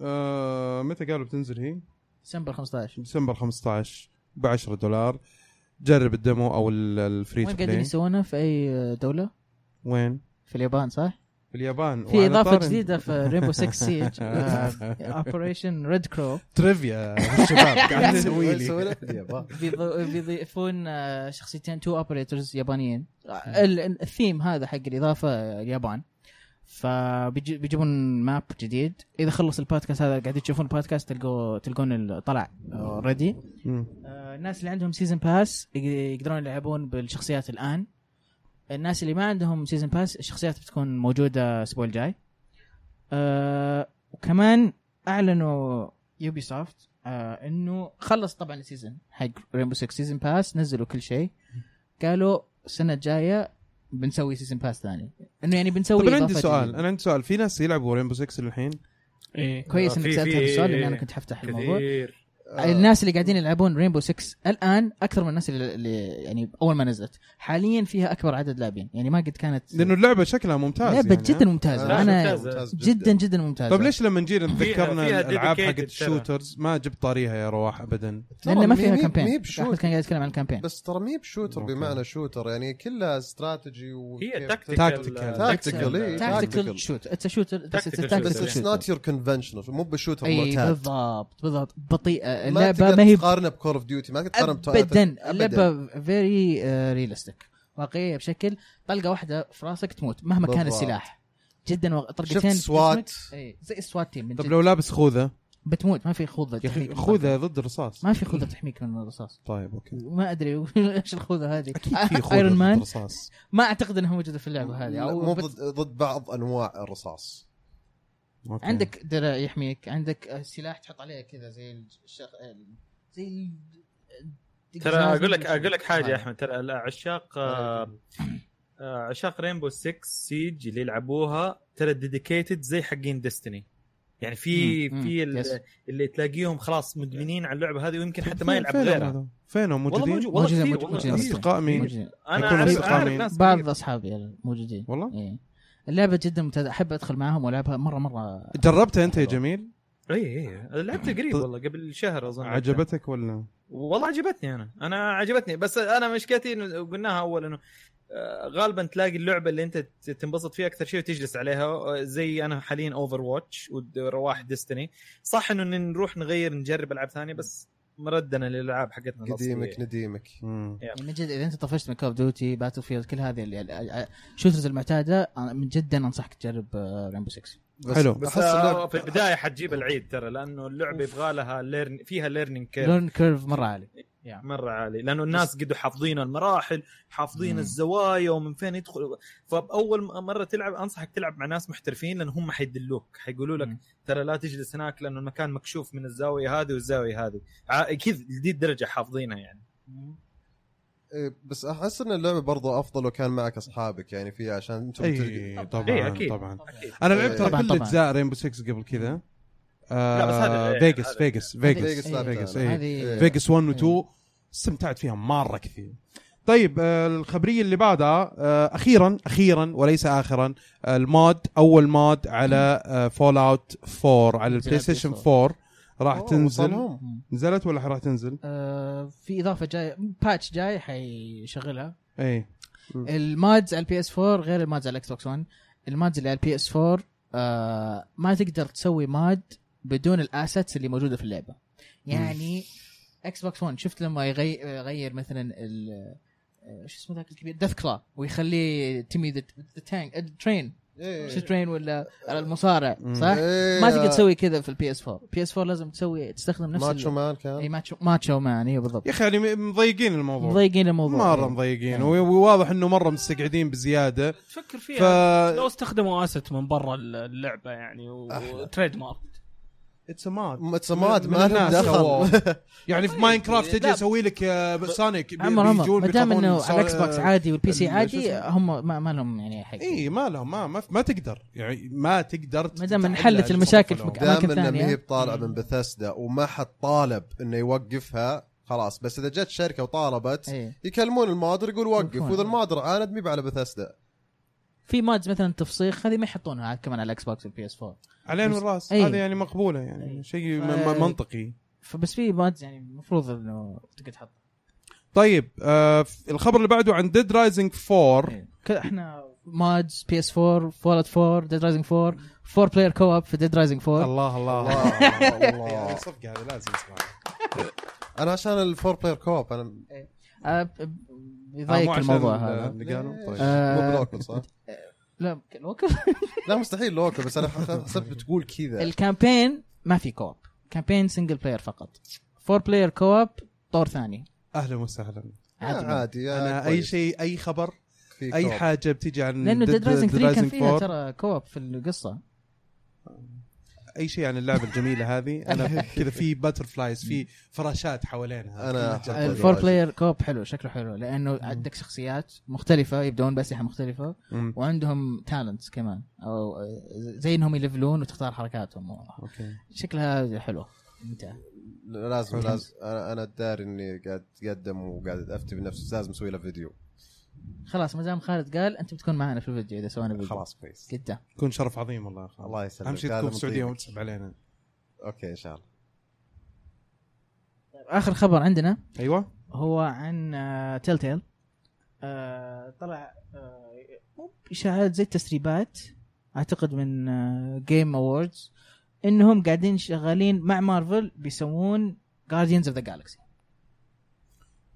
Speaker 2: آه متى قالوا بتنزل هي؟
Speaker 1: ديسمبر 15
Speaker 2: ديسمبر 15 ب 10 دولار جرب الديمو او ال- الفري
Speaker 1: وين
Speaker 2: تو
Speaker 1: قاعدين
Speaker 2: بلاي
Speaker 1: يسوونها في اي دوله؟
Speaker 2: وين؟
Speaker 1: في اليابان صح؟
Speaker 2: في اليابان
Speaker 1: في
Speaker 2: وعلى
Speaker 1: اضافه
Speaker 2: طاري-
Speaker 1: جديده في ريمبو 6 سيج آه، اوبريشن ريد كرو
Speaker 2: تريفيا الشباب قاعد يسوي لي
Speaker 4: سوي لي في اليابان.
Speaker 1: بيضيفون آه، شخصيتين تو اوبريتورز يابانيين ال- الثيم هذا حق الاضافه آه، اليابان فبيجيبون ماب جديد اذا خلص البودكاست هذا قاعدين تشوفون البودكاست تلقوا تلقون ال- طلع اوريدي
Speaker 2: مم.
Speaker 1: آه، الناس اللي عندهم سيزن باس يقدرون يلعبون بالشخصيات الان الناس اللي ما عندهم سيزن باس الشخصيات بتكون موجوده الاسبوع الجاي آه، وكمان اعلنوا يوبي سوفت آه انه خلص طبعا السيزون حق ريمبو 6 سيزون باس نزلوا كل شيء قالوا السنه الجايه بنسوي سيزون باس ثاني انه يعني بنسوي
Speaker 2: طب انا طيب، عندي
Speaker 1: إضافة
Speaker 2: سؤال
Speaker 1: جديدة.
Speaker 2: انا عندي سؤال في ناس يلعبوا رينبو 6 للحين
Speaker 6: إيه
Speaker 1: كويس انك
Speaker 8: في-
Speaker 1: سالت
Speaker 8: في-
Speaker 1: هذا السؤال لان انا كنت حفتح الموضوع
Speaker 8: كثير
Speaker 4: آه،
Speaker 1: الناس اللي قاعدين يلعبون رينبو 6 الان اكثر من الناس اللي, اللي يعني اول ما نزلت حاليا فيها اكبر عدد لاعبين يعني ما قد كانت
Speaker 2: لانه اللعبه شكلها ممتاز
Speaker 1: لعبه
Speaker 2: يعني.
Speaker 1: جدا
Speaker 4: آه،
Speaker 1: ممتازه انا
Speaker 8: ممتازة.
Speaker 4: ممتاز
Speaker 1: جدا جدا ممتازه
Speaker 2: طيب ليش لما جينا تذكرنا
Speaker 8: فيها
Speaker 2: الالعاب
Speaker 8: dedicated
Speaker 2: حقت
Speaker 8: ترى.
Speaker 2: الشوترز ما جبت طاريها يا رواح ابدا
Speaker 1: لان ما فيها
Speaker 4: مي- مي- مي
Speaker 1: كامبين احمد
Speaker 4: بشوت
Speaker 1: كان قاعد يتكلم عن الكامبين
Speaker 4: بس ترى مي بشوتر
Speaker 2: أوكي.
Speaker 4: بمعنى شوتر يعني كلها استراتيجي و
Speaker 8: هي
Speaker 2: تاكتيكال.
Speaker 4: تاكتيكال، إيه،
Speaker 1: تاكتيكال
Speaker 4: تاكتيكال.
Speaker 1: شوت اتس شوتر بس
Speaker 8: Tactical
Speaker 4: بس اتس
Speaker 1: تاكتيكال
Speaker 4: نوت يور كونفنشنال مو بالشوتر
Speaker 1: اي
Speaker 4: المعتاد
Speaker 1: بالضبط بالضبط بطيئه
Speaker 4: ما
Speaker 1: اللعبه
Speaker 4: تقدر
Speaker 1: ما هي
Speaker 4: تقارنها بكور اوف ديوتي ما تقدر تقارنها بتو-
Speaker 1: ابدا اللعبه فيري ريالستيك واقعيه آه، بشكل طلقه واحده في راسك تموت مهما كان
Speaker 4: بالضبط.
Speaker 1: السلاح جدا وق- طلقتين
Speaker 4: شفت
Speaker 1: في
Speaker 4: SWAT؟
Speaker 1: جسمك. إي، زي السوات تيم من
Speaker 2: طب
Speaker 1: جد.
Speaker 2: طيب، لو لابس خوذه
Speaker 1: بتموت ما في خوذه
Speaker 2: يا اخي
Speaker 1: تحميك.
Speaker 2: خوذه ضد رصاص
Speaker 1: ما في خوذه تحميك من الرصاص
Speaker 2: طيب اوكي
Speaker 1: ما ادري ايش الخوذه هذه
Speaker 2: اكيد في خوذه
Speaker 1: ايرون
Speaker 2: ضد
Speaker 1: مان
Speaker 2: رصاص
Speaker 1: ما اعتقد انها موجوده في اللعبه هذه
Speaker 4: مو
Speaker 1: او بت...
Speaker 4: ضد ضد بعض انواع الرصاص
Speaker 2: أوكي.
Speaker 1: عندك درع يحميك عندك آه، سلاح تحط عليه كذا زي آه، الشخ... زي ال...
Speaker 8: ترى اقول لك اقول لك حاجه يا احمد ترى عشاق آه، آه، عشاق رينبو 6 سيج اللي يلعبوها ترى ديديكيتد زي حقين ديستني يعني في
Speaker 1: مم، مم،
Speaker 8: في ال-
Speaker 1: يس.
Speaker 8: اللي تلاقيهم خلاص مدمنين على اللعبه هذه ويمكن حتى ما
Speaker 2: فين-
Speaker 8: يلعب
Speaker 2: فينهم
Speaker 8: غيرها
Speaker 2: هذول؟ فينهم
Speaker 8: والله
Speaker 2: موجودين؟
Speaker 8: موجود والله
Speaker 1: موجودين-
Speaker 8: كثير
Speaker 1: موجودين.
Speaker 8: والله كثير.
Speaker 2: اصدقاء مين؟
Speaker 1: موجودين.
Speaker 8: انا
Speaker 2: يكونوا
Speaker 8: اعرف
Speaker 2: أصدقاء
Speaker 8: أعرف
Speaker 2: مين؟
Speaker 8: ناس
Speaker 1: بعض
Speaker 8: كثير.
Speaker 1: اصحابي موجودين
Speaker 2: والله؟
Speaker 1: إيه. اللعبه جدا ممتازه احب ادخل معاهم والعبها مره مره
Speaker 2: جربتها انت يا جميل؟
Speaker 8: اي اي لعبت إيه. قريب
Speaker 2: طيب.
Speaker 8: والله قبل شهر اظن لعبتها.
Speaker 2: عجبتك ولا؟
Speaker 8: والله عجبتني انا انا عجبتني بس انا مشكلتي انه قلناها اول انه آه، غالبا تلاقي اللعبه اللي انت ت- تنبسط فيها اكثر شيء وتجلس عليها آه، زي انا حاليا اوفر واتش ورواح ديستني صح انه إن نروح نغير نجرب العاب ثانيه بس مردنا للالعاب حقتنا
Speaker 4: قديمك
Speaker 8: الأصلية.
Speaker 4: نديمك
Speaker 2: مم.
Speaker 1: يعني من جد اذا انت طفشت من كوب دوتي باتل فيلد كل هذه اللي الشوترز المعتاده أنا من جد أنا انصحك تجرب آه، ريمبو 6
Speaker 4: بس
Speaker 2: حلو.
Speaker 4: بس
Speaker 8: بس
Speaker 4: احس اللعبه
Speaker 8: آه، في البدايه حتجيب العيد ترى لانه اللعبه يبغى لها ليرن فيها ليرنينج كيرف
Speaker 1: لون كيرف مره عالي
Speaker 8: مره عالي لانه الناس قدوا حافظين المراحل حافظين
Speaker 3: مم.
Speaker 8: الزوايا ومن فين يدخل فاول مره تلعب انصحك تلعب مع ناس محترفين لان هم حيدلوك حيقولوا لك
Speaker 1: مم.
Speaker 8: ترى لا تجلس هناك لانه المكان مكشوف من الزاويه هذه والزاويه هذه ع- كذا لدي الدرجه حافظينها يعني
Speaker 4: إيه، بس احس ان اللعبه برضه افضل لو كان معك اصحابك يعني فيها عشان انتم تلقوا-
Speaker 2: اي
Speaker 8: إيه،
Speaker 2: طبعا
Speaker 8: أكيد.
Speaker 2: طبعا
Speaker 8: أكيد.
Speaker 2: انا لعبت ترى
Speaker 1: طبعاً،
Speaker 2: كل
Speaker 1: طبعاً.
Speaker 2: اجزاء رينبو 6 قبل كذا آه،
Speaker 8: لا، بس هذا-
Speaker 2: فيجاس
Speaker 8: هذا-
Speaker 2: فيجاس
Speaker 4: فيجاس
Speaker 2: فيجاس
Speaker 4: لا
Speaker 2: فيجاس
Speaker 4: تعلم.
Speaker 2: اي
Speaker 1: هذه
Speaker 4: إيه.
Speaker 2: فيجاس 1 و
Speaker 1: إيه.
Speaker 2: 2 استمتعت فيها مره كثير طيب آه، الخبريه اللي بعدها آه، اخيرا اخيرا وليس اخرا آه، المود اول مود على فول اوت 4 على البلاي ستيشن 4 راح
Speaker 4: أوه،
Speaker 2: تنزل
Speaker 4: وصلهم.
Speaker 2: نزلت ولا راح تنزل؟
Speaker 1: آه، في اضافه جاي باتش جاي حيشغلها
Speaker 2: اي
Speaker 1: المادز على البي اس 4 غير المادز على الاكس بوكس 1 المادز اللي على البي اس 4 آه، ما تقدر تسوي ماد بدون الاسيتس اللي موجوده في اللعبه يعني اكس بوكس 1 شفت لما يغي- يغير مثلا ال آه، شو اسمه ذاك الكبير ديث كلا ويخليه تيمي ذا تانك ترين
Speaker 4: إيه.
Speaker 1: شو ترين ولا على المصارع
Speaker 2: مم.
Speaker 1: صح؟
Speaker 4: إيه،
Speaker 1: ما تقدر تسوي كذا في البي اس 4 بي اس 4 لازم تسوي تستخدم نفس إيه.
Speaker 4: ماتشو
Speaker 1: ال-
Speaker 4: مان
Speaker 1: اي
Speaker 4: كان
Speaker 1: ماتشو ماتشو مان ايوه بالضبط
Speaker 2: يا اخي يعني مضيقين الموضوع
Speaker 1: مضايقين الموضوع
Speaker 2: مره
Speaker 1: إيه.
Speaker 2: مضيقين وواضح انه مره مستقعدين بزياده
Speaker 6: تفكر
Speaker 2: ف
Speaker 6: فيها لو استخدموا اسيت من برا اللعبه يعني وتريد مارك
Speaker 2: اتس ماد
Speaker 4: متسمات
Speaker 2: من-
Speaker 4: ما
Speaker 2: من
Speaker 4: لهم
Speaker 2: الناس
Speaker 4: دخل
Speaker 2: يعني في ماين كرافت تجي
Speaker 1: لا.
Speaker 2: يسوي لك آه، سونيك بي-
Speaker 1: عمر عمر
Speaker 2: بيجون
Speaker 1: ما دام
Speaker 2: بيطلعون
Speaker 1: انه
Speaker 2: سو-
Speaker 1: على الاكس بوكس عادي والبي سي
Speaker 2: ال- شو
Speaker 1: عادي
Speaker 2: اسمه؟ إيه.
Speaker 1: هم ما, ما لهم يعني حق
Speaker 2: اي ما لهم ما ما, ما تقدر يعني ما تقدر
Speaker 1: ما دام
Speaker 2: تتحلى
Speaker 1: انحلت المشاكل في
Speaker 2: تصرفهم.
Speaker 1: مكان.
Speaker 4: دام
Speaker 1: أماكن
Speaker 4: انها ما
Speaker 1: ثانية. إيه.
Speaker 4: هي بطالعه من بثسدا وما حد طالب انه يوقفها خلاص بس اذا جت شركه وطالبت
Speaker 1: إيه.
Speaker 4: يكلمون المادر يقول وقف
Speaker 1: يوقفون.
Speaker 4: واذا المادر عاند ميب على بثسدا
Speaker 1: في مادز مثلا تفصيخ هذه ما يحطونها عاد كمان على الاكس بوكس والبي اس 4
Speaker 2: علينا
Speaker 1: بس-
Speaker 2: والراس
Speaker 1: إي.
Speaker 2: هذا يعني مقبوله يعني شيء م- م-
Speaker 1: إيه. ف-
Speaker 2: منطقي
Speaker 1: فبس في مادز يعني المفروض انه تقدر تحط
Speaker 2: طيب آه ف- الخبر اللي بعده عن ديد رايزنج 4
Speaker 1: ك- احنا مادز بي اس 4 فولت 4 ديد رايزنج 4 4 بلاير كو اب في ديد رايزنج 4
Speaker 2: الله الله
Speaker 4: الله
Speaker 2: يعني
Speaker 4: الله
Speaker 2: صفقه هذه لازم اسمعها
Speaker 4: انا عشان الفور بلاير كوب انا
Speaker 1: آه، ب- يضايق
Speaker 2: آه، مو
Speaker 1: الموضوع
Speaker 2: عشان
Speaker 1: هذا
Speaker 2: اللي قالوا طيب
Speaker 1: آه.
Speaker 4: مو بلوكل صح؟
Speaker 1: لا الوقت
Speaker 4: لا مستحيل لوكل بس انا حسبت بتقول كذا
Speaker 1: الكامبين ما في كوب كامبين سنجل بلاير فقط 4 بلاير كوب طور ثاني
Speaker 2: اهلا وسهلا
Speaker 1: عادي
Speaker 4: آه، عادي
Speaker 2: انا اي شيء اي خبر
Speaker 4: شيء
Speaker 2: اي حاجه بتيجي عن
Speaker 1: لانه ديد رايزنج 3 كان
Speaker 2: Rising
Speaker 1: فيها
Speaker 2: 4.
Speaker 1: ترى كوب في القصه
Speaker 2: اي شيء عن اللعبه الجميله هذه انا كذا في باتر فلايز في فراشات حوالينها
Speaker 4: أنا
Speaker 2: كذا
Speaker 4: أحب
Speaker 1: الفور
Speaker 4: Horizon.
Speaker 1: بلاير كوب حلو شكله حلو لانه عندك شخصيات مختلفه يبدون باسلحه مختلفه
Speaker 2: مم.
Speaker 1: وعندهم تالنتس كمان او آه، زي انهم يلفلون وتختار حركاتهم والله
Speaker 2: اوكي
Speaker 1: شكلها حلو ممتع
Speaker 4: لازم لازم انا انا داري اني قاعد اتقدم وقاعد افتي بنفسي بس لازم اسوي له فيديو
Speaker 1: خلاص ما دام خالد قال انت بتكون معنا في الفيديو اذا سوينا فيديو
Speaker 4: خلاص كويس
Speaker 1: قدام
Speaker 2: يكون شرف عظيم والله يا خالد.
Speaker 4: الله يسلمك
Speaker 2: اهم شيء
Speaker 4: هذا
Speaker 2: تكون
Speaker 4: من
Speaker 2: في السعوديه
Speaker 4: طيبك.
Speaker 2: وتسحب علينا
Speaker 4: اوكي ان شاء الله
Speaker 1: اخر خبر عندنا
Speaker 2: ايوه
Speaker 1: هو عن تيل تيل طلع آه، مو اشاعات زي تسريبات اعتقد من آه، جيم اووردز انهم قاعدين شغالين مع مارفل بيسوون جارديانز اوف ذا جالكسي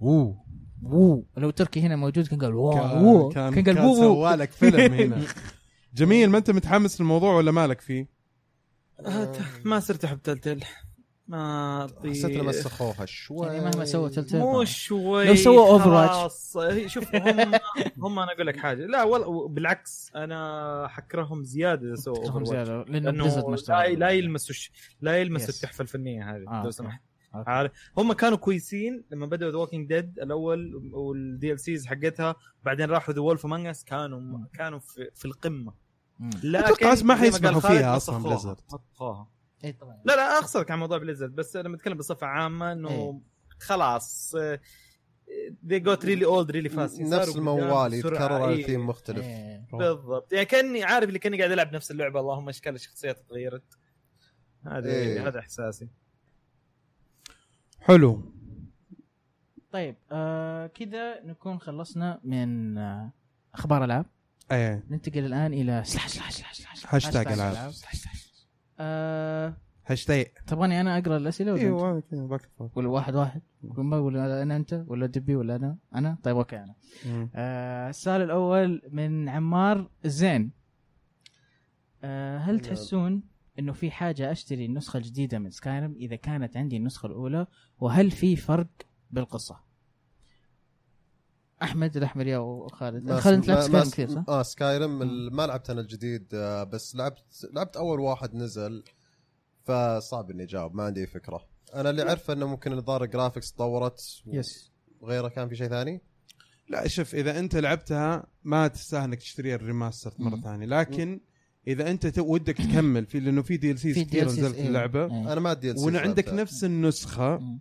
Speaker 2: اوه
Speaker 1: وو لو تركي هنا موجود كان قال واو
Speaker 2: كان-
Speaker 1: وو
Speaker 2: كان
Speaker 1: كان قال
Speaker 2: كان
Speaker 1: وو وو
Speaker 2: سوالك فيلم هنا جميل ما انت متحمس للموضوع ولا مالك فيه؟
Speaker 8: ما صرت احب تلتل ما
Speaker 4: حسيت انه مسخوها شوي
Speaker 1: طيب. يعني مهما سووا تيل تيل
Speaker 8: مو
Speaker 1: ما-
Speaker 8: شوي
Speaker 1: لو سووا Overwatch.
Speaker 8: خلاص. هي- شوف هم هم انا اقول لك حاجه لا والله بالعكس انا حكرههم زياده اذا سووا
Speaker 1: تكرههم
Speaker 8: Overwatch.
Speaker 1: زيادة، لانه بليزرد
Speaker 8: لانه
Speaker 1: ما
Speaker 8: لا,
Speaker 1: اشتغل.
Speaker 8: لا يلمسوا الش- لا يلمسوا
Speaker 1: Yes.
Speaker 8: التحفه الفنيه هذه
Speaker 1: آه،
Speaker 8: لو
Speaker 1: أوكي.
Speaker 8: سمحت
Speaker 1: أوكي.
Speaker 8: عارف هم كانوا كويسين لما بدأوا ذا ووكينج ديد الاول والدي ال سيز حقتها بعدين راحوا ذا وولف امانجس كانوا كانوا في, في القمه
Speaker 1: مم.
Speaker 8: لكن
Speaker 2: أتوقع
Speaker 8: زي
Speaker 2: ما
Speaker 8: قال
Speaker 2: حيسمحوا
Speaker 8: خالد،
Speaker 2: فيها
Speaker 8: ما
Speaker 2: أصلاً
Speaker 8: طخوها،
Speaker 2: Blizzard.
Speaker 8: ما طخوها.
Speaker 1: إيه طبعاً.
Speaker 8: لا لا اقصدك عن موضوع بليزرد بس انا بتكلم بصفه عامه
Speaker 1: إيه.
Speaker 8: انه خلاص آه، they got really old really fast
Speaker 4: نفس الموال يتكرر على ثيم مختلف
Speaker 1: إيه.
Speaker 8: بالضبط يعني كاني عارف اللي كاني قاعد العب نفس اللعبه اللهم اشكال الشخصيات تغيرت هذا
Speaker 4: إيه.
Speaker 8: هذا احساسي
Speaker 2: حلو
Speaker 1: طيب آه كذا نكون خلصنا من آه اخبار العاب
Speaker 2: ايه
Speaker 1: ننتقل الان الى سلاش سلاش سلاش سلاش
Speaker 2: هاشتاج ألعاب.
Speaker 1: سلاش سلاش. آه،
Speaker 2: هاشتاج
Speaker 1: تبغاني انا اقرا الاسئله ولا أنت؟
Speaker 2: ايوه كذا باك فور.
Speaker 1: ولا واحد واحد ولا- ولا انا انت ولا دبي ولا انا انا طيب اوكي انا
Speaker 2: مم.
Speaker 1: آه السؤال الاول من عمار الزين آه، هل تحسون انه في حاجه اشتري النسخه الجديده من سكايرم اذا كانت عندي النسخه الاولى وهل في فرق بالقصه؟ احمد الاحمر يا وخالد
Speaker 4: ما-
Speaker 1: خالد لعبت
Speaker 4: ما- ما-
Speaker 1: سكايرم كثير صح؟
Speaker 4: اه سكايرم ال- ما لعبت انا الجديد آه، بس لعبت لعبت اول واحد نزل فصعب اني اجاوب ما عندي فكره انا اللي عارفه انه ممكن الظاهر الجرافكس تطورت
Speaker 1: يس
Speaker 4: وغيره كان في شيء ثاني
Speaker 2: لا شوف اذا انت لعبتها ما تستاهل انك تشتريها الريماستر مره
Speaker 1: مم.
Speaker 2: ثانيه لكن اذا انت ت- ودك تكمل في لانه في دي ال سيز
Speaker 1: في
Speaker 2: كثير
Speaker 1: DLCs
Speaker 2: نزلت
Speaker 1: إيه.
Speaker 2: اللعبه
Speaker 1: إيه.
Speaker 4: انا ما ادري
Speaker 2: وان عندك نفس النسخه
Speaker 1: مم.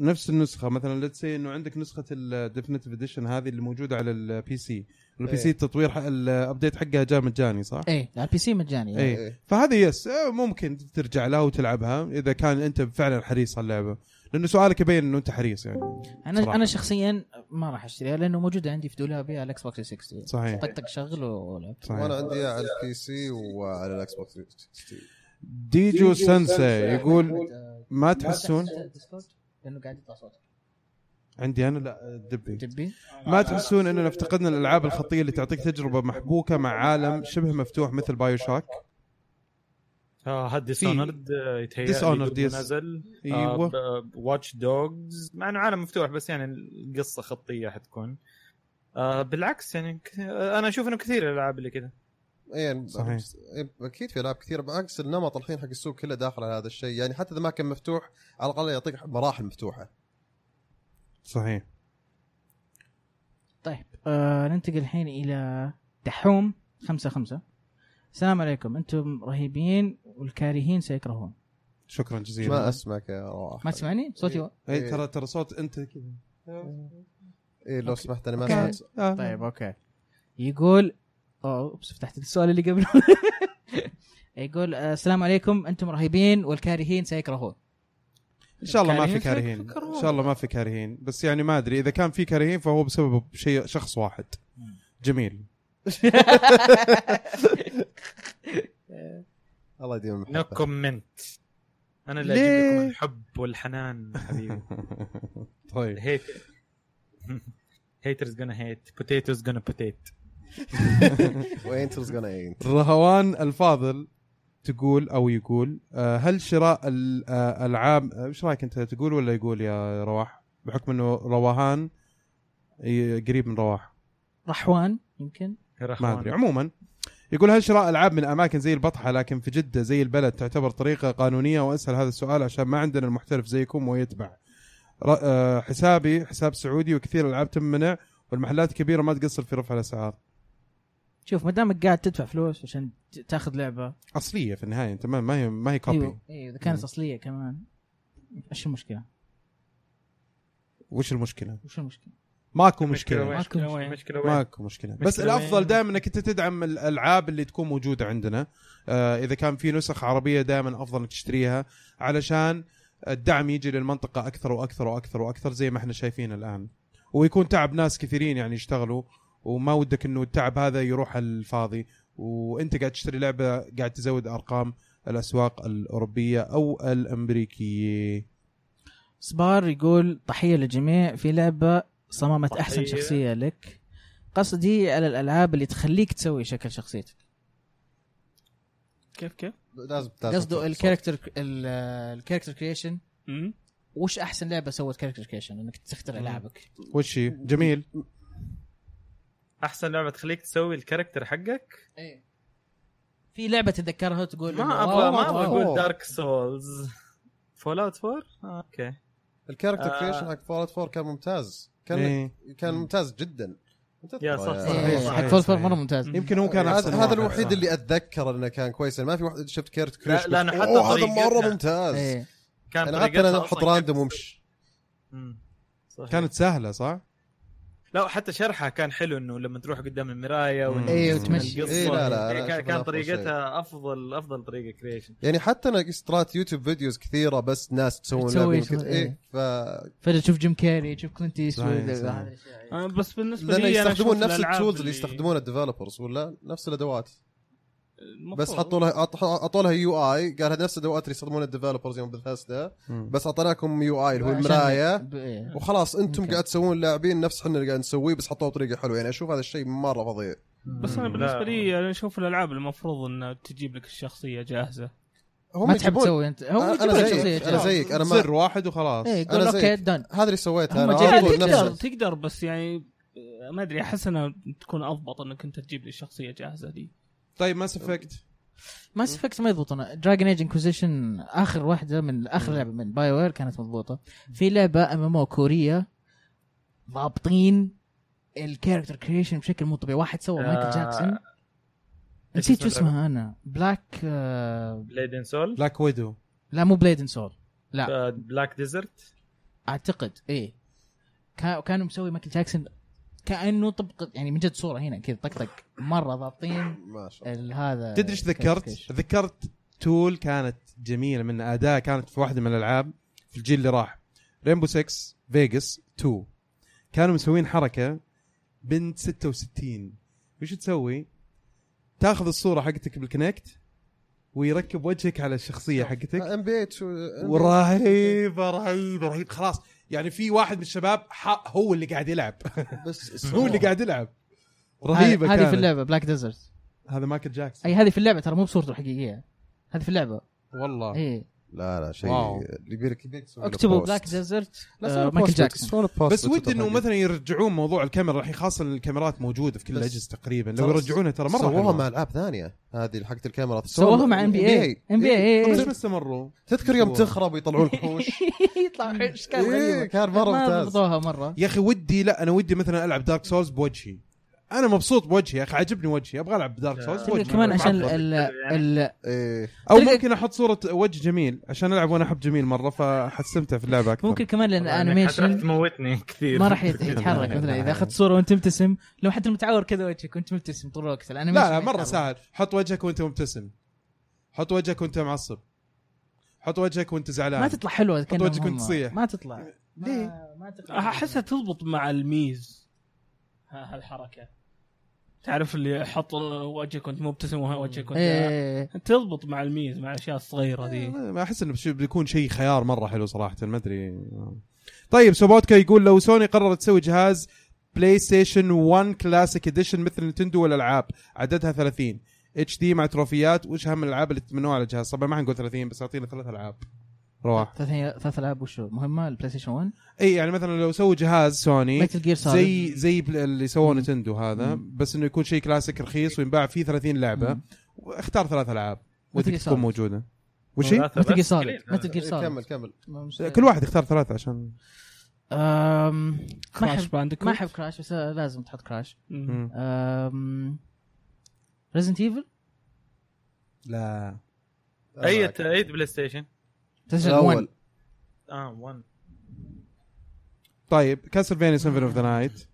Speaker 2: نفس النسخه مثلا ليتس سي انه عندك نسخه الديفينيتيف اديشن هذه اللي موجوده على البي سي البي
Speaker 4: إيه.
Speaker 2: سي التطوير حق- الابديت حقها جاء مجاني صح؟
Speaker 1: ايه على البي سي مجاني يعني.
Speaker 2: إيه. فهذه يس آه، ممكن ترجع لها وتلعبها اذا كان انت فعلا حريص على اللعبه لانه سؤالك يبين انه انت حريص يعني
Speaker 1: انا
Speaker 2: صراحة.
Speaker 1: انا شخصيا ما راح اشتريها لانه موجوده عندي في دولابي على الاكس بوكس 60
Speaker 2: صحيح
Speaker 1: طقطق شغل ولعب
Speaker 2: صحيح
Speaker 4: وانا عندي إياها على البي سي وعلى الاكس بوكس 360.
Speaker 2: ديجو سنسي يقول ما تحسون
Speaker 1: لانه قاعد يطلع صوت
Speaker 2: عندي انا لا دبي
Speaker 1: تبي
Speaker 2: ما تحسون اننا افتقدنا الالعاب الخطيه اللي تعطيك تجربه محبوكه مع عالم شبه مفتوح مثل بايو شاك
Speaker 5: آه هاد ديس اونرد يتهيأ
Speaker 2: Dishonored، يس.
Speaker 5: نزل
Speaker 8: آه،
Speaker 2: ايوه
Speaker 5: واتش دوجز مع انه عالم مفتوح بس يعني القصه خطيه حتكون آه بالعكس يعني كث- آه، انا اشوف انه كثير الالعاب اللي كذا
Speaker 4: ايه
Speaker 2: صحيح.
Speaker 4: إيه، اكيد في العاب كثيره بالعكس النمط الحين حق السوق كله داخل على هذا الشيء يعني حتى اذا ما كان مفتوح على الاقل يعطيك مراحل مفتوحه
Speaker 2: صحيح
Speaker 1: طيب آه ننتقل الحين الى دحوم خمسة خمسة السلام عليكم انتم رهيبين والكارهين سيكرهون
Speaker 2: شكرا جزيلا
Speaker 4: ما اسمعك يا روح
Speaker 1: ما تسمعني صوتي و...
Speaker 2: اي ترى ترى صوت انت كذا
Speaker 4: إيه لو سمحت انا ما
Speaker 1: أوكي.
Speaker 4: سمعت
Speaker 2: آه.
Speaker 1: طيب اوكي يقول أوه، اوبس فتحت السؤال اللي قبله يقول آه، السلام عليكم انتم رهيبين والكارهين سيكرهون
Speaker 2: ان شاء الله ما في
Speaker 6: كارهين؟
Speaker 2: كارهين
Speaker 6: فكروا.
Speaker 2: ان شاء الله ما في كارهين بس يعني ما ادري اذا كان في كارهين فهو بسبب شيء شخص واحد جميل
Speaker 4: الله يديم
Speaker 5: نو
Speaker 4: المحبة.
Speaker 5: كومنت انا اللي
Speaker 2: ليه؟
Speaker 5: اجيب لكم الحب والحنان حبيبي
Speaker 2: طيب
Speaker 5: هيت هيترز gonna هيت بوتيتوز gonna بوتيت
Speaker 4: وانترز gonna اينت
Speaker 2: رهوان الفاضل تقول او يقول آه، هل شراء آه، الالعاب ايش رايك انت تقول ولا يقول يا رواح بحكم انه رواهان ي- قريب من رواح
Speaker 1: رحوان يمكن
Speaker 2: ما ادري عموما يقول هل شراء العاب من اماكن زي البطحه لكن في جده زي البلد تعتبر طريقه قانونيه واسال هذا السؤال عشان ما عندنا المحترف زيكم ويتبع ر- آه، حسابي حساب سعودي وكثير العاب تمنع والمحلات الكبيره ما تقصر في رفع الاسعار
Speaker 1: شوف ما دامك قاعد تدفع فلوس عشان ت- تاخذ لعبه
Speaker 2: اصليه في النهايه انت ما ما هي ما هي كوبي
Speaker 1: ايوه ايوه اذا كانت اصليه كمان ايش المشكله؟
Speaker 2: وش المشكله
Speaker 1: وش المشكله؟
Speaker 2: ماكو مشكله
Speaker 5: وين؟
Speaker 1: ماكو
Speaker 6: وين؟
Speaker 5: مشكله وين؟
Speaker 2: ماكو مشكله
Speaker 5: مشكلة
Speaker 2: بس الافضل
Speaker 5: وين؟
Speaker 2: دائما انك انت تدعم الالعاب اللي تكون موجوده عندنا آه اذا كان في نسخ عربيه دائما افضل انك تشتريها علشان الدعم يجي للمنطقه اكثر واكثر واكثر واكثر زي ما احنا شايفين الان ويكون تعب ناس كثيرين يعني يشتغلوا وما ودك انه التعب هذا يروح على الفاضي وانت قاعد تشتري لعبه قاعد تزود ارقام الاسواق الاوروبيه او الامريكيه
Speaker 1: سبار يقول تحية للجميع في لعبة صممت
Speaker 5: تحية.
Speaker 1: أحسن شخصية لك قصدي على الألعاب اللي تخليك تسوي شكل شخصيتك
Speaker 6: كيف كيف؟
Speaker 4: لازم لازم
Speaker 1: قصده
Speaker 4: تحط
Speaker 1: الكاركتر الكاركتر كريشن
Speaker 6: مم.
Speaker 1: وش أحسن لعبة سوت كاركتر كريشن إنك تختار ألعابك
Speaker 2: وش هي؟ جميل
Speaker 5: احسن لعبه تخليك تسوي الكاركتر حقك
Speaker 1: في لعبة تتذكرها وتقول
Speaker 5: ما
Speaker 1: إنه
Speaker 5: ابغى
Speaker 1: واو،
Speaker 5: ما ابغى
Speaker 1: واو.
Speaker 5: اقول دارك سولز فول اوت 4 اوكي
Speaker 4: صوت. الكاركتر
Speaker 5: آه.
Speaker 4: كريشن حق فولت 4 كان ممتاز كان
Speaker 2: إيه.
Speaker 4: كان ممتاز جدا أنت تذكره
Speaker 5: يا صح،
Speaker 4: يعني.
Speaker 5: صح.
Speaker 1: إيه،
Speaker 2: صحيح،
Speaker 1: حق
Speaker 2: صحيح،
Speaker 1: فول فور
Speaker 2: صحيح.
Speaker 1: مرة ممتاز
Speaker 2: يمكن هو كان
Speaker 4: هذا
Speaker 2: احسن
Speaker 4: هذا
Speaker 2: واحد.
Speaker 4: الوحيد
Speaker 5: صح.
Speaker 4: اللي اتذكر انه كان كويس أنا ما في واحد شفت كارت كريش
Speaker 5: لا، أنا
Speaker 4: قلت،
Speaker 5: حتى
Speaker 4: "أوه، هذا
Speaker 5: طريقتها-
Speaker 4: مره ممتاز
Speaker 1: إيه.
Speaker 5: كان
Speaker 4: انا يعني حتى
Speaker 5: طريقتها
Speaker 4: انا
Speaker 5: أصلاً
Speaker 4: احط
Speaker 5: كيف
Speaker 4: راندوم وامشي
Speaker 5: مم. صحيح.
Speaker 2: كانت سهله صح؟
Speaker 5: لا حتى شرحها كان حلو انه لما تروح قدام المرايه وإنه
Speaker 1: إيه،
Speaker 5: تسمع
Speaker 1: وتمشي.
Speaker 5: القصة.
Speaker 4: إيه، لا، لا،
Speaker 5: إيه،
Speaker 4: أنا
Speaker 5: كان-
Speaker 4: أشوف
Speaker 5: كان
Speaker 4: هذا أفضل
Speaker 5: طريقتها افضل افضل طريقه كريشن
Speaker 4: يعني حتى انا طلعت يوتيوب فيديوز كثيره بس ناس تسوون
Speaker 1: تسوي
Speaker 4: لعبة
Speaker 1: شغل، إيه.
Speaker 4: كذا. ايه ف
Speaker 1: فجأة تشوف جيم كاري تشوف كلينت إيستوود،
Speaker 2: صحيح، صحيح.
Speaker 1: هذه الأشياء.
Speaker 6: آه، بس بالنسبه
Speaker 4: لان
Speaker 6: لي أنا
Speaker 4: يستخدمون
Speaker 6: أشوف
Speaker 4: نفس
Speaker 6: الألعاب
Speaker 4: التولز اللي يستخدمونها الديفلوبرز ولا نفس الادوات
Speaker 6: المفروض.
Speaker 4: بس حطوا لها عط- حطوا لها يو اي قال هذه نفس الادوات اللي يستخدمونها الديفلوبرز يوم بثاسدا
Speaker 2: مم.
Speaker 4: بس اعطينا لكم يو اي اللي هو
Speaker 1: أيوة، عشان-
Speaker 4: المرايه
Speaker 1: ب- إيه.
Speaker 4: وخلاص انتم
Speaker 1: ممكن.
Speaker 4: قاعد تسوون لاعبين نفس احنا اللي قاعد نسويه بس حطوه بطريقه حلوه يعني اشوف هذا الشيء مره فظيع
Speaker 6: بس انا
Speaker 5: لا.
Speaker 6: بالنسبه لي انا اشوف الالعاب المفروض انها تجيب لك الشخصيه جاهزه
Speaker 4: هم
Speaker 1: ما تحب
Speaker 4: يجيبون-
Speaker 1: تسوي انت هو
Speaker 4: أنا-
Speaker 1: يجيب
Speaker 4: أنا
Speaker 1: لك
Speaker 4: زيك،
Speaker 1: شخصيه
Speaker 4: أنا زيك. أنا ما-
Speaker 2: زر واحد وخلاص
Speaker 1: ايه
Speaker 4: أنا
Speaker 1: يقول اوكي
Speaker 4: زيك.
Speaker 1: دون
Speaker 4: هذا اللي سويته
Speaker 1: هم
Speaker 4: انا
Speaker 1: جايين-
Speaker 4: على طول
Speaker 6: تقدر
Speaker 4: نفس
Speaker 6: تقدر بس يعني آه، ما ادري احس انها تكون اضبط انك انت تجيب لي الشخصيه جاهزه دي
Speaker 2: طيب ماس افكت
Speaker 1: ما سفكت ما يضبطونه دراجن ايج انكوزيشن اخر واحده من اخر لعبه من باي وير كانت مضبوطه في لعبه ام ام او كوريه ضابطين الكاركتر كريشن بشكل مو طبيعي واحد سوى مايكل
Speaker 5: آه،
Speaker 1: جاكسون
Speaker 5: إيش
Speaker 1: نسيت شو
Speaker 5: اسم اللعبة؟
Speaker 1: اسمها انا بلاك آه
Speaker 5: بليد ان سول
Speaker 2: بلاك ويدو
Speaker 1: لا مو بليد اند سول لا.
Speaker 5: بلاك ديزرت
Speaker 1: اعتقد ايه كا- كانوا مسوي مايكل جاكسون كانه طبق يعني من جد صوره هنا كذا طقطق مره ضابطين
Speaker 4: ما شاء الله
Speaker 1: ال- هذا
Speaker 2: تدري ايش ذكرت؟
Speaker 1: الكاركتر كريشن.
Speaker 2: ذكرت تول كانت جميله من اداء كانت في واحده من الالعاب في الجيل اللي راح ريمبو 6 فيجاس 2 كانوا مسوين حركه بنت 66 وش تسوي؟ تاخذ الصوره حقتك بالكونكت ويركب وجهك على الشخصيه حقتك
Speaker 4: ام بي إيه اتش
Speaker 2: ورهيبه رهيبه رهيبه خلاص يعني في واحد من الشباب ح- هو اللي قاعد يلعب
Speaker 4: بس
Speaker 2: هو اللي قاعد يلعب
Speaker 1: هذه
Speaker 2: رهيبه
Speaker 1: هذه في
Speaker 2: كانت.
Speaker 1: اللعبه بلاك ديزرت
Speaker 2: هذا مايكل جاكسون
Speaker 1: اي هذه في اللعبه ترى مو بصورته الحقيقيه هذه في اللعبه
Speaker 2: والله
Speaker 1: ايه
Speaker 4: لا لا شيء
Speaker 2: واو.
Speaker 4: اللي بيرك يبيك تسوي له
Speaker 1: اكتبوا
Speaker 4: post.
Speaker 1: بلاك ديزرت
Speaker 4: لا، سوي له
Speaker 1: مايكل
Speaker 4: post.
Speaker 1: جاكسون.
Speaker 4: سوي له post
Speaker 2: بس ودي
Speaker 4: بالتويتر
Speaker 2: انه
Speaker 4: حقك.
Speaker 2: مثلا يرجعون موضوع الكاميرا الحين خاصه إن الكاميرات موجوده في كل
Speaker 4: بس-
Speaker 2: الاجهزه تقريبا لو
Speaker 4: ترى-
Speaker 2: يرجعونها ترى مره
Speaker 4: سووها
Speaker 2: حلوة.
Speaker 4: مع العاب ثانيه هذه حقت الكاميرا
Speaker 1: سووها مع ام بي اي ام بي
Speaker 2: طب ليش
Speaker 1: اي
Speaker 2: ما استمروا؟
Speaker 4: إيه، تذكر يوم
Speaker 2: سووها.
Speaker 4: تخرب يطلعون الحوش
Speaker 1: يطلع حش كان
Speaker 4: إيه،
Speaker 1: غريب
Speaker 4: كان مره
Speaker 1: ما
Speaker 4: ممتاز
Speaker 1: ضبطوها مره
Speaker 2: يا اخي ودي لا انا ودي مثلا العب دارك سولز بوجهي انا مبسوط بوجهي يا اخي عاجبني وجهي ابغى العب دارك سولز
Speaker 1: تلقى
Speaker 2: بوجهي
Speaker 1: كمان
Speaker 2: ما
Speaker 1: عشان
Speaker 2: أبغى.
Speaker 1: ال
Speaker 5: يعني
Speaker 1: ال
Speaker 4: إيه.
Speaker 2: او
Speaker 1: تلقى-
Speaker 2: ممكن احط صوره وجه جميل عشان العب وانا احب جميل مره فحستمتع في اللعبه اكثر
Speaker 1: ممكن كمان لان
Speaker 5: راح
Speaker 1: الانيميشن
Speaker 5: تموتني كثير
Speaker 1: ما راح يت- يتحرك مثلا اذا اخذت صوره وانت مبتسم لو حتى المتعور كذا وجهك وانت مبتسم طول الوقت الانيميشن
Speaker 2: لا لا
Speaker 1: ما
Speaker 2: مره
Speaker 1: يتحرك.
Speaker 2: سهل حط وجهك وانت مبتسم حط وجهك وانت معصب حط وجهك وانت زعلان
Speaker 5: آه.
Speaker 1: ما تطلع حلوه كأنها
Speaker 2: وجهك وأنت
Speaker 1: مهمة.
Speaker 2: صيح.
Speaker 1: ما تطلع
Speaker 2: ليه؟
Speaker 1: ما- ما تطلع
Speaker 6: احسها تضبط مع الميز ها- هالحركه تعرف اللي حط وجهك وانت مبتسم وجهك وانت
Speaker 5: آه.
Speaker 1: ايه
Speaker 6: تضبط مع الميز مع الاشياء الصغيره ذي
Speaker 2: إيه، ما احس انه بش- بيكون شيء خيار مره حلو صراحه ما ادري طيب سوبوتكا يقول لو سوني قررت تسوي جهاز بلاي ستيشن 1 كلاسيك اديشن مثل نتندو والالعاب عددها 30 اتش دي مع تروفيات وش اهم الالعاب اللي تتمنوها على الجهاز طبعا ما حنقول 30 بس اعطينا ثلاث العاب رواح
Speaker 1: ثلاث ثلاث العاب وشو مهمه البلاي ستيشن 1
Speaker 2: اي يعني مثلا لو سووا جهاز سوني
Speaker 1: ميتل جير سوليد
Speaker 2: يعني زي زي بل- اللي سووه نتندو هذا بس انه يكون شيء كلاسيك رخيص وينباع فيه 30 لعبه اختار ثلاث العاب ودك
Speaker 1: Gear
Speaker 2: تكون
Speaker 1: Solid.
Speaker 2: موجوده وشي
Speaker 1: متل جير سوليد متل جير
Speaker 4: إيه، كمل
Speaker 1: سوليد
Speaker 4: كمل
Speaker 2: كل واحد يختار ثلاثه عشان
Speaker 1: أم، ما
Speaker 6: كراش
Speaker 1: احب
Speaker 6: باندكوت
Speaker 1: ما احب كراش بس لازم تحط كراش
Speaker 6: مم.
Speaker 1: ريزنت ايفل
Speaker 2: لا
Speaker 4: آه،
Speaker 5: اي اي بلاي ستيشن
Speaker 1: تسجل 1
Speaker 4: الاول
Speaker 5: اه 1
Speaker 2: طيب كاسلفينيا سيمفوني اوف ذا
Speaker 4: آه.
Speaker 2: نايت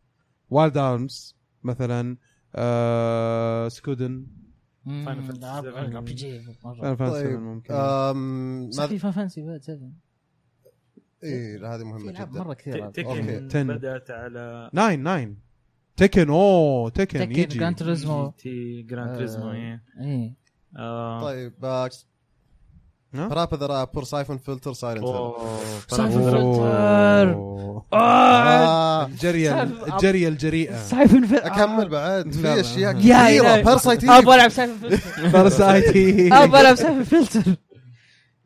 Speaker 2: وايلد ارمز مثلا آه سكودن
Speaker 5: Final Fantasy VII.
Speaker 1: بي جي
Speaker 2: فان
Speaker 4: طيب.
Speaker 2: ممكن
Speaker 4: أم، ما
Speaker 1: في فانسي بعد 7
Speaker 4: ايه هذه
Speaker 1: في
Speaker 4: مهمه
Speaker 1: العاب
Speaker 4: جدا
Speaker 1: مره كثير
Speaker 4: أوكي.
Speaker 5: تكن
Speaker 2: 10.
Speaker 5: بدات على
Speaker 2: ناين ناين تكن اوه تكن,
Speaker 1: تكن
Speaker 2: يجي
Speaker 1: جراند تريزمو
Speaker 5: تي جراند
Speaker 1: آه.
Speaker 5: تريزمو إيه.
Speaker 1: ايه
Speaker 5: آه.
Speaker 4: طيب
Speaker 2: ها؟
Speaker 4: راب ذا راب بور سايفون فلتر سايلنت هيل.
Speaker 5: أوه.
Speaker 1: سايفن فلتر
Speaker 2: أوه.
Speaker 4: آه،
Speaker 2: الجريه
Speaker 1: سالفة.
Speaker 2: الجريه الجريئه
Speaker 1: سايفن فلتر
Speaker 4: اكمل بعد
Speaker 2: لا،
Speaker 4: في
Speaker 2: لا.
Speaker 4: اشياء
Speaker 2: يا
Speaker 4: كثيره
Speaker 1: إلهي.
Speaker 4: بارسايت
Speaker 1: ابغى العب سايفن فلتر
Speaker 2: بارسايتي
Speaker 1: ابغى العب سايفن فلتر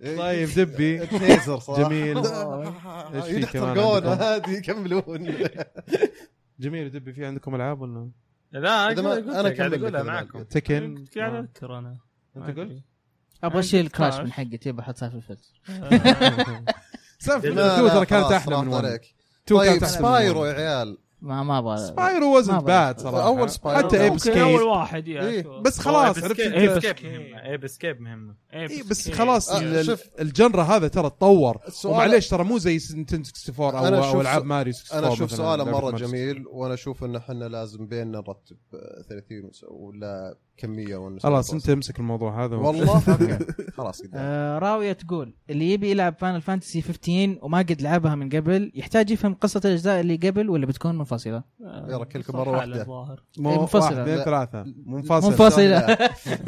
Speaker 4: إيه.
Speaker 2: طيب دبي
Speaker 4: تيزر صراحه
Speaker 2: جميل إيش في كمان
Speaker 4: يحترقون
Speaker 2: عندكم؟
Speaker 4: عادي يكملون
Speaker 2: جميل دبي في عندكم العاب ولا
Speaker 5: لا
Speaker 4: إذا ما- أنا
Speaker 5: انا قاعد
Speaker 4: أكمل
Speaker 5: اقولها
Speaker 4: لك.
Speaker 5: معكم
Speaker 2: تكن
Speaker 6: كنت قاعد اذكر انا
Speaker 2: انت قلت
Speaker 1: ابغى اشيل الكراش من حقتي بحط سايفن فلتر
Speaker 6: آه.
Speaker 2: سالفه
Speaker 5: لا،
Speaker 2: الدو ترى كانت احلى من 1
Speaker 4: ولد
Speaker 2: كانت
Speaker 4: طيب
Speaker 2: احلى من one.
Speaker 4: سبايرو يا عيال
Speaker 1: ما ما ابغى
Speaker 2: سبايرو وزنت
Speaker 1: آه، ما بعرف.
Speaker 2: باد صراحه
Speaker 4: أول سبايرو.
Speaker 2: حتى ايب
Speaker 6: ممكن اول
Speaker 2: سكيب
Speaker 6: واحد يا
Speaker 4: إيه.
Speaker 6: شو.
Speaker 2: بس خلاص عرفت
Speaker 5: ايب
Speaker 2: انت
Speaker 5: سكيب مهمه ايب سكيب مهمه
Speaker 6: إيه،
Speaker 2: اي بس
Speaker 6: كيف.
Speaker 2: خلاص
Speaker 4: آه،
Speaker 2: ال-
Speaker 4: شوف.
Speaker 2: الجنرا هذا ترى تطور
Speaker 4: السؤال-
Speaker 2: ومعليش ترى مو زي نتندو 64
Speaker 4: أنا
Speaker 2: او او
Speaker 4: أشوف
Speaker 2: العاب
Speaker 4: سو-
Speaker 2: ماريو 64
Speaker 4: انا اشوف
Speaker 2: مثلاً،
Speaker 4: سؤاله
Speaker 2: لعبة
Speaker 4: مره
Speaker 2: ماريو.
Speaker 4: جميل وانا اشوف ان احنا لازم بيننا نرتب آه، 30 ولا كميه ونسوي
Speaker 2: خلاص
Speaker 4: فوز.
Speaker 2: انت امسك الموضوع هذا
Speaker 4: والله خلاص قدام
Speaker 1: آه، راوية تقول اللي يبي يلعب فاينل فانتسي 15 وما قد لعبها من قبل يحتاج يفهم قصة الأجزاء اللي قبل ولا بتكون منفصلة؟
Speaker 6: آه،
Speaker 4: يلا كلكم
Speaker 6: صح
Speaker 4: مرة
Speaker 6: على
Speaker 4: واحدة.
Speaker 6: الظاهر.
Speaker 2: مو-
Speaker 1: منفصلة.
Speaker 2: واحد، اثنين
Speaker 4: لا.
Speaker 2: ثلاثة منفصلة
Speaker 1: منفصلة.
Speaker 4: آه،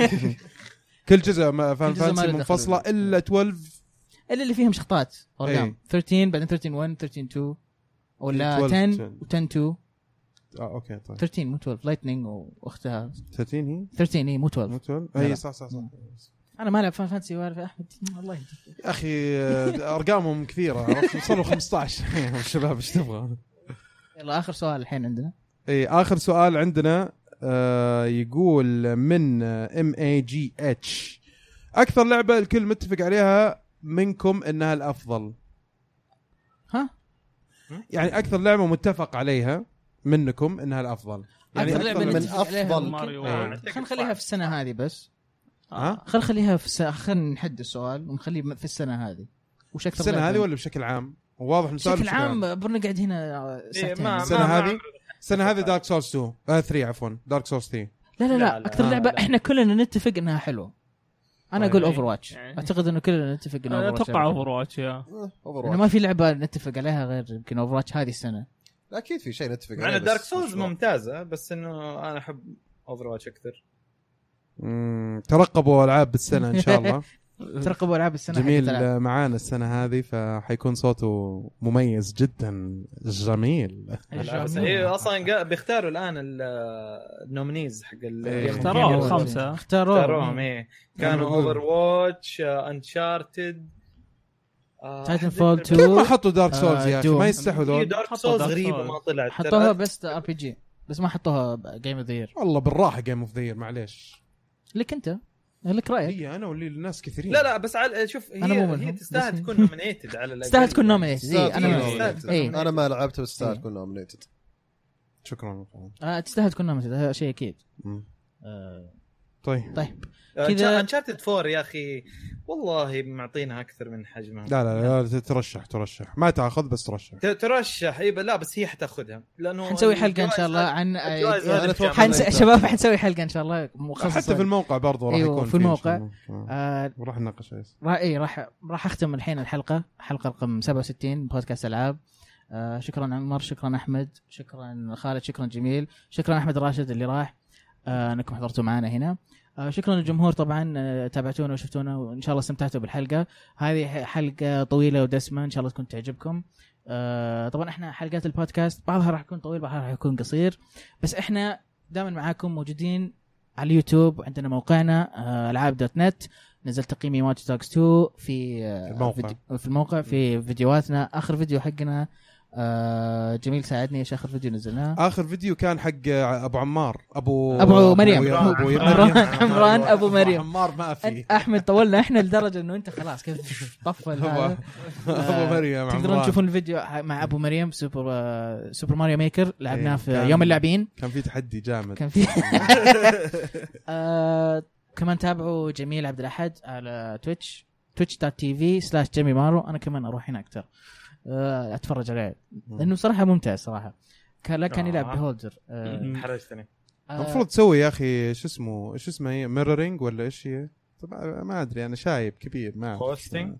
Speaker 2: كل جزء ما- فان
Speaker 1: جزء ما
Speaker 2: فانسي
Speaker 1: له
Speaker 2: منفصلة
Speaker 1: دخل.
Speaker 2: الا 12
Speaker 1: إلا اللي فيهم شخطات أرقام
Speaker 2: إيه.
Speaker 1: 13 بعدين 13 1 13 2 ولا
Speaker 2: 12
Speaker 1: 10 و 10 2
Speaker 2: آه اوكي طيب
Speaker 1: 13 مو 12 لايتنينج واختها
Speaker 2: 13 هي
Speaker 1: 13 اي إيه، مو 12
Speaker 2: مو 12
Speaker 1: لا،
Speaker 2: اي
Speaker 1: لا.
Speaker 2: صح صح صح
Speaker 1: انا ما العب فان فانتسي وعارف احمد الله يهديك
Speaker 2: يا اخي آه، ارقامهم كثيره عرفت؟ وصلوا 15 الشباب ايش تبغى؟
Speaker 1: يلا اخر سؤال الحين عندنا
Speaker 2: اي اخر إيه، سؤال عندنا آه يقول من آه، ام اي جي اتش اكثر لعبه الكل متفق عليها منكم انها الافضل
Speaker 1: ها؟
Speaker 2: يعني اكثر لعبه متفق عليها منكم انها الافضل يعني
Speaker 1: أكثر
Speaker 2: أكثر
Speaker 1: لعبة
Speaker 2: من
Speaker 1: نتفق عليها
Speaker 2: إيه.
Speaker 4: أفضل
Speaker 1: ممكن-
Speaker 6: ماريو.
Speaker 1: آه، خلينا نخليها في السنه هذه بس
Speaker 2: ها؟
Speaker 1: خل خليها في السنة خلينا نحدد السؤال ونخليه في السنه هذه وش اكثر
Speaker 2: السنه
Speaker 1: لعبة؟
Speaker 2: هذه ولا بشكل عام؟ واضح من سؤال
Speaker 1: بشكل عام برنا قاعد هنا آه، ساعتين
Speaker 5: ما-
Speaker 2: السنه هذه السنه هذه دارك سورس 2 آه 3 عفوا دارك سورس 3
Speaker 1: لا لا
Speaker 5: لا،
Speaker 1: لا
Speaker 5: لا،
Speaker 1: اكثر
Speaker 5: لا،
Speaker 1: لعبه
Speaker 5: لا.
Speaker 1: احنا كلنا نتفق انها حلوه انا
Speaker 2: طيب.
Speaker 1: اقول اوفر واتش
Speaker 6: يعني.
Speaker 1: اعتقد انه كلنا نتفق انه
Speaker 6: أنا
Speaker 1: Overwatch
Speaker 6: اتوقع
Speaker 1: حلوة.
Speaker 6: اوفر واتش يا
Speaker 1: لانه ما في لعبه نتفق عليها غير يمكن اوفر واتش هذه السنه
Speaker 4: اكيد في شيء نتفق
Speaker 5: مع
Speaker 4: عليه
Speaker 5: ان
Speaker 4: بس
Speaker 5: دارك
Speaker 4: مش
Speaker 5: سولز
Speaker 4: مشروع.
Speaker 5: ممتازه بس انه انا احب اوفر واتش اكثر
Speaker 2: مم، ترقبوا العاب بالسنه ان شاء الله
Speaker 1: ترقبوا العاب السنه
Speaker 2: جميل
Speaker 1: حقت الألعاب.
Speaker 2: آه، معانا السنه هذه فحيكون صوته مميز جدا جميل
Speaker 5: لا، بس
Speaker 1: جميل.
Speaker 5: هي اصلا قا- بيختاروا الان ال- النومينيز حق ال- يعني
Speaker 2: إيه.
Speaker 6: اختاروهم
Speaker 1: جميل.
Speaker 6: خمسة.
Speaker 1: اختاروهم
Speaker 5: اختاروهم ايه
Speaker 2: أنا
Speaker 5: كانوا آه،
Speaker 2: أقول.
Speaker 5: اوفر واتش انشارتد آه،
Speaker 1: تايتن فول 2
Speaker 2: ليه ما حطوا دارك
Speaker 1: آه،
Speaker 2: سولز يا اخي
Speaker 1: دوم.
Speaker 2: ما يستحوا
Speaker 5: في
Speaker 2: ذول
Speaker 5: دارك
Speaker 6: حطوا
Speaker 5: سولز
Speaker 6: Dark
Speaker 5: غريبه
Speaker 6: Souls.
Speaker 5: ما طلعت
Speaker 1: حطوها
Speaker 5: ترى.
Speaker 1: بس ار بي جي بس ما حطوها جيم اوف ذا يير
Speaker 2: والله بالراحه جيم اوف ذا معليش
Speaker 1: لك انت لك رايك
Speaker 2: هي انا واللي الناس كثيرين
Speaker 5: إيه. لا لا بس على شوف هي,
Speaker 1: أنا مو
Speaker 5: هي
Speaker 1: منهم،
Speaker 5: تستاهل
Speaker 1: بس-
Speaker 5: تكون نومينيتد على الأقل.
Speaker 1: تستاهل تكون نومينيت
Speaker 4: تستاهل
Speaker 1: انا
Speaker 4: تكون
Speaker 1: معك.
Speaker 5: تستاهل تكون
Speaker 1: إيه.
Speaker 5: nominated.
Speaker 4: انا ما لعبتها بس
Speaker 1: إيه.
Speaker 4: تستاهل تكون نومينيتد
Speaker 2: شكرا
Speaker 1: آه، تستاهل تكون نومينيت هذا شيء اكيد
Speaker 2: مم.
Speaker 1: آه،
Speaker 2: طيب
Speaker 1: طيب كذا-
Speaker 5: كذا انشارتد 4 آه، يا اخي والله معطينها اكثر من حجمها
Speaker 2: لا لا لا ترشح ترشح ما تاخذ بس ترشح
Speaker 5: ت- ترشح اي لا بس هي حتاخذها لانه
Speaker 1: حنسوي حلقه ان شاء الله
Speaker 5: الجوائز-
Speaker 1: عن
Speaker 5: الجوائز
Speaker 1: آه،
Speaker 5: هذه
Speaker 4: أنا أتوقع
Speaker 5: بجامعة.
Speaker 1: حنس... شباب حنسوي حلقه ان شاء الله مخصصه
Speaker 2: حتى في الموقع برضو راح
Speaker 1: أيوة،
Speaker 2: يكون
Speaker 1: في
Speaker 2: فيه إن
Speaker 1: الموقع.
Speaker 2: شاء الله. آه.
Speaker 1: آه،
Speaker 2: وراح نناقش هذا.
Speaker 1: راح إيه راح راح اختم الحين الحلقه حلقه رقم 67 بودكاست العاب آه شكرا عمر شكرا احمد شكرا خالد شكرا جميل شكرا احمد راشد اللي راح آه انكم حضرتوا معنا هنا آه شكرا للجمهور طبعا آه تابعتونا وشفتونا وان شاء الله استمتعتوا بالحلقه هذه ح- حلقه طويله ودسمه ان شاء الله تكون تعجبكم آه طبعا احنا حلقات البودكاست بعضها راح يكون طويل بعضها راح يكون قصير بس احنا دائما معاكم موجودين على اليوتيوب عندنا موقعنا آه العاب دوت نت نزل تقييم ايموجي توكس 2 في آه،
Speaker 2: الموقع.
Speaker 1: فيديو- في الموقع في فيديوهاتنا اخر فيديو حقنا آه جميل ساعدني ايش اخر فيديو نزلناه
Speaker 2: اخر فيديو كان حق آه، ابو عمار ابو
Speaker 1: أبو مريم.
Speaker 2: أبو- أبو-
Speaker 1: عمران- عمران أبو
Speaker 2: أبو
Speaker 1: مريم.
Speaker 2: عمار ما في
Speaker 1: أنت- احمد أه، طولنا احنا لدرجه انه انت خلاص كيف طفل هذا.
Speaker 2: ابو مريم
Speaker 1: آه. تقدرون
Speaker 2: عمران.
Speaker 1: تشوفون الفيديو ح- مع ابو مريم سوبر آه، سوبر ماريو ميكر لعبناه
Speaker 2: إيه،
Speaker 1: في
Speaker 2: كان-
Speaker 1: يوم اللاعبين
Speaker 2: كان في تحدي جامد
Speaker 1: كان في آه، كمان تابعوا جميل عبد الاحد على تويتش تويتش دوت تي في سلاش جيمي مارو انا كمان اروح هناك ترى آه، اتفرج عليه لانه صراحه ممتع صراحه كان لا كان يلعب
Speaker 5: آه.
Speaker 1: بهولدر
Speaker 6: أمم.
Speaker 1: آه،
Speaker 5: حرجتني
Speaker 1: آه،
Speaker 2: المفروض تسوي يا اخي شو اسمه شو اسمه هي ميرورينج ولا ايش هي؟ طبعا ما ادري انا شايب كبير ما أعرف.
Speaker 5: Hosting؟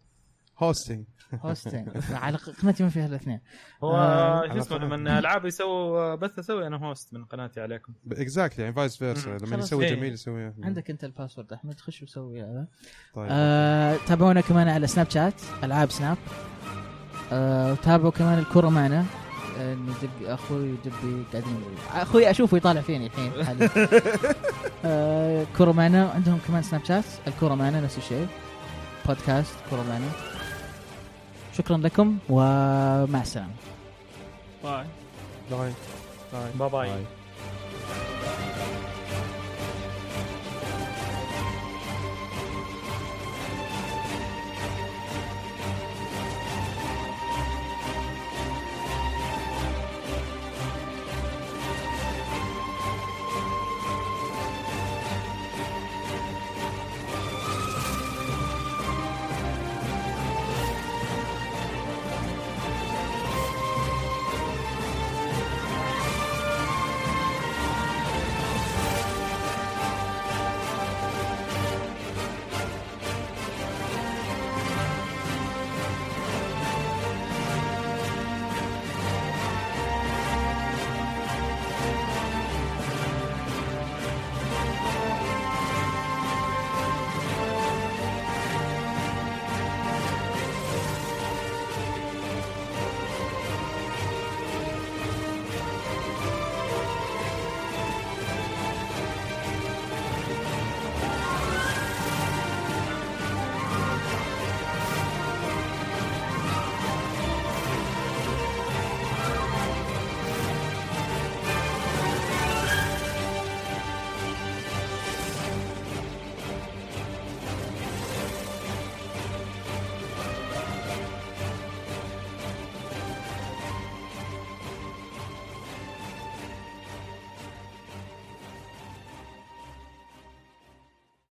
Speaker 2: هوستنج
Speaker 1: هوستنج على قناتي ما فيها الاثنين
Speaker 5: هو
Speaker 1: آه،
Speaker 5: شو اسمه لما الالعاب يسووا بث اسوي انا هوست من قناتي عليكم
Speaker 2: اكزاكتلي يعني فايس فيرسا
Speaker 5: مم.
Speaker 2: لما
Speaker 1: خلاص.
Speaker 2: يسوي
Speaker 5: إيه.
Speaker 2: جميل يسوي
Speaker 1: عندك انت الباسورد احمد خش وسوي هذا
Speaker 2: طيب
Speaker 1: آه، تابعونا كمان على سناب شات العاب سناب آه، تابعوا كمان الكره معنا آه، إنه دب- اخوي ودبي قاعدين اخوي اشوفه يطالع فيني الحين حاليا آه، كره معنا عندهم كمان سناب شات الكره معنا نفس الشيء بودكاست كره معنا شكرا لكم ومع السلامه
Speaker 6: باي
Speaker 2: باي باي
Speaker 5: باي باي